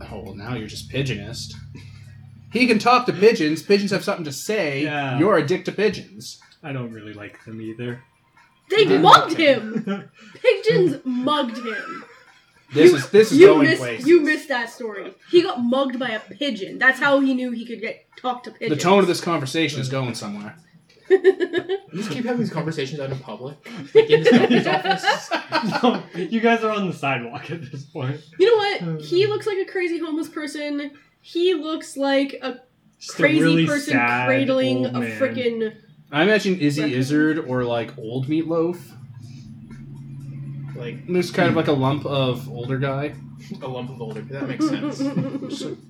Speaker 1: Oh well, now you're just pigeonist. He can talk to pigeons. Pigeons have something to say.
Speaker 2: Yeah.
Speaker 1: You're a dick to pigeons.
Speaker 2: I don't really like them either.
Speaker 4: They
Speaker 1: Yeah.
Speaker 4: mugged him. Pigeons mugged him.
Speaker 1: This
Speaker 4: You-
Speaker 1: is this is
Speaker 4: You
Speaker 1: going
Speaker 4: missed,
Speaker 1: places.
Speaker 4: you missed that story. He got mugged by a pigeon. That's how he knew he could get talk to
Speaker 1: the
Speaker 4: pigeons.
Speaker 1: tone of this conversation is going somewhere.
Speaker 3: You just keep having these conversations out in public, like in this doctor's office.
Speaker 2: No, you guys are on the sidewalk at this point.
Speaker 4: You know what? He looks like a crazy homeless person. He looks like a
Speaker 2: Just a
Speaker 4: crazy
Speaker 2: really
Speaker 4: person
Speaker 2: sad
Speaker 4: cradling
Speaker 2: old
Speaker 4: a
Speaker 2: man.
Speaker 4: freaking.
Speaker 1: I imagine Izzy
Speaker 4: Raccoon.
Speaker 1: Izzard or like old Meatloaf.
Speaker 3: Like
Speaker 1: There's kind of
Speaker 2: Hmm.
Speaker 1: like a lump of older guy.
Speaker 3: a lump of older. That makes sense.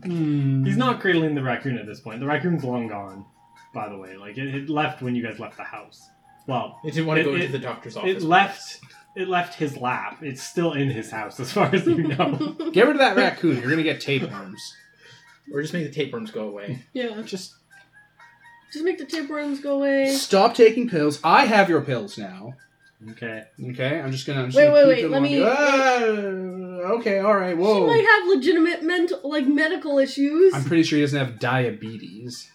Speaker 2: He's not cradling the raccoon at this point. The raccoon's long gone, by the way. Like it, it left when you guys left the house. Well,
Speaker 3: They didn't want
Speaker 2: It-
Speaker 3: to go
Speaker 2: it-
Speaker 3: into the doctor's
Speaker 2: it
Speaker 3: office.
Speaker 2: left. It left his lap. It's still in his house, as far as you know.
Speaker 1: Get rid of that raccoon. You're gonna get tapeworms.
Speaker 3: or just make the tapeworms go away.
Speaker 4: yeah.
Speaker 1: Just
Speaker 4: Just make the tapeworms go away.
Speaker 1: stop taking pills. I have your pills now.
Speaker 2: okay.
Speaker 1: Okay, I'm just gonna. I'm just
Speaker 4: Wait,
Speaker 1: gonna
Speaker 4: wait,
Speaker 1: keep
Speaker 4: wait,
Speaker 1: them
Speaker 4: let
Speaker 1: on
Speaker 4: me-
Speaker 1: you. Ah, okay, all right.
Speaker 4: She
Speaker 1: Whoa.
Speaker 4: might have legitimate mental, like medical issues.
Speaker 1: Oh. I'm pretty sure he doesn't have diabetes.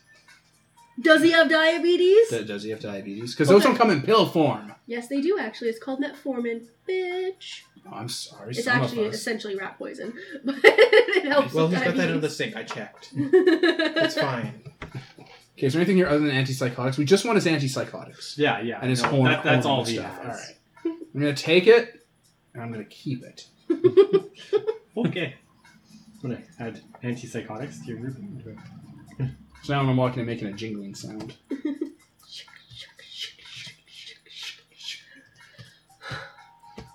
Speaker 4: Does he have diabetes?
Speaker 1: D- Does he have diabetes? Because those
Speaker 4: Okay.
Speaker 1: don't come in pill form.
Speaker 4: yes, they do actually. It's called metformin, bitch.
Speaker 1: Oh, I'm sorry.
Speaker 4: It's
Speaker 1: some
Speaker 4: actually
Speaker 1: of us.
Speaker 4: essentially rat poison, but it helps.
Speaker 3: Well,
Speaker 4: with
Speaker 3: he's got that under the
Speaker 4: diabetes.
Speaker 3: sink. I checked. It's fine.
Speaker 1: Okay, is there anything here other than antipsychotics? We just want his antipsychotics
Speaker 2: Yeah, yeah.
Speaker 1: and his
Speaker 2: no,
Speaker 1: horn.
Speaker 2: that- that's
Speaker 1: horn
Speaker 2: all he
Speaker 1: stuff.
Speaker 2: has.
Speaker 1: All right. I'm gonna take it, and I'm gonna keep it.
Speaker 2: Okay. I'm gonna add antipsychotics to your group.
Speaker 1: So now when I'm walking, I'm making a jingling sound.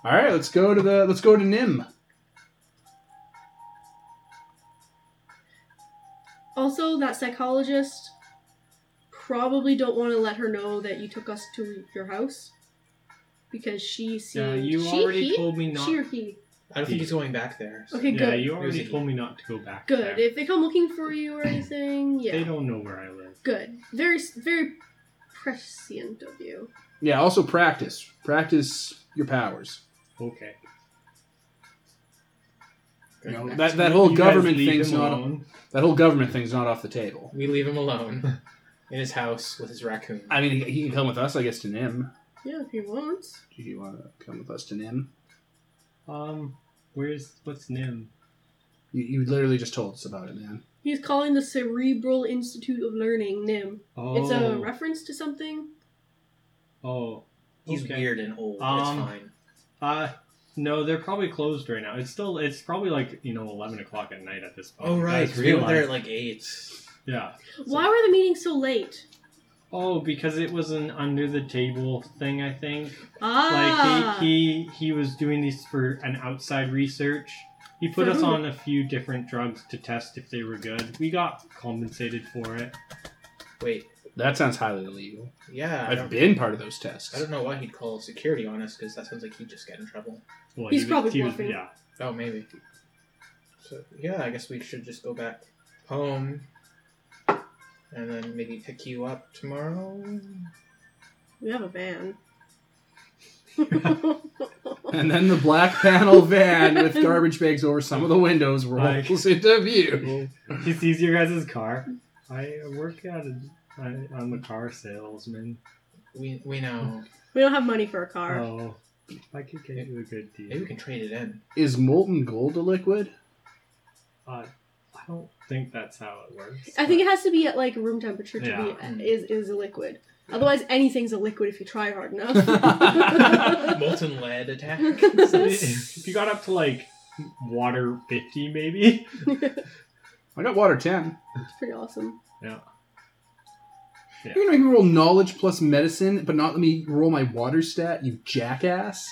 Speaker 1: All right, let's go to the let's go to Nim.
Speaker 4: also, that psychologist probably don't want to let her know that you took us to your house because she
Speaker 2: Yeah,
Speaker 4: seemed.
Speaker 2: you
Speaker 4: she,
Speaker 2: already
Speaker 4: he?
Speaker 2: told me not.
Speaker 4: She or he?
Speaker 3: I don't think he's going back there. so-
Speaker 4: Okay,
Speaker 2: yeah,
Speaker 4: good.
Speaker 2: you
Speaker 3: Where's
Speaker 2: already
Speaker 3: he?
Speaker 2: told me not to go back.
Speaker 4: Good.
Speaker 2: There.
Speaker 4: If they come looking for you or anything, yeah.
Speaker 2: They don't know where I live.
Speaker 4: Good. Very, very prescient of you.
Speaker 1: Yeah, also practice practice your powers.
Speaker 2: Okay.
Speaker 1: You know,
Speaker 3: Good.
Speaker 1: that that whole
Speaker 2: You guys
Speaker 1: government
Speaker 2: leave
Speaker 1: thing's
Speaker 2: him
Speaker 1: not
Speaker 2: alone.
Speaker 1: that whole government thing's not off the table.
Speaker 3: We leave him alone in his house with his raccoon.
Speaker 1: I mean, he can come with us, I guess, to Nim.
Speaker 4: Yeah, if he wants.
Speaker 1: Do you want to come with us to Nim?
Speaker 2: Um, where's what's Nim?
Speaker 1: You, you literally just told us about it, man.
Speaker 4: He's calling the Cerebral Institute of Learning NIM.
Speaker 2: Oh,
Speaker 4: It's a reference to something.
Speaker 2: oh,
Speaker 3: He's
Speaker 2: okay.
Speaker 3: weird and old.
Speaker 2: Um,
Speaker 3: it's fine.
Speaker 2: Uh, no, they're probably closed right now. It's still it's probably like you know eleven o'clock at night at this point.
Speaker 3: Oh
Speaker 2: You
Speaker 3: right,
Speaker 2: guys
Speaker 3: we were there
Speaker 2: realize-
Speaker 3: at like eight.
Speaker 2: Yeah.
Speaker 4: Why were the meetings so late?
Speaker 2: Oh, because it was an under the table thing, I think.
Speaker 4: Ah,
Speaker 2: Like he, he he was doing these for an outside research, He put
Speaker 4: For
Speaker 2: us
Speaker 4: who?
Speaker 2: on a few different drugs to test if they were good. We got compensated for it.
Speaker 3: Wait,
Speaker 1: That sounds highly illegal.
Speaker 3: yeah. I
Speaker 1: I've
Speaker 3: don't,
Speaker 1: been part of those tests.
Speaker 3: I don't know why he'd call security on us because that sounds like he'd just get in trouble.
Speaker 2: Well,
Speaker 4: He's
Speaker 2: he was-
Speaker 4: probably
Speaker 2: he was-
Speaker 4: bluffing.
Speaker 2: yeah.
Speaker 3: Oh, maybe. So yeah, I guess we should just go back home, and then maybe pick you up tomorrow.
Speaker 4: We have a van.
Speaker 1: And then the black panel van with garbage bags over some of the windows
Speaker 2: Like-
Speaker 1: rolls into view.
Speaker 2: He sees your guys' car. I work at a. I, I'm a car salesman.
Speaker 3: We we know.
Speaker 4: we don't have money for a car.
Speaker 2: Oh, if I could get you a good
Speaker 3: Maybe
Speaker 2: deal.
Speaker 3: we can trade it in.
Speaker 1: Is molten gold a liquid?
Speaker 2: Uh, I don't think that's how it works.
Speaker 4: I think it has to be at like room temperature to
Speaker 2: Yeah.
Speaker 4: be is is a liquid. Otherwise, anything's a liquid if you try hard enough.
Speaker 3: Molten lead attack.
Speaker 2: So if you got up to like water 50, maybe.
Speaker 1: I got water 10.
Speaker 4: It's pretty awesome.
Speaker 1: You're gonna make me roll knowledge plus medicine, but not let me roll my water stat, you jackass.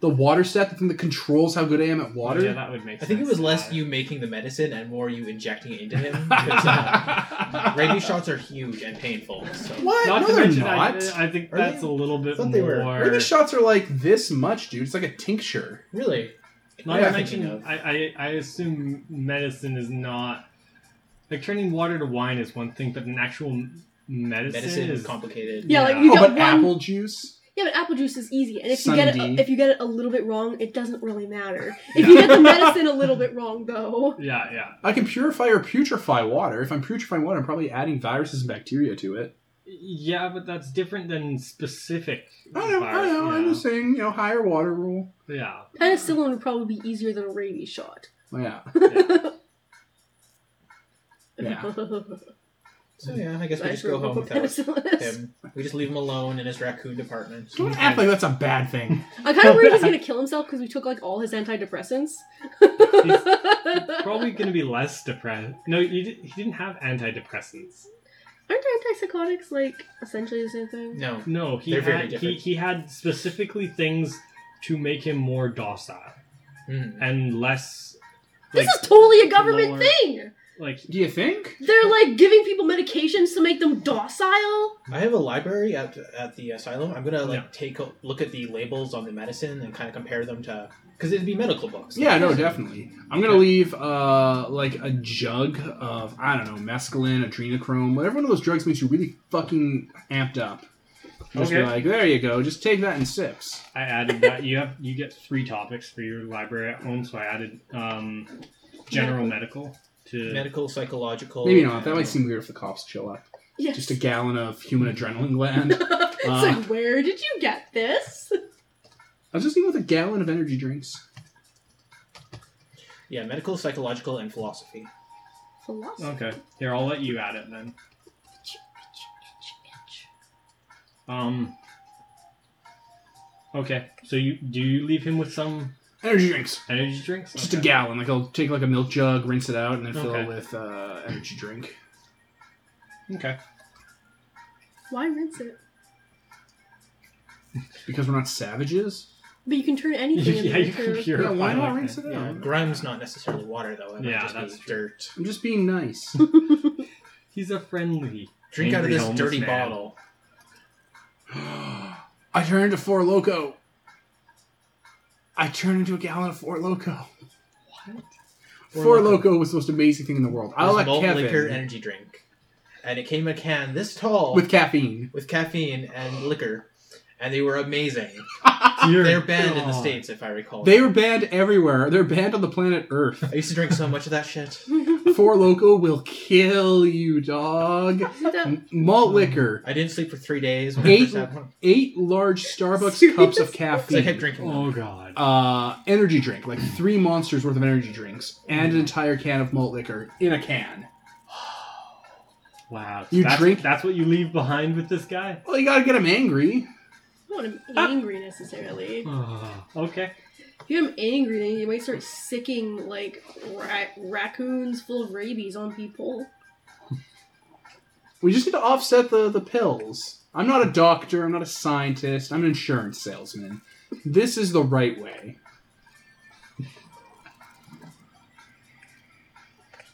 Speaker 1: the water stat, the thing that controls how good I am at water.
Speaker 2: Yeah, that would make
Speaker 3: I
Speaker 2: sense.
Speaker 3: think it was less
Speaker 2: Uh,
Speaker 3: you making the medicine and more you injecting it into him. 'cause, uh, rabies shots are huge and painful. So.
Speaker 1: what?
Speaker 2: Not
Speaker 1: no,
Speaker 2: to
Speaker 1: they're
Speaker 2: mention,
Speaker 1: not.
Speaker 2: I, uh, I think
Speaker 3: Are
Speaker 2: that's
Speaker 3: they?
Speaker 2: a little bit
Speaker 3: thought
Speaker 2: more.
Speaker 3: they were.
Speaker 1: Rabies shots are like this much, dude. It's like a tincture.
Speaker 3: Really?
Speaker 2: Not
Speaker 3: Yeah,
Speaker 2: to
Speaker 3: I'm thinking
Speaker 2: mention,
Speaker 3: of-
Speaker 2: I, I, I assume medicine is not like turning water to wine is one thing, but an actual m- medicine,
Speaker 3: medicine is
Speaker 2: is
Speaker 3: complicated.
Speaker 2: Yeah.
Speaker 4: Yeah, like you
Speaker 1: oh,
Speaker 4: get
Speaker 1: but
Speaker 4: one.
Speaker 1: apple juice?
Speaker 4: Yeah, but apple juice is easy, and if
Speaker 1: Sunny
Speaker 4: you get it,
Speaker 1: D.
Speaker 4: if you get it a little bit wrong, it doesn't really matter. If you get the medicine a little bit wrong, though,
Speaker 2: Yeah, yeah,
Speaker 1: I can purify or putrefy water. If I'm putrefying water, I'm probably adding viruses and bacteria to it.
Speaker 2: yeah, but that's different than specific.
Speaker 1: I don't know. I
Speaker 2: virus,
Speaker 1: don't know.
Speaker 2: you
Speaker 1: I'm just saying, you know, higher water rule.
Speaker 2: yeah.
Speaker 4: penicillin would probably be easier than a rabies shot.
Speaker 1: Oh, Yeah. Yeah.
Speaker 3: So yeah, I guess we just
Speaker 4: Nice
Speaker 3: go
Speaker 4: room
Speaker 3: home
Speaker 4: for
Speaker 3: without
Speaker 4: penicillin.
Speaker 3: him. We just leave him alone in his raccoon department. Mm-hmm.
Speaker 1: Don't act like that's a bad thing.
Speaker 4: I'm kind of worried he's gonna kill himself because we took like all his antidepressants.
Speaker 2: Probably going to be less depressed. No, you did, he didn't have antidepressants.
Speaker 4: Aren't antipsychotics like essentially the same thing?
Speaker 3: No.
Speaker 2: No, he
Speaker 3: They're very
Speaker 2: had he,
Speaker 3: different.
Speaker 2: he had specifically things to make him more docile
Speaker 3: Mm.
Speaker 2: and less.
Speaker 4: this is totally a government
Speaker 2: lower-
Speaker 4: thing.
Speaker 2: Like
Speaker 1: Do you think?
Speaker 4: They're like giving people medications to make them docile.
Speaker 3: I have a library at at the asylum. I'm gonna like
Speaker 2: Yeah.
Speaker 3: take a look at the labels on the medicine and kind of compare them to because it'd be medical books.
Speaker 1: Yeah, no, definitely. I'm gonna leave uh like a jug of I don't know mescaline, adrenochrome, whatever one of those drugs makes you really fucking amped up. And Just
Speaker 2: Okay.
Speaker 1: be like, there you go. Just take that in sips.
Speaker 2: I added that you have you get three topics for your library at home, so I added um, general medical to
Speaker 3: Medical, psychological.
Speaker 1: Maybe not. That might seem weird if the cops chill up.
Speaker 4: Yes.
Speaker 1: Just a gallon of human adrenaline gland.
Speaker 4: it's
Speaker 1: Uh.
Speaker 4: like, where did you get this?
Speaker 1: I was just eating with a gallon of energy drinks.
Speaker 3: Yeah, medical, psychological, and philosophy.
Speaker 4: Philosophy.
Speaker 2: Okay, here I'll let you add it then. Um. Okay, so you do you leave him with some
Speaker 1: Energy drinks.
Speaker 2: energy drinks?
Speaker 1: Just a
Speaker 2: Okay.
Speaker 1: gallon. Like I'll take like a milk jug, rinse it out, and then fill
Speaker 2: Okay.
Speaker 1: it with uh, energy drink.
Speaker 2: Okay.
Speaker 4: Why rinse it?
Speaker 1: Because we're not savages.
Speaker 4: But you can turn anything
Speaker 2: yeah, you
Speaker 4: into
Speaker 2: can
Speaker 4: pure.
Speaker 2: purify.
Speaker 1: yeah, why not
Speaker 2: like
Speaker 1: rinse
Speaker 2: that.
Speaker 1: it
Speaker 3: Yeah,
Speaker 1: out?
Speaker 3: grime's not necessarily water though. It might
Speaker 2: Yeah,
Speaker 3: just
Speaker 2: that's
Speaker 3: be
Speaker 2: true.
Speaker 3: dirt.
Speaker 1: I'm just being nice.
Speaker 2: He's a friendly.
Speaker 3: Drink out of
Speaker 2: Angry
Speaker 3: this
Speaker 2: homeless
Speaker 3: dirty
Speaker 2: man.
Speaker 3: bottle.
Speaker 1: I turn into Four Loco. I turn into a gallon of Four Loco. What? Four,
Speaker 3: Four Loko.
Speaker 1: Loco. was the most amazing thing in the world. I
Speaker 3: It's
Speaker 1: like
Speaker 3: malt
Speaker 1: Kevin
Speaker 3: liquor energy drink, and it came in a can this tall
Speaker 1: with caffeine.
Speaker 3: with caffeine and liquor, and they were amazing.
Speaker 1: Ah,
Speaker 2: Dear
Speaker 3: They're banned in the
Speaker 2: God.
Speaker 3: states, if I recall.
Speaker 1: They were banned everywhere. They're banned on the planet Earth.
Speaker 3: I used to drink so much of that shit.
Speaker 1: Four Loco will kill you, dog.
Speaker 4: Isn't that-
Speaker 1: M- Malt liquor.
Speaker 3: I didn't sleep for three days. When I
Speaker 1: Eight,
Speaker 3: first had one.
Speaker 1: eight large Starbucks cups of
Speaker 3: So I kept
Speaker 1: caffeine.
Speaker 3: drinking. them.
Speaker 2: Oh God.
Speaker 1: Uh, energy drink, like three monsters worth of energy drinks, and an entire can of malt liquor in a can.
Speaker 2: Wow.
Speaker 1: You
Speaker 2: that's,
Speaker 1: drink-
Speaker 2: That's what you leave behind with this guy.
Speaker 1: Well, you gotta get him angry.
Speaker 4: I don't want him angry necessarily.
Speaker 1: Ah.
Speaker 2: Oh, okay.
Speaker 4: If you get him angry, then you might start sicking like ra- raccoons full of rabies on people.
Speaker 1: We just need to offset the, the pills. I'm not a doctor, I'm not a scientist, I'm an insurance salesman. This is the right way.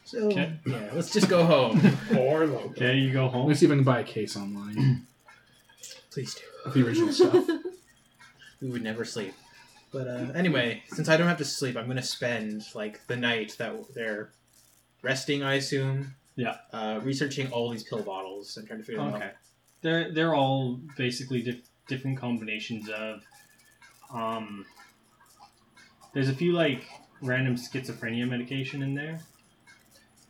Speaker 3: So
Speaker 2: Okay.
Speaker 3: yeah, let's just go home.
Speaker 6: Or low.
Speaker 2: Okay, you go
Speaker 1: Let me
Speaker 2: home.
Speaker 1: see if I can buy a case online
Speaker 3: Please do.
Speaker 1: of the original stuff. Oh,
Speaker 3: We would never sleep. But uh, anyway, since I don't have to sleep, I'm gonna spend like the night that they're resting. I assume.
Speaker 2: Yeah.
Speaker 3: Uh, researching all these pill bottles and trying to figure them
Speaker 2: Okay. They're they're all basically dif- different combinations of. Um, there's a few like random schizophrenia medication in there.
Speaker 3: out.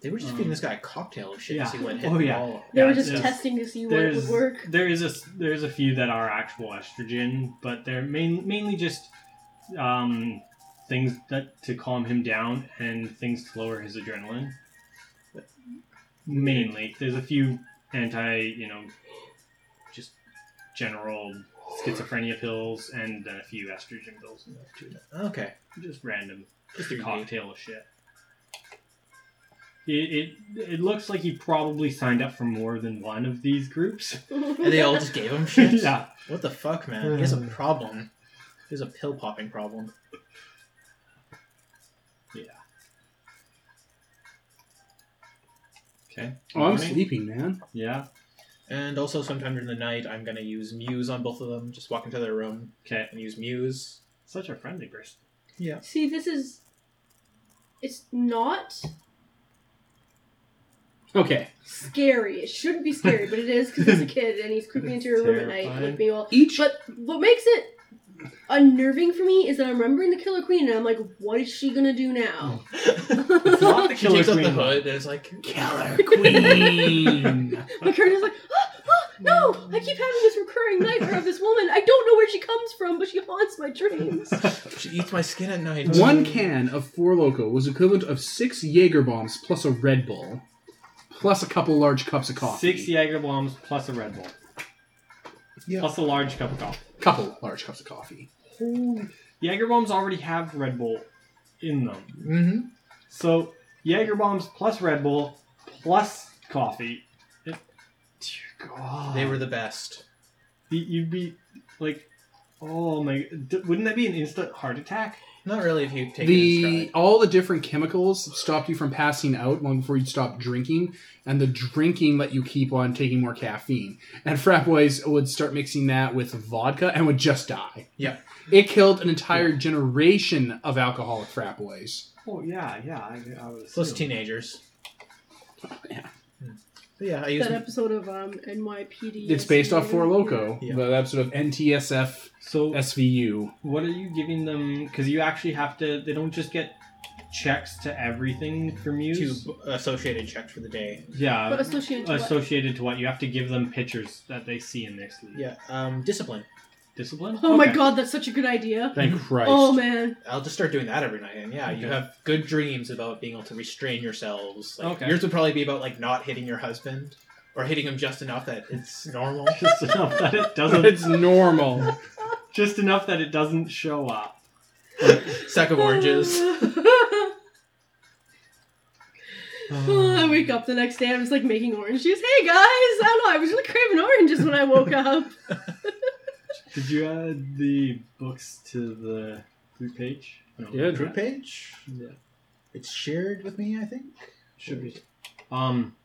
Speaker 3: They were just
Speaker 2: Um,
Speaker 3: feeding this guy a cocktail of shit
Speaker 2: yeah.
Speaker 3: to see what hit
Speaker 2: Oh,
Speaker 3: the
Speaker 2: yeah.
Speaker 3: wall.
Speaker 4: They were
Speaker 2: Yeah,
Speaker 4: just
Speaker 2: there's-
Speaker 4: testing to see what
Speaker 2: There's
Speaker 4: would work.
Speaker 2: there is a s- there's a few that are actual estrogen, but they're main, mainly just um, things that to calm him down and things to lower his adrenaline. Mainly, there's a few anti, you know, just general schizophrenia pills, and then a few estrogen pills in there too.
Speaker 3: Okay.
Speaker 2: Just random, just a
Speaker 3: Creepy.
Speaker 2: cocktail of shit. It, it it looks like he probably signed up for more than one of these groups.
Speaker 3: And they all just gave him shit.
Speaker 2: yeah.
Speaker 3: What the fuck, man? He has a problem. He has a pill popping problem.
Speaker 2: Okay.
Speaker 1: Oh, I'm
Speaker 2: Morning.
Speaker 1: sleeping, man.
Speaker 2: Yeah.
Speaker 3: And also, sometime during the night, I'm gonna use Muse on both of them. Just walk into their room
Speaker 2: Okay.
Speaker 3: and use Muse.
Speaker 2: Such a friendly person.
Speaker 4: See, this is. It's not
Speaker 1: Okay.
Speaker 4: scary. It shouldn't be scary, but it is because he's a kid and he's creeping into your room at night.
Speaker 2: Terrifying.
Speaker 4: Like, being all,
Speaker 1: Each
Speaker 4: but what makes it unnerving for me is that I'm remembering the Killer Queen and I'm like, what is she gonna do now?
Speaker 3: It's not the
Speaker 2: She
Speaker 3: killer
Speaker 2: takes out the
Speaker 3: queen. the
Speaker 2: hood
Speaker 3: hood and it's like
Speaker 1: Killer Queen.
Speaker 4: My character's like, ah, ah, no! I keep having this recurring nightmare of this woman. I don't know where she comes from, but she haunts my dreams.
Speaker 3: she eats my skin at night. Mm-hmm.
Speaker 1: One can of Four Loco was equivalent of six Jaeger bombs plus a Red Bull, plus a couple large cups of coffee.
Speaker 2: Six Jaeger bombs plus a Red Bull.
Speaker 3: Yeah.
Speaker 2: Plus a large cup of coffee.
Speaker 1: couple large cups of coffee.
Speaker 2: Jaeger bombs already have Red Bull in them.
Speaker 3: Mm-hmm.
Speaker 2: So Jaeger bombs plus Red Bull plus coffee. It, dear God.
Speaker 3: They were the best.
Speaker 2: You- You'd be like, oh my. d- Wouldn't that be an instant heart attack?
Speaker 3: Not really if you take it in
Speaker 1: the
Speaker 3: stride.
Speaker 1: all the different chemicals stopped you from passing out long before you stopped drinking, and the drinking let you keep on taking more caffeine. And frat boys would start mixing that with vodka and would just die.
Speaker 3: Yeah.
Speaker 1: it killed an entire generation of alcoholic frat boys.
Speaker 2: Oh yeah, yeah. I, I was
Speaker 3: Plus teenagers. Hmm.
Speaker 1: Yeah.
Speaker 3: But yeah, I use
Speaker 4: that episode of um, NYPD.
Speaker 1: It's based off Four
Speaker 4: Four
Speaker 1: Loco,
Speaker 3: Yeah.
Speaker 1: the episode of NTSF
Speaker 2: So
Speaker 1: SVU.
Speaker 2: What are you giving them? Because you actually have to. They don't just get checks to everything from you.
Speaker 3: two associated checks for the day.
Speaker 4: But
Speaker 2: Yeah,
Speaker 4: associated to what?
Speaker 2: associated to what you have to give them pictures that they see in their sleep.
Speaker 3: Yeah, um, discipline.
Speaker 2: Discipline.
Speaker 4: Oh my
Speaker 2: Okay.
Speaker 4: god, that's such a good idea.
Speaker 1: Thank
Speaker 3: Mm-hmm.
Speaker 1: Christ.
Speaker 4: Oh man.
Speaker 3: I'll just start doing that every night, and yeah, you
Speaker 2: Okay.
Speaker 3: have good dreams about being able to restrain yourselves. Like,
Speaker 2: Okay.
Speaker 3: Yours would probably be about like not hitting your husband or hitting him just enough that it's normal.
Speaker 2: Just enough that it doesn't.
Speaker 1: it's normal.
Speaker 2: Just enough that it doesn't show up.
Speaker 3: Sack of oranges.
Speaker 4: I wake up the next day and I'm just like making orange juice. Hey guys! I don't know, I was really craving oranges when I woke up.
Speaker 2: Did you add the books to the food page? No.
Speaker 1: Yeah,
Speaker 3: Fruit page.
Speaker 2: Yeah.
Speaker 3: It's shared with me, I think.
Speaker 2: Should be. Um.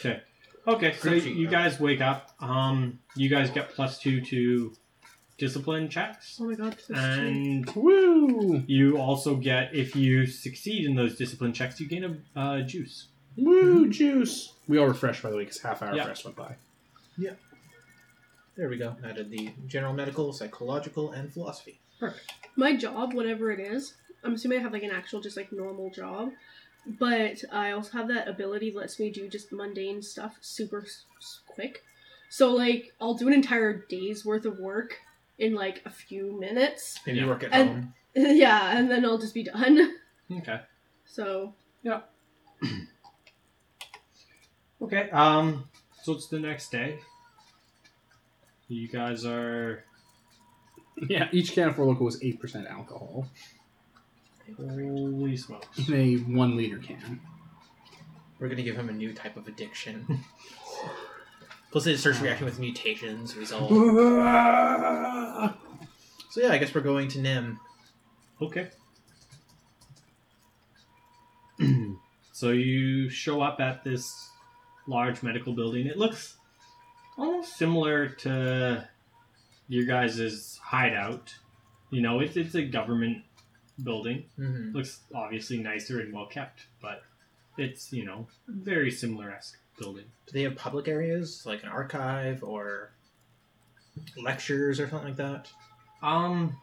Speaker 2: Okay. Okay. So
Speaker 3: Creepy.
Speaker 2: you guys wake up. Um. You guys get plus two to discipline checks,
Speaker 4: Oh my god, this is strange.
Speaker 2: and
Speaker 1: Woo!
Speaker 2: you also get if you succeed in those discipline checks, you gain a uh, juice.
Speaker 1: Woo! Juice. We all refreshed by the way because half hour
Speaker 2: Yeah.
Speaker 1: rest went by.
Speaker 3: There we go. Added the general medical, psychological, and philosophy.
Speaker 4: My job, whatever it is, I'm assuming I have like an actual just like normal job. But I also have that ability that lets me do just mundane stuff super s- s- quick. So like I'll do an entire day's worth of work in like a few minutes.
Speaker 3: Maybe
Speaker 2: Yeah.
Speaker 3: work at
Speaker 4: And-
Speaker 3: home.
Speaker 4: yeah, and then I'll just be done.
Speaker 2: Okay.
Speaker 4: So
Speaker 2: Okay. Um. So it's the next day. You guys are.
Speaker 1: Yeah, each can of Four Loco was 8% alcohol
Speaker 2: Holy smokes.
Speaker 1: in a one liter can.
Speaker 3: We're gonna give him a new type of addiction. Plus, his
Speaker 2: Ah.
Speaker 3: search reaction with mutations result.
Speaker 1: Uh,
Speaker 3: So yeah, I guess we're going to Nim.
Speaker 2: Okay. So you show up at this large medical building. It looks almost similar to your guys' hideout. You know, it's, it's a government building.
Speaker 3: Mm-hmm.
Speaker 2: Looks obviously nicer and well kept, but it's, you know, very similar esque building.
Speaker 3: Do they have public areas like an archive or lectures or something like that?
Speaker 2: Um,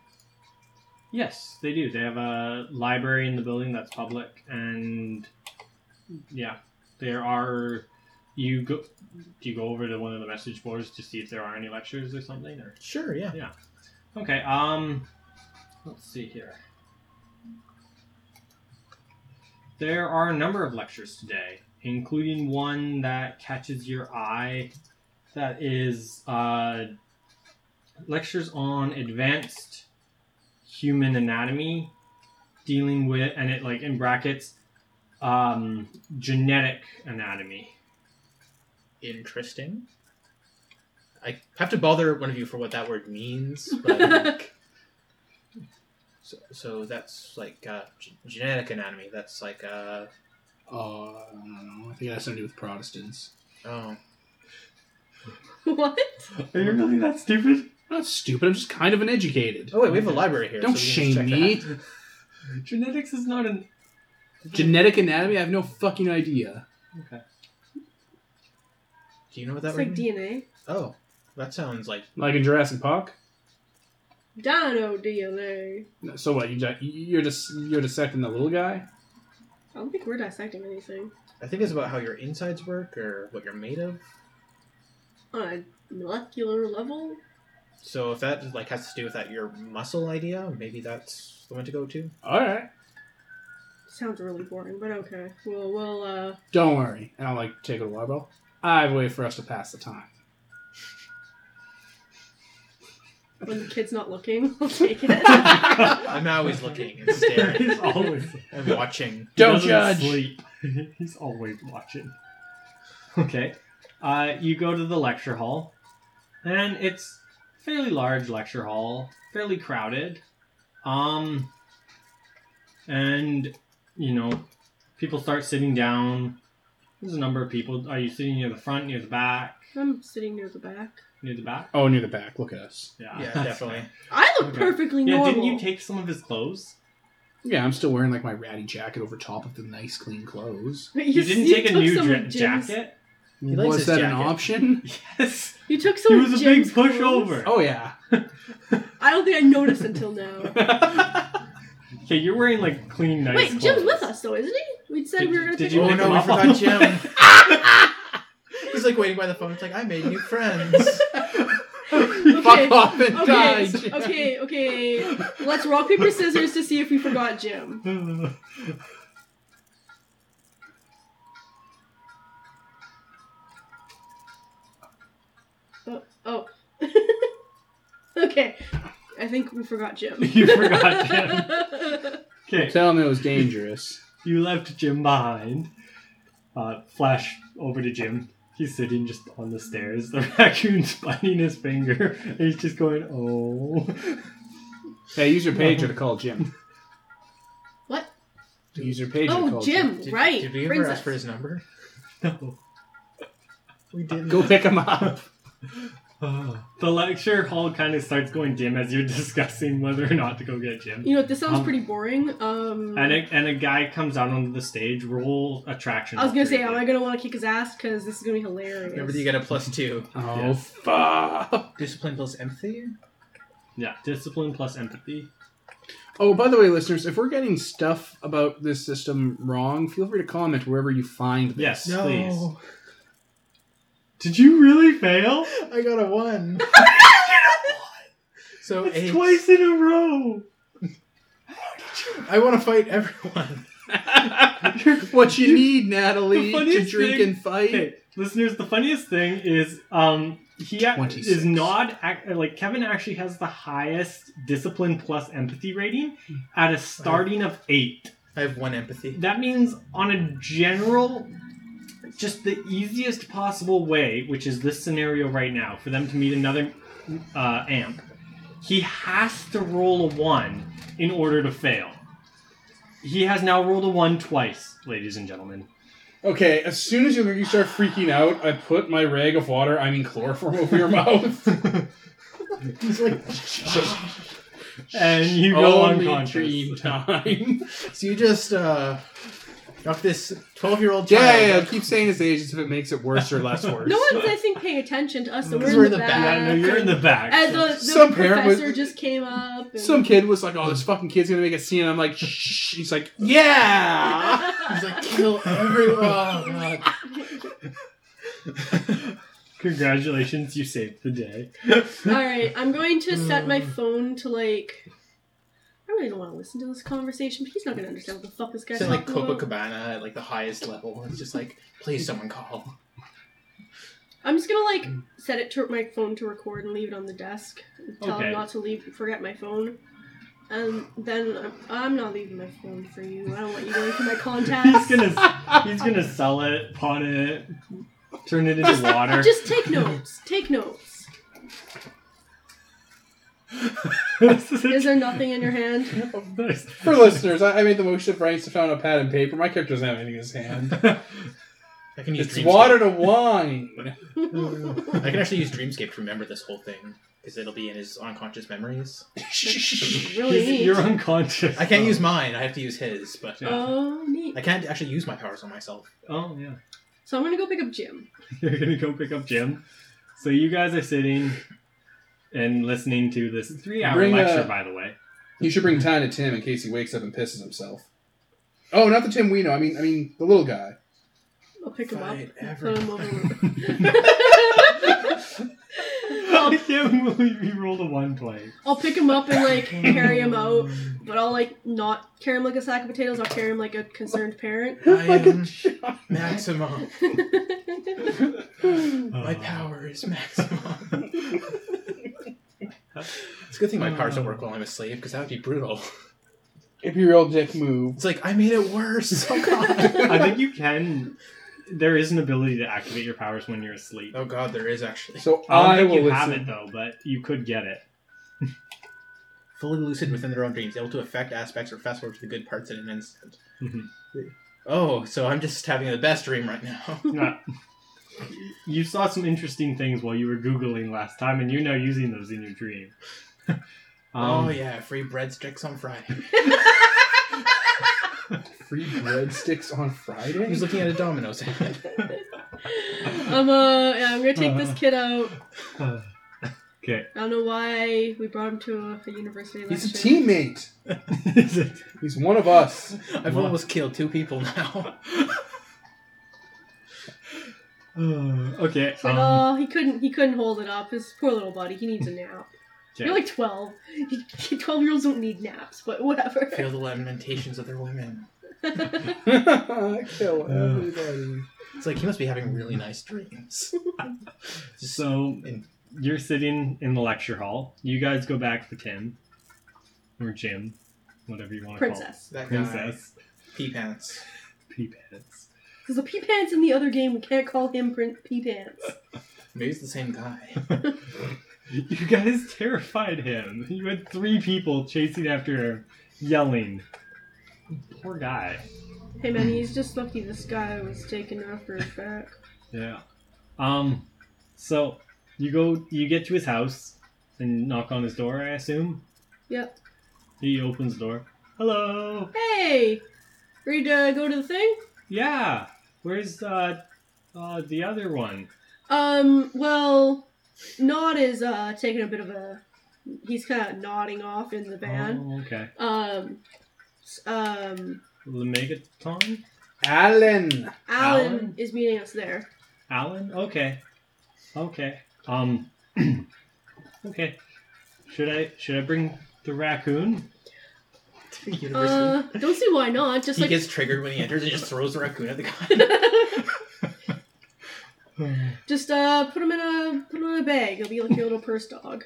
Speaker 2: yes, they do. They have a library in the building that's public, and yeah, there are. You go? Do you go over to one of the message boards to see if there are any lectures or something? Or
Speaker 3: Sure, yeah.
Speaker 2: okay, um, let's see here. There are a number of lectures today, including one that catches your eye. That is uh, lectures on advanced human anatomy, dealing with and it like in brackets, um, genetic anatomy.
Speaker 3: Interesting. I have to bother one of you for what that word means, but so, so that's like uh, g- genetic anatomy. That's like uh
Speaker 1: Uh, I don't know. I think it has something to do with Protestants.
Speaker 3: oh
Speaker 4: what?
Speaker 2: Are you really that stupid?
Speaker 1: I'm not stupid. I'm just kind of uneducated.
Speaker 3: oh wait, we have a library here.
Speaker 1: Don't
Speaker 3: so we
Speaker 1: shame
Speaker 3: can
Speaker 1: me.
Speaker 3: just check that.
Speaker 2: Genetics is not an
Speaker 1: Genetic anatomy? I have no fucking idea.
Speaker 2: Okay.
Speaker 3: Do you know what that
Speaker 4: It's
Speaker 3: word?
Speaker 4: like
Speaker 3: means?
Speaker 4: DNA.
Speaker 3: oh, that sounds like
Speaker 1: Like in Jurassic Park.
Speaker 4: Dino DNA.
Speaker 1: No, So what? You di- you're just you're dissecting the little guy.
Speaker 4: I don't think we're dissecting anything.
Speaker 3: I think it's about how your insides work or what you're made of.
Speaker 4: On a molecular level?
Speaker 3: So if that like has to do with that your muscle idea, maybe that's the one to go to.
Speaker 1: All right.
Speaker 4: Sounds really boring, but okay. Well, we'll, uh,
Speaker 1: Don't worry. And I'll like take it a while, bro. I have a way for us to pass the time.
Speaker 4: when the kid's not looking, I'll take it.
Speaker 3: I'm always looking and staring
Speaker 2: He's always
Speaker 3: and watching.
Speaker 2: He
Speaker 1: Don't
Speaker 2: doesn't
Speaker 1: judge.
Speaker 2: Sleep. He's always watching. Okay. Uh, you go to the lecture hall, and it's fairly large lecture hall, fairly crowded. Um, and you know, people start sitting down. There's a number of people. Are you sitting near the front, near the back,
Speaker 4: I'm sitting near the back.
Speaker 2: near the back?
Speaker 1: Oh, near the back. Look at us.
Speaker 3: Yeah, definitely.
Speaker 4: I look
Speaker 2: Okay.
Speaker 4: perfectly
Speaker 2: Yeah,
Speaker 4: normal.
Speaker 2: didn't you take some of his clothes?
Speaker 1: Yeah, I'm still wearing like my ratty jacket over top of the nice, clean clothes.
Speaker 4: But
Speaker 2: You, didn't take a
Speaker 4: took
Speaker 2: new
Speaker 4: some
Speaker 2: dra-
Speaker 4: of Jim's-
Speaker 2: jacket?
Speaker 3: likes
Speaker 1: Was
Speaker 3: his
Speaker 1: that an
Speaker 3: jacket.
Speaker 1: option?
Speaker 2: Yes.
Speaker 4: You took
Speaker 2: He
Speaker 4: some. of
Speaker 2: was a big
Speaker 4: Jim's clothes.
Speaker 2: pushover.
Speaker 1: Oh yeah.
Speaker 4: I don't think I noticed until now.
Speaker 2: Okay, you're wearing like clean, nice
Speaker 4: Wait,
Speaker 2: clothes.
Speaker 4: Jim's with us though, isn't he? We said
Speaker 2: Did
Speaker 4: we
Speaker 2: you-
Speaker 4: were gonna
Speaker 2: did
Speaker 4: take
Speaker 2: you
Speaker 4: him.
Speaker 3: Oh
Speaker 2: make
Speaker 3: no,
Speaker 2: him
Speaker 3: we
Speaker 2: up?
Speaker 3: forgot Jim. He's like waiting by the phone. It's like I made new friends.
Speaker 1: Fuck off and die.
Speaker 4: Okay,
Speaker 1: Jim.
Speaker 4: okay, okay. Let's rock paper scissors to see if we forgot Jim. Oh, oh. okay. I think we forgot Jim.
Speaker 2: You forgot Jim. Okay,
Speaker 1: Tell him it was dangerous.
Speaker 2: you left Jim behind. Uh, flash over to Jim. He's sitting just on the stairs. The raccoon's biting his finger. And he's just going, oh.
Speaker 1: Hey, use your pager to call Jim.
Speaker 4: What?
Speaker 1: Use your pager to
Speaker 4: Oh,
Speaker 1: call
Speaker 4: Jim.
Speaker 3: Did,
Speaker 4: right.
Speaker 3: Did we ever
Speaker 4: Brings us.
Speaker 3: ask for his number?
Speaker 2: No.
Speaker 3: We didn't.
Speaker 1: Go pick him up.
Speaker 2: Uh, The lecture hall kind of starts going dim as you're discussing whether or not to go get Jim.
Speaker 4: You know, this sounds
Speaker 2: Um,
Speaker 4: pretty boring. Um,
Speaker 2: And a, and a guy comes out onto the stage. Roll attraction.
Speaker 4: I was gonna say, oh am I
Speaker 2: Period.
Speaker 4: gonna want to kick his ass? Because this is gonna be hilarious.
Speaker 3: Remember, you get a plus two.
Speaker 1: Oh fuck.
Speaker 3: Discipline plus empathy.
Speaker 2: Yeah, discipline plus empathy.
Speaker 1: Oh, by the way, listeners, if we're getting stuff about this system wrong, feel free to comment wherever you find this.
Speaker 2: Yes, please. Did you really fail?
Speaker 3: I got a one. so eight.
Speaker 2: in a row.
Speaker 3: I want to fight everyone.
Speaker 1: what you need, Natalie,
Speaker 2: The
Speaker 1: to
Speaker 2: funniest
Speaker 1: drink
Speaker 2: thing-
Speaker 1: and fight.
Speaker 2: Okay, listeners, the funniest thing is um he a-
Speaker 1: 26.
Speaker 2: is not ac- like Kevin actually has the highest discipline plus empathy rating at a starting of 8.
Speaker 3: I have one empathy.
Speaker 2: That means on a general just the easiest possible way, which is this scenario right now, for them to meet another uh, amp, he has to roll a one in order to fail. He has now rolled a one twice, ladies and gentlemen.
Speaker 6: Okay, as soon as you, you start freaking out, I put my rag of water, I mean chloroform, over your mouth.
Speaker 3: He's like,
Speaker 2: And you go
Speaker 6: Only
Speaker 2: unconscious.
Speaker 6: dream time.
Speaker 3: so you just uh, knock this twelve-year-old child.
Speaker 1: Yeah, yeah, yeah, keep saying his age as if it makes it worse or less worse.
Speaker 4: No one's, I think, paying attention to us. So we're,
Speaker 3: Because
Speaker 4: in
Speaker 3: we're
Speaker 4: the,
Speaker 3: in the back.
Speaker 4: back.
Speaker 2: Yeah, no, you're in the back.
Speaker 4: And the, the
Speaker 1: Some parent was-
Speaker 4: professor just came up. And...
Speaker 1: Some kid was like, "Oh, this fucking kid's gonna make a scene." And I'm like, "Shh." He's like,
Speaker 6: yeah!
Speaker 3: He's like, kill everyone. Oh, God.
Speaker 2: Congratulations, you saved the day.
Speaker 4: All right, I'm going to set my phone to like. I really don't want to listen to this conversation, but he's not going to understand what the fuck this guy's
Speaker 3: It's in like
Speaker 4: talking about.
Speaker 3: Copacabana at like the highest level. It's just like, please, someone call.
Speaker 4: I'm just gonna like set it to my phone to record and leave it on the desk. And tell
Speaker 2: Okay.
Speaker 4: him not to leave, forget my phone, and then I'm, I'm not leaving my phone for you. I don't want you going through my
Speaker 2: He's
Speaker 4: contacts.
Speaker 2: gonna he's gonna sell it, pawn it, turn it into water.
Speaker 4: Just take notes. Take notes. Is there nothing in your hand?
Speaker 2: Nice.
Speaker 6: For listeners, I, I made the motion of writing stuff down on a pad and paper. My character doesn't have anything in his hand.
Speaker 3: I can use
Speaker 6: It's
Speaker 3: Dreamscape.
Speaker 6: water to wine.
Speaker 3: I can actually use Dreamscape to remember this whole thing because it'll be in his unconscious memories.
Speaker 4: Really
Speaker 2: He's-
Speaker 4: neat.
Speaker 2: you're unconscious.
Speaker 3: I can't
Speaker 6: Oh.
Speaker 2: though.
Speaker 3: use mine. I have to use his, but uh,
Speaker 4: Oh, neat.
Speaker 3: I can't actually use my powers on myself.
Speaker 2: Oh yeah.
Speaker 4: So I'm gonna go pick up Jim.
Speaker 2: You're gonna go pick up Jim. So you guys are sitting and listening to this three-hour
Speaker 6: Bring, uh,
Speaker 2: lecture, by the way.
Speaker 6: You should bring Tom to Tim in case he wakes up and pisses himself. Oh, not the Tim we know. I mean, I mean the little guy.
Speaker 4: I'll pick him up.
Speaker 3: Fight
Speaker 4: and
Speaker 3: ever.
Speaker 4: Put him over.
Speaker 2: I can't believe you rolled a one twice.
Speaker 4: I'll pick him up and like carry him out, but I'll like not carry him like a sack of potatoes. I'll carry him like a concerned parent.
Speaker 3: I am Maximum.
Speaker 2: Oh.
Speaker 3: My power is maximum. it's a good thing my powers don't work while I'm asleep because that would be brutal.
Speaker 6: If your old dick move.
Speaker 3: It's like I made it worse. Oh god.
Speaker 2: I think you can. There is an ability to activate your powers when you're asleep.
Speaker 3: oh god, there is actually
Speaker 6: So
Speaker 2: I don't
Speaker 6: I,
Speaker 2: think
Speaker 6: will
Speaker 2: you
Speaker 6: listen.
Speaker 2: have it though, but you could get it.
Speaker 3: fully lucid within their own dreams, able to affect aspects or fast forward to the good parts in an instant.
Speaker 2: Mhm.
Speaker 3: oh, so I'm just having the best dream right now.
Speaker 2: Not- you saw some interesting things while you were googling last time, and you're now using those in your dream. Um,
Speaker 3: oh yeah, free breadsticks on Friday.
Speaker 6: Free breadsticks on Friday.
Speaker 3: He's looking at a Domino's ad.
Speaker 4: I'm uh, yeah, I'm gonna take this kid out.
Speaker 2: Okay.
Speaker 4: I don't know why we brought him to a, a university.
Speaker 6: He's a
Speaker 4: lecture.
Speaker 6: teammate.
Speaker 2: Is it-
Speaker 6: He's one of us.
Speaker 3: I've
Speaker 2: Wow.
Speaker 3: almost killed two people now.
Speaker 2: Uh, okay.
Speaker 4: It's Like,
Speaker 2: Um,
Speaker 4: oh, he couldn't, he couldn't hold it up. His poor little body. He needs a nap. You're
Speaker 2: okay.
Speaker 4: like twelve. Twelve year olds don't need naps, but whatever.
Speaker 3: Feel the lamentations of their women.
Speaker 6: Kill everybody.
Speaker 3: It's like he must be having really nice dreams.
Speaker 2: So
Speaker 3: In-
Speaker 2: you're sitting in the lecture hall. You guys go back to Tim or Jim, whatever you want to call
Speaker 4: Princess,
Speaker 3: That
Speaker 2: it.
Speaker 3: guy,
Speaker 2: Princess.
Speaker 3: pee pants.
Speaker 2: Pee pants.
Speaker 4: because the pee pants in the other game, we can't call him Prin- pee pants.
Speaker 3: Maybe it's the same guy.
Speaker 2: You guys terrified him. You had three people chasing after him, yelling. Poor guy.
Speaker 4: Hey man, he's just lucky this guy was taken after his back.
Speaker 2: Yeah. Um. So you go, you get to his house and knock on his door. I assume.
Speaker 4: Yep.
Speaker 2: He opens the door. Hello.
Speaker 4: Hey, ready to go to the thing?
Speaker 2: Yeah. Where's uh, uh the other one?
Speaker 4: Um, well, Nod is uh taking a bit of a he's kind of nodding off in the van.
Speaker 2: Oh, okay.
Speaker 4: Um s- um
Speaker 2: The Megaton.
Speaker 6: Alan.
Speaker 4: Alan,
Speaker 2: Alan?
Speaker 4: is meeting us there.
Speaker 2: Alan. Okay. Okay. Um. okay. Should I should I bring the raccoon?
Speaker 3: University.
Speaker 4: Uh don't see why not. Just
Speaker 3: he
Speaker 4: like
Speaker 3: gets triggered when he enters and just throws the raccoon at the guy.
Speaker 4: just uh put him in a put him in a bag. He'll be like your little purse dog.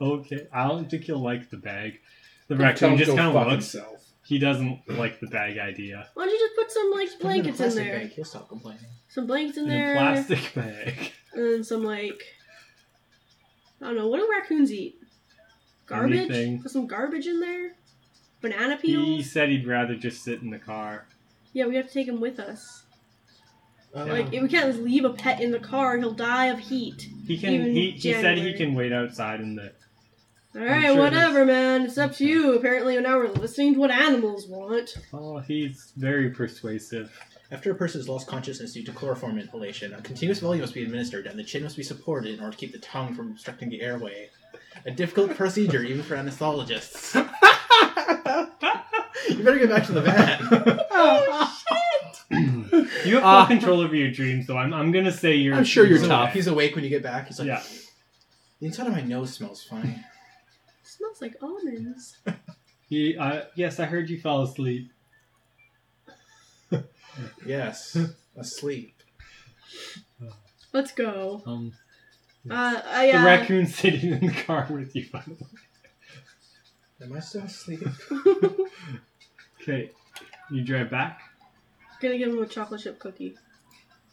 Speaker 2: Okay, I don't think he'll like the bag. The
Speaker 6: Tell
Speaker 2: raccoon
Speaker 6: him
Speaker 2: just
Speaker 6: to go
Speaker 2: kind
Speaker 6: fuck
Speaker 2: of looks.
Speaker 6: himself.
Speaker 2: He doesn't like the bag idea.
Speaker 4: Why don't you just put some like
Speaker 3: Put him a
Speaker 4: blankets in
Speaker 3: plastic
Speaker 4: there?
Speaker 3: bag, He'll stop complaining.
Speaker 4: Some blankets in
Speaker 2: In
Speaker 4: there
Speaker 2: a plastic bag.
Speaker 4: and then some like I don't know, what do raccoons eat? Garbage?
Speaker 2: Anything.
Speaker 4: Put some garbage in there? banana
Speaker 2: He
Speaker 4: peels.
Speaker 2: said he'd rather just sit in the car.
Speaker 4: Yeah, we have to take him with us.
Speaker 3: Uh,
Speaker 4: Like we can't just leave a pet in the car; he'll die of heat.
Speaker 2: He can.
Speaker 4: Even
Speaker 2: He, he said he
Speaker 4: January.
Speaker 2: can wait outside in the.
Speaker 4: All right,
Speaker 2: sure
Speaker 4: whatever, man. It's up to you. Apparently, now we're listening to what animals want.
Speaker 2: Oh, he's very persuasive.
Speaker 3: After a person has lost consciousness due to chloroform inhalation, a continuous volume must be administered, and the chin must be supported in order to keep the tongue from obstructing the airway. A difficult procedure, even for anesthologists. you better get back to the van.
Speaker 2: You have full
Speaker 1: Ah.
Speaker 2: control over your dreams, though. I'm, I'm gonna say you're.
Speaker 1: I'm sure you're
Speaker 3: He's
Speaker 1: top.
Speaker 3: awake- He's awake when you get back. He's like,
Speaker 2: Yeah.
Speaker 3: the inside of my nose smells funny.
Speaker 4: smells like almonds.
Speaker 2: He. Uh, yes, I heard you fell asleep.
Speaker 3: Yes, asleep.
Speaker 4: Let's go.
Speaker 2: Um,
Speaker 4: Uh, I, uh,
Speaker 2: The raccoon sitting in the car with you. By the way.
Speaker 3: Am I still asleep?
Speaker 2: Okay, you drive back.
Speaker 4: gonna give him a chocolate chip cookie.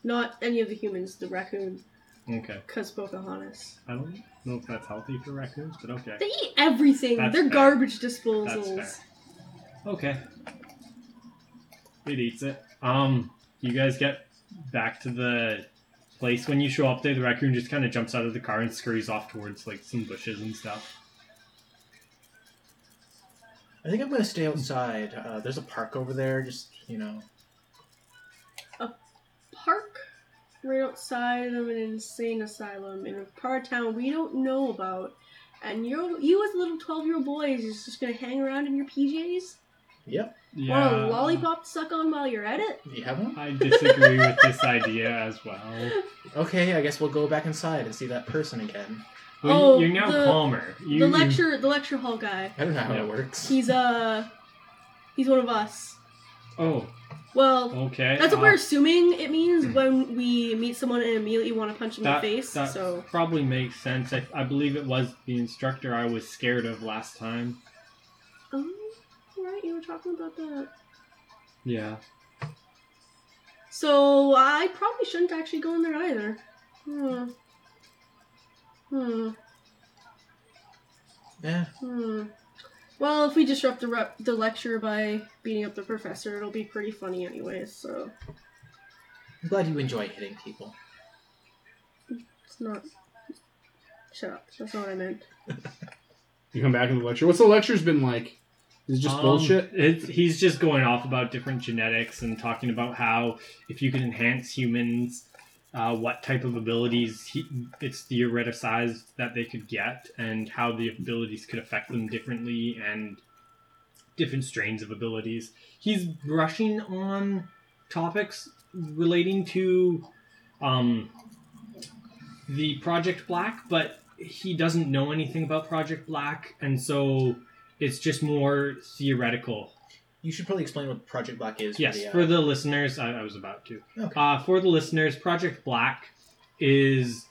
Speaker 4: Not any of the humans, the raccoon,
Speaker 2: Okay.
Speaker 4: because Pocahontas.
Speaker 2: I don't know if that's healthy for raccoons, but okay.
Speaker 4: They eat everything.
Speaker 2: That's
Speaker 4: They're
Speaker 2: fair.
Speaker 4: garbage
Speaker 2: That's
Speaker 4: disposals.
Speaker 2: fair. Okay. It eats it. Um, you guys get back to the place. When you show up there, the raccoon just kind of jumps out of the car and scurries off towards like some bushes and stuff.
Speaker 3: I think I'm going to stay outside. Uh, there's a park over there, just, you know.
Speaker 4: Park right outside of an insane asylum in a part of town we don't know about. And you, you as a little twelve-year-old boy, is just gonna hang around in your PJs.
Speaker 3: Yep.
Speaker 2: Yeah.
Speaker 4: Want a lollipop to suck on while you're at it?
Speaker 3: Do you have one?
Speaker 2: I disagree with this idea as well.
Speaker 3: Okay, I guess we'll go back inside and see that person again.
Speaker 2: Well,
Speaker 4: Oh,
Speaker 2: you're now
Speaker 4: the-
Speaker 2: calmer. You, you-
Speaker 4: the lecture, the lecture hall guy.
Speaker 3: I don't know how
Speaker 2: Yeah.
Speaker 3: it works.
Speaker 4: He's uh, he's one of us.
Speaker 2: oh,
Speaker 4: Well,
Speaker 2: okay.
Speaker 4: That's what
Speaker 2: uh,
Speaker 4: we're assuming it means when we meet someone and immediately want to punch them
Speaker 2: that,
Speaker 4: in the face.
Speaker 2: that
Speaker 4: So
Speaker 2: probably makes sense. I, I believe it was the instructor I was scared of last time.
Speaker 4: Oh, right, you were talking about that.
Speaker 2: Yeah.
Speaker 4: So I probably shouldn't actually go in there either. Hmm. Hmm.
Speaker 3: Yeah.
Speaker 4: Hmm. Well, if we disrupt the, rep- the lecture by beating up the professor, it'll be pretty funny anyway. So
Speaker 3: I'm glad you enjoy hitting people.
Speaker 4: it's not. Shut up. That's not what I meant.
Speaker 1: You come back in the lecture. What's the lecture's been like? Is it just
Speaker 2: Um,
Speaker 1: bullshit?
Speaker 2: It's, he's just going off about different genetics and talking about how if you can enhance humans, uh, what type of abilities he, it's theoreticized that they could get, and how the abilities could affect them differently, and different strains of abilities. He's brushing on topics relating to um, the Project Black, but he doesn't know anything about Project Black, and so it's just more theoretical.
Speaker 3: You should probably explain what Project Black is.
Speaker 2: Yes,
Speaker 3: uh,
Speaker 2: for the listeners, I, I was about to.
Speaker 3: Okay.
Speaker 2: Uh, for the listeners, Project Black is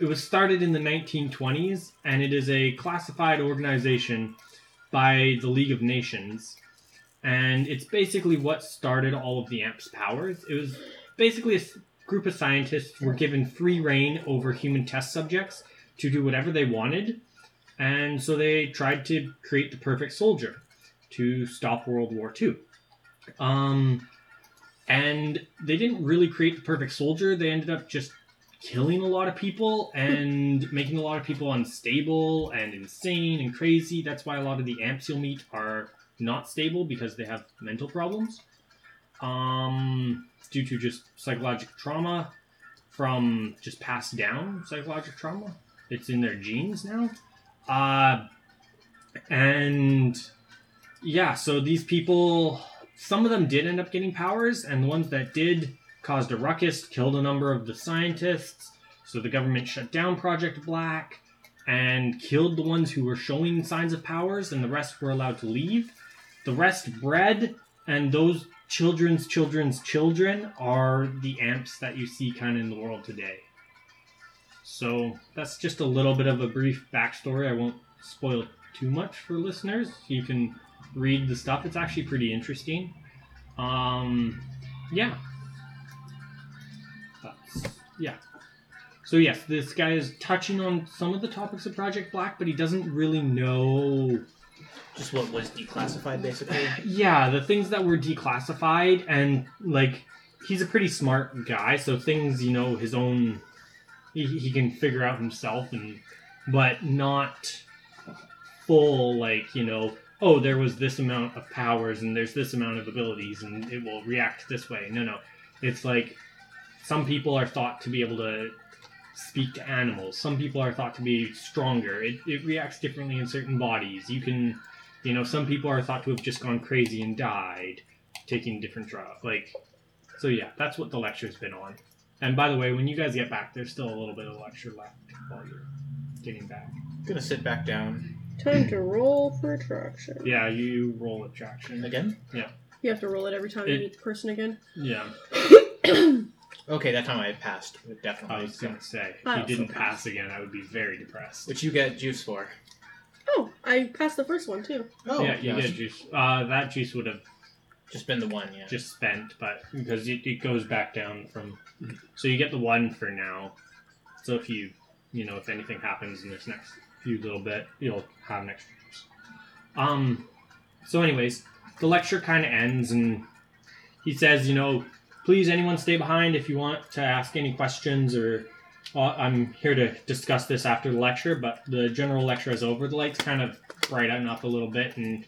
Speaker 2: it was started in the 1920s, and it is a classified organization by the League of Nations, and it's basically what started all of the AMP's powers. It was basically a s- group of scientists were given free reign over human test subjects to do whatever they wanted, and so they tried to create the perfect soldier to stop World War II. Um, and they didn't really create the perfect soldier. They ended up just killing a lot of people and making a lot of people unstable and insane and crazy. That's why a lot of the amps you'll meet are not stable because they have mental problems, um, due to just psychological trauma from just passed down psychological trauma. It's in their genes now, uh, and yeah. So these people some of them did end up getting powers, and the ones that did caused a ruckus, killed a number of the scientists. So the government shut down Project Black and killed the ones who were showing signs of powers, and the rest were allowed to leave. The rest bred, and those children's children's children are the amps that you see kind of in the world today. So that's just a little bit of a brief backstory. I won't spoil too much for listeners. You can read the stuff. It's actually pretty interesting. Um, yeah. That's, yeah. So yes, this guy is touching on some of the topics of Project Black, but he doesn't really know
Speaker 3: Just what was declassified, basically.
Speaker 2: Yeah, the things that were declassified and like he's a pretty smart guy, so things you know his own he, he can figure out himself and but not full like you know oh there was this amount of powers and there's this amount of abilities and it will react this way. No, no, it's like some people are thought to be able to speak to animals. Some people are thought to be stronger. It, it reacts differently in certain bodies. You can you know, some people are thought to have just gone crazy and died taking different drugs. Like, so yeah, that's what the lecture's been on. And by the way, when you guys get back, there's still a little bit of lecture left while you're getting back.
Speaker 3: gonna sit back down
Speaker 4: Time to roll for attraction.
Speaker 2: Yeah, you roll attraction.
Speaker 3: again.
Speaker 4: You have to roll it every time you
Speaker 2: It-
Speaker 4: meet the person again.
Speaker 2: Yeah,
Speaker 3: Okay, that time I passed,
Speaker 2: I
Speaker 3: definitely.
Speaker 2: was gonna say if
Speaker 4: I
Speaker 2: you
Speaker 4: also
Speaker 2: didn't pass again, I would be very depressed.
Speaker 3: Which you get juice for.
Speaker 4: Oh, I passed the first one too.
Speaker 3: Oh,
Speaker 2: yeah, you
Speaker 3: yes.
Speaker 2: get juice. Uh, that juice would have
Speaker 3: Just been the one, yeah.
Speaker 2: just spent, but because it, it goes back down from, so you get the one for now. So if you, you know, if anything happens in this next few little bit, you'll have an extra. juice. Um, so anyways, the lecture kind of ends, and he says, you know, please anyone stay behind if you want to ask any questions or. Uh, I'm here to discuss this after the lecture, but the general lecture is over. The lights kind of brighten up a little bit, and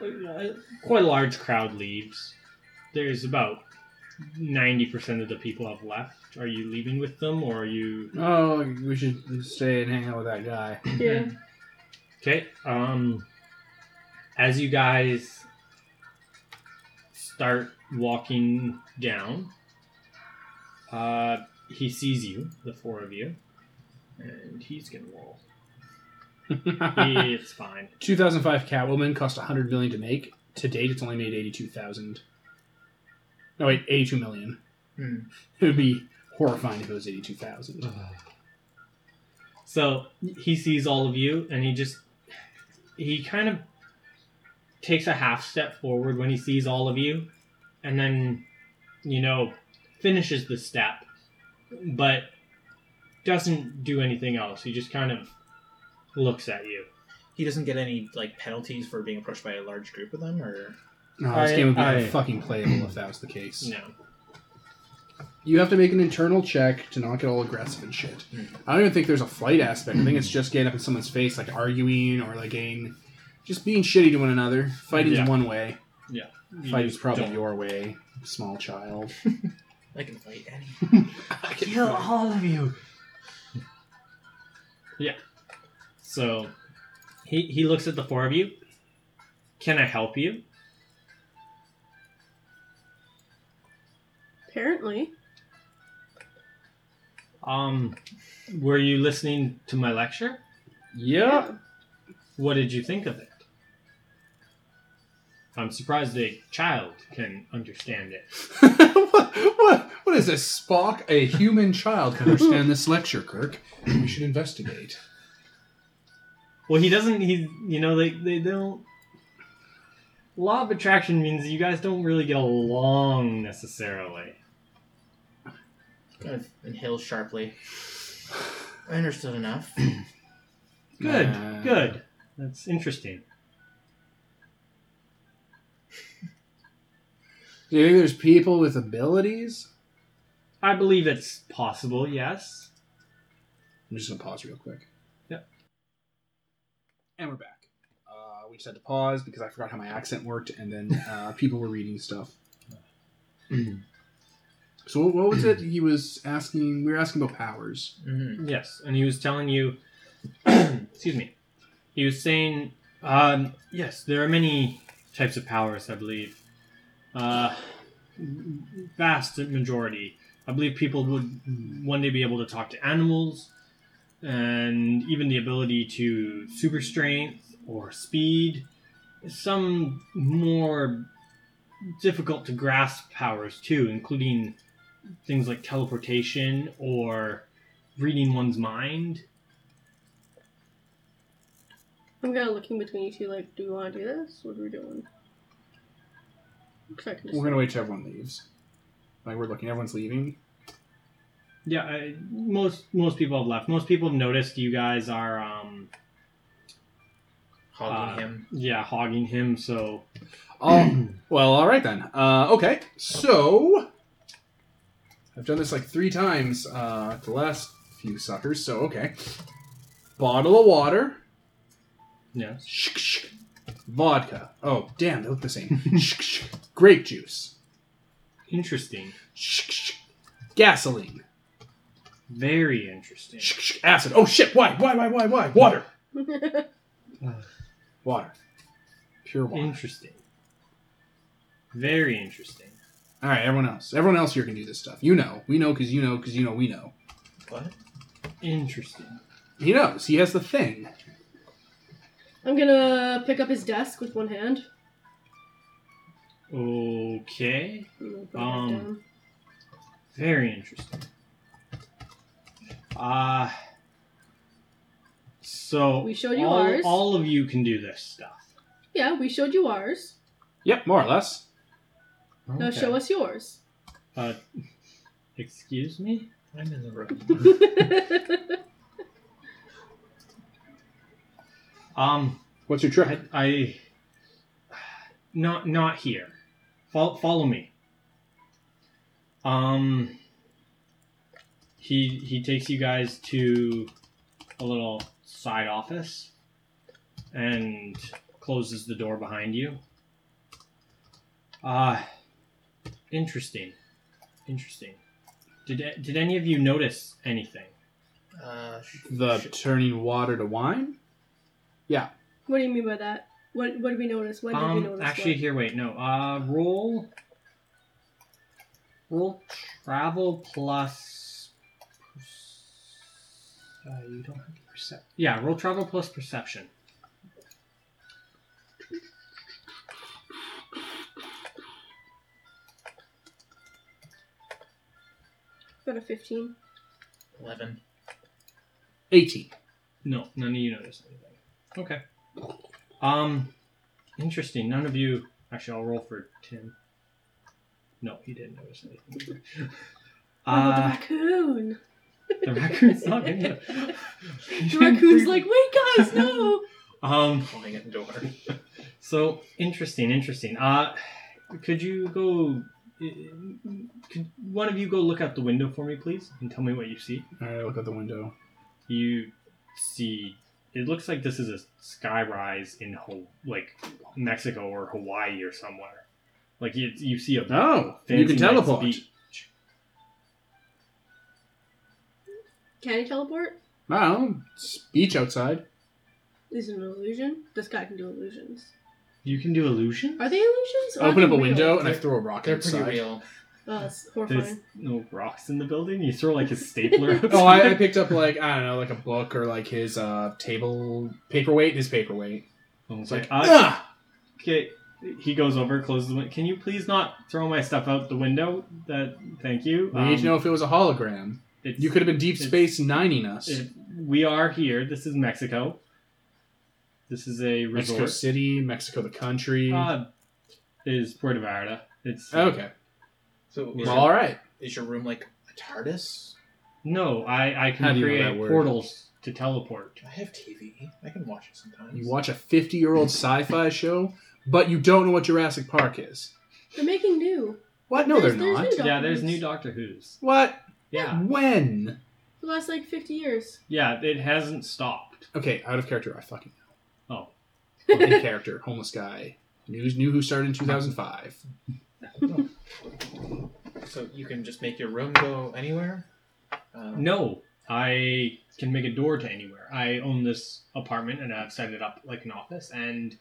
Speaker 2: uh, quite a large crowd leaves there's about 90% of the people have left. Are you leaving with them or are you
Speaker 1: Oh, we should stay and hang out with that guy.
Speaker 4: Yeah.
Speaker 2: Okay. Um as you guys start walking down, uh he sees you, the four of you, and he's going to roll. it's fine.
Speaker 1: 2005 Catwoman cost 100 million to make. To date, it's only made 82,000. No, wait, 82 million.
Speaker 3: Hmm.
Speaker 1: It would be horrifying if it was 82,000.
Speaker 6: Uh-huh.
Speaker 2: So he sees all of you, and he just he kind of takes a half step forward when he sees all of you, and then you know finishes the step, but doesn't do anything else. He just kind of looks at you.
Speaker 3: He doesn't get any like penalties for being approached by a large group of them, or
Speaker 1: No, this
Speaker 2: I-
Speaker 1: game would be
Speaker 2: I-
Speaker 1: fucking playable if that was the case.
Speaker 2: No,
Speaker 1: You have to make an internal check to not get all aggressive and shit.
Speaker 2: Hmm.
Speaker 1: I don't even think there's a flight aspect. I think it's just getting up in someone's face, like arguing or like getting, just being shitty to one another. Fighting's
Speaker 2: Yeah.
Speaker 1: one way.
Speaker 2: You
Speaker 1: Fighting's
Speaker 2: just
Speaker 1: probably
Speaker 2: don't.
Speaker 1: your way. Small child.
Speaker 3: I can fight any.
Speaker 2: kill all of you. Yeah. So he he looks at the four of you. Can I help you?
Speaker 4: Apparently.
Speaker 2: Um were you listening to my lecture?
Speaker 1: Yep.
Speaker 2: What did you think of it? I'm surprised a child can understand it.
Speaker 1: what, what, what is this, Spock? A human child can understand this lecture, Kirk. We should investigate.
Speaker 2: Well, he doesn't. He, you know, they they don't. Law of attraction means you guys don't really get along necessarily.
Speaker 3: Kind of inhale sharply. I understood enough.
Speaker 2: Good,
Speaker 1: Uh,
Speaker 2: good. That's interesting.
Speaker 1: Do you think there's people with abilities?
Speaker 2: I believe it's possible. Yes.
Speaker 1: I'm just going to pause real quick.
Speaker 2: Yep.
Speaker 1: And we're back. Uh, we just had to pause because I forgot how my accent worked, and then uh, people were reading stuff. so, what, what was it he was asking? We were asking about powers.
Speaker 3: hmm
Speaker 2: Yes, and he was telling you. excuse me. He was saying, um, yes, there are many types of powers. I believe, uh, vast majority. I believe people would one day be able to talk to animals, and even the ability to super strength or speed. Some more difficult to grasp powers too, including things like teleportation or reading one's mind.
Speaker 4: I'm kind of looking between you two like, do we want to do this? What are we doing? 'Cause I can just-
Speaker 1: We're going to wait till everyone leaves. Like, we're looking, everyone's leaving.
Speaker 2: Yeah, I, most most people have left. Most people have noticed you guys are um,
Speaker 3: hogging
Speaker 2: Uh,
Speaker 3: him.
Speaker 2: Yeah, hogging him. So
Speaker 1: Oh, well, all right then. Uh, okay, so I've done this like three times uh, the last few suckers. So okay, bottle of water,
Speaker 2: yes,
Speaker 1: shk, shk. vodka. Oh, damn, they look the same. shk, shk. grape juice,
Speaker 2: interesting.
Speaker 1: shk, shk. gasoline,
Speaker 2: Very interesting.
Speaker 1: shk, shk. acid. Oh shit! Why? Why? Why? Why? Why? Water. water. Pure water.
Speaker 2: Interesting. Very interesting.
Speaker 1: All right, everyone else. Everyone else here can do this stuff. You know. We know because you know because you know we know.
Speaker 3: What?
Speaker 2: Interesting.
Speaker 1: He knows. He has the thing.
Speaker 4: I'm gonna pick up his desk with one hand.
Speaker 2: Okay.
Speaker 4: I'm gonna put it back
Speaker 2: Um,
Speaker 4: down.
Speaker 2: Very interesting. Uh so
Speaker 4: We showed you
Speaker 2: all,
Speaker 4: ours.
Speaker 2: all of you can do this stuff.
Speaker 4: Yeah, we showed you ours.
Speaker 1: Yep, more or less.
Speaker 4: Now
Speaker 2: Okay.
Speaker 4: show us yours.
Speaker 2: Uh, excuse me?
Speaker 3: I'm in the room.
Speaker 2: Um
Speaker 1: What's your trick?
Speaker 2: I, I not not here. Follow, follow me. Um he he takes you guys to a little side office and closes the door behind you. Ah interesting. Interesting. Did did any of you notice anything?
Speaker 3: Uh, sh-
Speaker 1: The
Speaker 3: sh-
Speaker 1: turning water to wine?
Speaker 4: what do you mean by that? What What did we notice? When did we
Speaker 2: Um
Speaker 4: notice?
Speaker 2: actually
Speaker 4: what?
Speaker 2: here wait, no. Uh roll roll travel plus perce- uh, you don't have to percep- yeah, roll travel plus perception.
Speaker 4: got a 15.
Speaker 3: eleven.
Speaker 1: 18.
Speaker 2: No, none of you notice anything. Okay. Um, interesting. None of you. Actually, I'll roll for Tim. No, he didn't notice anything.
Speaker 4: oh, the
Speaker 2: uh,
Speaker 4: raccoon.
Speaker 2: the raccoon's not in there.
Speaker 4: The raccoon's like, wait, guys, no.
Speaker 2: Um,
Speaker 3: Holding at the door.
Speaker 2: so interesting, interesting. Uh, could you go? uh, Could one of you go look out the window for me, please, and tell me what you see?
Speaker 1: Alright, I look out the window.
Speaker 2: you see it looks like this is a sky rise in Ho- like Mexico or Hawaii or somewhere. Like you, you see a
Speaker 1: Oh,
Speaker 2: fancy
Speaker 1: you can
Speaker 2: nice
Speaker 1: teleport.
Speaker 2: beach.
Speaker 4: Can he teleport?
Speaker 1: Wow, it's beach outside.
Speaker 4: Is it an illusion? This guy can do illusions.
Speaker 2: You can do illusion.
Speaker 4: Are they illusions? Or
Speaker 1: I
Speaker 4: are
Speaker 1: open
Speaker 4: they
Speaker 1: up a
Speaker 4: real?
Speaker 1: window and I throw a rock
Speaker 3: They're pretty
Speaker 1: inside.
Speaker 3: real.
Speaker 4: Oh, that's
Speaker 2: There's
Speaker 4: horrifying.
Speaker 2: no rocks in the building. You throw like a stapler.
Speaker 1: Oh, I, I picked up like I don't know, like a book or like his uh table paperweight, his paperweight.
Speaker 2: It's
Speaker 1: like,
Speaker 2: like uh,
Speaker 1: Ugh!
Speaker 2: okay. He goes over, closes the window. Can you please not throw my stuff out the window? That thank you. Um,
Speaker 1: we need to know if it was a hologram.
Speaker 2: it's-
Speaker 1: You could have been deep
Speaker 2: it's-
Speaker 1: space nining us.
Speaker 2: it- we are here. This is Mexico. This is a resort.
Speaker 1: Mexico City, Mexico the country.
Speaker 2: Uh, is Puerto Vallarta. It's
Speaker 1: okay.
Speaker 3: So
Speaker 2: Yeah.
Speaker 3: is,
Speaker 1: Well,
Speaker 3: your,
Speaker 1: all right.
Speaker 3: is your room like a TARDIS?
Speaker 2: No, I I
Speaker 1: How
Speaker 2: can
Speaker 1: do you know
Speaker 2: create
Speaker 1: that word?
Speaker 2: portals to teleport.
Speaker 3: I have TV. I can watch it sometimes.
Speaker 1: You watch a 50 year old sci fi show, but you don't know what Jurassic Park is.
Speaker 4: They're making new.
Speaker 1: What? No,
Speaker 4: There's-
Speaker 1: they're
Speaker 4: there's
Speaker 1: not.
Speaker 4: new
Speaker 2: Yeah, there's
Speaker 4: documents
Speaker 2: new Doctor Who's.
Speaker 1: What?
Speaker 2: Yeah,
Speaker 1: When?
Speaker 4: For the last like 50 years.
Speaker 2: yeah, it hasn't stopped.
Speaker 1: Okay, out of character. I fucking
Speaker 2: Oh,
Speaker 1: in character, homeless guy. News knew who started in 2005.
Speaker 3: So you can just make your room go anywhere. Um,
Speaker 2: no, I can make a door to anywhere. I own this apartment and I've set it up like an office, and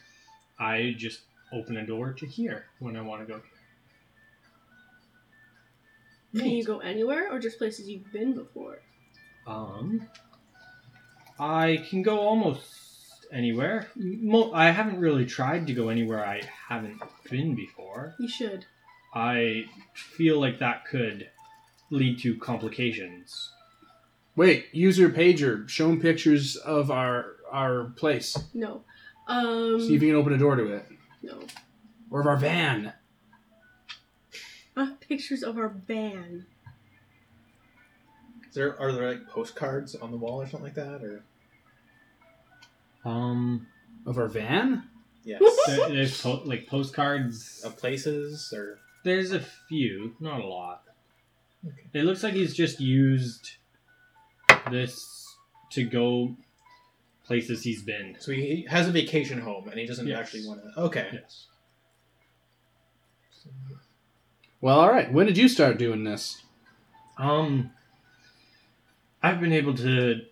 Speaker 2: I just open a door to here when I want to go.
Speaker 4: Can you go anywhere or just places you've been before?
Speaker 2: Um, I can go almost anywhere. Mo- I haven't really tried to go anywhere I haven't been before.
Speaker 4: You should.
Speaker 2: I feel like that could lead to complications.
Speaker 1: Wait, user pager, shown pictures of our our place.
Speaker 4: No. Um,
Speaker 1: See if you can open a door to it,
Speaker 4: no.
Speaker 1: or of our van.
Speaker 4: I have Ah, pictures of our van.
Speaker 3: Is there are there like postcards on the wall or something like that, or
Speaker 2: Um,
Speaker 1: Of our van?
Speaker 3: Yes.
Speaker 2: There- There's po- like postcards.
Speaker 3: of places or
Speaker 2: There's a few, not a lot.
Speaker 3: Okay.
Speaker 2: It looks like he's just used this to go places he's been.
Speaker 3: so he has a vacation home and he doesn't
Speaker 2: Yes.
Speaker 3: actually want to. Okay.
Speaker 2: Yes.
Speaker 1: Well, all right. When did you start doing this?
Speaker 2: Um, I've been able to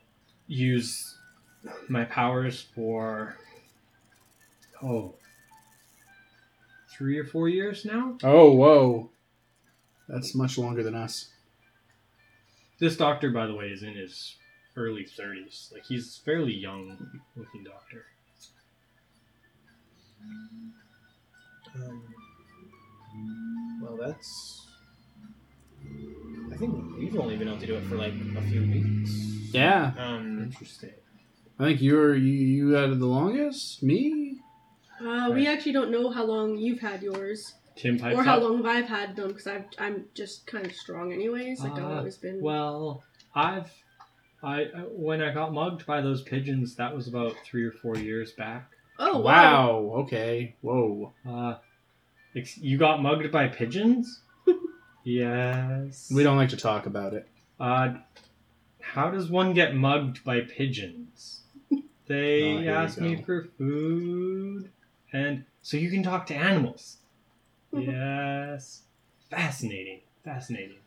Speaker 2: use my powers for oh three or four years now.
Speaker 1: Oh, whoa. That's much longer than us.
Speaker 2: This doctor, by the way, is in his early thirties. Like he's a fairly young looking doctor.
Speaker 3: Um, well, that's. I think we've only been able to do it for like a few weeks.
Speaker 1: Yeah.
Speaker 3: Um,
Speaker 2: Interesting.
Speaker 1: I think you're you, you had the longest. Me?
Speaker 4: Uh, we actually don't know how long you've had yours,
Speaker 2: Tim pipes
Speaker 4: or how
Speaker 2: up.
Speaker 4: long I've had them, because I've I'm just kind of strong anyways. Like I've
Speaker 2: Uh,
Speaker 4: always been.
Speaker 2: Well, I've I when I got mugged by those pigeons, that was about three or four years back.
Speaker 4: oh wow!
Speaker 1: wow. Okay. Whoa.
Speaker 2: Uh, ex- you got mugged by pigeons? yes.
Speaker 1: We don't like to talk about it.
Speaker 2: Uh, how does one get mugged by pigeons?
Speaker 1: Oh, here
Speaker 2: They
Speaker 1: we
Speaker 2: ask
Speaker 1: go.
Speaker 2: me for food, and so you can talk to animals. yes. Fascinating. Fascinating.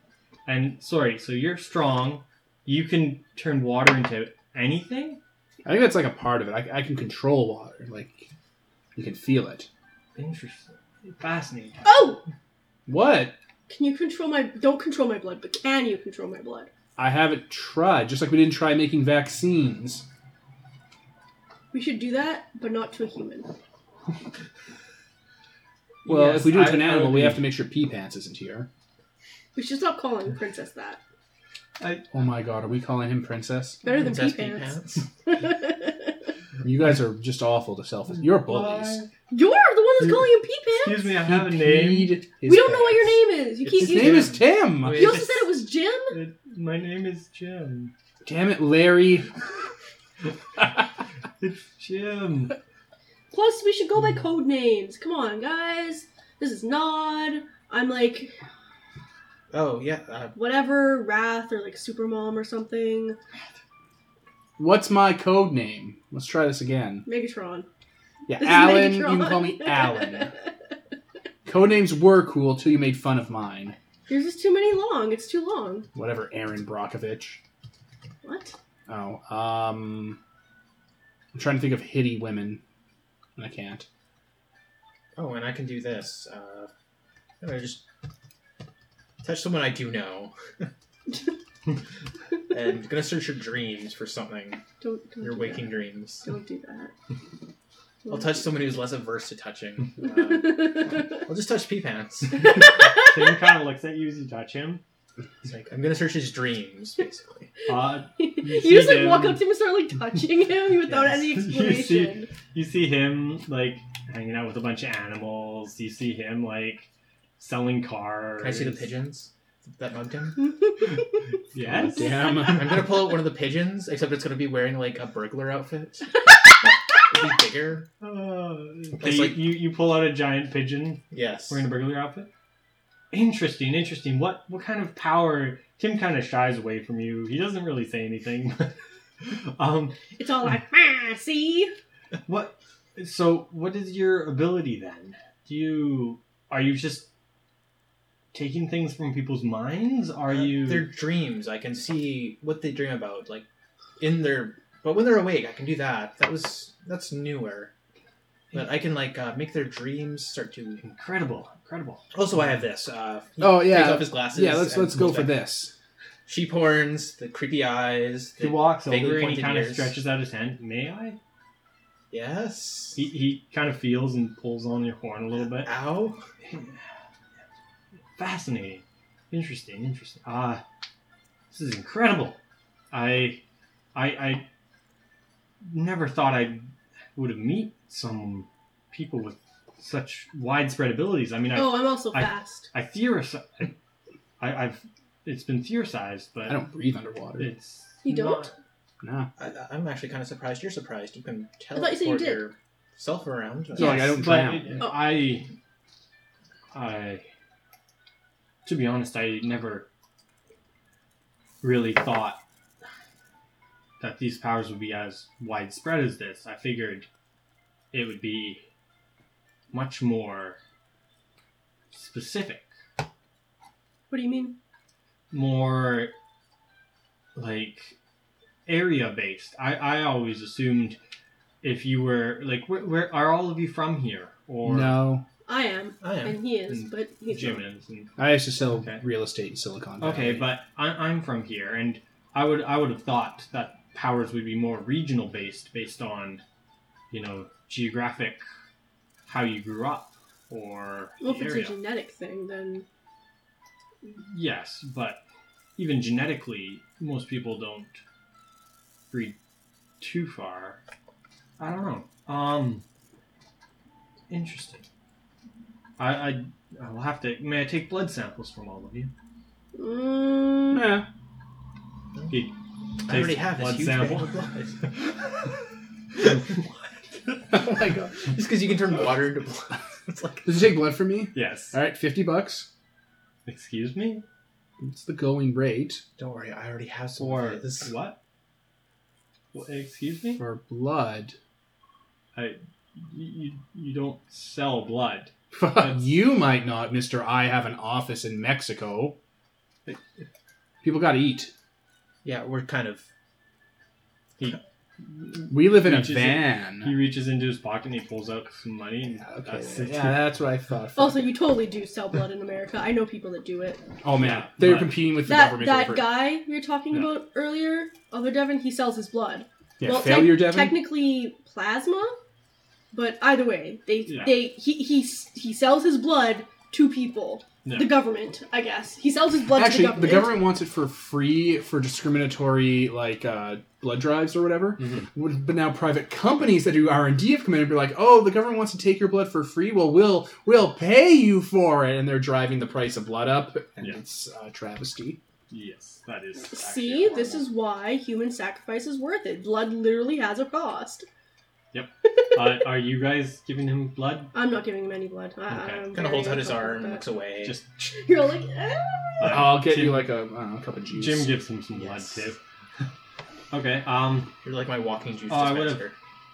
Speaker 2: And sorry, so you're strong. You can turn water into anything?
Speaker 1: I think that's like a part of it. I, I can control water. Like you can feel it.
Speaker 2: Interesting. Fascinating.
Speaker 4: Oh,
Speaker 1: What?
Speaker 4: can you control my? Don't control my blood, but can you control my blood?
Speaker 1: I haven't tried. Just like we didn't try making vaccines.
Speaker 4: We should do that, but not to a human.
Speaker 1: Well,
Speaker 2: Yes,
Speaker 1: if we do it to
Speaker 2: I-
Speaker 1: an
Speaker 2: I would
Speaker 1: animal, we
Speaker 2: be-
Speaker 1: have to make sure pee pants isn't here.
Speaker 4: We should stop calling Princess that.
Speaker 1: Oh my god, are we calling him princess?
Speaker 4: Better than pee
Speaker 3: Princess Pea
Speaker 4: pants.
Speaker 3: Pants.
Speaker 4: You're the
Speaker 1: You guys are just awful to self. You're bullies.
Speaker 4: one that's
Speaker 2: You-
Speaker 4: calling him pee pants.
Speaker 2: Excuse me, I
Speaker 1: He
Speaker 2: have a name.
Speaker 1: peed his
Speaker 4: We don't know what
Speaker 1: pants.
Speaker 4: your name is. You
Speaker 2: It's-
Speaker 4: keep.
Speaker 1: His
Speaker 4: You,
Speaker 1: name is Tim.
Speaker 2: Wait.
Speaker 4: you also said it was Jim.
Speaker 2: It- my name is Jim.
Speaker 1: Damn it, Larry.
Speaker 2: It's Jim.
Speaker 4: Plus, we should go by code names. Come on, guys. This is Nod. I'm like
Speaker 3: Oh yeah. Uh,
Speaker 4: whatever Wrath or like Supermom or something.
Speaker 1: What's my code name? Let's try this again.
Speaker 4: Megatron.
Speaker 1: Yeah,
Speaker 4: This is
Speaker 1: Alan. You
Speaker 4: Megatron.
Speaker 1: can call me Alan. Codenames were cool till you made fun of mine.
Speaker 4: Yours is too many long. It's too long.
Speaker 1: Whatever, Aaron Brockovich.
Speaker 4: What?
Speaker 1: Oh, um, I'm trying to think of hitty women, and I can't.
Speaker 3: oh, and I can do this. Uh, I'm gonna just touch someone I do know. and gonna search your dreams for something.
Speaker 4: Don't. don't
Speaker 3: Your
Speaker 4: do
Speaker 3: waking
Speaker 4: That.
Speaker 3: dreams.
Speaker 4: Don't do that.
Speaker 3: I'll touch someone who's less averse to touching. Uh,
Speaker 4: someone.
Speaker 3: I'll just touch pee pants.
Speaker 2: Tim kind of looks at you as you touch him.
Speaker 3: It's like I'm gonna search his dreams, basically.
Speaker 2: Uh,
Speaker 4: you
Speaker 2: see
Speaker 4: just like walk
Speaker 2: him-
Speaker 4: up to him and start like touching him without
Speaker 2: Yes.
Speaker 4: any
Speaker 2: You see-
Speaker 4: explanation.
Speaker 2: you see him like hanging out with a bunch of animals. You see him like selling cars.
Speaker 3: Can I see the pigeons that mugged him?
Speaker 2: Yes.
Speaker 1: Oh, damn.
Speaker 3: I'm gonna pull out one of the pigeons, except it's gonna be wearing like a burglar outfit. It'll be bigger.
Speaker 2: Uh,
Speaker 3: It's
Speaker 2: you,
Speaker 3: like-
Speaker 2: you you pull out a giant pigeon
Speaker 3: Yes.
Speaker 2: wearing a burglar outfit. Interesting, interesting. What what kind of power? Tim kind of shies away from you. He doesn't really say anything. um,
Speaker 4: It's all like, ah, see?
Speaker 2: what? So what is your ability then? Do you are you just taking things from people's minds? Are
Speaker 3: Uh,
Speaker 2: you?
Speaker 3: Their dreams. I can see what they dream about, like in their. But when they're awake, I can do that. That was that's newer. But I can like uh, make their dreams start to.
Speaker 2: Incredible, incredible.
Speaker 3: Also, I have this. Uh, he
Speaker 1: Oh, yeah.
Speaker 3: Takes off his glasses.
Speaker 1: yeah, let's
Speaker 3: and
Speaker 1: let's go
Speaker 3: pulls
Speaker 1: for
Speaker 3: back
Speaker 1: this.
Speaker 3: Sheep horns, the creepy eyes.
Speaker 2: He
Speaker 3: The...
Speaker 2: walks
Speaker 3: vaguely
Speaker 2: over and he
Speaker 3: pointed
Speaker 2: kind of
Speaker 3: ears.
Speaker 2: stretches out his hand. May I?
Speaker 3: Yes.
Speaker 2: He, he kind of feels and pulls on your horn a little bit.
Speaker 3: Ow.
Speaker 2: Fascinating. Interesting, interesting. Ah, this is incredible. I, I, I never thought I would have meet some people with such widespread abilities. I mean, I,
Speaker 4: Oh, I'm also
Speaker 2: I-
Speaker 4: fast.
Speaker 2: I theorize, I, I, I've, it's been theorized, but
Speaker 1: I don't breathe underwater.
Speaker 2: it's
Speaker 4: You don't?
Speaker 2: not-
Speaker 1: No.
Speaker 3: I, I'm actually kind of surprised you're surprised. You can tell.
Speaker 4: I thought you said you did.
Speaker 3: Your... self around.
Speaker 1: So like I don't drown.
Speaker 2: But it- I, I, to be honest, I never really thought that these powers would be as widespread as this. I figured it would be much more specific,
Speaker 4: What do you mean?
Speaker 2: more like area based. I, I always assumed if you were like, where, where are all of you from here? Or
Speaker 1: no,
Speaker 4: I am,
Speaker 3: I am.
Speaker 4: and he is,
Speaker 2: Mm.
Speaker 4: but he's
Speaker 2: Jim
Speaker 4: not.
Speaker 2: is and-
Speaker 1: I used to sell
Speaker 2: Okay.
Speaker 1: real estate in Silicon Valley.
Speaker 2: Okay, but I, I'm from here, and I would I would have thought that powers would be more regional based, based on, you know, geographic, how you grew up, or
Speaker 4: Well, if it's a
Speaker 2: area.
Speaker 4: genetic thing, then
Speaker 2: Yes, but even genetically, most people don't breed too far. I don't know. Um, interesting. I, I I'll have to. May I take blood samples from all of you?
Speaker 4: mm,
Speaker 1: yeah,
Speaker 2: He
Speaker 3: I already
Speaker 2: takes
Speaker 3: have this
Speaker 2: blood
Speaker 3: huge
Speaker 2: sample.
Speaker 3: bag of blood. oh my god! Just because you can turn water into blood, it's like
Speaker 1: does it take blood from me?
Speaker 2: Yes.
Speaker 1: All right, fifty bucks.
Speaker 2: Excuse me?
Speaker 1: It's the going rate
Speaker 3: don't worry, I already have some.
Speaker 2: For
Speaker 3: of this.
Speaker 2: what? Wha- Excuse me?
Speaker 1: for blood.
Speaker 2: You, you, you don't sell blood.
Speaker 1: Fuck, you might not, Mister. I have an office in Mexico. People got to eat.
Speaker 3: Yeah, we're kind of
Speaker 1: We live in a
Speaker 2: Reaches in- He
Speaker 1: van.
Speaker 2: reaches into his pocket and he pulls out some money. And
Speaker 1: Yeah, okay,
Speaker 2: that's
Speaker 1: yeah,
Speaker 2: it.
Speaker 1: that's what I thought.
Speaker 4: also you totally do sell blood in America. I know people that do it.
Speaker 1: oh man,
Speaker 2: Yeah,
Speaker 1: they were
Speaker 2: but-
Speaker 1: competing with the
Speaker 4: That
Speaker 1: government.
Speaker 4: that
Speaker 1: over-
Speaker 4: guy you're talking
Speaker 2: Yeah.
Speaker 4: about earlier, other Devin, he sells his blood.
Speaker 1: yeah,
Speaker 4: well,
Speaker 1: failure,
Speaker 4: tec-
Speaker 1: Devin.
Speaker 4: Technically plasma, but either way, they
Speaker 2: Yeah.
Speaker 4: they he, he s- he sells his blood to people.
Speaker 2: Yeah.
Speaker 4: The government, I guess. He sells his blood
Speaker 1: Actually,
Speaker 4: to
Speaker 1: the government wants it for free for discriminatory like uh, blood drives or whatever.
Speaker 2: Mhm.
Speaker 1: Would- But now private companies that do R and D have come in and be like, "Oh, the government wants to take your blood for free. Well, we'll we'll pay you for it," and they're driving the price of blood up, and
Speaker 2: Yeah.
Speaker 1: it's uh, travesty.
Speaker 2: Yes, that is. actually
Speaker 4: See, this
Speaker 2: horrible.
Speaker 4: is why human sacrifice is worth it. Blood literally has a cost.
Speaker 2: uh, are you guys giving him blood?
Speaker 4: I'm not giving him any blood. I,
Speaker 2: Okay.
Speaker 4: I'm
Speaker 3: kind of holds out his
Speaker 4: very
Speaker 3: arm, looks away.
Speaker 2: Just
Speaker 4: You're all like, "Eh."
Speaker 1: I'll get
Speaker 2: Jim,
Speaker 1: you like a, I don't know, a cup of juice.
Speaker 2: Jim gives him some
Speaker 3: Yes.
Speaker 2: blood too. okay. Um,
Speaker 3: you're like my walking juice
Speaker 2: Oh, I would've-
Speaker 3: dispenser.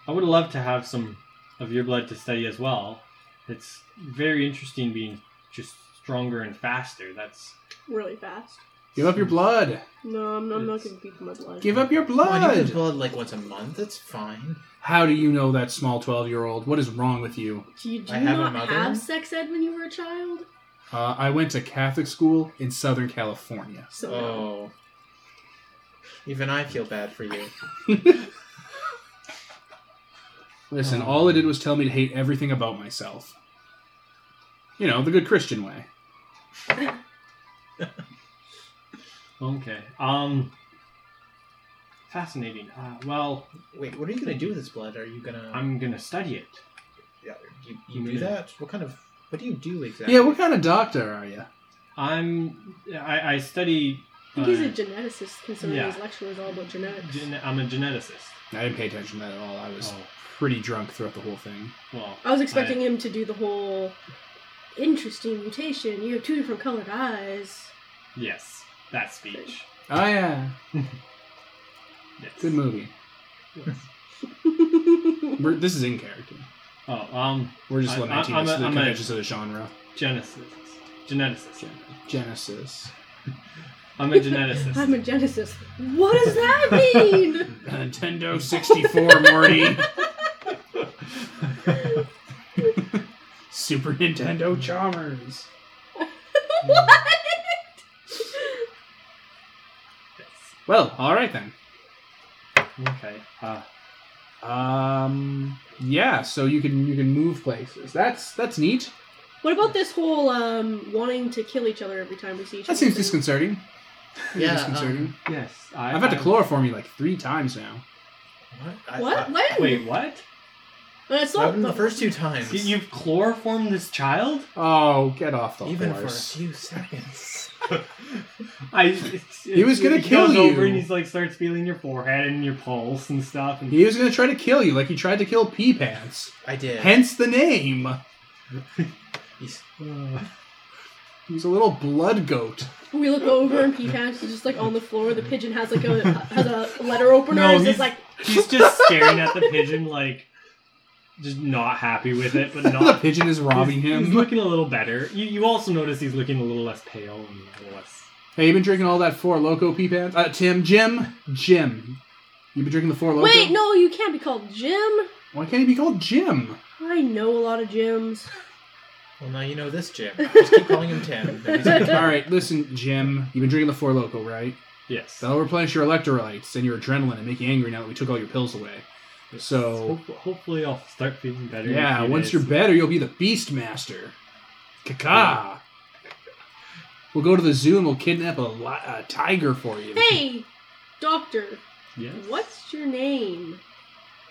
Speaker 2: I would love to have some of your blood to study as well. It's very interesting being just stronger and faster. That's
Speaker 4: really fast.
Speaker 1: Give up your blood.
Speaker 4: No, I'm, I'm not
Speaker 2: It's-
Speaker 4: gonna beat my blood.
Speaker 1: Give up your
Speaker 3: Well, I do
Speaker 1: blood.
Speaker 3: give blood like once a month. That's fine.
Speaker 1: How do you know that small twelve-year-old? What is wrong with you?
Speaker 4: do you, do
Speaker 3: I
Speaker 4: you
Speaker 3: have a
Speaker 4: not
Speaker 3: mother.
Speaker 4: have sex ed when you were a child?
Speaker 1: Uh, I went to Catholic school in Southern California.
Speaker 4: So no.
Speaker 3: Oh, even I feel bad for you.
Speaker 1: Listen,
Speaker 3: Oh.
Speaker 1: all it did was tell me to hate everything about myself. You know, the good Christian way.
Speaker 2: okay. Um, fascinating. Uh, well,
Speaker 3: Wait, what are you gonna do with this blood? Are you gonna?
Speaker 2: I'm gonna study it.
Speaker 3: Yeah, you, you
Speaker 2: I'm
Speaker 3: do
Speaker 2: gonna-
Speaker 3: that? What kind of? What do you do exactly?
Speaker 1: Yeah, what kind of doctor are you?
Speaker 2: I'm. I, I study.
Speaker 4: I think he's
Speaker 2: uh,
Speaker 4: a geneticist, considering
Speaker 2: yeah.
Speaker 4: his lecture was all about genetics.
Speaker 2: gen- I'm a geneticist.
Speaker 1: I didn't pay attention to that at all. I was
Speaker 2: Oh,
Speaker 1: pretty drunk throughout the whole thing.
Speaker 2: well.
Speaker 4: I was expecting him to do the whole interesting mutation. You have two different colored eyes.
Speaker 2: Yes, that speech.
Speaker 1: Oh yeah,
Speaker 2: Yes.
Speaker 1: good movie. We're, this is in character.
Speaker 2: Oh, um,
Speaker 1: We're just
Speaker 2: I-
Speaker 1: lamenting
Speaker 2: I- I'm
Speaker 1: this-
Speaker 2: a-
Speaker 1: the
Speaker 2: I'm a-
Speaker 1: conventions of the genre.
Speaker 2: geneticist. Geneticist.
Speaker 1: Gen- Genesis.
Speaker 2: I'm a geneticist.
Speaker 4: I'm a geneticist. What does that mean?
Speaker 1: Nintendo 64, Morty. Super Nintendo Charmers.
Speaker 4: what?
Speaker 2: Yes.
Speaker 1: Well, all right then.
Speaker 2: Okay. Uh,
Speaker 1: Um, yeah. So you can you can move places. That's that's neat.
Speaker 4: What about this whole um, wanting to kill each other every time we see each other?
Speaker 1: That seems
Speaker 4: thing?
Speaker 1: disconcerting. Seems
Speaker 3: Yeah, um,
Speaker 1: disconcerting.
Speaker 2: yes. I,
Speaker 1: I've had to
Speaker 2: I-
Speaker 1: chloroform you like three times now.
Speaker 3: What? I-
Speaker 4: What?
Speaker 3: I-
Speaker 4: When?
Speaker 2: Wait, what?
Speaker 4: When I saw
Speaker 3: Not even the first two times.
Speaker 2: You've chloroformed this child?
Speaker 1: Oh, get off the
Speaker 3: even for a
Speaker 1: horse.
Speaker 3: few seconds.
Speaker 2: I,
Speaker 1: He was gonna
Speaker 2: he
Speaker 1: kill
Speaker 2: goes
Speaker 1: you.
Speaker 2: Over and he's like starts feeling your forehead and your pulse and stuff. And
Speaker 1: He was gonna try to kill you, like he tried to kill Pea Pants.
Speaker 3: I did.
Speaker 1: Hence the name.
Speaker 3: He's-
Speaker 2: Uh,
Speaker 1: He's a little blood goat.
Speaker 4: We look over and P-Pants is just like on the floor. The pigeon has like a has a letter opener.
Speaker 2: No,
Speaker 4: and it's just
Speaker 2: he's-
Speaker 4: like
Speaker 2: he's just staring at the pigeon like just not happy with it, but
Speaker 1: The
Speaker 2: not
Speaker 1: pigeon is robbing
Speaker 2: he's, He's
Speaker 1: him.
Speaker 2: looking a little better. You, you also notice he's looking a little less pale and a little less.
Speaker 1: Hey, you been drinking all that Four Loco Pea Pants? Uh, Tim, Jim, Jim. You been drinking the Four Loco?
Speaker 4: wait, no, you can't be called Jim.
Speaker 1: Why can't he be called Jim?
Speaker 4: I know a lot of Jims.
Speaker 3: Well, now you know this, Jim. Just keep calling him Tim. Nobody's gonna-
Speaker 1: All right, listen, Jim. You've been drinking the Four Loco, right?
Speaker 2: Yes.
Speaker 1: That'll replenish your electrolytes and your adrenaline and make you angry now that we took all your pills away. So,
Speaker 2: Ho- hopefully I'll start feeling better. in a
Speaker 1: yeah,
Speaker 2: few
Speaker 1: once
Speaker 2: days.
Speaker 1: you're better, you'll be the Beast Master. Kaka! We'll go to the zoo and we'll kidnap a, li- a tiger for you.
Speaker 4: Hey, doctor,
Speaker 2: Yeah.
Speaker 4: what's your name?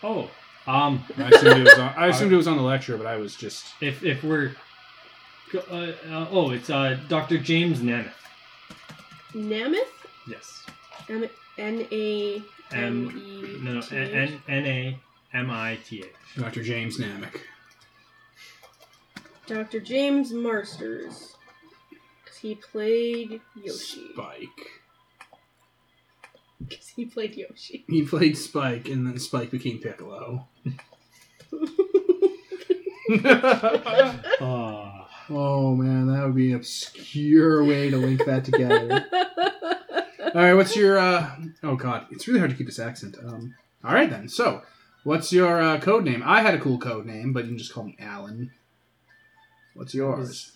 Speaker 2: Oh. Um.
Speaker 1: I assumed, it was on, I assumed it was on the lecture, but I was just.
Speaker 2: If if we're. Uh, uh, oh, it's uh Dr. James Namath.
Speaker 4: Nameth?
Speaker 2: Yes.
Speaker 4: M N A M
Speaker 2: M.
Speaker 4: E.
Speaker 2: No.
Speaker 4: T H?
Speaker 2: N N A M I T A.
Speaker 1: Dr. James Namek.
Speaker 4: Dr. James Marsters. 'Cause he played Yoshi.
Speaker 1: Spike.
Speaker 4: Because he played Yoshi.
Speaker 1: He played Spike, and then Spike became Piccolo.
Speaker 2: Uh,
Speaker 1: oh man, that would be an obscure way to link that together.
Speaker 4: Dr.
Speaker 1: All right, what's your? uh Oh god, it's really hard to keep this accent. Um, all right then. So, what's your uh, code name? I had a cool code name, but you can just call me Alan. What's yours?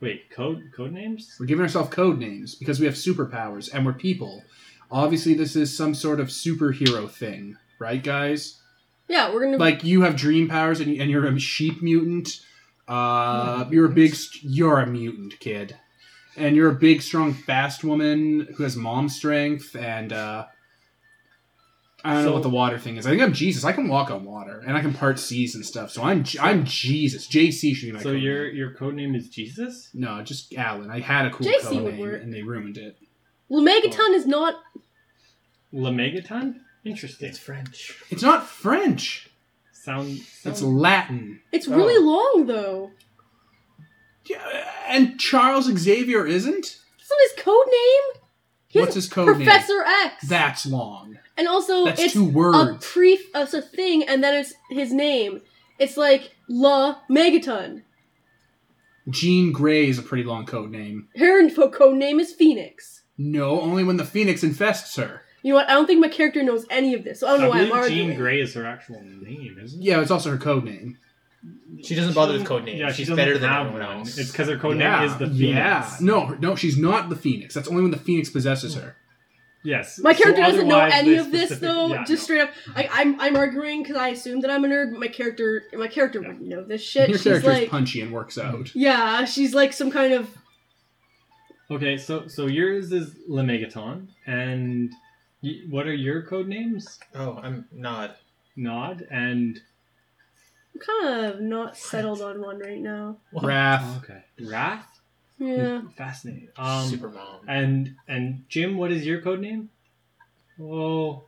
Speaker 2: wait. Code code names.
Speaker 1: We're giving ourselves code names because we have superpowers and we're people. Obviously, this is some sort of superhero thing, right, guys?
Speaker 4: yeah, we're gonna.
Speaker 1: like you have dream powers and, and you're a sheep mutant uh you're a big st- you're a mutant kid and you're a big strong fast woman who has mom strength and uh I don't know
Speaker 2: So-
Speaker 1: what the water thing is. I think I'm Jesus. I can walk on water, and I can part seas and stuff. So I'm J- I'm Jesus. JC should be my.
Speaker 2: So
Speaker 1: code
Speaker 2: your
Speaker 1: name.
Speaker 2: your code name is Jesus.
Speaker 1: no, just Alan. I had a cool
Speaker 4: JC
Speaker 1: code
Speaker 4: would
Speaker 1: name,
Speaker 4: work.
Speaker 1: and they ruined it.
Speaker 4: Well,
Speaker 2: oh.
Speaker 4: Megaton is not.
Speaker 2: Lamegaton. Interesting.
Speaker 3: It's French.
Speaker 1: It's not French.
Speaker 2: Sound.
Speaker 1: It's
Speaker 4: Oh.
Speaker 2: sound-
Speaker 1: Latin.
Speaker 4: It's
Speaker 2: Oh.
Speaker 4: really long though.
Speaker 1: Yeah, and Charles Xavier isn't.
Speaker 4: That's not his code name. He has
Speaker 1: What's his code name?
Speaker 4: Professor X.
Speaker 1: That's long.
Speaker 4: And also,
Speaker 1: That's
Speaker 4: it's
Speaker 1: two
Speaker 4: a
Speaker 1: words.
Speaker 4: pre. It's a thing, and then it's his name. It's like La Megaton.
Speaker 1: Jean Grey is a pretty long code name.
Speaker 4: Her code name is Phoenix.
Speaker 1: No, only when the phoenix infests her.
Speaker 4: You know what? I don't think my character knows any of this, so I don't know why
Speaker 2: I
Speaker 4: I'm
Speaker 2: believe Jean
Speaker 4: arguing.
Speaker 2: Grey is her actual name, isn't
Speaker 1: Yeah, it's also her code name.
Speaker 2: it?
Speaker 3: She doesn't bother with code names.
Speaker 2: Yeah, she
Speaker 3: She's
Speaker 2: doesn't
Speaker 3: better than
Speaker 2: have
Speaker 3: everyone
Speaker 2: one.
Speaker 3: else.
Speaker 2: It's because her code
Speaker 1: Yeah,
Speaker 2: name is the
Speaker 1: Yeah.
Speaker 2: Phoenix.
Speaker 1: No, no, she's not the phoenix. That's only when the phoenix possesses her.
Speaker 2: Yes.
Speaker 4: My
Speaker 2: so
Speaker 4: character doesn't know
Speaker 2: otherwise
Speaker 4: any
Speaker 2: the
Speaker 4: of this
Speaker 2: specific-
Speaker 4: though.
Speaker 2: yeah,
Speaker 4: just
Speaker 2: no.
Speaker 4: straight up, like I'm, I'm arguing because I assume that I'm a nerd. But my character, my character
Speaker 2: Yeah.
Speaker 4: wouldn't know this shit.
Speaker 1: Your
Speaker 4: she's
Speaker 1: character is
Speaker 4: like,
Speaker 1: punchy and works out.
Speaker 4: yeah, she's like some kind of
Speaker 2: Okay, so so yours is Lamegaton, and y- what are your code names?
Speaker 3: Oh, I'm not.
Speaker 2: Nod and
Speaker 4: I'm kind of not settled on one right now.
Speaker 1: Wrath.
Speaker 2: Oh, okay, Wrath.
Speaker 4: Yeah,
Speaker 2: Fascinating. Um,
Speaker 3: Super mom.
Speaker 2: and and Jim, what is your code name? Oh,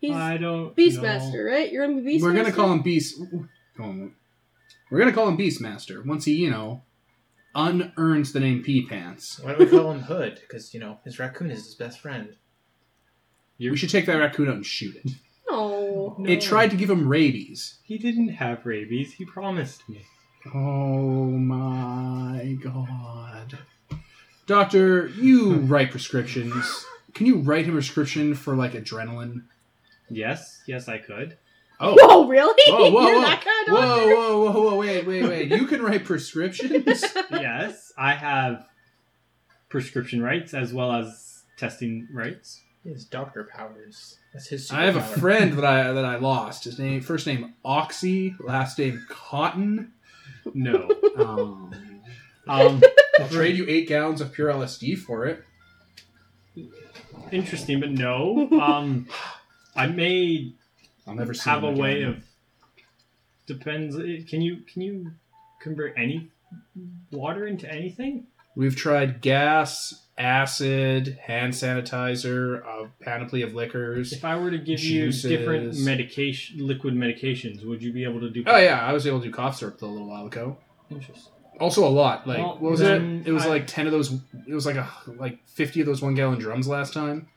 Speaker 4: he's
Speaker 2: I don't.
Speaker 4: Beastmaster, right? You're gonna be Beastmaster.
Speaker 1: We're gonna call him Beast. oh, We're gonna call him Beastmaster once he, you know, unearns the name Pea Pants.
Speaker 3: Why don't we call him Hood? Because you know his raccoon is his best friend.
Speaker 1: We should take that raccoon out and shoot it.
Speaker 4: No,
Speaker 2: No.
Speaker 1: It tried to give him rabies.
Speaker 2: He didn't have rabies. He promised me.
Speaker 1: Oh my god. Doctor, you write prescriptions. Can you write him a prescription for like adrenaline?
Speaker 2: Yes, yes, I could.
Speaker 1: Oh.
Speaker 4: whoa, really?
Speaker 1: Whoa, whoa,
Speaker 4: You're
Speaker 1: whoa.
Speaker 4: that kind of
Speaker 1: Whoa, whoa, whoa, whoa, wait, wait, wait. You can write prescriptions?
Speaker 2: yes, I have prescription rights as well as testing rights.
Speaker 3: He has doctor powers. That's his.
Speaker 1: I have a
Speaker 3: superpower.
Speaker 1: friend that I that I lost. His name first name Oxy, last name Cotton.
Speaker 2: No.
Speaker 1: Um,
Speaker 2: Um,
Speaker 1: I'll trade you eight gallons of pure LSD for it.
Speaker 2: interesting, but no. Um, I may
Speaker 1: I'll never see
Speaker 2: have a
Speaker 1: him
Speaker 2: way
Speaker 1: again.
Speaker 2: of depends. Can you can you convert any water into anything?
Speaker 1: We've tried gas, acid, hand sanitizer, a panoply of liquors.
Speaker 2: If I were to give
Speaker 1: Juices.
Speaker 2: you different medication, liquid medications, would you be able to do?
Speaker 1: Oh yeah, I was able to do cough syrup a little while ago.
Speaker 2: Interesting.
Speaker 1: Also, a lot. Like
Speaker 2: Well,
Speaker 1: what was it?
Speaker 2: then
Speaker 1: It was
Speaker 2: I-
Speaker 1: like ten of those. It was like a like fifty of those one gallon drums last time.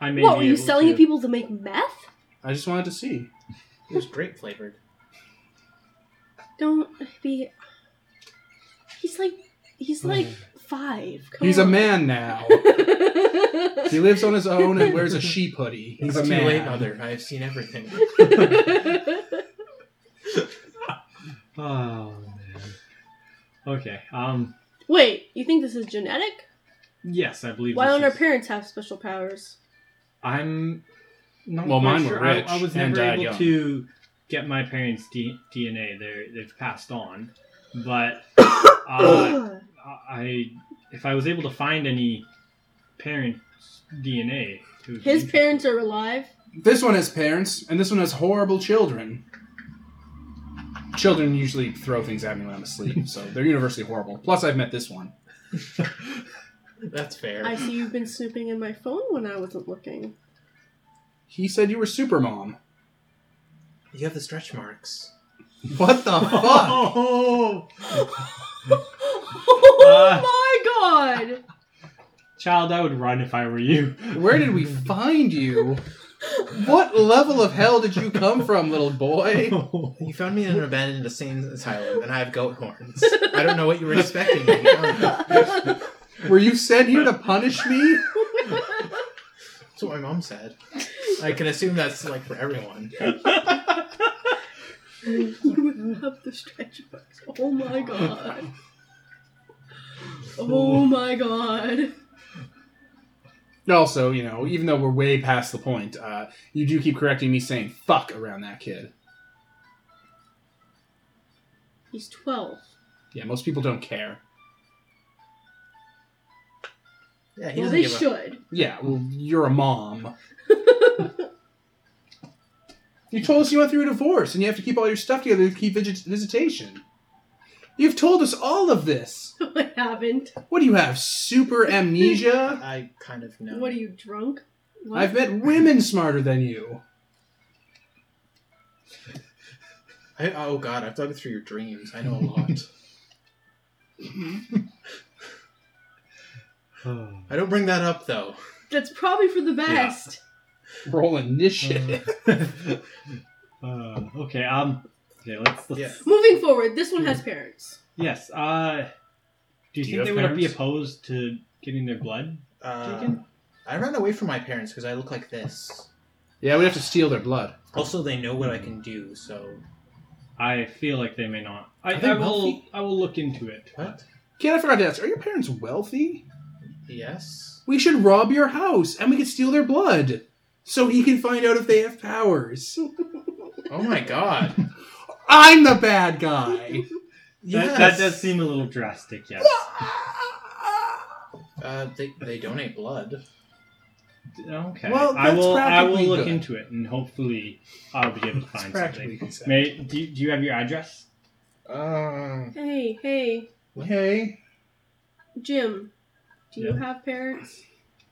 Speaker 2: I may
Speaker 4: What
Speaker 2: be
Speaker 4: were you
Speaker 2: able
Speaker 4: selling
Speaker 2: to,
Speaker 4: to people to make meth?
Speaker 1: I just wanted to see.
Speaker 3: It was grape flavored.
Speaker 4: Don't be. He's like, he's like five. Come
Speaker 1: He's a
Speaker 4: on.
Speaker 1: man now. he lives on his own and wears a sheep hoodie. He's a
Speaker 3: It's too
Speaker 1: man.
Speaker 3: late, mother. I've seen everything.
Speaker 2: Oh man. Okay. Um.
Speaker 4: Wait, you think this is genetic?
Speaker 2: Yes, I believe.
Speaker 4: Why
Speaker 2: this
Speaker 4: don't our
Speaker 2: is-
Speaker 4: parents have special powers?
Speaker 2: I'm not
Speaker 1: Well,
Speaker 2: quite
Speaker 1: mine were
Speaker 2: sure.
Speaker 1: rich
Speaker 2: I, I was
Speaker 1: and
Speaker 2: never
Speaker 1: died
Speaker 2: able
Speaker 1: young.
Speaker 2: to get my parents' D- DNA. They're, they've passed on, but uh,
Speaker 4: Ugh.
Speaker 2: I if I was able to find any parents' DNA, it would be
Speaker 4: His
Speaker 2: interesting.
Speaker 4: parents are alive.
Speaker 1: This one has parents, and this one has horrible children. Children usually throw things at me when I'm asleep, so they're universally horrible. Plus, I've met this one.
Speaker 3: That's fair.
Speaker 4: I see you've been snooping in my phone when I wasn't looking.
Speaker 1: He said you were super mom.
Speaker 3: You have the stretch marks.
Speaker 1: What the fuck?
Speaker 2: Oh,
Speaker 1: Uh.
Speaker 4: oh my god!
Speaker 2: child, I would run if I were you.
Speaker 1: Where did we find you? What level of hell did you come from, little boy?
Speaker 3: You found me in an abandoned insane asylum, and I have goat horns. I don't know what you were expecting. when you found me.
Speaker 1: Were you sent here to punish me?
Speaker 3: That's what my mom said. I can assume that's like for everyone.
Speaker 4: you have the stretch marks. Oh my god. Oh my god.
Speaker 1: Also, you know, even though we're way past the point, uh, you do keep correcting me saying fuck around that kid.
Speaker 4: He's 12.
Speaker 1: Yeah, most people don't care.
Speaker 3: Yeah, he
Speaker 4: Well,
Speaker 3: doesn't
Speaker 4: they
Speaker 3: give a.
Speaker 4: should.
Speaker 1: Yeah, well, you're a mom. you told us you went through a divorce and you have to keep all your stuff together to keep visit- visitation. You've told us all of this.
Speaker 4: I haven't.
Speaker 1: What do you have? Super amnesia?
Speaker 3: I kind of know.
Speaker 4: What are you, drunk? What?
Speaker 1: I've met women smarter than you.
Speaker 3: I, oh god, I've dug through your dreams. I know a lot. I don't bring that up though.
Speaker 4: That's probably for the best.
Speaker 1: Rolling this shit.
Speaker 2: Uh, okay. Um. Okay. Let's. let's
Speaker 3: Yeah.
Speaker 4: Moving forward, this one has parents.
Speaker 2: Yes. Uh, do you
Speaker 1: Do you have
Speaker 2: think they would be
Speaker 1: parents?
Speaker 2: opposed to getting their blood
Speaker 3: Uh,
Speaker 2: taken?
Speaker 3: I ran away from my parents because I look like this.
Speaker 1: yeah, we have to steal their blood.
Speaker 3: Also, they know what I can do, so
Speaker 2: I feel like they may not. I,
Speaker 1: Are
Speaker 2: I,
Speaker 1: they
Speaker 2: will.
Speaker 1: wealthy?
Speaker 2: I will look into it.
Speaker 3: what?
Speaker 1: Kid, I forgot to ask. Are your parents wealthy?
Speaker 3: Yes.
Speaker 1: We should rob your house and we could steal their blood so he can find out if they have powers.
Speaker 3: Oh my god.
Speaker 1: I'm the bad guy.
Speaker 2: That, that does seem a little drastic. Yes.
Speaker 3: Uh, they, they donate blood.
Speaker 2: okay.
Speaker 1: Well,
Speaker 2: I
Speaker 1: that's
Speaker 2: will. I will
Speaker 1: practically
Speaker 2: look
Speaker 1: good.
Speaker 2: into it, and hopefully, I'll be able to
Speaker 1: It's
Speaker 2: find
Speaker 1: practically
Speaker 2: something.
Speaker 1: consent.
Speaker 2: May do you, do you have your address?
Speaker 3: Um.
Speaker 4: Hey, hey,
Speaker 1: Hey,
Speaker 4: Jim. Do you
Speaker 2: Yeah.
Speaker 4: have parents?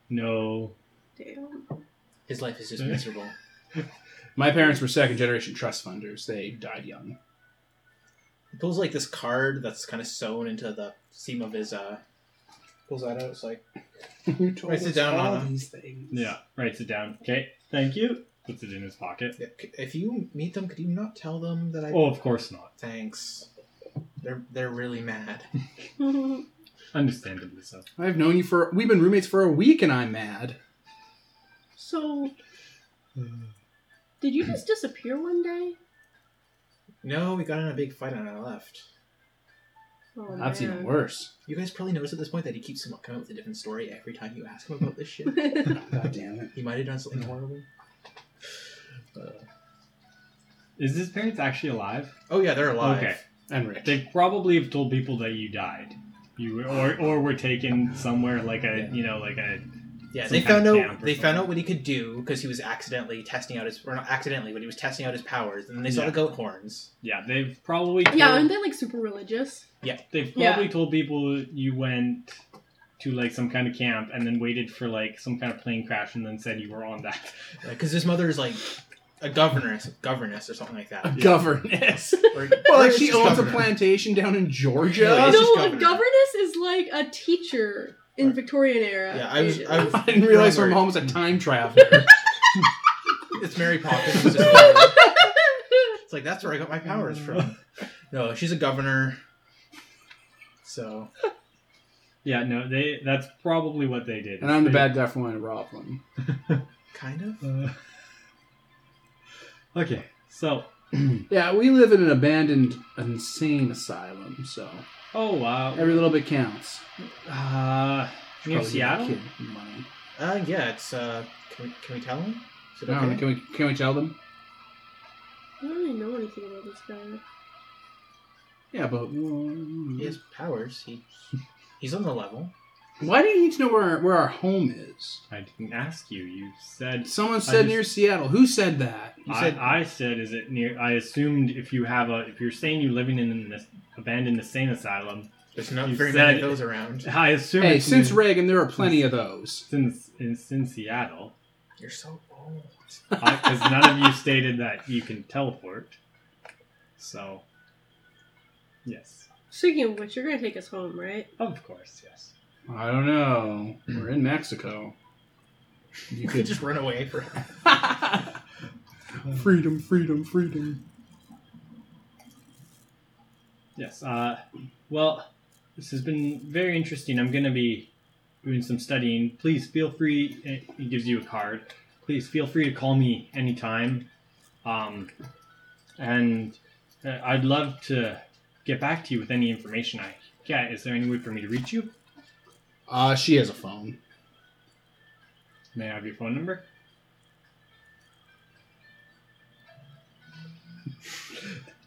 Speaker 2: No.
Speaker 4: Damn.
Speaker 3: His life is just
Speaker 2: Okay.
Speaker 3: miserable.
Speaker 1: my parents were second generation trust funders. They died young.
Speaker 3: He pulls like this card that's kind of sewn into the seam of his uh. Pulls that out. It's like
Speaker 1: you told
Speaker 3: Writes it us down all on 'em.
Speaker 1: these things.
Speaker 2: Yeah. Writes it down. Okay. Thank you. Puts it in his pocket.
Speaker 3: if you meet them, could you not tell them that I?
Speaker 2: Oh, of course not.
Speaker 3: Thanks. They're they're really mad.
Speaker 2: Understandably so.
Speaker 1: I've known you for we've been roommates for a week, and I'm mad.
Speaker 4: so, did you just disappear one day?
Speaker 3: No, we got in a big fight and I left.
Speaker 4: Oh,
Speaker 1: That's even worse.
Speaker 3: You guys probably noticed at this point that he keeps coming up with a different story every time you ask him about this shit.
Speaker 4: worse.
Speaker 1: God damn it.
Speaker 3: He might have done something horrible.
Speaker 2: Is his parents actually alive?
Speaker 3: Oh yeah, they're alive.
Speaker 2: Okay.
Speaker 1: And rich.
Speaker 2: They probably have told people that you died. You were, or or were taken somewhere like a you know like a
Speaker 3: Yeah,
Speaker 2: Some
Speaker 3: they
Speaker 2: kind
Speaker 3: found
Speaker 2: of
Speaker 3: out
Speaker 2: camp or
Speaker 3: they found
Speaker 2: something.
Speaker 3: out what he could do because he was accidentally testing out his or not accidentally, but he was testing out his powers, and then they saw
Speaker 2: Yeah.
Speaker 3: the goat horns.
Speaker 2: yeah they've probably
Speaker 4: yeah,
Speaker 2: told-
Speaker 4: aren't they like super religious?
Speaker 3: Yeah.
Speaker 2: They've
Speaker 4: Yeah.
Speaker 2: probably told people you went to like some kind of camp and then waited for like some kind of plane crash and then said you were on that.
Speaker 3: Because his mother is like a governess, governess or something like that.
Speaker 1: Governess.
Speaker 3: Or,
Speaker 1: Well,
Speaker 3: or
Speaker 1: like
Speaker 3: it's
Speaker 1: she
Speaker 3: just
Speaker 1: owns a
Speaker 3: governor.
Speaker 1: plantation down in
Speaker 3: Yeah,
Speaker 1: Georgia.
Speaker 3: it's
Speaker 4: no,
Speaker 3: just
Speaker 4: a
Speaker 3: governor.
Speaker 4: governess is like a teacher in
Speaker 3: Right.
Speaker 4: Victorian era.
Speaker 3: Yeah, I was-
Speaker 4: ages.
Speaker 3: I was-
Speaker 1: I didn't realize her
Speaker 3: Robert.
Speaker 1: mom was a time traveler.
Speaker 3: It's Mary Poppins. It's just- it's like that's where I got my powers from. No, she's a governor. So
Speaker 2: Yeah, no, they that's probably what they did.
Speaker 1: and I'm the
Speaker 2: They-
Speaker 1: bad guy for wanting to rob them.
Speaker 3: kind of.
Speaker 2: Uh, okay, so
Speaker 1: Yeah, we live in an abandoned insane asylum, so
Speaker 2: oh uh,
Speaker 1: every little bit counts.
Speaker 2: uh
Speaker 1: Probably
Speaker 2: near
Speaker 1: give that
Speaker 2: Seattle.
Speaker 1: kid money.
Speaker 3: Uh, yeah, it's uh, can we, can we tell him? Is it
Speaker 1: No,
Speaker 3: okay?
Speaker 1: can we can we tell them?
Speaker 4: I don't really know anything about this guy.
Speaker 1: Yeah, but
Speaker 3: He has powers. He he's on the level.
Speaker 1: why do you need to know where our, where our home is?
Speaker 2: I didn't ask you. You said
Speaker 1: Someone said
Speaker 2: just-
Speaker 1: near Seattle. Who said that?
Speaker 3: You
Speaker 2: I,
Speaker 3: said
Speaker 2: I said, is it near? I assumed if you have a, if you're saying you're living in an as- abandoned insane asylum,
Speaker 3: there's not
Speaker 2: you
Speaker 3: very
Speaker 2: said
Speaker 3: many
Speaker 2: it.
Speaker 3: of those around.
Speaker 2: I assume
Speaker 1: Hey,
Speaker 2: it's
Speaker 1: since
Speaker 2: near-
Speaker 1: Reagan, there are plenty of those.
Speaker 2: since in, since Seattle,
Speaker 3: You're so old.
Speaker 2: because none of you stated that you can teleport. So, yes,
Speaker 4: Speaking of which, you're gonna take us home, right?
Speaker 2: of course, yes.
Speaker 1: I don't know. We're in Mexico. You
Speaker 3: You could just run away for.
Speaker 1: freedom, freedom, freedom.
Speaker 2: Yes. Uh, well, this has been very interesting. I'm going to be doing some studying. Please feel free. eh, He gives you a card. Please feel free to call me anytime. Um, and uh, I'd love to get back to you with any information I get. Is there any way for me to reach you?
Speaker 1: Uh, she has a phone.
Speaker 2: May I have your phone number?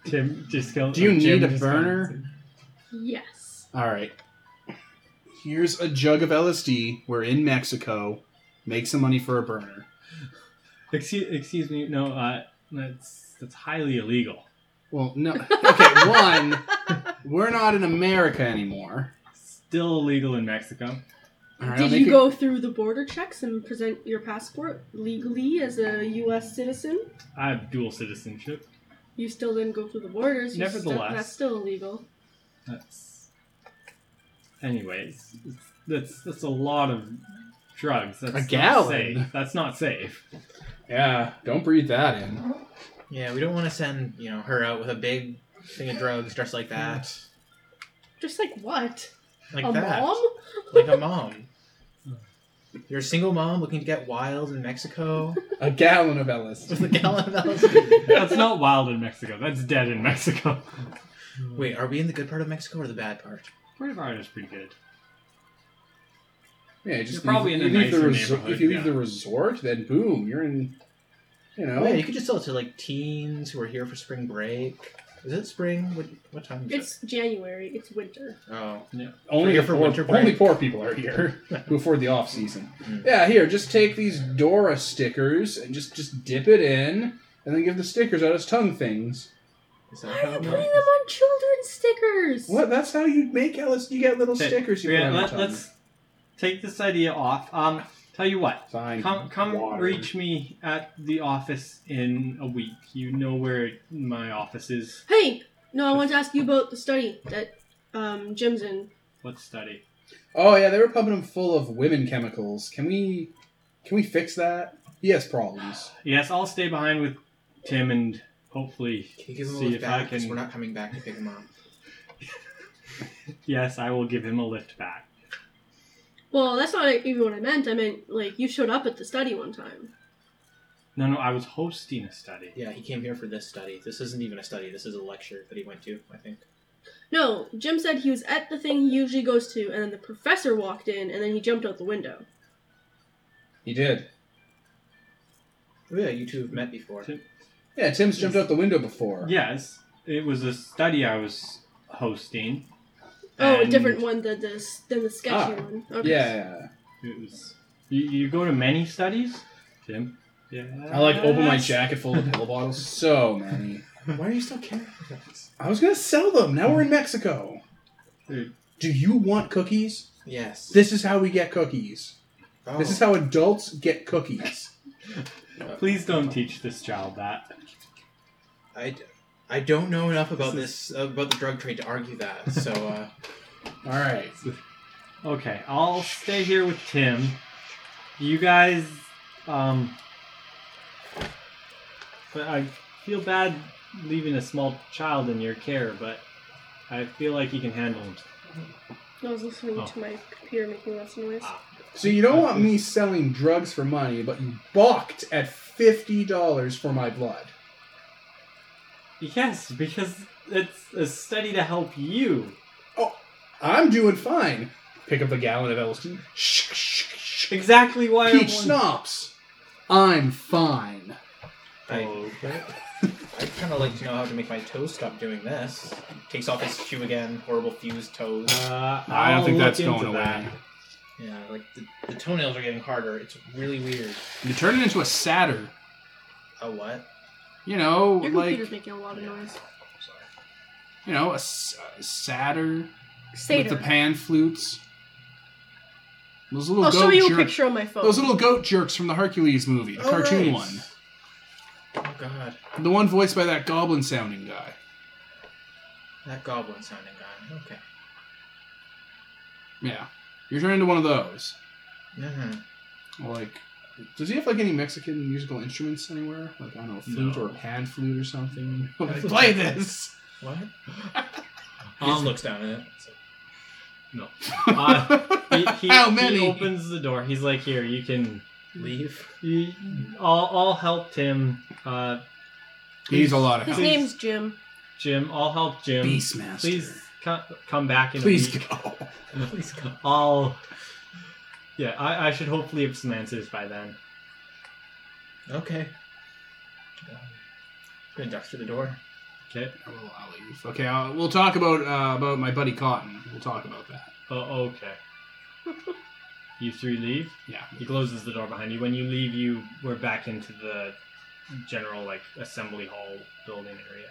Speaker 2: Tim, just go.
Speaker 1: Do you
Speaker 2: or Jim
Speaker 1: need a
Speaker 2: just go-
Speaker 1: burner?
Speaker 4: Yes.
Speaker 1: All right. Here's a jug of LSD. We're in Mexico. Make some money for a burner.
Speaker 2: Excuse, excuse me. No, uh, that's that's highly illegal.
Speaker 1: Well, no. Okay, one, we're not in America anymore.
Speaker 2: Still illegal in Mexico.
Speaker 1: All right, I'll
Speaker 4: Did
Speaker 1: make
Speaker 4: you
Speaker 1: it-
Speaker 4: go through the border checks and present your passport legally as a U.S. citizen?
Speaker 2: I have dual citizenship.
Speaker 4: You still didn't go through the borders. You still-
Speaker 2: Nevertheless.
Speaker 4: that's still illegal.
Speaker 2: That's. Anyways, it's- that's that's a lot of drugs. That's
Speaker 1: A
Speaker 2: not
Speaker 1: gallon.
Speaker 2: Safe. That's not safe.
Speaker 1: Yeah, don't breathe that in.
Speaker 3: Yeah, we don't want to send you know her out with a big thing of drugs dressed like that,
Speaker 4: Just like what?
Speaker 3: like
Speaker 4: a
Speaker 3: that,
Speaker 4: mom?
Speaker 3: like a mom. You're a single mom looking to get wild in Mexico
Speaker 1: A gallon of LSD.
Speaker 3: with a gallon of LSD.
Speaker 2: That's not wild in Mexico. That's dead in Mexico.
Speaker 3: Wait, are we in the good part of Mexico or the bad part?
Speaker 2: Puerto Vallarta's pretty good.
Speaker 1: Yeah, just
Speaker 2: You're
Speaker 1: leave-
Speaker 2: probably in
Speaker 1: you
Speaker 2: a
Speaker 1: leave the
Speaker 2: nicer
Speaker 1: resor-
Speaker 2: neighborhood,
Speaker 1: If you leave
Speaker 2: yeah.
Speaker 1: the resort, then boom, you're in. You know,
Speaker 3: Oh, yeah, you could just sell it to like teens who are here for spring break. Is it spring? What, what time is
Speaker 4: It's January. It's winter.
Speaker 3: it? Oh,
Speaker 1: only
Speaker 3: here
Speaker 1: the
Speaker 3: for
Speaker 1: poor,
Speaker 3: winter break.
Speaker 1: only poor people are here who afford the off season.
Speaker 3: Mm.
Speaker 1: Yeah, here, just take these Dora stickers and just just dip it in, and then give the stickers out as tongue things.
Speaker 3: is
Speaker 4: Why
Speaker 3: that
Speaker 4: are
Speaker 3: how
Speaker 4: you
Speaker 3: it
Speaker 4: putting them
Speaker 3: works?
Speaker 4: on children's stickers?
Speaker 1: What? That's how you make LSD. You get little stickers. You
Speaker 2: yeah,
Speaker 1: put on your
Speaker 2: let,
Speaker 1: tongue.
Speaker 2: let's take this idea off. Um, tell you what.
Speaker 1: Fine.
Speaker 2: Come, come
Speaker 1: Water.
Speaker 2: reach me at the office in a week. You know where my office is.
Speaker 4: Hey, no, I want to ask you about the study that um, Jim's in.
Speaker 2: Let's study.
Speaker 1: Oh yeah, they were pumping them full of women chemicals. Can we, can we fix that? He has problems.
Speaker 2: Yes, I'll stay behind with Tim and hopefully.
Speaker 3: Can you give him a
Speaker 2: See if
Speaker 3: lift
Speaker 2: I
Speaker 3: back? Because
Speaker 2: can-
Speaker 3: we're not coming back to pick him up.
Speaker 2: Yes, I will give him a lift back.
Speaker 4: Well, that's not even what I meant. I meant like you showed up at the study one time.
Speaker 2: No, no, I was hosting a study.
Speaker 3: Yeah, he came here for this study. This isn't even a study. This is a lecture that he went to. I think.
Speaker 4: No, Jim said he was at the thing he usually goes to, and then the professor walked in, and then he jumped out the window.
Speaker 1: He did.
Speaker 3: Oh, yeah, you two have met before.
Speaker 1: Yeah, Tim's jumped out the window before.
Speaker 2: Yes, it was a study I was hosting.
Speaker 4: Oh, a
Speaker 2: and
Speaker 4: different one than the s- than the sketchy
Speaker 1: Ah,
Speaker 4: one. Okay.
Speaker 1: Yeah, yeah.
Speaker 2: It was. You, you go to many studies, Tim. Yeah.
Speaker 1: I like open my jacket full of pill bottles. So many.
Speaker 3: Why are you still carrying that?
Speaker 1: I was gonna sell them. Now we're in Mexico.
Speaker 6: Do you want cookies?
Speaker 3: Yes.
Speaker 6: This is how we get cookies.
Speaker 3: Oh.
Speaker 6: This is how adults get cookies.
Speaker 2: Please don't teach this child that.
Speaker 3: I, d- I don't know enough about
Speaker 2: This
Speaker 3: this uh, about the drug trade to argue that. So uh,
Speaker 6: All right.
Speaker 2: Okay, I'll stay here with Tim. You guys, um, but I feel bad leaving a small child in your care, but I feel like he can handle him.
Speaker 4: I was listening
Speaker 2: Oh.
Speaker 4: to my computer making lots of noise.
Speaker 1: Oh,
Speaker 6: So you don't want me selling drugs for money, but you balked at fifty dollars for my blood.
Speaker 2: Yes, because it's a study to help you.
Speaker 6: I'm doing fine. Pick up a gallon of LSD. Shh, shh, shh.
Speaker 2: Exactly why
Speaker 6: Peach
Speaker 2: I
Speaker 6: schnapps. I'm fine.
Speaker 3: I,
Speaker 6: Oh.
Speaker 2: Okay.
Speaker 3: I kind of like to know how to make my toes stop doing this. Takes off his shoe again. Horrible fused toes.
Speaker 2: Uh,
Speaker 1: I don't
Speaker 2: I'll
Speaker 1: think
Speaker 2: look
Speaker 1: that's
Speaker 2: into
Speaker 1: going away.
Speaker 2: that.
Speaker 3: Yeah, like the, the toenails are getting harder. It's really weird.
Speaker 1: You turn it into a satyr.
Speaker 3: A what?
Speaker 1: You know,
Speaker 4: Your
Speaker 1: like
Speaker 4: computer's making a lot of noise.
Speaker 1: you know, a, s- a satyr with
Speaker 4: Seder.
Speaker 1: the pan flutes. Those little
Speaker 4: I'll
Speaker 1: goat
Speaker 4: show you a
Speaker 1: jerks.
Speaker 4: picture on my phone.
Speaker 1: Those little goat jerks from the Hercules movie, the
Speaker 3: Oh,
Speaker 1: cartoon
Speaker 3: right.
Speaker 1: one,
Speaker 3: Oh god,
Speaker 1: the one voiced by that goblin sounding guy.
Speaker 3: that goblin sounding guy. Okay.
Speaker 1: Yeah, you're turning into one of those.
Speaker 3: Mm-hmm.
Speaker 1: Like, does he have like any Mexican musical instruments anywhere? Like I don't know, a flute
Speaker 2: No.
Speaker 1: or a pan flute or something.
Speaker 3: Pan flute.
Speaker 1: Play this.
Speaker 3: What? He just
Speaker 2: Um,
Speaker 3: looks down at it. It's like,
Speaker 2: Uh, He, he,
Speaker 1: How
Speaker 2: He
Speaker 1: many?
Speaker 2: opens the door. He's like, "Here, you can.
Speaker 6: hmm.
Speaker 3: Leave.
Speaker 2: You, I'll, I'll help Tim. Uh,
Speaker 1: He's a lot of
Speaker 4: His
Speaker 1: help.
Speaker 4: name's Jim.
Speaker 2: Jim, I'll help Jim.
Speaker 1: Beastmaster.
Speaker 2: Please come, come back in
Speaker 1: Please
Speaker 2: a week.
Speaker 1: go.
Speaker 3: Please come.
Speaker 2: I'll. Yeah, I, I should hopefully have some answers by then.
Speaker 3: Okay. Um, gonna duck through the door.
Speaker 2: Okay.
Speaker 1: I will, I'll leave. Okay, I'll, we'll talk about uh, about my buddy Cotton. We'll talk about that.
Speaker 2: Oh, okay. you three leave.
Speaker 1: Yeah.
Speaker 2: He closes the door behind you. When you leave, you we're back into the general like assembly hall building area.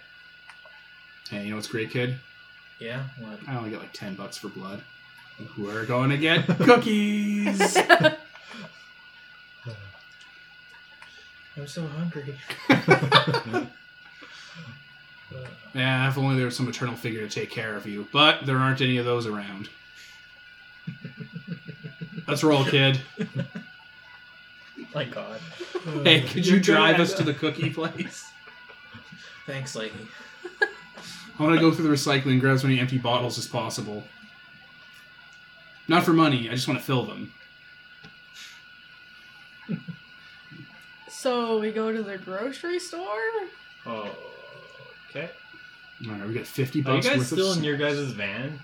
Speaker 1: Hey, you know what's great, kid?
Speaker 3: Yeah. What?
Speaker 1: I only get like ten bucks for blood. We're going to get cookies.
Speaker 3: I'm so hungry.
Speaker 1: yeah, if only there was some eternal figure to take care of you. But there aren't any of those around. Let's roll, kid.
Speaker 3: My God.
Speaker 1: Hey, could you
Speaker 2: You're gonna
Speaker 1: drive
Speaker 2: end
Speaker 1: us to
Speaker 2: up-
Speaker 1: the cookie place?
Speaker 3: Thanks, lady.
Speaker 1: I want to go through the recycling and grab as many empty bottles as possible. Not for money. I just want to fill them.
Speaker 4: So we go to the grocery store?
Speaker 2: Oh, okay.
Speaker 1: All right, we got fifty
Speaker 2: Are you
Speaker 1: bucks.
Speaker 2: guys
Speaker 1: worth
Speaker 2: still
Speaker 1: of
Speaker 2: in your guys' van?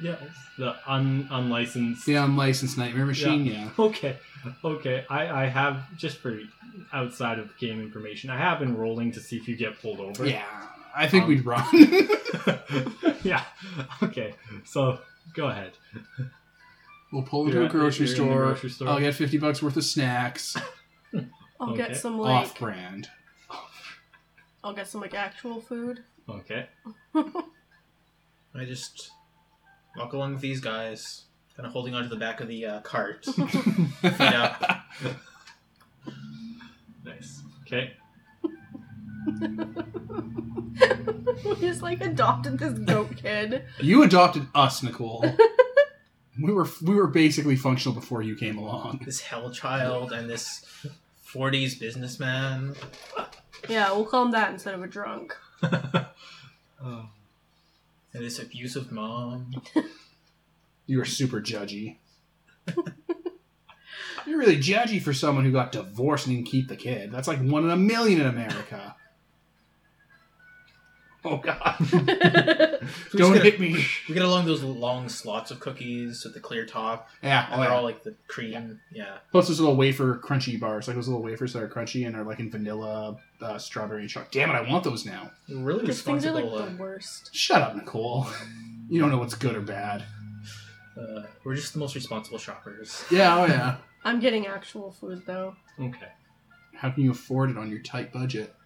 Speaker 3: Yes.
Speaker 2: The un unlicensed.
Speaker 1: the unlicensed nightmare machine? Yeah.
Speaker 2: Okay, okay. I I have just for outside of game information. I have been rolling to see if you get pulled
Speaker 1: Yeah.
Speaker 2: over.
Speaker 1: I think
Speaker 2: Um,
Speaker 1: we'd run.
Speaker 2: yeah. Okay. So go ahead.
Speaker 1: we'll pull into
Speaker 2: You're
Speaker 1: a
Speaker 2: at-
Speaker 1: grocery
Speaker 2: you're in the
Speaker 1: store. Oh,
Speaker 2: grocery store.
Speaker 1: I'll get fifty bucks worth of snacks,
Speaker 4: I'll
Speaker 2: Okay.
Speaker 4: get some like
Speaker 1: off brand.
Speaker 4: I'll get some like actual food.
Speaker 2: Okay.
Speaker 3: I just walk along with these guys, kind of holding onto the back of the uh, cart. Feet up.
Speaker 2: Nice. Okay.
Speaker 4: we just like adopted this goat kid.
Speaker 1: You adopted us, Nicole. we were we were basically functional before you came along.
Speaker 3: This hell child and this 40s businessman.
Speaker 4: Yeah, we'll call him that instead of a drunk.
Speaker 2: Oh.
Speaker 3: And this abusive mom.
Speaker 1: You were super judgy. You're really judgy for someone who got divorced and didn't keep the kid. That's like one in a million in America. Oh God!
Speaker 3: We
Speaker 1: Don't
Speaker 3: just get,
Speaker 1: hit me.
Speaker 3: we get along those long slots of cookies with the clear top,
Speaker 1: Yeah.
Speaker 3: and
Speaker 1: Oh,
Speaker 3: they're
Speaker 1: yeah.
Speaker 3: all like the cream. Yeah.
Speaker 1: Plus those little wafer crunchy bars, like those little wafers that are crunchy and are like in vanilla, uh, strawberry, and chocolate. Damn it, I want those now.
Speaker 3: They're Really
Speaker 4: Because things are like
Speaker 3: responsible.
Speaker 1: uh,
Speaker 4: the worst.
Speaker 1: Shut up, Nicole. You don't know what's good or bad.
Speaker 3: uh, uh, we're just the most responsible shoppers.
Speaker 1: Yeah, oh yeah.
Speaker 4: I'm getting actual food though.
Speaker 2: Okay.
Speaker 1: How can you afford it on your tight budget?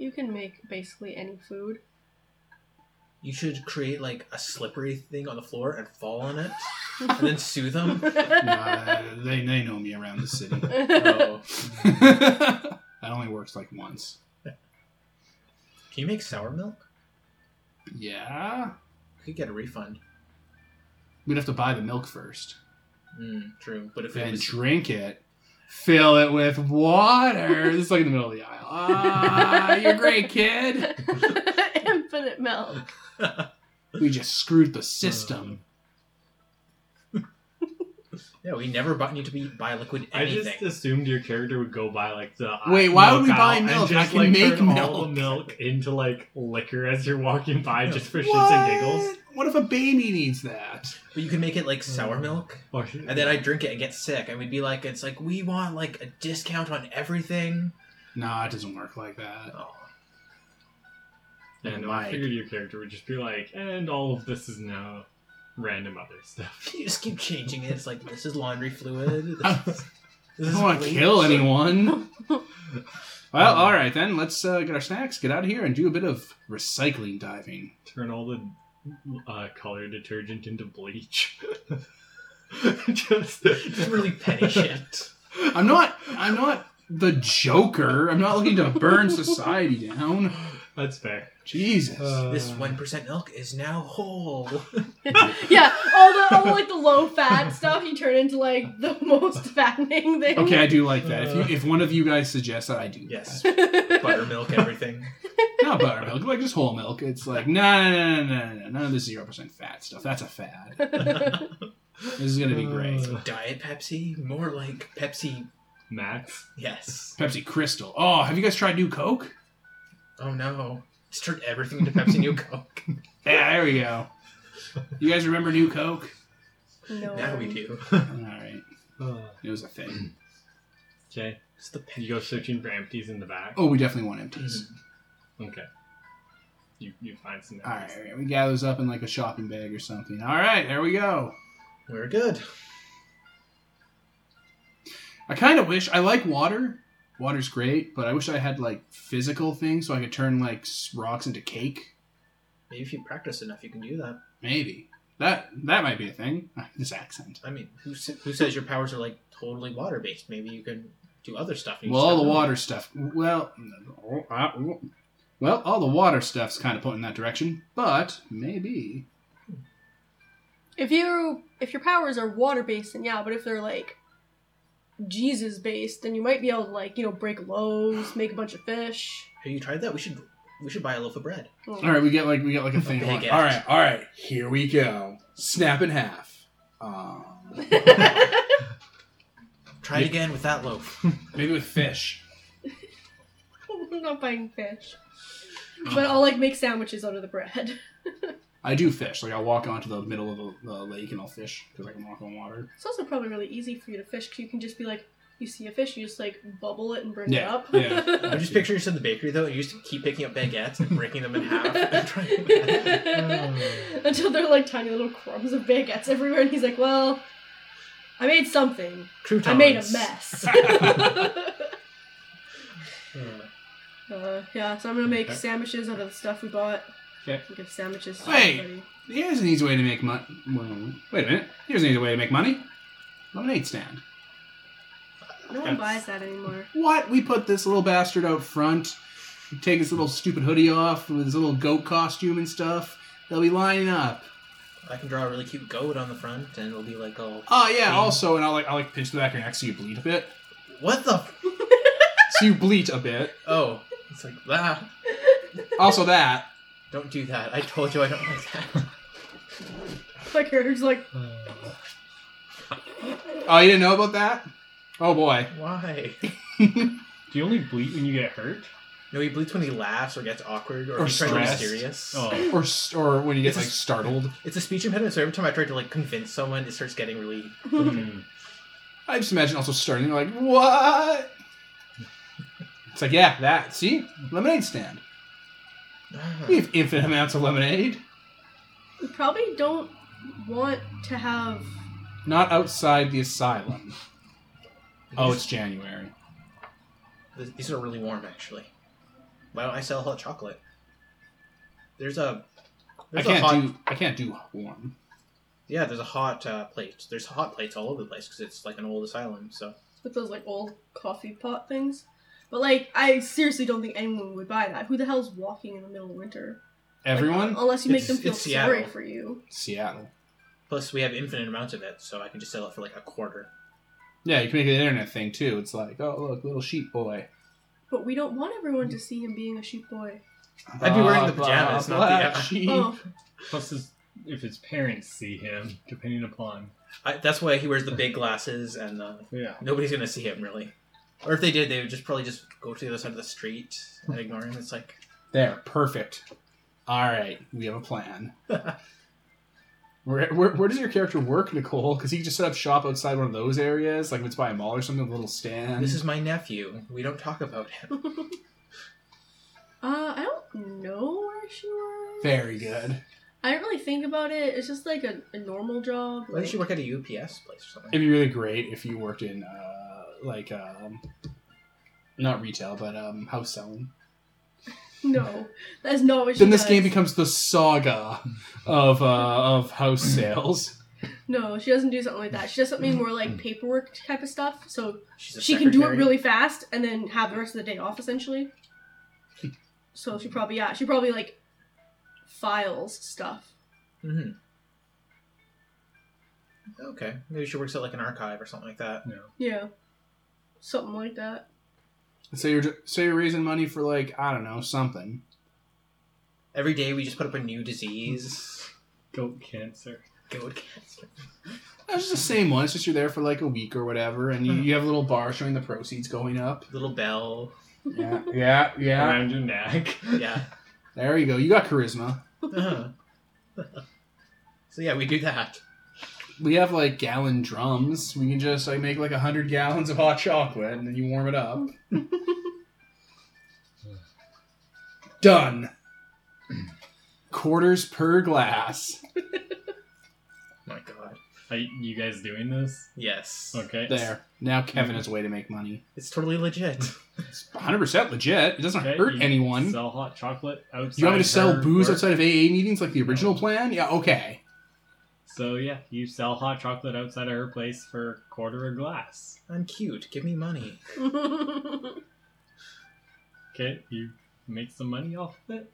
Speaker 4: You can make basically any food.
Speaker 3: You should create like a slippery thing on the floor and fall on it, and then sue them.
Speaker 1: Nah, they, they know me around the city.
Speaker 3: Oh.
Speaker 1: that only works like once.
Speaker 3: Can you make sour milk?
Speaker 1: Yeah.
Speaker 3: We could get a refund.
Speaker 1: We'd have to buy the milk first.
Speaker 3: Mm, true, but if it
Speaker 1: Then
Speaker 3: was
Speaker 1: drink it. Fill it with water. this is like in the middle of the aisle. Ah, you're great, kid.
Speaker 4: Infinite milk.
Speaker 1: We just screwed the system.
Speaker 3: yeah, we never bought, need to be buy liquid
Speaker 2: I
Speaker 3: anything.
Speaker 2: just assumed your character would go buy like the
Speaker 1: Wait, why would we
Speaker 2: out
Speaker 1: buy
Speaker 2: and
Speaker 1: milk?
Speaker 2: Just,
Speaker 1: I can
Speaker 2: like,
Speaker 1: make
Speaker 2: turn all
Speaker 1: milk.
Speaker 2: the milk into like liquor as you're walking by, just for shits
Speaker 1: what?
Speaker 2: and giggles.
Speaker 1: What if a baby needs that?
Speaker 3: But you could make it like sour
Speaker 1: Mm.
Speaker 3: milk,
Speaker 2: Or-
Speaker 3: and then I drink it and get sick, and we'd be like, it's like we want like a discount on everything.
Speaker 1: Nah, it doesn't work like that.
Speaker 3: Oh.
Speaker 2: and I
Speaker 1: Like-
Speaker 2: figured your character would just be like, and all of this is now random other stuff.
Speaker 3: You just keep changing it. It's like this is laundry fluid. This
Speaker 1: I
Speaker 3: is, this
Speaker 1: I
Speaker 3: is Um,
Speaker 1: don't want to
Speaker 3: bleach.
Speaker 1: kill anyone. Well, all right then. Let's uh, get our snacks, get out of here, and do a bit of recycling diving.
Speaker 2: Turn all the uh, color detergent into bleach. just
Speaker 3: It's really petty shit.
Speaker 1: I'm not. I'm not the Joker. I'm not looking to burn society down.
Speaker 2: That's fair.
Speaker 1: Jesus. Uh.
Speaker 3: this one percent milk is now whole.
Speaker 4: yeah, all the all like the low fat stuff you turn into like the most fattening thing.
Speaker 1: okay, I do like that. If you, if one of you guys suggests that, I do.
Speaker 3: yes,
Speaker 1: that.
Speaker 3: buttermilk, everything.
Speaker 1: not buttermilk, like just whole milk. It's like no, no, no, no, no, no, none of this zero percent fat stuff. That's a fad. This is gonna be great.
Speaker 2: Uh.
Speaker 3: Diet Pepsi, more like Pepsi.
Speaker 2: Max.
Speaker 3: Yes.
Speaker 1: Pepsi Crystal. Oh, have you guys tried New Coke?
Speaker 3: Oh no. Just turned everything into Pepsi New Coke.
Speaker 1: Yeah, there we go. You guys remember New Coke?
Speaker 4: no.
Speaker 3: now we do.
Speaker 1: All right, it was a thing.
Speaker 2: okay.
Speaker 3: It's the pe-
Speaker 2: You go searching for empties in the back.
Speaker 1: Oh, we definitely want empties.
Speaker 2: Okay. You, you find some
Speaker 1: All
Speaker 2: empties.
Speaker 1: right, all right, we gather those up in like a shopping bag or something. All right, there we go.
Speaker 3: Mm-hmm. We're good.
Speaker 1: I kind of wish I like water. Water's great, but I wish I had like physical things so I could turn like s- rocks into cake.
Speaker 3: Maybe if you practice enough, you can do that.
Speaker 1: Maybe that that might be a thing. This accent.
Speaker 3: I mean, who sa- who says your powers are like totally water based? Maybe you can do other stuff. and you
Speaker 1: Well,
Speaker 3: just
Speaker 1: all
Speaker 3: don't
Speaker 1: the
Speaker 3: know.
Speaker 1: water stuff. Well, no, I- well, all the water stuff's kind of pointing that direction, but maybe.
Speaker 4: If you if your powers are water based, then yeah. But if they're like Jesus based, then you might be able to like you know break loaves, make a bunch of fish.
Speaker 3: Have you tried that? We should we should buy a loaf of bread.
Speaker 4: Mm.
Speaker 1: All right, we get like we get like a thing.
Speaker 3: big
Speaker 1: Like,
Speaker 3: ass.
Speaker 1: all right, all right, here we go. Snap in half. Um,
Speaker 3: Try it again with that loaf.
Speaker 1: maybe with fish.
Speaker 4: I'm not buying fish, but I'll like make sandwiches out of the bread.
Speaker 1: I do fish. Like I walk onto the middle of the, the lake and I'll fish because I can walk on water.
Speaker 4: It's also probably really easy for you to fish because you can just be like, you see a fish, you just like bubble it and bring it
Speaker 1: Yeah,
Speaker 4: up.
Speaker 1: yeah.
Speaker 3: I just picture you in the bakery though. and You just keep picking up baguettes and breaking them in half. And trying
Speaker 4: Until they're like tiny little crumbs of baguettes everywhere, and he's like, "Well, I made something.
Speaker 3: Croutons.
Speaker 4: I made a mess."
Speaker 3: Uh,
Speaker 4: uh, yeah, so I'm gonna make
Speaker 1: Okay.
Speaker 4: sandwiches out of the stuff we bought.
Speaker 1: Okay.
Speaker 4: We'll give sandwiches. To
Speaker 1: Wait.
Speaker 4: everybody.
Speaker 1: Here's an easy way to make money. Well, wait a minute. Here's an easy way to make money. Lemonade stand.
Speaker 4: No one buys that anymore.
Speaker 1: What? We put this little bastard out front, take his little stupid hoodie off with his little goat costume and stuff. They'll be lining up.
Speaker 3: I can draw a really cute goat on the front, and it'll be like, oh,
Speaker 1: Oh yeah. Also, and I'll like I'll like pinch the back of your neck so you bleed a bit.
Speaker 3: what the? F-
Speaker 1: so you bleat a bit.
Speaker 3: oh, it's like ah,
Speaker 1: Also that.
Speaker 3: don't do that. I told you I don't like that.
Speaker 4: My character's like,
Speaker 1: Oh, you didn't know about that? Oh boy.
Speaker 3: Why?
Speaker 2: Do you only bleat when you get hurt?
Speaker 3: No, he bleeds when he laughs or gets awkward or,
Speaker 1: Or
Speaker 3: he's trying to be
Speaker 1: stressed.
Speaker 3: serious.
Speaker 2: Oh.
Speaker 1: Or s- or when you get
Speaker 3: It's a
Speaker 1: like
Speaker 3: s-
Speaker 1: startled.
Speaker 3: It's a speech impediment, so every time I try to like convince someone, it starts getting really.
Speaker 1: Mhm.
Speaker 2: Mm.
Speaker 1: I just imagine also starting you're like what? It's like yeah, that. See, lemonade stand.
Speaker 3: Ah.
Speaker 1: We have infinite amounts of lemonade.
Speaker 4: "We probably don't want to have."
Speaker 1: Not outside the asylum. Oh, it's January.
Speaker 3: Th- These are really warm, actually. Why don't I sell hot chocolate? There's a
Speaker 1: I
Speaker 3: There's a
Speaker 1: can't
Speaker 3: hot,
Speaker 1: do I can't do warm.
Speaker 3: Yeah, there's a hot uh, plate. There's hot plates all over the place because it's like an old asylum. So
Speaker 4: with those like old coffee pot things. But like, I seriously don't think anyone would buy that. Who the hell's walking in the middle of winter? Like,
Speaker 1: Everyone
Speaker 4: unless you make
Speaker 3: It's-
Speaker 4: them feel
Speaker 3: it's Seattle.
Speaker 4: sorry for you.
Speaker 1: Seattle.
Speaker 3: plus we have infinite amounts of it, so I can just sell it for like a quarter.
Speaker 1: Yeah, you can make it an internet thing too. It's like, oh look, little sheep boy.
Speaker 4: But we don't want everyone to see him being a sheep boy.
Speaker 3: I'd be wearing the
Speaker 1: Blah,
Speaker 3: pajamas,
Speaker 1: blah,
Speaker 3: not the
Speaker 1: blah,
Speaker 3: apple.
Speaker 1: sheep.
Speaker 4: Oh,
Speaker 2: Plus, his, if his parents see him, depending upon.
Speaker 3: I, that's why he wears the big glasses, and uh,
Speaker 2: Yeah.
Speaker 3: nobody's gonna see him really. Or if they did, they would just probably just go to the other side of the street and ignore him. It's like
Speaker 1: There, perfect. All right, we have a plan. where, where, where does your character work, Nicole? Because he could just set up shop outside one of those areas, like if it's by a mall or something, a little stand.
Speaker 3: this is my nephew. We don't talk about him.
Speaker 4: uh, I don't know where she works.
Speaker 1: very good.
Speaker 4: I don't really think about it. It's just like a, a normal job.
Speaker 3: Why
Speaker 4: Like,
Speaker 3: does she work at a UPS place or something?
Speaker 1: It'd be really great if you worked in, uh, like, um, not retail, but um, house selling.
Speaker 4: No, that's not what she
Speaker 1: Then this
Speaker 4: does.
Speaker 1: game becomes the saga of uh, of house sales.
Speaker 4: No, she doesn't do something like that. She does something more
Speaker 1: Hmm.
Speaker 4: like paperwork type of stuff. So
Speaker 3: She's a
Speaker 4: she can do it
Speaker 3: secretary.
Speaker 4: really fast and then have the rest of the day off essentially. So she probably yeah, she probably like files stuff.
Speaker 3: Mhm. Okay, maybe she works at like an archive or something like that.
Speaker 4: Yeah. Something like that.
Speaker 1: So you're ju- so you're raising money for like I don't know something.
Speaker 3: Every day we just put up a new disease.
Speaker 2: Goat cancer.
Speaker 3: Goat cancer.
Speaker 1: It's just the same one. It's just you're there for like a week or whatever, and you, you have a little bar showing the proceeds going up.
Speaker 3: Little bell.
Speaker 1: Yeah, yeah, yeah.
Speaker 2: Around your neck.
Speaker 3: Yeah.
Speaker 1: There you go. You got charisma.
Speaker 3: Uh-huh. so yeah, we do that.
Speaker 1: We have like gallon drums. We can just like make like a hundred gallons of hot chocolate, and then you warm it up. Done. Quarters per glass.
Speaker 3: My God.
Speaker 2: Are you guys doing this?
Speaker 3: Yes.
Speaker 2: Okay.
Speaker 1: There. Now Kevin has a way to make money.
Speaker 3: It's totally legit.
Speaker 1: It's 100% legit. It doesn't
Speaker 2: Okay,
Speaker 1: hurt
Speaker 2: you
Speaker 1: anyone.
Speaker 2: Sell hot chocolate outside.
Speaker 1: you want me to sell
Speaker 2: her
Speaker 1: booze
Speaker 2: work?
Speaker 1: outside of AA meetings like the original plan? Yeah, okay.
Speaker 2: So yeah, you sell hot chocolate outside of her place for a quarter a glass.
Speaker 3: I'm cute. Give me money.
Speaker 2: Okay, you make some money off of it.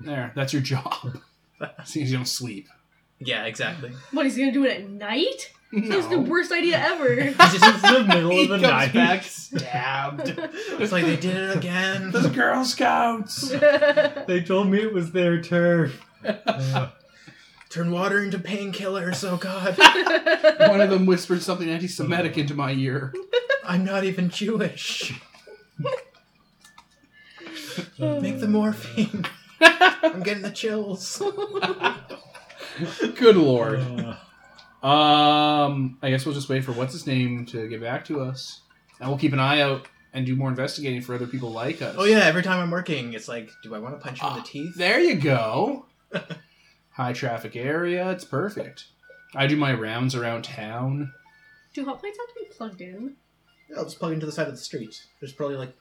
Speaker 1: There. That's your job. As long as you don't sleep.
Speaker 3: Yeah, exactly.
Speaker 4: what is he gonna do it at night? That's the
Speaker 1: No.
Speaker 4: worst idea ever.
Speaker 2: It's just in the middle
Speaker 1: He
Speaker 2: of the
Speaker 1: comes
Speaker 2: night.
Speaker 1: back stabbed.
Speaker 3: It's like they did it again.
Speaker 1: Those Girl Scouts.
Speaker 2: They told me it was their turf.
Speaker 3: Turn water into painkillers. Oh God.
Speaker 1: One of them whispered something anti-Semitic into my ear.
Speaker 3: I'm not even Jewish. Make the morphine. I'm getting the chills.
Speaker 1: Good lord.
Speaker 2: Uh,
Speaker 1: Um, I guess we'll just wait for what's his name to get back to us, and we'll keep an eye out and do more investigating for other people like us.
Speaker 3: Oh yeah, every time I'm working, it's like, do I want to punch him in the teeth?
Speaker 1: Ah, There you go. High traffic area. It's perfect. I do my rounds around town.
Speaker 4: do hot plates have to be plugged in?
Speaker 3: Yeah, I'll just plug into the side of the street. There's probably like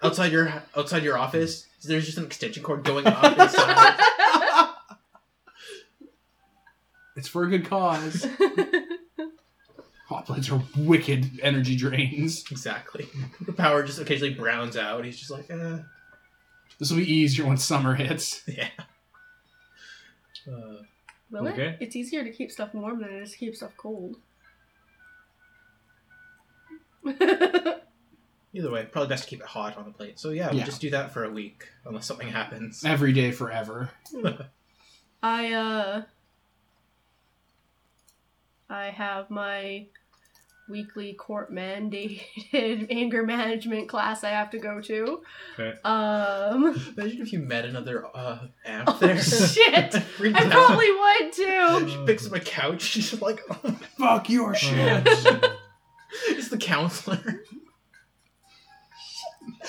Speaker 3: outside your outside your office. There's just an extension cord going up. inside.
Speaker 1: It's for a good cause. Hot plates are wicked energy drains.
Speaker 3: exactly. The power just occasionally browns out. He's just like, uh,
Speaker 1: This will be easier once summer hits.
Speaker 3: uh.
Speaker 4: Will
Speaker 2: Okay.
Speaker 4: it? It's easier to keep stuff warm than it is to keep stuff cold.
Speaker 3: Either way, probably best to keep it hot on the plate. So yeah, we
Speaker 1: Yeah.
Speaker 3: just do that for a week unless something happens.
Speaker 1: Every day forever.
Speaker 4: I uh I have my weekly court mandated anger management class I have to go to.
Speaker 2: Okay.
Speaker 4: Um
Speaker 3: Imagine if you met another uh, amp there.
Speaker 4: Oh, shit.
Speaker 3: Freaked
Speaker 4: I
Speaker 3: out.
Speaker 4: probably would too.
Speaker 3: She picks up a couch. She's just like,
Speaker 1: Fuck your shit.
Speaker 3: it's the counselor.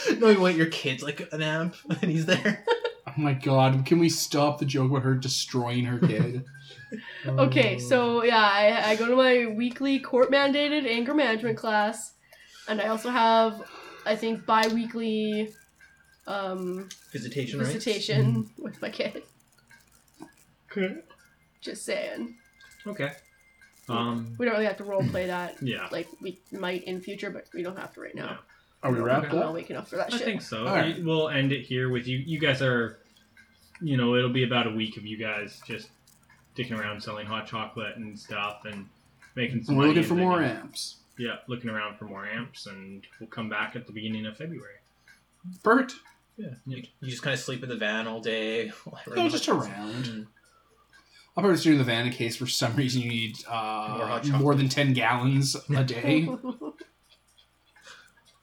Speaker 3: no, you want your kids like an amp, and he's there.
Speaker 1: Oh my god, can we stop the joke about her destroying her kid?
Speaker 4: Okay, so yeah, I, I go to my weekly court mandated anger management class, and I also have, I think, um, bi weekly um,
Speaker 3: Visitation, right?
Speaker 2: Mm-hmm.
Speaker 4: visitation with my kid. Just saying.
Speaker 2: Okay. Um.
Speaker 4: We don't really have to role play that.
Speaker 2: Yeah.
Speaker 4: Like we might in future, but we don't have to right now.
Speaker 1: Are we
Speaker 4: I'm
Speaker 1: wrapped
Speaker 4: not
Speaker 1: up?
Speaker 4: awake enough for that
Speaker 2: I
Speaker 4: shit.
Speaker 2: think so.
Speaker 1: All right.
Speaker 2: We- We'll end it here with you. You guys are, you know, it'll be about a week of you guys just dicking around selling hot chocolate and stuff and making some
Speaker 1: And we're
Speaker 2: money
Speaker 1: looking for
Speaker 2: and
Speaker 1: more
Speaker 2: making-
Speaker 1: amps.
Speaker 2: Yeah, looking around for more amps, and we'll come back at the beginning of February.
Speaker 1: Perfect.
Speaker 2: Yeah.
Speaker 3: You, you just kind of sleep in the van all day.
Speaker 1: No, just around.
Speaker 3: Mm.
Speaker 1: I'll probably just do it in the van in case for some reason you need
Speaker 3: More
Speaker 1: uh,
Speaker 3: hot
Speaker 1: more,
Speaker 3: chocolate.
Speaker 1: than 10 gallons a day.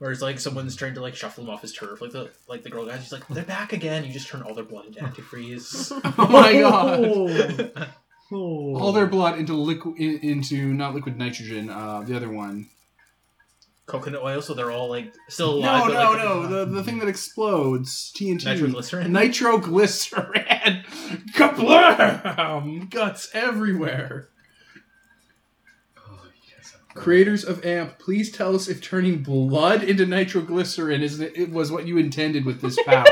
Speaker 3: Or it's like someone's trying to like shuffle him off his turf, like the like the girl guys. She's like, they're back again. You just turn all their blood into antifreeze.
Speaker 1: oh my god.
Speaker 2: Oh. Oh.
Speaker 1: All their blood into liquid, into not liquid nitrogen, uh, the other one.
Speaker 3: coconut oil, so they're all like still
Speaker 1: No,
Speaker 3: alive. but,
Speaker 1: no,
Speaker 3: like,
Speaker 1: no. The, the thing that explodes TNT.
Speaker 3: nitroglycerin.
Speaker 1: Nitroglycerin. Kablam! Guts everywhere.
Speaker 2: Oh,
Speaker 1: Creators of AMP, please tell us if turning blood into nitroglycerin is it was what you intended with this power.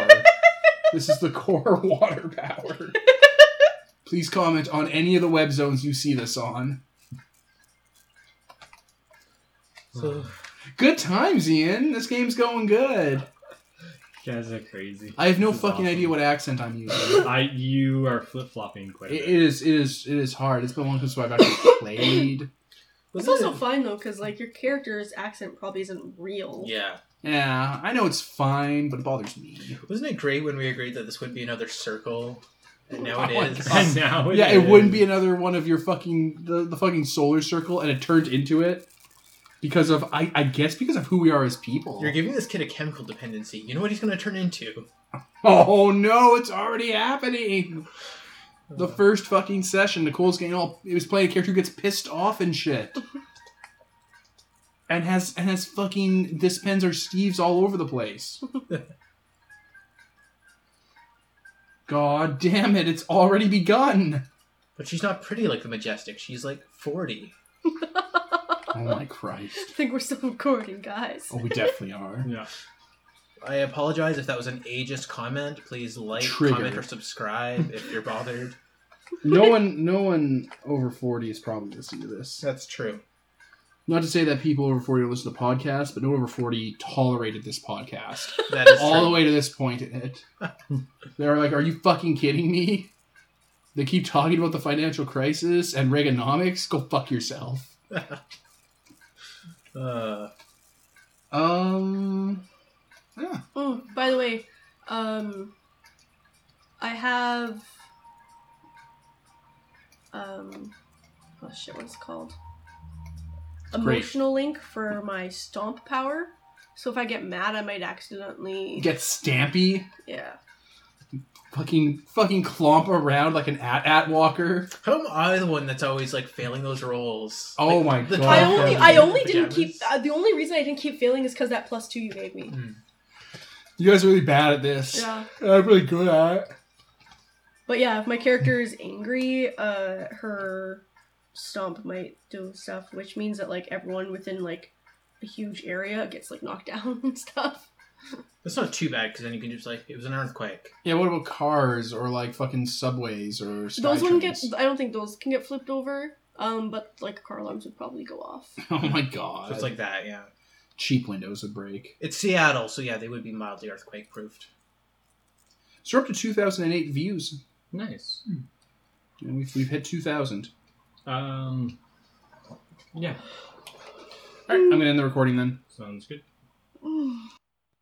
Speaker 1: this is the core water power. Please comment on any of the web zones you see this on.
Speaker 3: So,
Speaker 1: Good times, Ian. This game's going good.
Speaker 2: You guys are crazy.
Speaker 1: I have no
Speaker 2: This is
Speaker 1: fucking
Speaker 2: awesome.
Speaker 1: idea what accent I'm using.
Speaker 2: I you are flip flopping quite.
Speaker 1: it,
Speaker 2: a bit.
Speaker 1: it is, it is, it is hard. It's been long since I've actually played.
Speaker 3: was
Speaker 4: It's also
Speaker 3: it-
Speaker 4: fine though, because like your character's accent probably isn't real.
Speaker 3: yeah.
Speaker 1: Yeah, I know it's fine, but it bothers me.
Speaker 3: Wasn't it great when we agreed that this would be another circle? And now
Speaker 1: Oh my
Speaker 3: it is.
Speaker 1: God.
Speaker 2: And now
Speaker 1: yeah, it
Speaker 2: is.
Speaker 1: wouldn't be another one of your fucking the, the fucking solar circle, and it turned into it because of I, I guess because of who we are as people.
Speaker 3: You're giving this kid a chemical dependency. You know what he's going to turn into?
Speaker 1: oh no, it's already happening. The first fucking session, Nicole's getting all it was playing a character who gets pissed off and shit. And has and has fucking this pens or Steve's all over the place. God damn it, it's already begun.
Speaker 3: But she's not pretty like the Majestic. She's like 40.
Speaker 1: Oh my Christ.
Speaker 4: I think we're still recording, guys.
Speaker 1: Oh, we definitely are.
Speaker 2: Yeah.
Speaker 3: I apologize if that was an ageist comment. Please like,
Speaker 1: Triggered.
Speaker 3: comment, or subscribe if you're bothered.
Speaker 1: No one, no one over forty is probably listening to this.
Speaker 3: That's true.
Speaker 1: Not to say that people over forty don't listen to podcasts, but no one over forty tolerated this podcast
Speaker 3: That is
Speaker 1: all
Speaker 3: true.
Speaker 1: the way to this point in it. They're like, "Are you fucking kidding me?" They keep talking about the financial crisis and Reaganomics. Go fuck yourself.
Speaker 3: Uh,
Speaker 1: Um,
Speaker 4: Oh, by the way, um, I have, um, oh shit, what's it called?
Speaker 1: great.
Speaker 4: Emotional link for my stomp power. So if I get mad, I might accidentally.
Speaker 1: get stampy,
Speaker 4: yeah.
Speaker 1: fucking, fucking clomp around like an at at walker.
Speaker 3: how am I the one that's always like failing those roles?
Speaker 1: Oh
Speaker 3: Like,
Speaker 1: my
Speaker 3: the
Speaker 1: God.
Speaker 3: top
Speaker 4: I
Speaker 1: Oh,
Speaker 4: only,
Speaker 3: down
Speaker 4: I
Speaker 3: in
Speaker 4: only didn't keep.
Speaker 3: pajamas.
Speaker 4: Uh, the only reason I didn't keep failing is because that plus two you gave me.
Speaker 1: You guys are really bad at this.
Speaker 4: Yeah.
Speaker 1: I'm really good at. it.
Speaker 4: But yeah, if my character is angry, uh, her stomp might do stuff, which means that like everyone within like a huge area gets like knocked down and stuff.
Speaker 3: That's not too bad because then you can just like, it was an earthquake.
Speaker 1: Yeah, what about cars or like fucking subways or sky
Speaker 4: those wouldn't get.
Speaker 1: trains?
Speaker 4: I don't think those can get flipped over. Um, but like car alarms would probably go off.
Speaker 1: Oh my
Speaker 3: So
Speaker 1: god!
Speaker 3: it's like that, yeah.
Speaker 1: cheap windows would break.
Speaker 3: It's Seattle, so yeah, they would be mildly earthquake proofed.
Speaker 1: So we're up to 2008 views,
Speaker 2: Nice.
Speaker 1: and we've, we've hit 2,000.
Speaker 2: Um. Yeah.
Speaker 1: All right, I'm gonna end the recording then.
Speaker 2: Sounds good.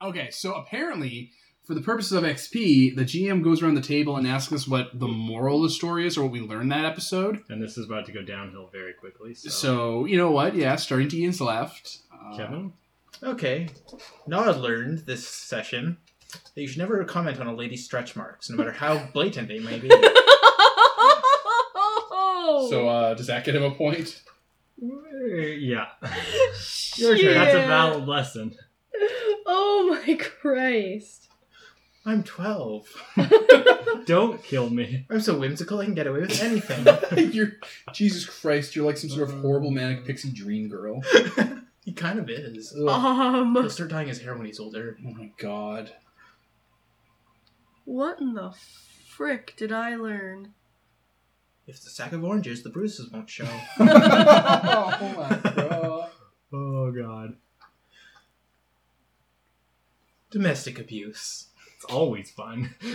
Speaker 1: Okay, so apparently, for the purposes of XP, the GM goes around the table and asks us what the moral of the story is or what we learned that episode.
Speaker 2: And this is about to go downhill very quickly. So,
Speaker 1: So you know what? Yeah, starting to Ian's left. Uh,
Speaker 2: Kevin,
Speaker 3: Okay. Now I learned this session that you should never comment on a lady's stretch marks, no matter how blatant they may be.
Speaker 1: So uh, does that get him a point?
Speaker 2: yeah,
Speaker 4: Your
Speaker 2: that's a valid lesson.
Speaker 4: Oh my Christ!
Speaker 3: I'm 12.
Speaker 2: Don't kill me.
Speaker 3: I'm so whimsical I can get away with anything.
Speaker 1: you're Jesus Christ! You're like some sort of horrible manic pixie dream girl.
Speaker 3: he kind of is.
Speaker 1: Uh-huh.
Speaker 3: He'll
Speaker 4: Um,
Speaker 3: start dyeing his hair when he's older.
Speaker 1: Oh my god.
Speaker 4: what in the frick did I learn?
Speaker 3: If it's a sack of oranges, the bruises won't show.
Speaker 1: oh my god.
Speaker 2: Oh god.
Speaker 3: Domestic abuse.
Speaker 2: It's always fun.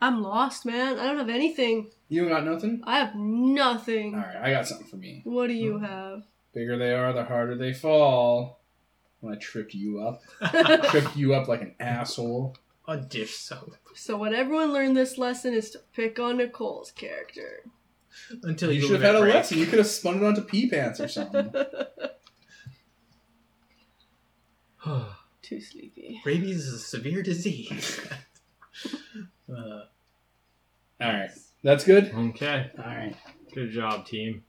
Speaker 4: I'm lost, man. I don't have anything.
Speaker 1: You got nothing?
Speaker 4: I have nothing.
Speaker 1: Alright, I got something for me.
Speaker 4: What do you have?
Speaker 1: Bigger they are, the harder they fall. When I trip you up. trip you up like an asshole.
Speaker 3: On dish soap.
Speaker 4: So what everyone learned this lesson is to pick on Nicole's character.
Speaker 3: Until
Speaker 1: You
Speaker 3: you,
Speaker 1: should have had a lesson. You could have spun it onto pee pants or something.
Speaker 4: Too sleepy.
Speaker 3: Rabies is a severe disease. uh,
Speaker 1: Alright. That's good?
Speaker 2: okay.
Speaker 1: Alright.
Speaker 2: Good job, team.